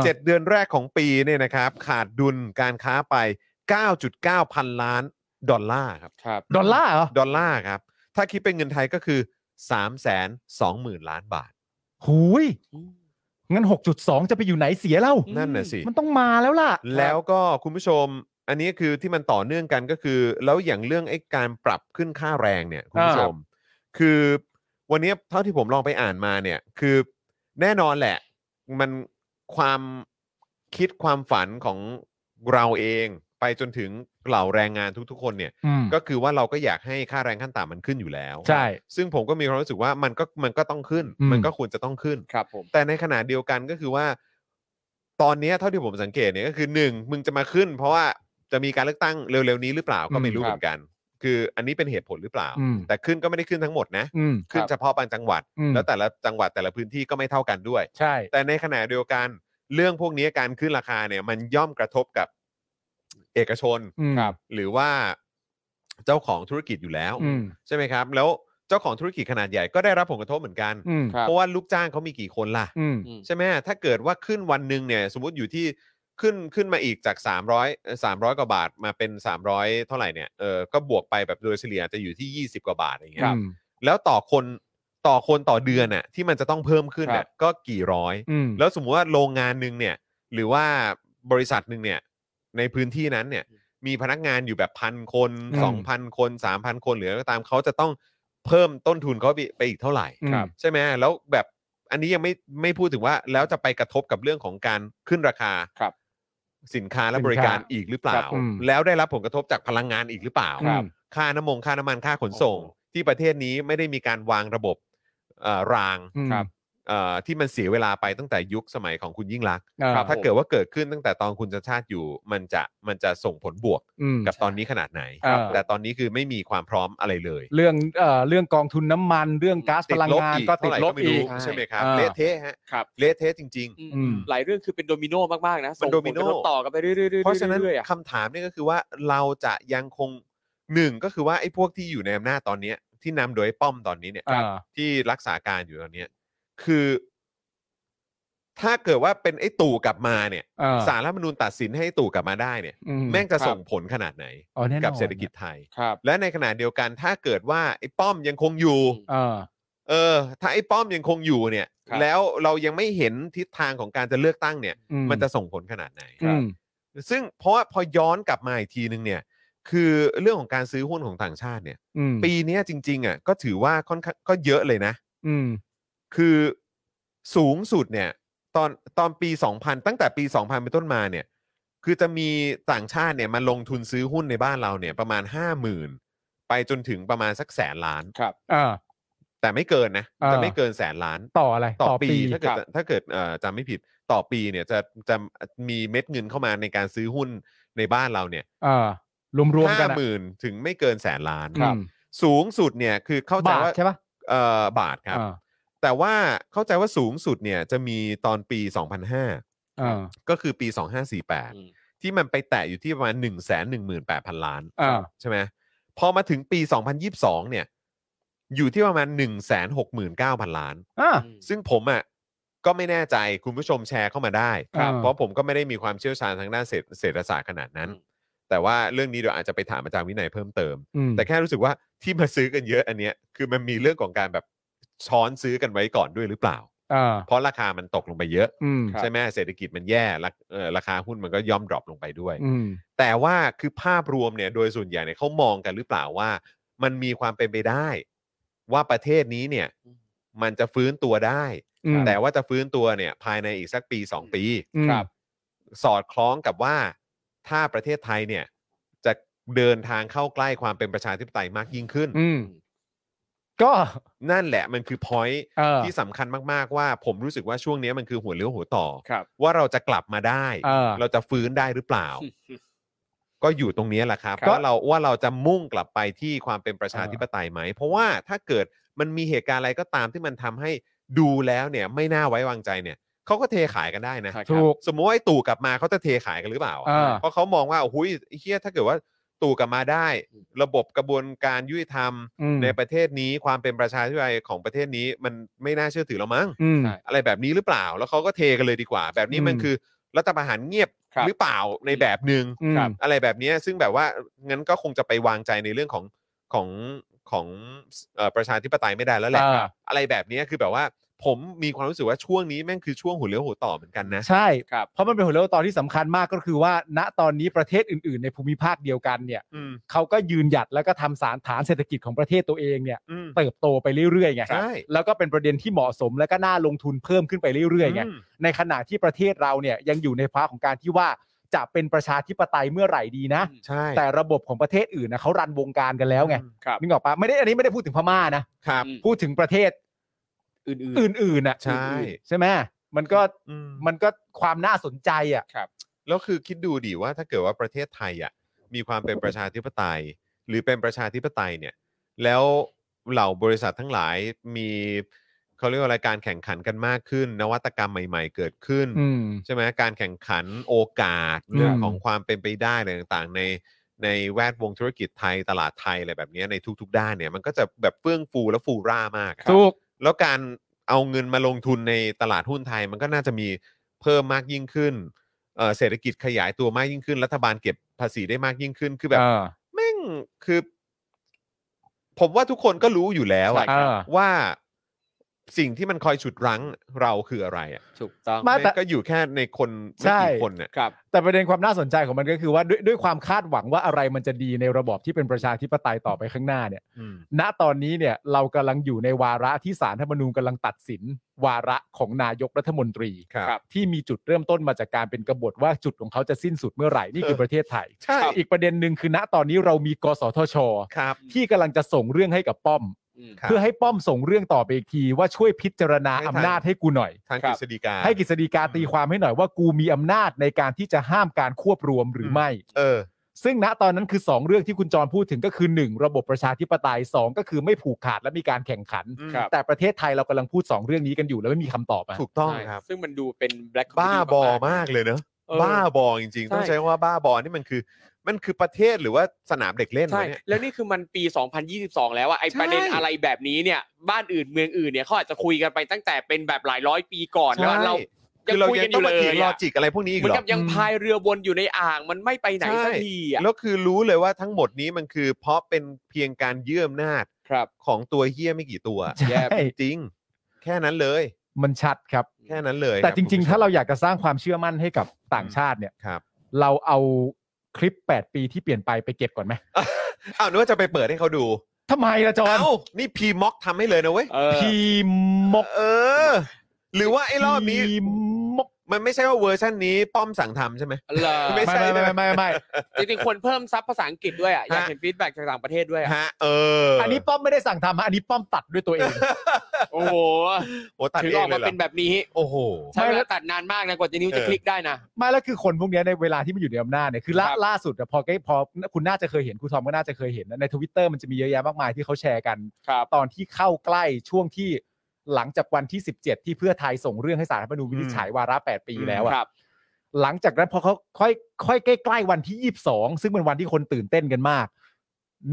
7 เดือนแรกของปีเนี่ยนะครับ ขาดดุลการค้าไป 9.9 พันล้านดอลลาร์ครับ
ครับ
ดอลลาร์เหรอ
ดอลลาร์ครับ ถ้าคิดเป็นเงินไทยก็คือ 3 2 0 0 0 0 ล้านบาท
หูย งั้น 6.2 จะไปอยู่ไหนเสียเล่า
นั่นน่ะสิ
มันต้องมาแล้วล่ะ
แล้วก็คุณผู้ชม อันนี้คือที่มันต่อเนื่องกันก็คือ แล้วอย่างเรื่องไอ้การปรับขึ้นค่าแรงเนี่ยคุณผู้ชม คือวันนี้เท่าที่ผมลองไปอ่านมาเนี่ย คือแน่นอนแหละ มันความคิดความฝันของเราเองไปจนถึงเหล่าแรงงานทุกๆ คนเนี่ย
อืม
ก็คือว่าเราก็อยากให้ค่าแรงขั้นต่ำมันขึ้นอยู่แล้ว
ใช่
ซึ่งผมก็มีความรู้สึกว่ามันก็มันก็ต้องขึ้น
อืม
มันก็ควรจะต้องขึ้น
ครับผม
แต่ในขณะเดียวกันก็คือว่า ตอนเนี้ยเท่าที่ผมสังเกตเนี่ยก็คือหนึ่งมึงจะมาขึ้น เพราะว่าจะมีการเลือกตั้งเร็วๆนี้หรือเปล่าก็ไม่รู้เหมือนกัน คืออันนี้เป็นเหตุผลหรือเปล่า
อืม
แต่ขึ้นก็ไม่ได้ขึ้นทั้งหมดนะ
อืม
ขึ้นเฉพาะบางจังหวัด
อืม
แล้วแต่ละจังหวัดแต่ละพื้นที่ก็ไม่เท่ากันด้วย
ใช่
แต่ในขณะเดียวกันเรื่องพวกนี้การขึ้นราคาเนี่ย มันย่อมกระทบกับเอกชน
อืม
ครับ
หรือว่าเจ้าของธุรกิจอยู่แล้ว
อืม
ใช่ไหมครับ แล้วเจ้าของธุรกิจขนาดใหญ่ก็ได้รับผลกระทบเหมือนกัน
อืม
ครับ
เพราะว่าลูกจ้างเขามีกี่คนล่ะ
อืม
อืม
ใช่ไหมถ้าเกิดว่าขึ้นวันหนึ่งเนี่ย สมมติอยู่ที่ขึ้นขึ้นมาอีกจาก 300เอ่อ300 กว่าบาทมาเป็น 300 เท่าไหร่เนี่ยเออก็บวกไปแบบโดยเฉลี่ยจะอยู่ที่ 20 กว่าบาทอย่างเงี้ย
ครับ
แล้วต่อคนต่อคนต่อเดือนน่ะที่มันจะต้องเพิ่มขึ้นน่ะก็กี่ร้อย
อืม
แล้วสมมุติว่าโรงงานหนึ่งเนี่ย หรือว่าบริษัทหนึ่งเนี่ย ในพื้นที่นั้นเนี่ย มีพนักงานอยู่แบบพันคน
อืม
สองพันคนสามพันคนหรืออะไรก็ตามเขาจะต้องเพิ่มต้นทุนเขาไปไปอีกเท่าไหร่
ครับ
ใช่ไหมแล้วแบบอันนี้ยังไม่ไม่พูดถึงว่า แล้วจะไปกระทบกับเรื่องของการขึ้นราคา
ครับ
สินค้าและบริการอีกหรือเป
ค
ล่า
รับผม
แล้วได้รับผลกระทบจากพลังงานอีกหรือเปล่า
ครับ
ค่าน้ำมงค่าน้ำมันค่าขนส่ง ที่ประเทศนี้ไม่ได้มีการวางระบบเอ่อราง
อืม
ครับ
เอ่อที่มันเสียเวลาไปตั้งแต่ยุคสมัยของคุณยิ่งรักษณ์
อ่า
ถ้าเกิดว่าเกิดขึ้นตั้งแต่ตอนคุณชาติชาติอยู่ มันจะมันจะส่งผลบวก
อืม
กับตอนนี้ขนาดไหน
อ่า
แต่ตอนนี้คือไม่มีความพร้อมอะไรเลย
เรื่องเอ่อเรื่องกองทุนน้ำมันเรื่องก๊าซพลังงานก็ติดลบ
เท่าไหร่ไม่
อี
รู้
ก
ใช่ไหมครับ
อ่า
เละเทะฮะ
ครับ
เละเทะจริง
อืม
หลายเรื่องคือเป็นโดมิโนมากๆนะ
มันโดมิโน
ส่งผลกระทบต่อกันไปเรื่อยๆเรื่อยๆ
ๆ เพราะฉะนั้น
เรื่อยๆอะ
คำถามนี่ก็คือว่าเราจะยังคงหนึ่งก็คือว่าไอ้พวกที่อยู่ในอำนาจตอนเนี้ยที่นำโดยไอ้ป้อมตอนนี้เนี่ย
อ่า
ที่รักษาการอยู่ตอนเนี้ยคือ ถ้าเกิดว่าเป็นไอ้ตู่กลับมาเนี่ย
เออ
สารรัฐธรรมนูญตัดสินให้ตู่กลับมาได้เนี่ย
อืม
แม่งจะ
ครับ
ส่งผลขนาดไหน
อ๋อแน่นอน
กับเศรษฐกิจไทย
ครับ
และในขณะเดียวกันถ้าเกิดว่าไอ้ป้อมยังคงอยู่
เออ
เออ ถ้าไอ้ป้อมยังคงอยู่เนี่ย
ครับ
แล้วเรายังไม่เห็นทิศทางของการจะเลือกตั้งเนี่ย
อืม
มันจะส่งผลขนาดไหน
อืม
ซึ่งเพราะว่าพอย้อนกลับมาอีกทีนึงเนี่ย คือเรื่องของการซื้อหุ้นของต่างชาติเนี่ย
อืม
ปีเนี้ยจริง ๆอ่ะก็ถือว่าค่อนข้างก็เยอะเลยนะ
อืม
คือสูงสุดเนี่ย ตอนตอนปี 2000 ตั้งแต่ปี 2000 เป็นต้นมาเนี่ย คือจะมีต่างชาติเนี่ยมาลงทุนซื้อหุ้นในบ้านเราเนี่ยประมาณ 50,000 ไปจนถึงประมาณสักแสนล้าน
ครับ
อ่า
แต่ไม่เกินนะ
อ่า
จะไม่เกินแสนล้าน
ต่ออะไร
ต่อปีถ้า
ค
เกิด
รับ
ถ้าเกิดเอ่อจำไม่ผิดต่อปีเนี่ยจะจะมีเม็ดเงินเข้ามาในการซื้อหุ้นในบ้านเราเนี่ย
เอ่ารวมรวม
ห้า
กันอะ
หมื่นถึงไม่เกินแสนล้าน
อืม
สูงสุดเนี่ยคือเข้าใจ
บาท
ว่า
ใช่ปะ
เอ่อบาทครับ
อ่า
แต่ว่าเข้าใจว่าสูงสุดเนี่ยจะมีตอนปี
อ่า
2005 ก็คือปี
อืม
2548 ที่มันไปแตะอยู่ที่ประมาณ 1 1 8 0 0 ล้าน
อ่า
ใช่ไหมพอมาถึงปี 2022 เนี่ย อยู่ที่ประมาณ 1 6 9 0 0 0 ล้าน
อ่า
ซึ่งผมอ่ะก็ไม่แน่ใจคุณผู้ชมแชร์เข้ามาได้
ครับ
เพราะผมก็ไม่ได้มีความเชี่ยวชาญทางด้านเศรษฐเศรษฐศาสตร์ขนาดนั้น
อืม
แต่ว่าเรื่องนี้เดี๋ยวอาจจะไปถามอาจารย์วินัยเพิ่มเติม
อืม
แต่แค่รู้สึกว่าที่มาซื้อกันเยอะอันเนี้ยคือมันมีเรื่องของการแบบช้อนซื้อกันไว้ก่อนด้วยหรือเปล่า
อ่า
เพราะราคามันตกลงไปเยอะ
อืม
ใช่ไหมเศรษฐกิจมันแย่ราคเอ่อราคาหุ้นมันก็ย่อมดรอปลงไปด้วย
อืม
แต่ว่าคือภาพรวมเนี่ย โดยส่วนใหญ่เนี่ยเขามองกันหรือเปล่าว่า มันมีความเป็นไปได้ ว่าประเทศนี้เนี่ย มันจะฟื้นตัวได้
อืม
แต่ว่าจะฟื้นตัวเนี่ย ภายในอีกสักปีสองปี
อืมครับ
สอดคล้องกับว่าถ้าประเทศไทยเนี่ย จะเดินทางเข้าใกล้ความเป็นประชาธิปไตยมากยิ่งขึ้น
อืม ก็
นั่นแหละมันคือ point
เออ
ที่สำคัญมาก ๆ ว่าผมรู้สึกว่าช่วงนี้มันคือหัวเลี้ยวหัวต่อ
ครับ
ว่าเราจะกลับมาได้
เออ
เราจะฟื้นได้หรือเปล่า ก็อยู่ตรงนี้แหละครับ
ครับ
ว่าเราว่าเราจะมุ่งกลับไปที่ความเป็นประชาธิปไตยไหม เพราะว่าถ้าเกิดมันมีเหตุการณ์อะไรก็ตามที่มันทำให้ดูแล้วเนี่ย ไม่น่าไว้วางใจเนี่ยเขาก็เทขายกันได้นะ
ใช่ครับ
ถูก
สมมติว่าไอ้ตู่กลับมาเขาจะเทขายกันหรือเปล่า
อ่า
เพราะเขามองว่าโอ้โหเฮียถ้าเกิดว่าตู่กลับมาได้ ระบบกระบวนการยุติธรรม
อืม
ในประเทศนี้ความเป็นประชาธิปไตยของประเทศนี้มันไม่น่าเชื่อถือแล้วมั้ง
อืม
อะไรแบบนี้หรือเปล่า แล้วเขาก็เทกันเลยดีกว่า แบบนี้มัน
อืม
คือรัฐประหารเงียบ
ครับ
หรือเปล่าในแบบหนึ่ง
อืมครับ
อะไรแบบเนี้ยซึ่งแบบว่างั้นก็คงจะไปวางใจในเรื่องของของของเอ่อประชาธิปไตยไม่ได้แล้วแหละ
อ่า
อะไรแบบเนี้ยคือแบบว่า ผมมีความรู้สึกว่าช่วงนี้แม่งคือช่วงหัวเลี้ยวหัวต่อเหมือนกันนะ
ใช่เพราะมันเป็นหัวเรื่องตอนที่สำคัญมากก็คือว่า ณตอนนี้ประเทศอื่น ๆ ในภูมิภาคเดียวกันเนี่ย
อืม
เขาก็ยืนหยัดแล้วก็ทำสารฐานเศรษฐกิจของประเทศตัวเองเนี่ย
อืม
เติบโตไปเรื่อยๆไง
ใช่
แล้วก็เป็นประเด็นที่เหมาะสมและก็น่าลงทุนเพิ่มขึ้นไปเรื่อยๆไง
อืม
ในขณะที่ประเทศเราเนี่ยยังอยู่ในภาวะของการที่ว่าจะเป็นประชาธิปไตยเมื่อไหร่ดีนะ
ใช่
แต่ระบบของประเทศอื่นนะเขารันวงการกันแล้วไง
ครับ
นึกออกปะไม่ได้อันนี้ไม่ได้พูดถึงพม่านะครับ พูดถึงประเทศ
อื่น
อื่นๆอ่ะ
ใช่
อื่นๆใช่ไหมมันก็
อืม
มันก็ความน่าสนใจอ่ะ
ๆครับ
แล้วคือคิดดูดิว่าถ้าเกิดว่าประเทศไทยอ่ะมีความเป็นประชาธิปไตย หรือเป็นประชาธิปไตยเนี่ย แล้วเหล่าบริษัททั้งหลายมีเขาเรียกว่าอะไรการแข่งขันกันมากขึ้น นวัตกรรมใหม่ ๆ เกิดขึ้น
อืม
ใช่ไหมการแข่งขันโอกาสเรื่องของความเป็นไปได้อะไรต่างๆ ในในแวดวงธุรกิจไทยตลาดไทยอะไรแบบเนี้ยในทุก ๆ ด้านเนี่ยมันก็จะแบบเฟื่องฟูและฟูร่ามากอะ
ถูก
แล้วการเอาเงินมาลงทุนในตลาดหุ้นไทย มันก็น่าจะมีเพิ่มมากยิ่งขึ้นเอ่อเศรษฐกิจขยายตัวมากยิ่งขึ้น รัฐบาลเก็บภาษีได้มากยิ่งขึ้นคือแบบ
เออ
แม่งคือ ผมว่าทุกคนก็รู้อยู่แล้วอะ
ใช่ครับ
ว่าสิ่งที่มันคอยฉุดรั้งเราคืออะไรอะ
ถูกต้อง
ไม่
ไม่
แต่
ก็อยู่แค่ในคนไม่
ใช่
กี่คนเนี่ย
ครับ
แต่ประเด็นความน่าสนใจของมันก็คือว่าด้วยด้วยความคาดหวังว่าอะไรมันจะดีในระบอบที่เป็นประชาธิปไตยต่อไปข้างหน้าเนี่ย ณตอนนี้เนี่ยเรากำลังอยู่ในวาระที่สารธรรมนูญกำลังตัดสิน วาระของนายกรัฐมนตรี
ครับ
ที่มีจุดเริ่มต้นมาจากการเป็นกบฏว่าจุดของเขาจะสิ้นสุดเมื่อไหร่ นี่คือประเทศไทย
ใช่
อีกประเด็นหนึ่งคือณตอนนี้เรามีกสทช
ครับ
ที่กำลังจะส่งเรื่องให้กับป้อม
อืม
ครับ
เพื่อให้ป้อมส่งเรื่องต่อไปอีกทีว่าช่วยพิจารณาอำนาจให้กูหน่อย
ทาง
ครั
กฤ
บ
ษฎีกา
ให้กฤษฎีกาตีความให้หน่อยว่ากูมีอำนาจในการที่จะห้ามการควบรวมหรือไม่
เออ
ซึ่งณตอนนั้นคือ 2 เรื่องที่คุณจรพูดถึงก็คือ 1 ระบบประชาธิปไตย 2 ก็คือไม่ผูกขาดและมีการแข่งขัน
อืม
แต่ประเทศไทยเรากำลังพูด 2 เรื่องนี้กันอยู่แล้วไม่มีคำตอบอะ
ถูกต้อง
ใช่
ครับ
ซึ่งมันดูเป็นแบล็ค
บ้าบอมากเลยเนอะ
เออ
บ้าบอจริงๆ
ใช่
ต้องใช้คำว่าบ้าบอนี่มันคือ มันคือประเทศหรือว่าสนามเด็กเล่น
ใช่
วะเนี่ย
แล้วนี่คือมันปี 2022 แล้วอะไอ
ใช่
ประเด็นอะไรแบบนี้เนี่ย บ้านอื่นเมืองอื่นเนี่ยเขาอาจจะคุยกันไปตั้งแต่เป็นแบบหลายร้อยปีก่อนแล้วอะเรา
คือเรายังต้องมาถี
ยังคุยกันอยู่เลย
ลอ
อะ
จิกอะไรพวกนี้อีก
เหมือ
เหร
น
อ
กับยังพายเรือวนอยู่ในอ่างมันไม่ไปไหน
ใช่
สักทีอะ
แล้วคือรู้เลยว่าทั้งหมดนี้มันคือ เพราะเป็นเพียงการเยื่อมนาจ
ครับ
ของตัวเฮี้ยไม่กี่ตัว
ใช่
จริง แค่นั้นเลย
มันชัดครับ
แค่นั้นเลย
แต่
คบ
จริง
คุณ
ๆ
ผู้ชม
ถ้าเราอยากจะสร้างความเชื่อมั่นให้กับต่างชาติเนี่ย
ครับ
เราเอาคลิป 8 ปีที่เปลี่ยนไปไปเก็บก่อนไหม
อ้าวนึกว่าจะไปเปิดให้เขาดู
ทำไมล่ะจอน
เอ้านี่พีม็อกทำให้เลยนะเว้ย
เออ
พีมก
เออ หรือว่าไอ้รอบนี้
พีมก
มันไม่ใช่ว่าเวอร์ชันนี้ป้อมสั่งทำใช่ไหม
เหรอ
ไม่
ไม่
ใช่
ไม่ไม่ไม่ไม่ไม่
จริงๆควรเพิ่มซับภาษาอังกฤษด้วยอะอยากเห็นฟีดแบ็กจากต่างประเทศด้วยอะ
ฮะ เออ
อั
อั
นนี้ป้อมไม่ได้สั่งทำฮะอันนี้ป้อมตัดด้วยตัวเอง [laughs]
โอ้โห
โอ้ตัด
ถึง
เอ
อง อก
เล
มาย
เหรอ
เป็นแบบนี้
โอ้โห
ใช้เวลาตัดนานมากนะกว่าจะนิ้วจะ
เออ
คลิกได้นะ
ไม่แล้วคือคนพวกเนี้ยในเวลาที่มันอยู่ในอำนาจเนี่ยคือล่า
ครับ
ล่าสุดอะพอใกล้พอคุณน่าจะเคยเห็นคุณทอมก็น่าจะเคยเห็นนะในทวิตเตอร์มันจะมีเยอะแยะมากมายที่เขาแชร์กัน
ครับ
ตอนที่เข้าใกล้ช่วงที่หลังจากวันที่ 17 ที่เพื่อไทยส่งเรื่องให้สารรัฐธรรมนูญวินิจฉัยวาระ 8 ปีแล้วอะ
ครับ
หลังจากนั้นพอเขาค่อยค่อยใกล้ๆวันที่ 22 ซึ่งเป็นวันที่คนตื่นเต้นกันมาก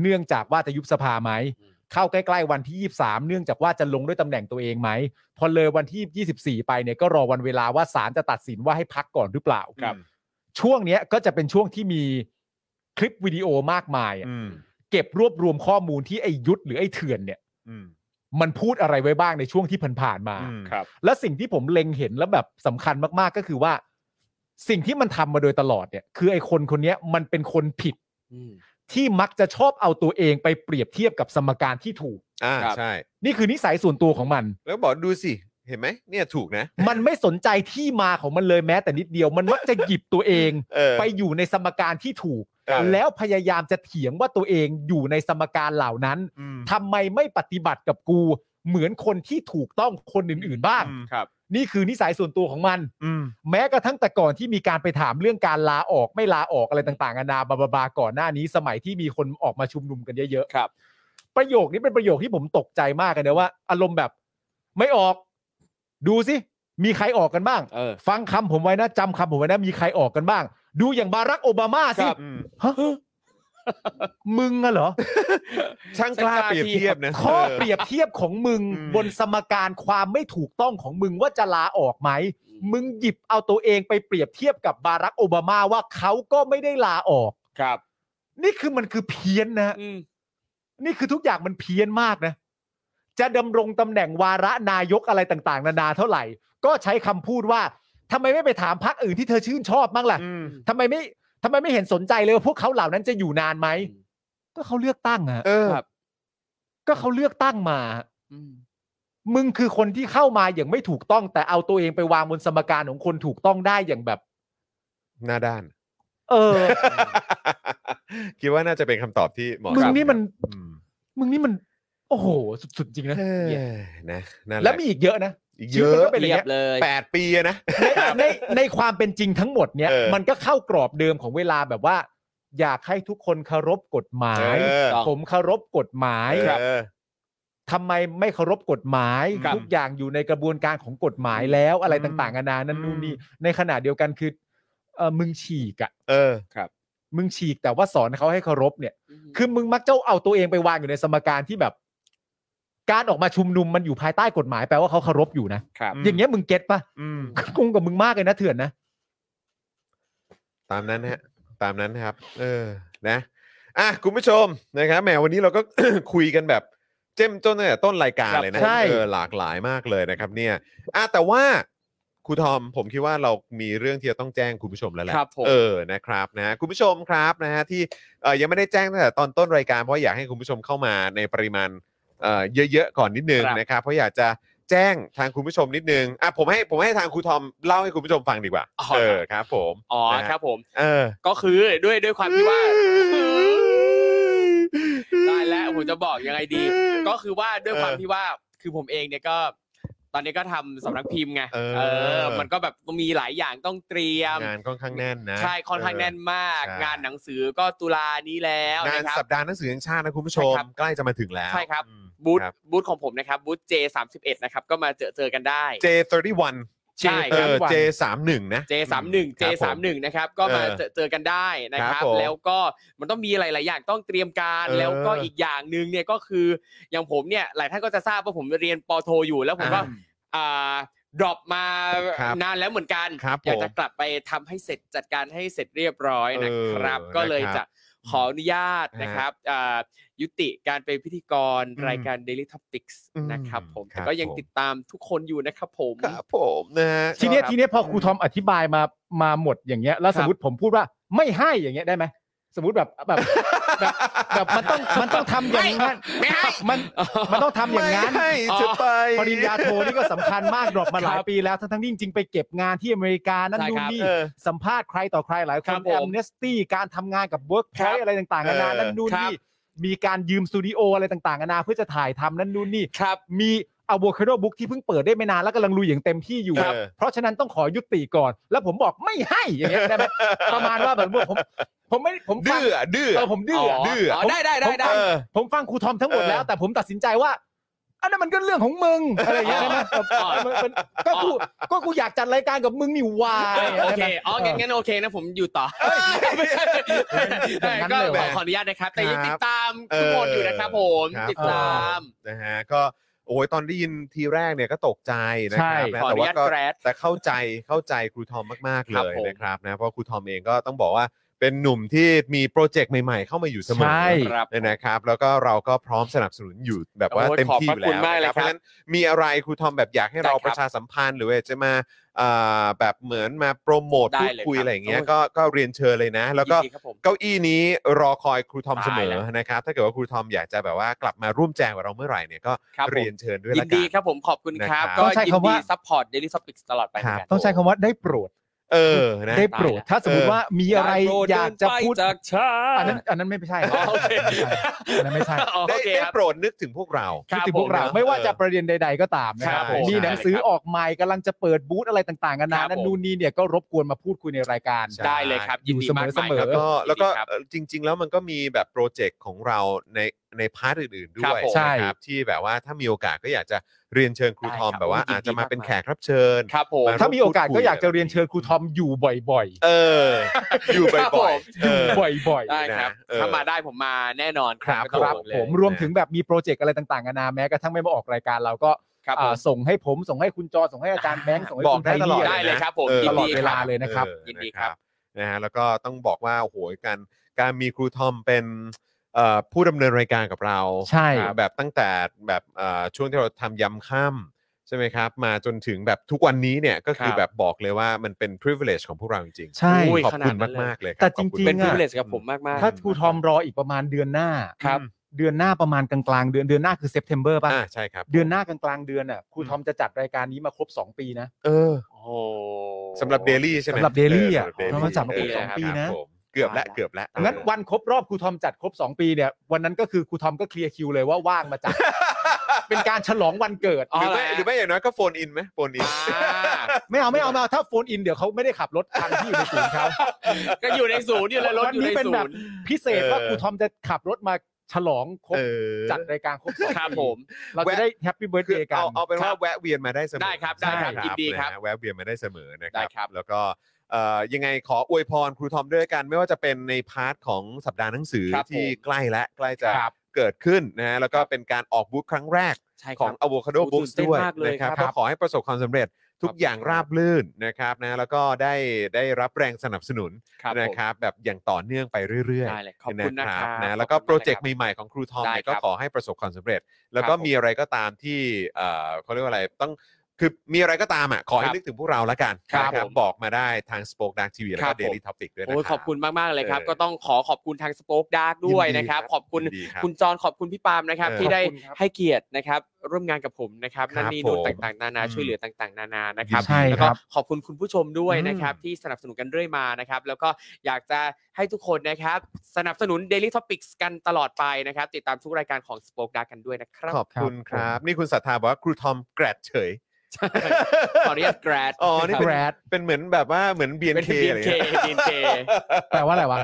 เนื่องจากว่าจะยุบสภาไหม
อืม
เข้าใกล้ๆวันที่ 23 เนื่องจากว่าจะลงด้วยตำแหน่งตัวเองไหมพอเลยวันที่ 24 ไปเนี่ยก็รอวันเวลาว่าศาลจะตัดสินว่าให้พักก่อนหรือเปล่า
ครับ
ช่วงเนี้ยก็จะเป็นช่วงที่มีคลิปวิดีโอมากมายอะ
อืม
เก็บรวบรวมข้อมูลที่ไอ้ยุทธหรือไอ้เถื่อนเนี่ย
อืม
มันพูดอะไรไว้บ้างในช่วงที่ผ่านๆมา
อืม
ครับ
และสิ่งที่ผมเล็งเห็นแล้วแบบสำคัญมากๆก็คือว่า สิ่งที่มันทำมาโดยตลอดเนี่ย คือไอ้คนคนเนี้ยมันเป็นคนผิด
อืม
ที่มักจะชอบเอาตัวเองไปเปรียบเทียบกับสมการที่ถูก
อ่า
ครับ
ใช่
นี่คือนิสัยส่วนตัวของมัน
แล้วบอกดูสิ เห็นไหมเนี่ยถูกนะ
มันไม่สนใจที่มาของมันเลยแม้แต่นิดเดียว มันมักจะหยิบตัวเอง
เออ
ไปอยู่ในสมการที่ถูก
เออ
แล้วพยายามจะเถียงว่าตัวเองอยู่ในสมการเหล่านั้น
อืม
ทำไมไม่ปฏิบัติกับกูเหมือนคนที่ถูกต้องคนอื่นๆบ้าง
อืม
ครับ
นี่คือนิสัยส่วนตัวของมัน
อืม
แม้กระทั่งแต่ก่อนที่มีการไปถามเรื่องการลาออกไม่ลาออกอะไรต่างๆนานาบาบาบาก่อนหน้านี้ สมัยที่มีคนออกมาชุมนุมกันเยอะ
ครับ
ๆประโยคนี้เป็นประโยคที่ผมตกใจมากเลยนะว่า อารมณ์แบบไม่ออก ดูสิมีใครออกกันบ้าง
เออ
ฟังคำผมไว้นะจำคำผมไว้นะมีใครออกกันบ้าง ดูอย่างบารักโอบามาสิ
ครับ
อืม
ฮะมึงอะเหรอ
[laughs] ช่างกล้าเปรียบเทียบนะ
ข้อ
เ
เปรียบเทียบของมึง
อืม
บนสมการความไม่ถูกต้องของมึงว่าจะลาออกไหม มึงหยิบเอาตัวเองไปเปรียบเทียบกับบารักโอบามาว่าเขาก็ไม่ได้ลาออก
ครับ
นี่คือมันคือเพี้ยนนะ
อืม
นี่คือทุกอย่างมันเพี้ยนมากนะ จะดำรงตำแหน่งวาระนายกอะไรต่างๆ นานาเท่าไหร่ ก็ใช้คำพูดว่าทำไมไม่ไปถามพรรคอื่นที่เธอชื่นชอบบ้างล่ะทำไมไม่ทำไมไม่เห็นสนใจเลยว่าพวกเขาเหล่านั้นจะอยู่นานไหมก็เขาเลือกตั้งอะ
เออ
ครับ
ก็เขาเลือกตั้งมา
อืม
มึงคือคนที่เข้ามาอย่างไม่ถูกต้อง แต่เอาตัวเองไปวางบนสมการของคนถูกต้องได้อย่างแบบ
หน้าด้าน [laughs]
เออ
คิดว่าน่าจะเป็นคำตอบที่เหมาะ
มึ
ส
ง
ม
นี่มัน
อืม
มึงนี่มัน โอ้โห สุดๆจริงนะ
เอ้
เหี้ย
ยนะนั่นแห
แล้ว
ละ
มีอีกเยอะนะ
อีก
ชี
เย
วิ
อะ
ตมันก็เป็น
เรียบเลย
แปดปีอะนะ
ในในในความเป็นจริงทั้งหมดเนี่ย
เออ
มันก็เข้ากรอบเดิมของเวลาแบบว่า อยากให้ทุกคนเคารพกฎหมาย
เออ
ครับ
ผมเคารพกฎหมาย
เออ
ทำไมไม่เคารพกฎหมาย
ครับ
ทุกอย่างอยู่ในกระบวนการของกฎหมายแล้วอะไร
อืม
ต่างๆนานานั่นนู่นนี่ในขณะเดียวกันคือเออมึงฉีกอะ
เออ
มึงฉีกแต่ว่าสอนเขาให้เคารพเนี่ย คือมึงมักจะเอาตัวเองไปวางอยู่ในสมการที่แบบ การออกมาชุมนุมมันอยู่ภายใต้กฎหมายแปลว่าเขาเคารพอยู่นะครับ อย่างเงี้ยมึงเก็ตปะ
อืม
กงกับมึงมากเลยนะเถื่อนนะ
ตามนั้นฮะตามนั้นครับ เออนะอ่ะคุณผู้ชมนะครับแหมวันนี้เราก็ [coughs] คุยกันแบบเจ้มจนตั้งแต่ต้นรายการเลยนะ
ใช่
เออหลากหลายมากเลยนะครับ เนี่ยอ่ะแต่ว่าครูทอมผมคิดว่าเรามีเรื่องที่จะต้องแจ้งคุณผู้ชมแล้วแหละ
ครับผม
เออนะครับนะคุณผู้ชมครับนะฮะที่เอ่อยังไม่ได้แจ้งตั้งแต่ตอนต้นรายการเพราะอยากให้คุณผู้ชมเข้ามาในปริมาณ เอ่อเยอะๆก่อนนิดนึง
ครับ
นะครับ เพราะอยากจะแจ้งทางคุณผู้ชมนิดนึงอ่ะผมให้ผมให้ทางครูทอมเล่าให้คุณผู้ชมฟังดีกว่าเออครับ ผม
อ๋อ
นะฮะ
ครับผม
เออ
ก็คือด้วยด้วยความที่ว่า ได้แล้วผมจะบอกยังไงดี ก็คือว่าด้วยความที่ว่าคือผมเองเนี่ยก็ ตอนนี้ก็ทำสำนักพิมพ์ไง
เออ
มันก็แบบมีหลายอย่างต้องเตรียม
งานค่อนข้างแน่นนะ
ใช่ค่อนข้างแน่นมาก
ใช่
งานหนังสือก็ตุลานี้แล้ว
งาน
นะครับ
สัปดาห์หนังสือแห่งชาตินะคุณผู้ชม
ใช่ครับ
ใกล้จะมาถึงแล้ว
ใช่ครับ
อืม
บูธ
ครับ
บูธของผมนะครับบูธ J 3 1นะครับก็มาเจอเจอกันได้
J31
ใช่
เอ
ครับ
อ
วัน
J31 นะ
J 3 1 J
ครับผม
3 1นะครับก็มาเจอเจอกันได้นะค
ครั
รั
บบ ผม
แล้วก็มันต้องมีหลาย ๆ อย่างต้องเตรียมการ
เออ
แล้วก็อีกอย่างหนึ่งเนี่ยก็คืออย่างผมเนี่ยหลายท่านก็จะทราบว่าผมเรียนปอโทอยู่แล้วผมก็อ่าดรอปมา
ครับ
นานแล้วเหมือนกัน
ครับ
อยากจะ
ผม
กลับไปทำให้เสร็จจัดการให้เสร็จเรียบร้อยนะครับ
เออ
ก็เลย
นะครับ
จะขออนุญาตนะครับอ่ายุติการเป็นพิธีกรรายการ Daily Topics
อืม
นะครับผม
ครั
แต่
บ
ก็ยัง
ผม
ติดตามทุกคนอยู่นะครับผม
ครับผมนะฮะ
ทีเนี้ย
ครับ
ทีเนี้ยพอครูทอมอธิบายมามาหมดอย่างเงี้ยแล้วสมมติผมพูดว่าไม่ให้อย่างเงี้ยได้ไหมสมมติแบบแบบแบบแบบมันต้องมันต้องทำอย่างนั้น
ไม่ให้
มันมันต้องทำอย่างนั้น
ไม่ให้จะไป
ปริญญาโทนี่ก็สำคัญมากดรอปมาหลายปีแล้วทั้งทั้งที่จริงๆไปเก็บงานที่อเมริกานั่น
ใช่
นู่
คน รับ
นี่
เออ
สัมภาษณ์ใครต่อใครหลายค
ครั
น
บ
แอ
ผม
มเนสตี้การทำงานกับเวิร์กพ
ครั
อบ ยอะไรต่างๆนานานั่นนู่น
ครับ
นี่มีการยืมสตูดิโออะไรต่างๆนานาเพื่อจะถ่ายทำนั่นนู่นนี่
ครับ
มีอะโวคาโดบุ๊กที่เพิ่งเปิดได้ไม่นานแล้วกำลังลุยอย่างเต็มที่อยู่
ครับ
เพราะฉะนั้นต้องขอยุติก่อน แล้วผมบอกไม่ให้อย่างเงี้ยได้ไหม [laughs] ประมาณว่าแบบว่าผม ผมไม่ผมฟั
ดื้
ง
ออะดื้อ
เออผมดื้ออะ
ดื้ออะ
ได้ได้ได้ได้
เออ
ผมฟังครูทอมทั้งหมดแล้ว
เออ
แต่ผมตัดสินใจว่าอันนั้นมันก็เรื่องของมึงอะไรอย่างเงี้ยได้ไหมแบบ
อ๋อ
มันมันก็กูก็กูอยากจัดรายการกับมึงนี่หวา
[laughs] โอเค
ได้ไหม
อ๋อ งั้นงั้นโอเคนะผมอยู่ต่อไม่ใช่
อย่างนั้น
ก็
เลย
ข
เหร
อ
อ
ขออนุญาตนะครับ แต่ยัง
ครับ
ติดตามทุกคน
เออ
อ
อยู่
นะครับผม
ครับ
ติดตาม
นะฮะก็โอ้ยตอนได้ยินทีแรกเนี่ยก็ตกใจนะ
ใช่
ครับนะ
ขออ
แต่
นุ
ว่า
ญาต
ก็
แกรด
แต่เข้าใจเข้าใจครูทอมมาก ๆ
ค
เล
รับ
ย
ผม
นะครับนะเพราะครูทอมเองก็ต้องบอกว่าเป็นหนุ่มที่มีโปรเจกต์ใหม่ ๆ เข้ามาอยู่เสมอ
ใช่
ครับ
นะครับ แล้วก็เราก็พร้อมสนับสนุนอยู่แบบว่า
โอ้ย
เต็ม
ขอบ
ที่
พ
อ
ระ
ยู่
คุ
แล้
ณ
ว
มากเล
นะค
ย
รับเพ
ครับ
ราะฉะนั้นมีอะไรครูทอมแบบอยากให้เรา
ได้ครับ
ประชาสัมพันธ์หรือว่าจะมาอ่าแบบเหมือนมาโปรโมท
ได้
พูด
เลย
คุย
ครับ
อะไรอย่างเงี้ย
โอ้ย
ก็ก็เรียนเชิญเลยนะ แล้วก็
ยินดีครับผม
เก้าอี้นี้รอคอยครูทอมเสม
ได้
อ
แล้ว
นะครับ ถ้าเกิดว่าครูทอมอยากจะแบบว่ากลับมาร่วมแจมกับเราเมื่อไหร่เนี่ยก็
ครับผม
เรียนเชิญด้วย
ยิ
ละ
น
กั
ดี
น
ครับผมขอบคุณครับ
นะครับ
ก็
ต้องใช้
ยิน
คำ
ดี
ว่า
ซัพพอร์ตเดลิสอปิกตลอดไป
ครับ
เหมืนกัน
ต้องใช้คำว่าได้โปรด
เออนะ
ได้โปรด ถ้าสมมติว่ามีอะไร
ด้โปด
อยากจะ
เนไป
พูด
จากฉั
อัน
น
นั้นอันนั้นไม่ใช่
อ๋อโอเค
อันนั้นไม่ใช่
อ๋อ
ได้
โอเค
ได้
ครับ
โปรดนึกถึงพวกเรา
ค
คิด
รับ
ถึงพวกเรา
ผม
ไม่ว่า
เออ
จะประเด็นใด ๆ ก็ตามนะค
ครั
รั
บบ ผม
มีหนังสือออกใหม่กำลังจะเปิดบูธอะไรต่างๆกันา
ครั
นา
บ
นั่น
ผม
นู่นนี่เนี่ยก็รบกวนมาพูดคุยในรายการ
ใช่
ได้เลยครับยินดีมาก
อยู่เสมอ
ๆค
แล้
รับ
วก็แล้วก็
ยินดีครับ
เอ่อจริง ๆ แล้วมันก็มีแบบโปรเจกต์ของเราในในพาร์ทอื่น ๆ ด้
ครับ
วย
ผม
ใช่
นะครับที่แบบว่าถ้ามีโอกาสก็อยากจะเรียนเชิญครู
ได้
ทอม
ครับ
แบบว่า
ยินดี
อาจจะมาเป็น
มาก
แขกรับเชิญ
ครับผม
มา
ถ้ามีโอกาสก็อยากจะเรียนเชิญครูทอมอยู่บ่อย
เออ อยู่
ครับผ
บ่อย
ม
ๆเออ
ๆ บ่อย
ได้ครับ
เออ
ถ้ามาได้ผมมาแน่นอน
ครับ
ไม่
ๆ
ต้อง
ครับ
ห่ว
ผม
งเลย
รวมถึงแบบมีโปรเจกต์อะไรต่างๆกันานาแม้กระทั่งไม่มาออกรายการเราก็
ครับผ
อ่าม ส่งให้ผมส่งให้คุณจอส่งให้อาจารย์แบง
[laughs]
ค์ส่งให้
บอก
คุณ
ได้
ไทย
ตลอด
นี่
ได้เลยครับผม
เออ
ยิ
ต
น
ลอด
ดี
เว
ค
ลา
รับ
เลยนะครับ
เออ
ยินดีครับ
ะนะฮะแล้วก็ต้องบอกว่าโอ้โหการการมีครูทอมเป็น
เอ่อผู้ดำเนินรายการกับเรา
ใช่
อ่าแบบตั้งแต่แบบเอ่อช่วงที่เราทำยำค่ำใช่ไหมครับ มาจนถึงแบบทุกวันนี้เนี่ยก็คือ
ครับ
แบบบอกเลยว่ามันเป็น privilege ของพวกเราจริงๆ
ใช่
อุ้ย
ขอบคุณ
ขนาดนั้นเลย
มากๆเลยคบ
แต่
ข
จ
อบคุณ
ริง
เป็น
ๆ
พิ
อะ
เศษกับผมมากๆ
ถ้าครูทอมรออีกประมาณเดือนหน้า
ครับ
เดือนหน้าประมาณกลางๆเดือนเดือนหน้าคือเซปเทมเบอร์ป่ะ
อ่าใช่ครับ
เดือนหน้ากลางๆเดือนอ่ะครูทอมจะจัดรายการนี้มาครบ 2 ปีนะ
เออ
โอ้
สำหรับ daily ใช่ไหม
สำหรับ daily อะ
สำห daily
เพราะมันจัดมาครบสองปี
ค
นะ
รับผมเกือบแล้วเกือบแล้ว
งั้นวันครบรอบครูทอมจัดครบ 2 ปีเนี่ยวันนั้นก็คือครูทอมก็เคลียร์คิวเลยว่าว่างมาจัด เป็นการฉลองวันเกิด
อ๋อ
หรือไม่หรือไม่อย่างน้อยก็โฟนอินไหมโฟนอิน
ไม่เอาไม่เอาไม่เอาถ้าโฟนอินเดี๋ยวเขาไม่ได้ขับรถทันที่อยู่ในศูนย์เขา
ก็อยู่ในศูนย์อยู่เลยรถ
วัน
อยู่ใน
นี้เป็น
ศู
แบบ
นย์
พิเศษว่า
เออ
ครูทอมจะขับรถมาฉลองครบ
เออ
จัดรายการครบสอง
ครับ
ปี
ผม
เราจะได้แฮปปี้เบิร์ด
คือ
เดย์กัน
เอาเอาเป็นว่า
ครับ
แวะเวียนมาได้เสมอ
ได้ครับได้ครับ
ใช่
ยินดีครับ
นะฮะแวะเวียนมาได้เสมอนะครั
ได้
บ
ครับ
แล้วก็เอ่อยังไงขออวยพรครูทอมด้วยกัน ไม่ว่าจะเป็นในพาร์ทของสัปดาห์หนังสือ
ครับ
ที่
ผม
ใกล้และใกล้จะ
ครับ
เกิดขึ้นนะฮะแล้วก็เป็นการออกบูธครั้งแรก
ใช่ค
ข
รั
อง
บ
Avocado
โอ้
Books
ตื่น
ด้ว
เต้น
ย
มากเลย
นะครั
ครับ บ
ก็ขอให้ประสบความสำเร็จทุกอย่างราบรื่นนะครับนะแล้วก็ได้ได้รับแรงสนับสนุน
ครับผม
นะครับแบบอย่างต่อเนื่องไปเรื่อย
ได้
ๆ
เลยขอบคุณนะ
นะ
ค
ค
รั
รั
บบขอบคุณ
นะ
นะ
แล้วก็โปรเจก
ค
ต์
บ
ใหม่ๆของครูทอม
ได้
เนี่ย
ครั
ก็
บ
ขอให้ประสบความสำเร็จ แล้ว
ครับ
ก็มีอะไรก็ตามที่เอ่อเขาเรียกว่าอะไรต้องคือมีอะไรก็ตามอ่ะขอให้
ครับ
นึกถึงพวกเราละกัน
ครับ
นะ
ผม
บอกมาได้ทาง Spoke Dark TV แล้ว
ครั
ก็
บผม
Daily Topic ด้วยนะค
โอ้
รั
ย
บ
ขอบคุณมากๆเลยครับ
เออ
ก็ต้องขอขอบคุณทางสป็อคดาร์กด้วยนะครับ ขอบคุณ
ยินดีรับ
คุณจรขอบคุณพี่ปาล์มนะครับ
เออ
ที่ได้
ขอบคุณครับ
ให้เกียรตินะครับ ร่วมงานกับผมนะครับ
ครั
นั่
บ
นนี่นู่น
ผม
ต่างๆนานา
อืม
ช่วยเหลือต่างๆ นานานะครับ
ใช่ครับ
แล้วก็ขอบคุณคุณผู้ชมด้วย
อืม
นะครับ ที่สนับสนุนกันเรื่อยมานะครับ แล้วก็อยากจะให้ทุกคนนะครับ สนับสนุน Daily Topics กันตลอดไปนะครับ ติดตามทุกรายการของ Spoke Dark กันด้วยนะครับ
ขอบคุณค
ครั
รับ
บ
นี่คุณศรัทธาบอกว่าครูทอมแกรดเฉย
ขออนุญาต grad
อ๋อนี่เป็น
Grad
เป็นเหมือนแบบว่าเหมือน
เป็น
BNK อะไร
BNK
เงี้ย
BNK
แปลว่าอะไรวะ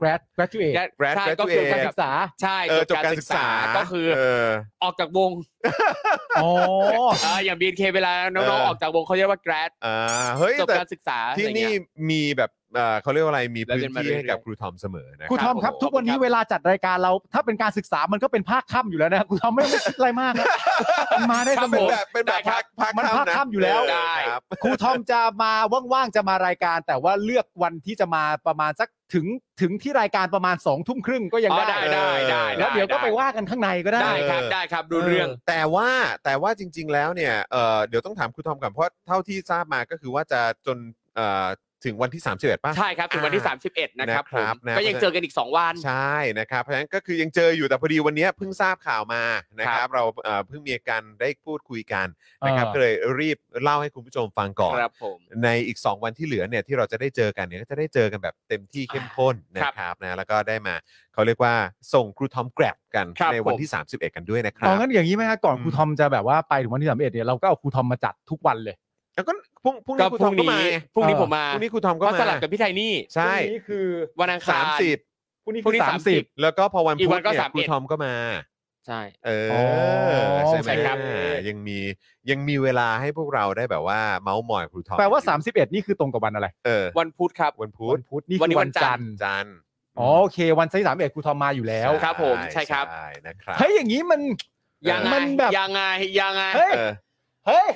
grad graduate
[laughs] Grad
ใช่
graduate
ก็คือ
การ
การ
ศึกษา
ใช่
เออจบการศึกษา
ก็คือ
เอ
ออกจากวง
อ๋อ
เอออย่าง BNK เวลาน้อง
เออ
ๆออกจากวงเขาเรียกว่า grad
อ่าเฮ้ย
จบ
แต่
การศึกษา
ที่
อะไรเงี้
นี่
ย
มีแบบเอ่อเขาเรียกว่าอะไรมี
แล้ว
พื้
เรี
น
ยนมา
ที่ให้
เรื่อยๆ
กับครูทอมเสมอนะ
ครูทอมครับ
ผม
ทุกวันนี้เวลาจัดรายการเรา ถ้าเป็นการศึกษามันก็เป็นภาคค่ำอยู่แล้วนะครูทอมไม่ต้องคิดอะไรมากนะมันมาได้
ค
เส
รับ
ม
ผ
เป็น
ม
อ
แบบเป็นแบบ
ได้ค
ภา
รับ
คภาค
มันภาค
ค่ำนะ
ค่ำอยู่แล้ว
เ
ได้
ครับ
ครูทอมจะมาว่างๆจะมารายการ แต่ว่าเลือกวันที่จะมาประมาณสักถึงถึงที่รายการประมาณสองทุ่มครึ่งก็ยัง
อ๋อ
ได้
ได้ได้ได้
แล้วเดี๋ยวก็ไปว่ากันข้างในก็ได้
ได้ครับได้ครับดูเรื่อง
แต่ว่าแต่ว่าจริง ๆ แล้วเนี่ยเอ่อเดี๋ยวต้องถามครูทอมก่อนเพราะเท่าที่ทราบมาก็คือว่าจะจนเอ่อถึงวันที่ 31ป่ะ
ใช่ครับถึงวันที่
อ่า
31 นะครับผม
นะครับนะ
ก็ยัง
เพราะฉะนั้น
เจอกันอีก 2 วัน
ใช่นะครับเพราะฉะนั้นก็คือยังเจออยู่แต่พอดีวันเนี้ยเพิ่งทราบข่าวมานะค
ครั
รับบเราเอ่อเพิ่งมีการได้พูดคุยกันนะครับ
เออ
ก็เลยรีบเล่าให้คุณผู้ชมฟังก่อน
ครับผม
ในอีก 2 วันที่เหลือเนี่ยที่เราจะได้เจอกันเนี่ยก็จะได้เจอกันแบบเต็มที่เข้มข้นนะครับนะแล้วก็ได้มาเขาเรียกว่าส่งครูทอมแกร็บกัน
ครับ
ในวัน
ผม
ที่ 31 กันด้วยนะครั
เอา
บ
งั้นอย่างนี้ไหมฮะก่อน
อืม
ครูทอมจะแบบว่าไปถึงวันที่สามเอ็ดเนี่ยเราก็เอาครูทอมมาจัดทุกวันเลย
แล้วก็พรุ่งพรุ่ง
ก็
นี้ครู
พ
ทอ
รุ่
ม
ง
ก็มา
นี้
ไง
พรุ่งนี้
เออ
ผมมา
พรุ่งนี้ครูทอมก็
ก็
มา
สลับกับพี่ไทนี่
ใช่
พรุ่งนี้คือ
วันอังคาร
สามสิบ
พรุ่งนี้
พรุ่งนี้
คือสามสิบ
30
แล้วก็พอวัน
อี
พุ
กวั
ธ
นก็
เนี่ย
สาม
ครู
เอ็ด
ทอมก็มา
ใช่
เออ
อ
ใช่ไหม
ใช่ครับ
ยังมียังมีเวลาให้พวกเราได้แบบว่าเมาส์มอยครูทอม
แปลว่า 31 นี่คือตรงกับวันอะไร
เออ
วันพุธครับ
วันพุ
วั
ธ
นพุธนี่
วัน
คื
นี้
อ
วั
วัน น
จั
จั
น
น
ท
ท
ร์
ร์
จันทร์
อ๋อโอเค วันที่31ครูทอมมาอยู่แล้ว
ครับ ผมใช่ครับ
ใช่นะครับ
เฮ้ยอย่างนี้มัน
ยังไง
มันแบบ
ยังไงยังไง
เฮ้ย
เออ
เฮ้ย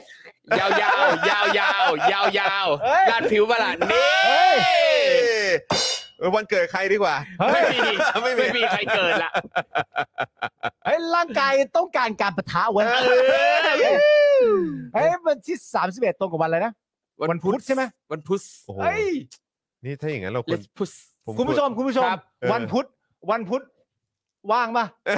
ยาวยาวยาวยาวยาวยาว
เฮ้ย
ลาดผิวประหลาดนี่
เฮ้ย
เออวันเกิดใครดีกว่า
เฮ้ย
ไม่มี
ไม่มี
ไม่มีใครเกิดละ
เฮ้ยร่างกายต้องการการปะทะเว้ยเฮ้ยวันที่31 ตรงกับวันอะไรนะ วันพุธใช่ไหม
วันพุธ
โอ้โห
เฮ้ย
นี่ถ้าอย่างนั้นเราคว
เล
ร
สพุธ
ผม
คุณผู้ชมคุณผู้ชม
ครับ
เออ
วันพุธวันพุธว่างปะ
เอ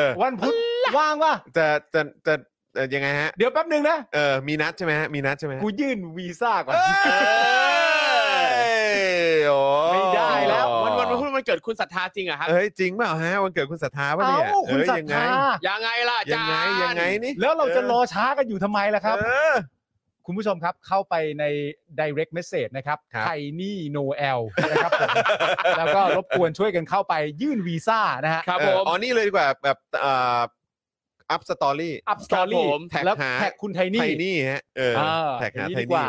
อ
วันพุธว่างปะ
จะจะจะเอ่อยังไงฮะ
เดี๋ยวแป๊บหนึงนะ
เออมีนัดใช่ไหมฮะมีนัดใช่ไหมฮะ
กูยื่นวีซ่าก่อน
เอ้ยโอ้
ไม่ได้แล้ว
วันวันพุธมันเกิดคุณศรัทธาจริงเหรอะครับ
เอ้ยจริงเปล่าฮะวันเกิดคุณศรัทธาปะ
เอ้า
เนี่ย
คุณ
เอ้ย
ศรัท
ยังไง
ธา
ยังไงล่ะอา
ยั
จาง ร
ไง
ย์
ยังไงนี่
แล้วเราจะรอช้ากันอยู่ทำไมล่ะครับ
เออ
คุณผู้ชมครับเข้าไปใน direct message นะครับ
ครับ
ไทนี่โนแอลนะครับผมแล้วก็รบกวนช่วยกันเข้าไปยื่นวีซ่านะฮะ
ครับ
เอ
ผ
อ
ม
อ๋อนี่เลยดีกว่าแบบเอ่ออัพสตอรี่
อัพสตอ
ครั
รี่
บผม
แล้ว
แท็กหา
แท็กคุณไท
ไท
นี่
ยนี่ฮะเออ
เออ
แท็กหา
อย่างนี้
ไทย
ดีก
นี่
ว่า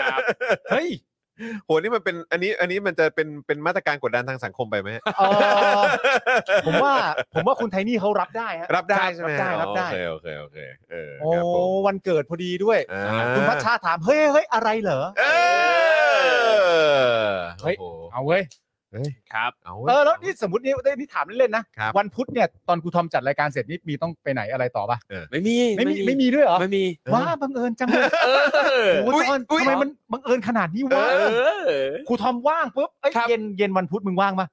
ครับ
เฮ้ย
โหนี่มันเป็นอันนี้อันนี้มันจะเป็นเป็นมาตรการกดดันทางสังคมไปไหมฮะ
เอ่อผมว่าผมว่าคุณไทนี่เขารับได้ฮะ
รับได้ใช่ไหม
รับได้รับได้
โอเคโอเคโอเคเออ
โอ้
ครับผม
วันเกิดพอดีด้วย
อ่า
คุณพัชชาถามเฮ้ยเฮ้ยอะไรเหรอ
เออ
เฮ้ย
โอ้โห
เอาเว้ย
เอ้ย
ครับ
เอา
เอ
เว้
อย แล้วนี่สมมตินี่ได้นี่ถามเล่นๆนะครับ วันพุธเนี่ยตอนครูทอมจัดรายการเสร็จนี่มีต้องไปไหนอะไรต่อปะ
ไม่มี
ไม่มีไม่มีด้วยเหรอ
ไม่มี
ว้าบังเอิญจังเลย
เออ
โอ้โหจอนทำไมมันบังเอิญขนาดนี้
เอ
วะ
อ
ครูทอมว่างปุ๊บเอ้ย
ครับ
เย็นเย็นวันพุธมึงว่างปะ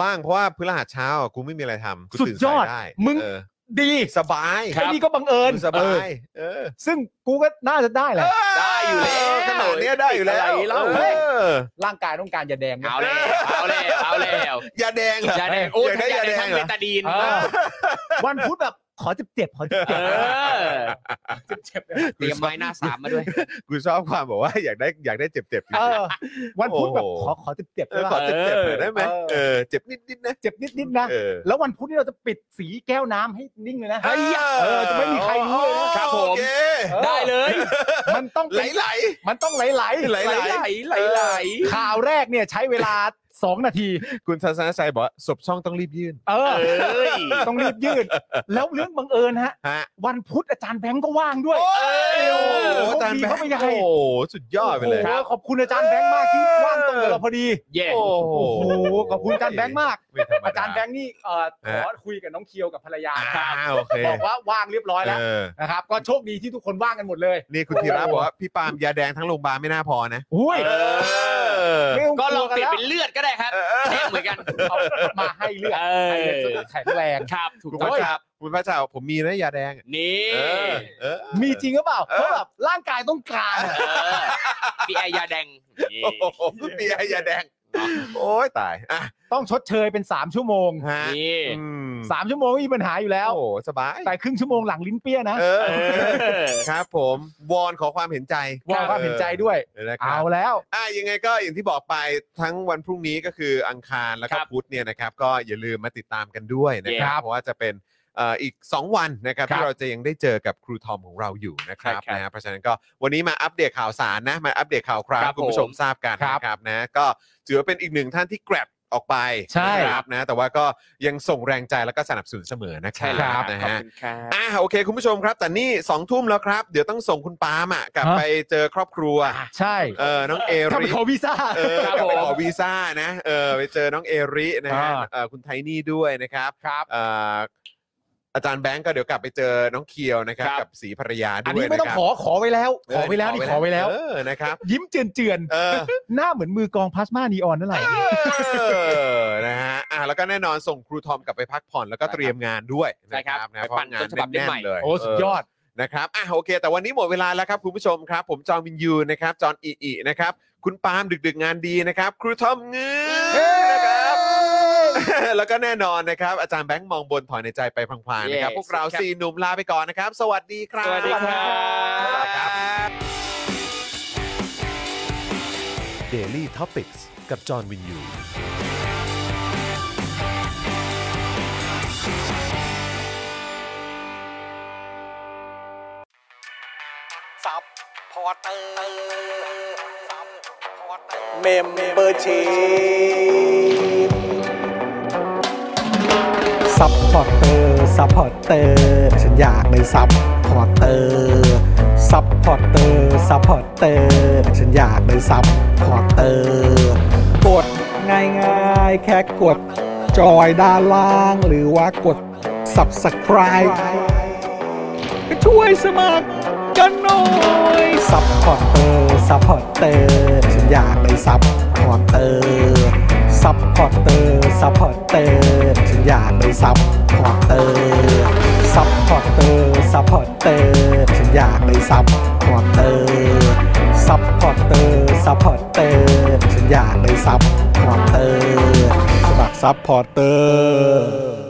ว่างเพราะว่าพฤหัสเช้าอ่ะกูไม่มีอะไรทำกู
สุด
ตื่น
ย
สา
อย ด
ได้
มึง
เออ
ดี
สบาย
ไอ้นี่ก็บังเอิญ
มึงสบา
เออย
เออ
ซึ่งกูก็น่าจะได้แหละ
ได้อยู่แล้ว
ขนาดเนี้ยได้อยู่แล้ว
อะไรเล่า
เออ
ร่างกายต้องการอย่าแดงนะ
เอาแล้วเอาแล้วเอาแล้ว
ยาแดงเหรอ
ยาแดงโอ้ย
อยาก
ยาย
ได้า
แด
แด
ง
ง
ทั้ง
เหรอ
เบตาดีน
เออ วันพุธแบบขอเจ็บๆขอเ
เอ
จ็บ
อเจ็บๆเตรียมไม้หน้าสามมาด้วย
กูชอบความบอกว่าอยากได้อยากได้เจ็บๆจริ
ๆเอง อ วันพุธแบบขอขอเจ็บ
ๆ
ๆ
เออ
ได้ปะ
ขอเจ็บๆหน่อยได้ไหม
เออ
เออเจ็บนิดๆนะ
เจ็บนิดๆนะ
เออ
แล้ววันพุธนี่เราจะปิดสีแก้วน้ำให้นิ่งเลยนะ
ไอ้ยะ
เออจะไม่มีใครรู้เลยนะครับ
ผม
โอเค
ได้เลย
มันต้อง
ไหล
เป็น
ไหล
มันต้องไหลๆ
ไหล
ไหลไหลไหล
ข่าวแรกเนี่ยใช้เวลา 2 นาที
ๆคุณทัศนชัยบอกว่าศพช่องต้องรีบยื่น
เออ
เอ้ย
ต้องรีบยืด แล้วเรื่องบังเอิญฮะ
ฮะ
วันพุธอาจารย์แบงก์ก็ว่างด้วย
ยโอ้โห
โอ้โห
อาจารย์แบง
ดีเข้าไป
ค์
ใหญ่
โอ้โหสุดยอดไปเลย
โโหขอบคุณอาจารย์แบงค์มากที่ว่างตรงกับเราพอดี
เย่
โอ้โห
โอ้โห ขอบคุณอาจารย์แบงค์มาก
ไม่ธมด
อาจารย์แบงค์นี่เอ่อข
ฮะ
อคุยกับน้องเคียวกับภรรยา
อ่า
ครับ
โอเค
บอกว่าว่างเรียบร้อยแล้ว
เออ
นะครับ ก็โชคดีที่ทุกคนว่างกันหมดเลย
นี่คุณธีระบอกว่าพี่ปาล์มยาแดงทั้งโรงพยาบาลไม่น่าพอนะ
อุ้ย
เออ
ไม่ต้
ก็ลอง
ว
เปลี่ยน
แว
เป็นเลือดก็ได้ครับเท่เหมือนกัน
เอามาให้เลือด
เอ
ให้
อ
เลือดจะแข็งแรง
ครับถูก
คุณ
ต้
พ
อ
ระ
งค
เจ้า
รับ
คุณพระเจ้าผมมีนะยาแดงอะ
นี่
เออเออ
มีจริงหรือเปล่า
เออ
เพราะแบบร่างกายต้องการอะ
เออปีไอยาแดงนี่
โอ้โหมียาแดง โอ้ยตายอ่ะ
ต้องชดเชยเป็น 3 ชั่วโมง
ฮะ
นี่
อืม
3 ชั่วโมงไม่มีปัญหาอยู่แล้ว
โอ้โหสบาย
แต่ครึ่งชั่วโมงหลังลิ้นเปี้ยนะ
เอ
เอ
อ
อ
ครับผม วอนขอความเห็นใจ
วอนความเห็นใจด้วย
เออนะครั
เอา
บ
แล้ว
อ่ะยังไงก็อย่างที่บอกไปทั้งวันพรุ่งนี้ก็คืออังคารแล้วก็
ครับ
พุธเนี่ยนะครับ ก็อย่าลืมมาติดตามกันด้วยนะครับ
Yeah
เพราะว่าจะเป็นเอ่ออีก 2 วันนะครับ
ครับ
ที่เราจะยังได้เจอกับครูทอมของเราอยู่นะครับ
ใช่ครับ
นะฮะเพราะฉะนั้นก็วันนี้มาอัปเดตข่าวสารนะมาอัปเดตข่าวคราว
ครั
ให้
บ
คุณผู้ชม
ผม
ทราบกัน
ครับ
นะครับนะก็ถือว่าเป็นอีกหนึ่งท่านที่แกร็บออกไป
ใช่
นะครับนะแต่ว่าก็ยังส่งแรงใจแล้วก็สนับสนุนเสมอนะค
ใช่
รับ
แล้วค
นะ
รับขอบ
ฮะ
คุณครับ
อ่าโอเค คุณผู้ชมครับ แต่นี่สองทุ่มแล้วครับ เดี๋ยวต้องส่งคุณปาล์มอ่ะกลับ
ฮะ
ไปเจอครอบครัว
ใช่
เออน้องเอ
ถ้าไป
ริ
ขอวีซ่า
เออ
ครับ
กลับไป
ผม
ขอวีซ่านะเออไปเจอน้องเอรินะฮะ
อ่า
เออคุณไทนี่ด้วยนะครับ
ครับ
เอ่ออาจารย์แบงก์ก็เดี๋ยวกลับไปเจอน้องเคียวนะครับ
ครับ
กับสีภรรยาด้วย
อันนี้ไม่ต้อง
ะ
ข
ค
อ
รับ
ขอไว้แล้ว
เ
ขอไว้แล้วนี่ขอไว้แล้ว
เออนะครับ
ยิ้มเจือน
เออ
ๆ หน้าเหมือนมือกองพลาสมานีออนนั่นแหละ
เออนะฮะอ่ะแล้วก็แน่นอนส่งครูทอมกลับไปพักผ่อนแล้วก็เตรียมงานด้วยนะ
ใช่
ค
ครั
รั
บบ
นะ
ไป
เพราะ
ปั่น
งา
ต้
น
นฉบับเล่
แน่
ม
น
ใหม่
ๆเลย
โอ้ สุดยอด
นะครับอ่ะโอเค แต่วันนี้หมดเวลาแล้วครับ คุณผู้ชมครับ ผมจอห์นวินยูนะครับ จอห์นอีอีนะครับ คุณปาล์มดึก ๆ งานดีนะครับ ครูทอมเงือนะครับ แล้วก็แน่นอนนะครับ อาจารย์แบงค์มองบนถอยในใจไปพลางๆนะครับ
Yes
พวกเรา
ครับ
สี่หนุ่มลาไปก่อนนะครับ สวัสดีครับ
สวัสดีครั
สวัสดีครับ
บ
Daily t o p i c กกับจอห์นวินยู
ซับพอร์เตอร์ซับพอร์เตอร์
เมมเบอร์ชีซัพพอร์เตอร์ซัพพอร์เตอร์ฉันอยากเป็นซัพพอร์เตอร์ซัพพอร์เตอร์ซัพพอร์เตอร์ฉันอยากเป็นซัพพอร์เตอร์กดง่ายๆ แค่กด จอยด้านล่าง หรือว่ากด subscribe ก็ช่วยสมัคร กันหน่อยซัพพอร์เตอร์ซัพพอร์เตอร์ฉันอยากเป็นซัพพอร์เตอร์ซัพพอร์เตอร์ซัพพอร์เตอร์ฉันอยากเป็นซัพพอร์เตอร์ซัพพอร์เตอร์ซัพพอร์เตอร์ฉันอยากเป็นซัพพอร์เตอร์ซัพพอร์เตอร์ซัพพอร์เตอร์ฉันอยากเป็นซัพพอร์เตอร์สมัครซัพพอร์เตอร์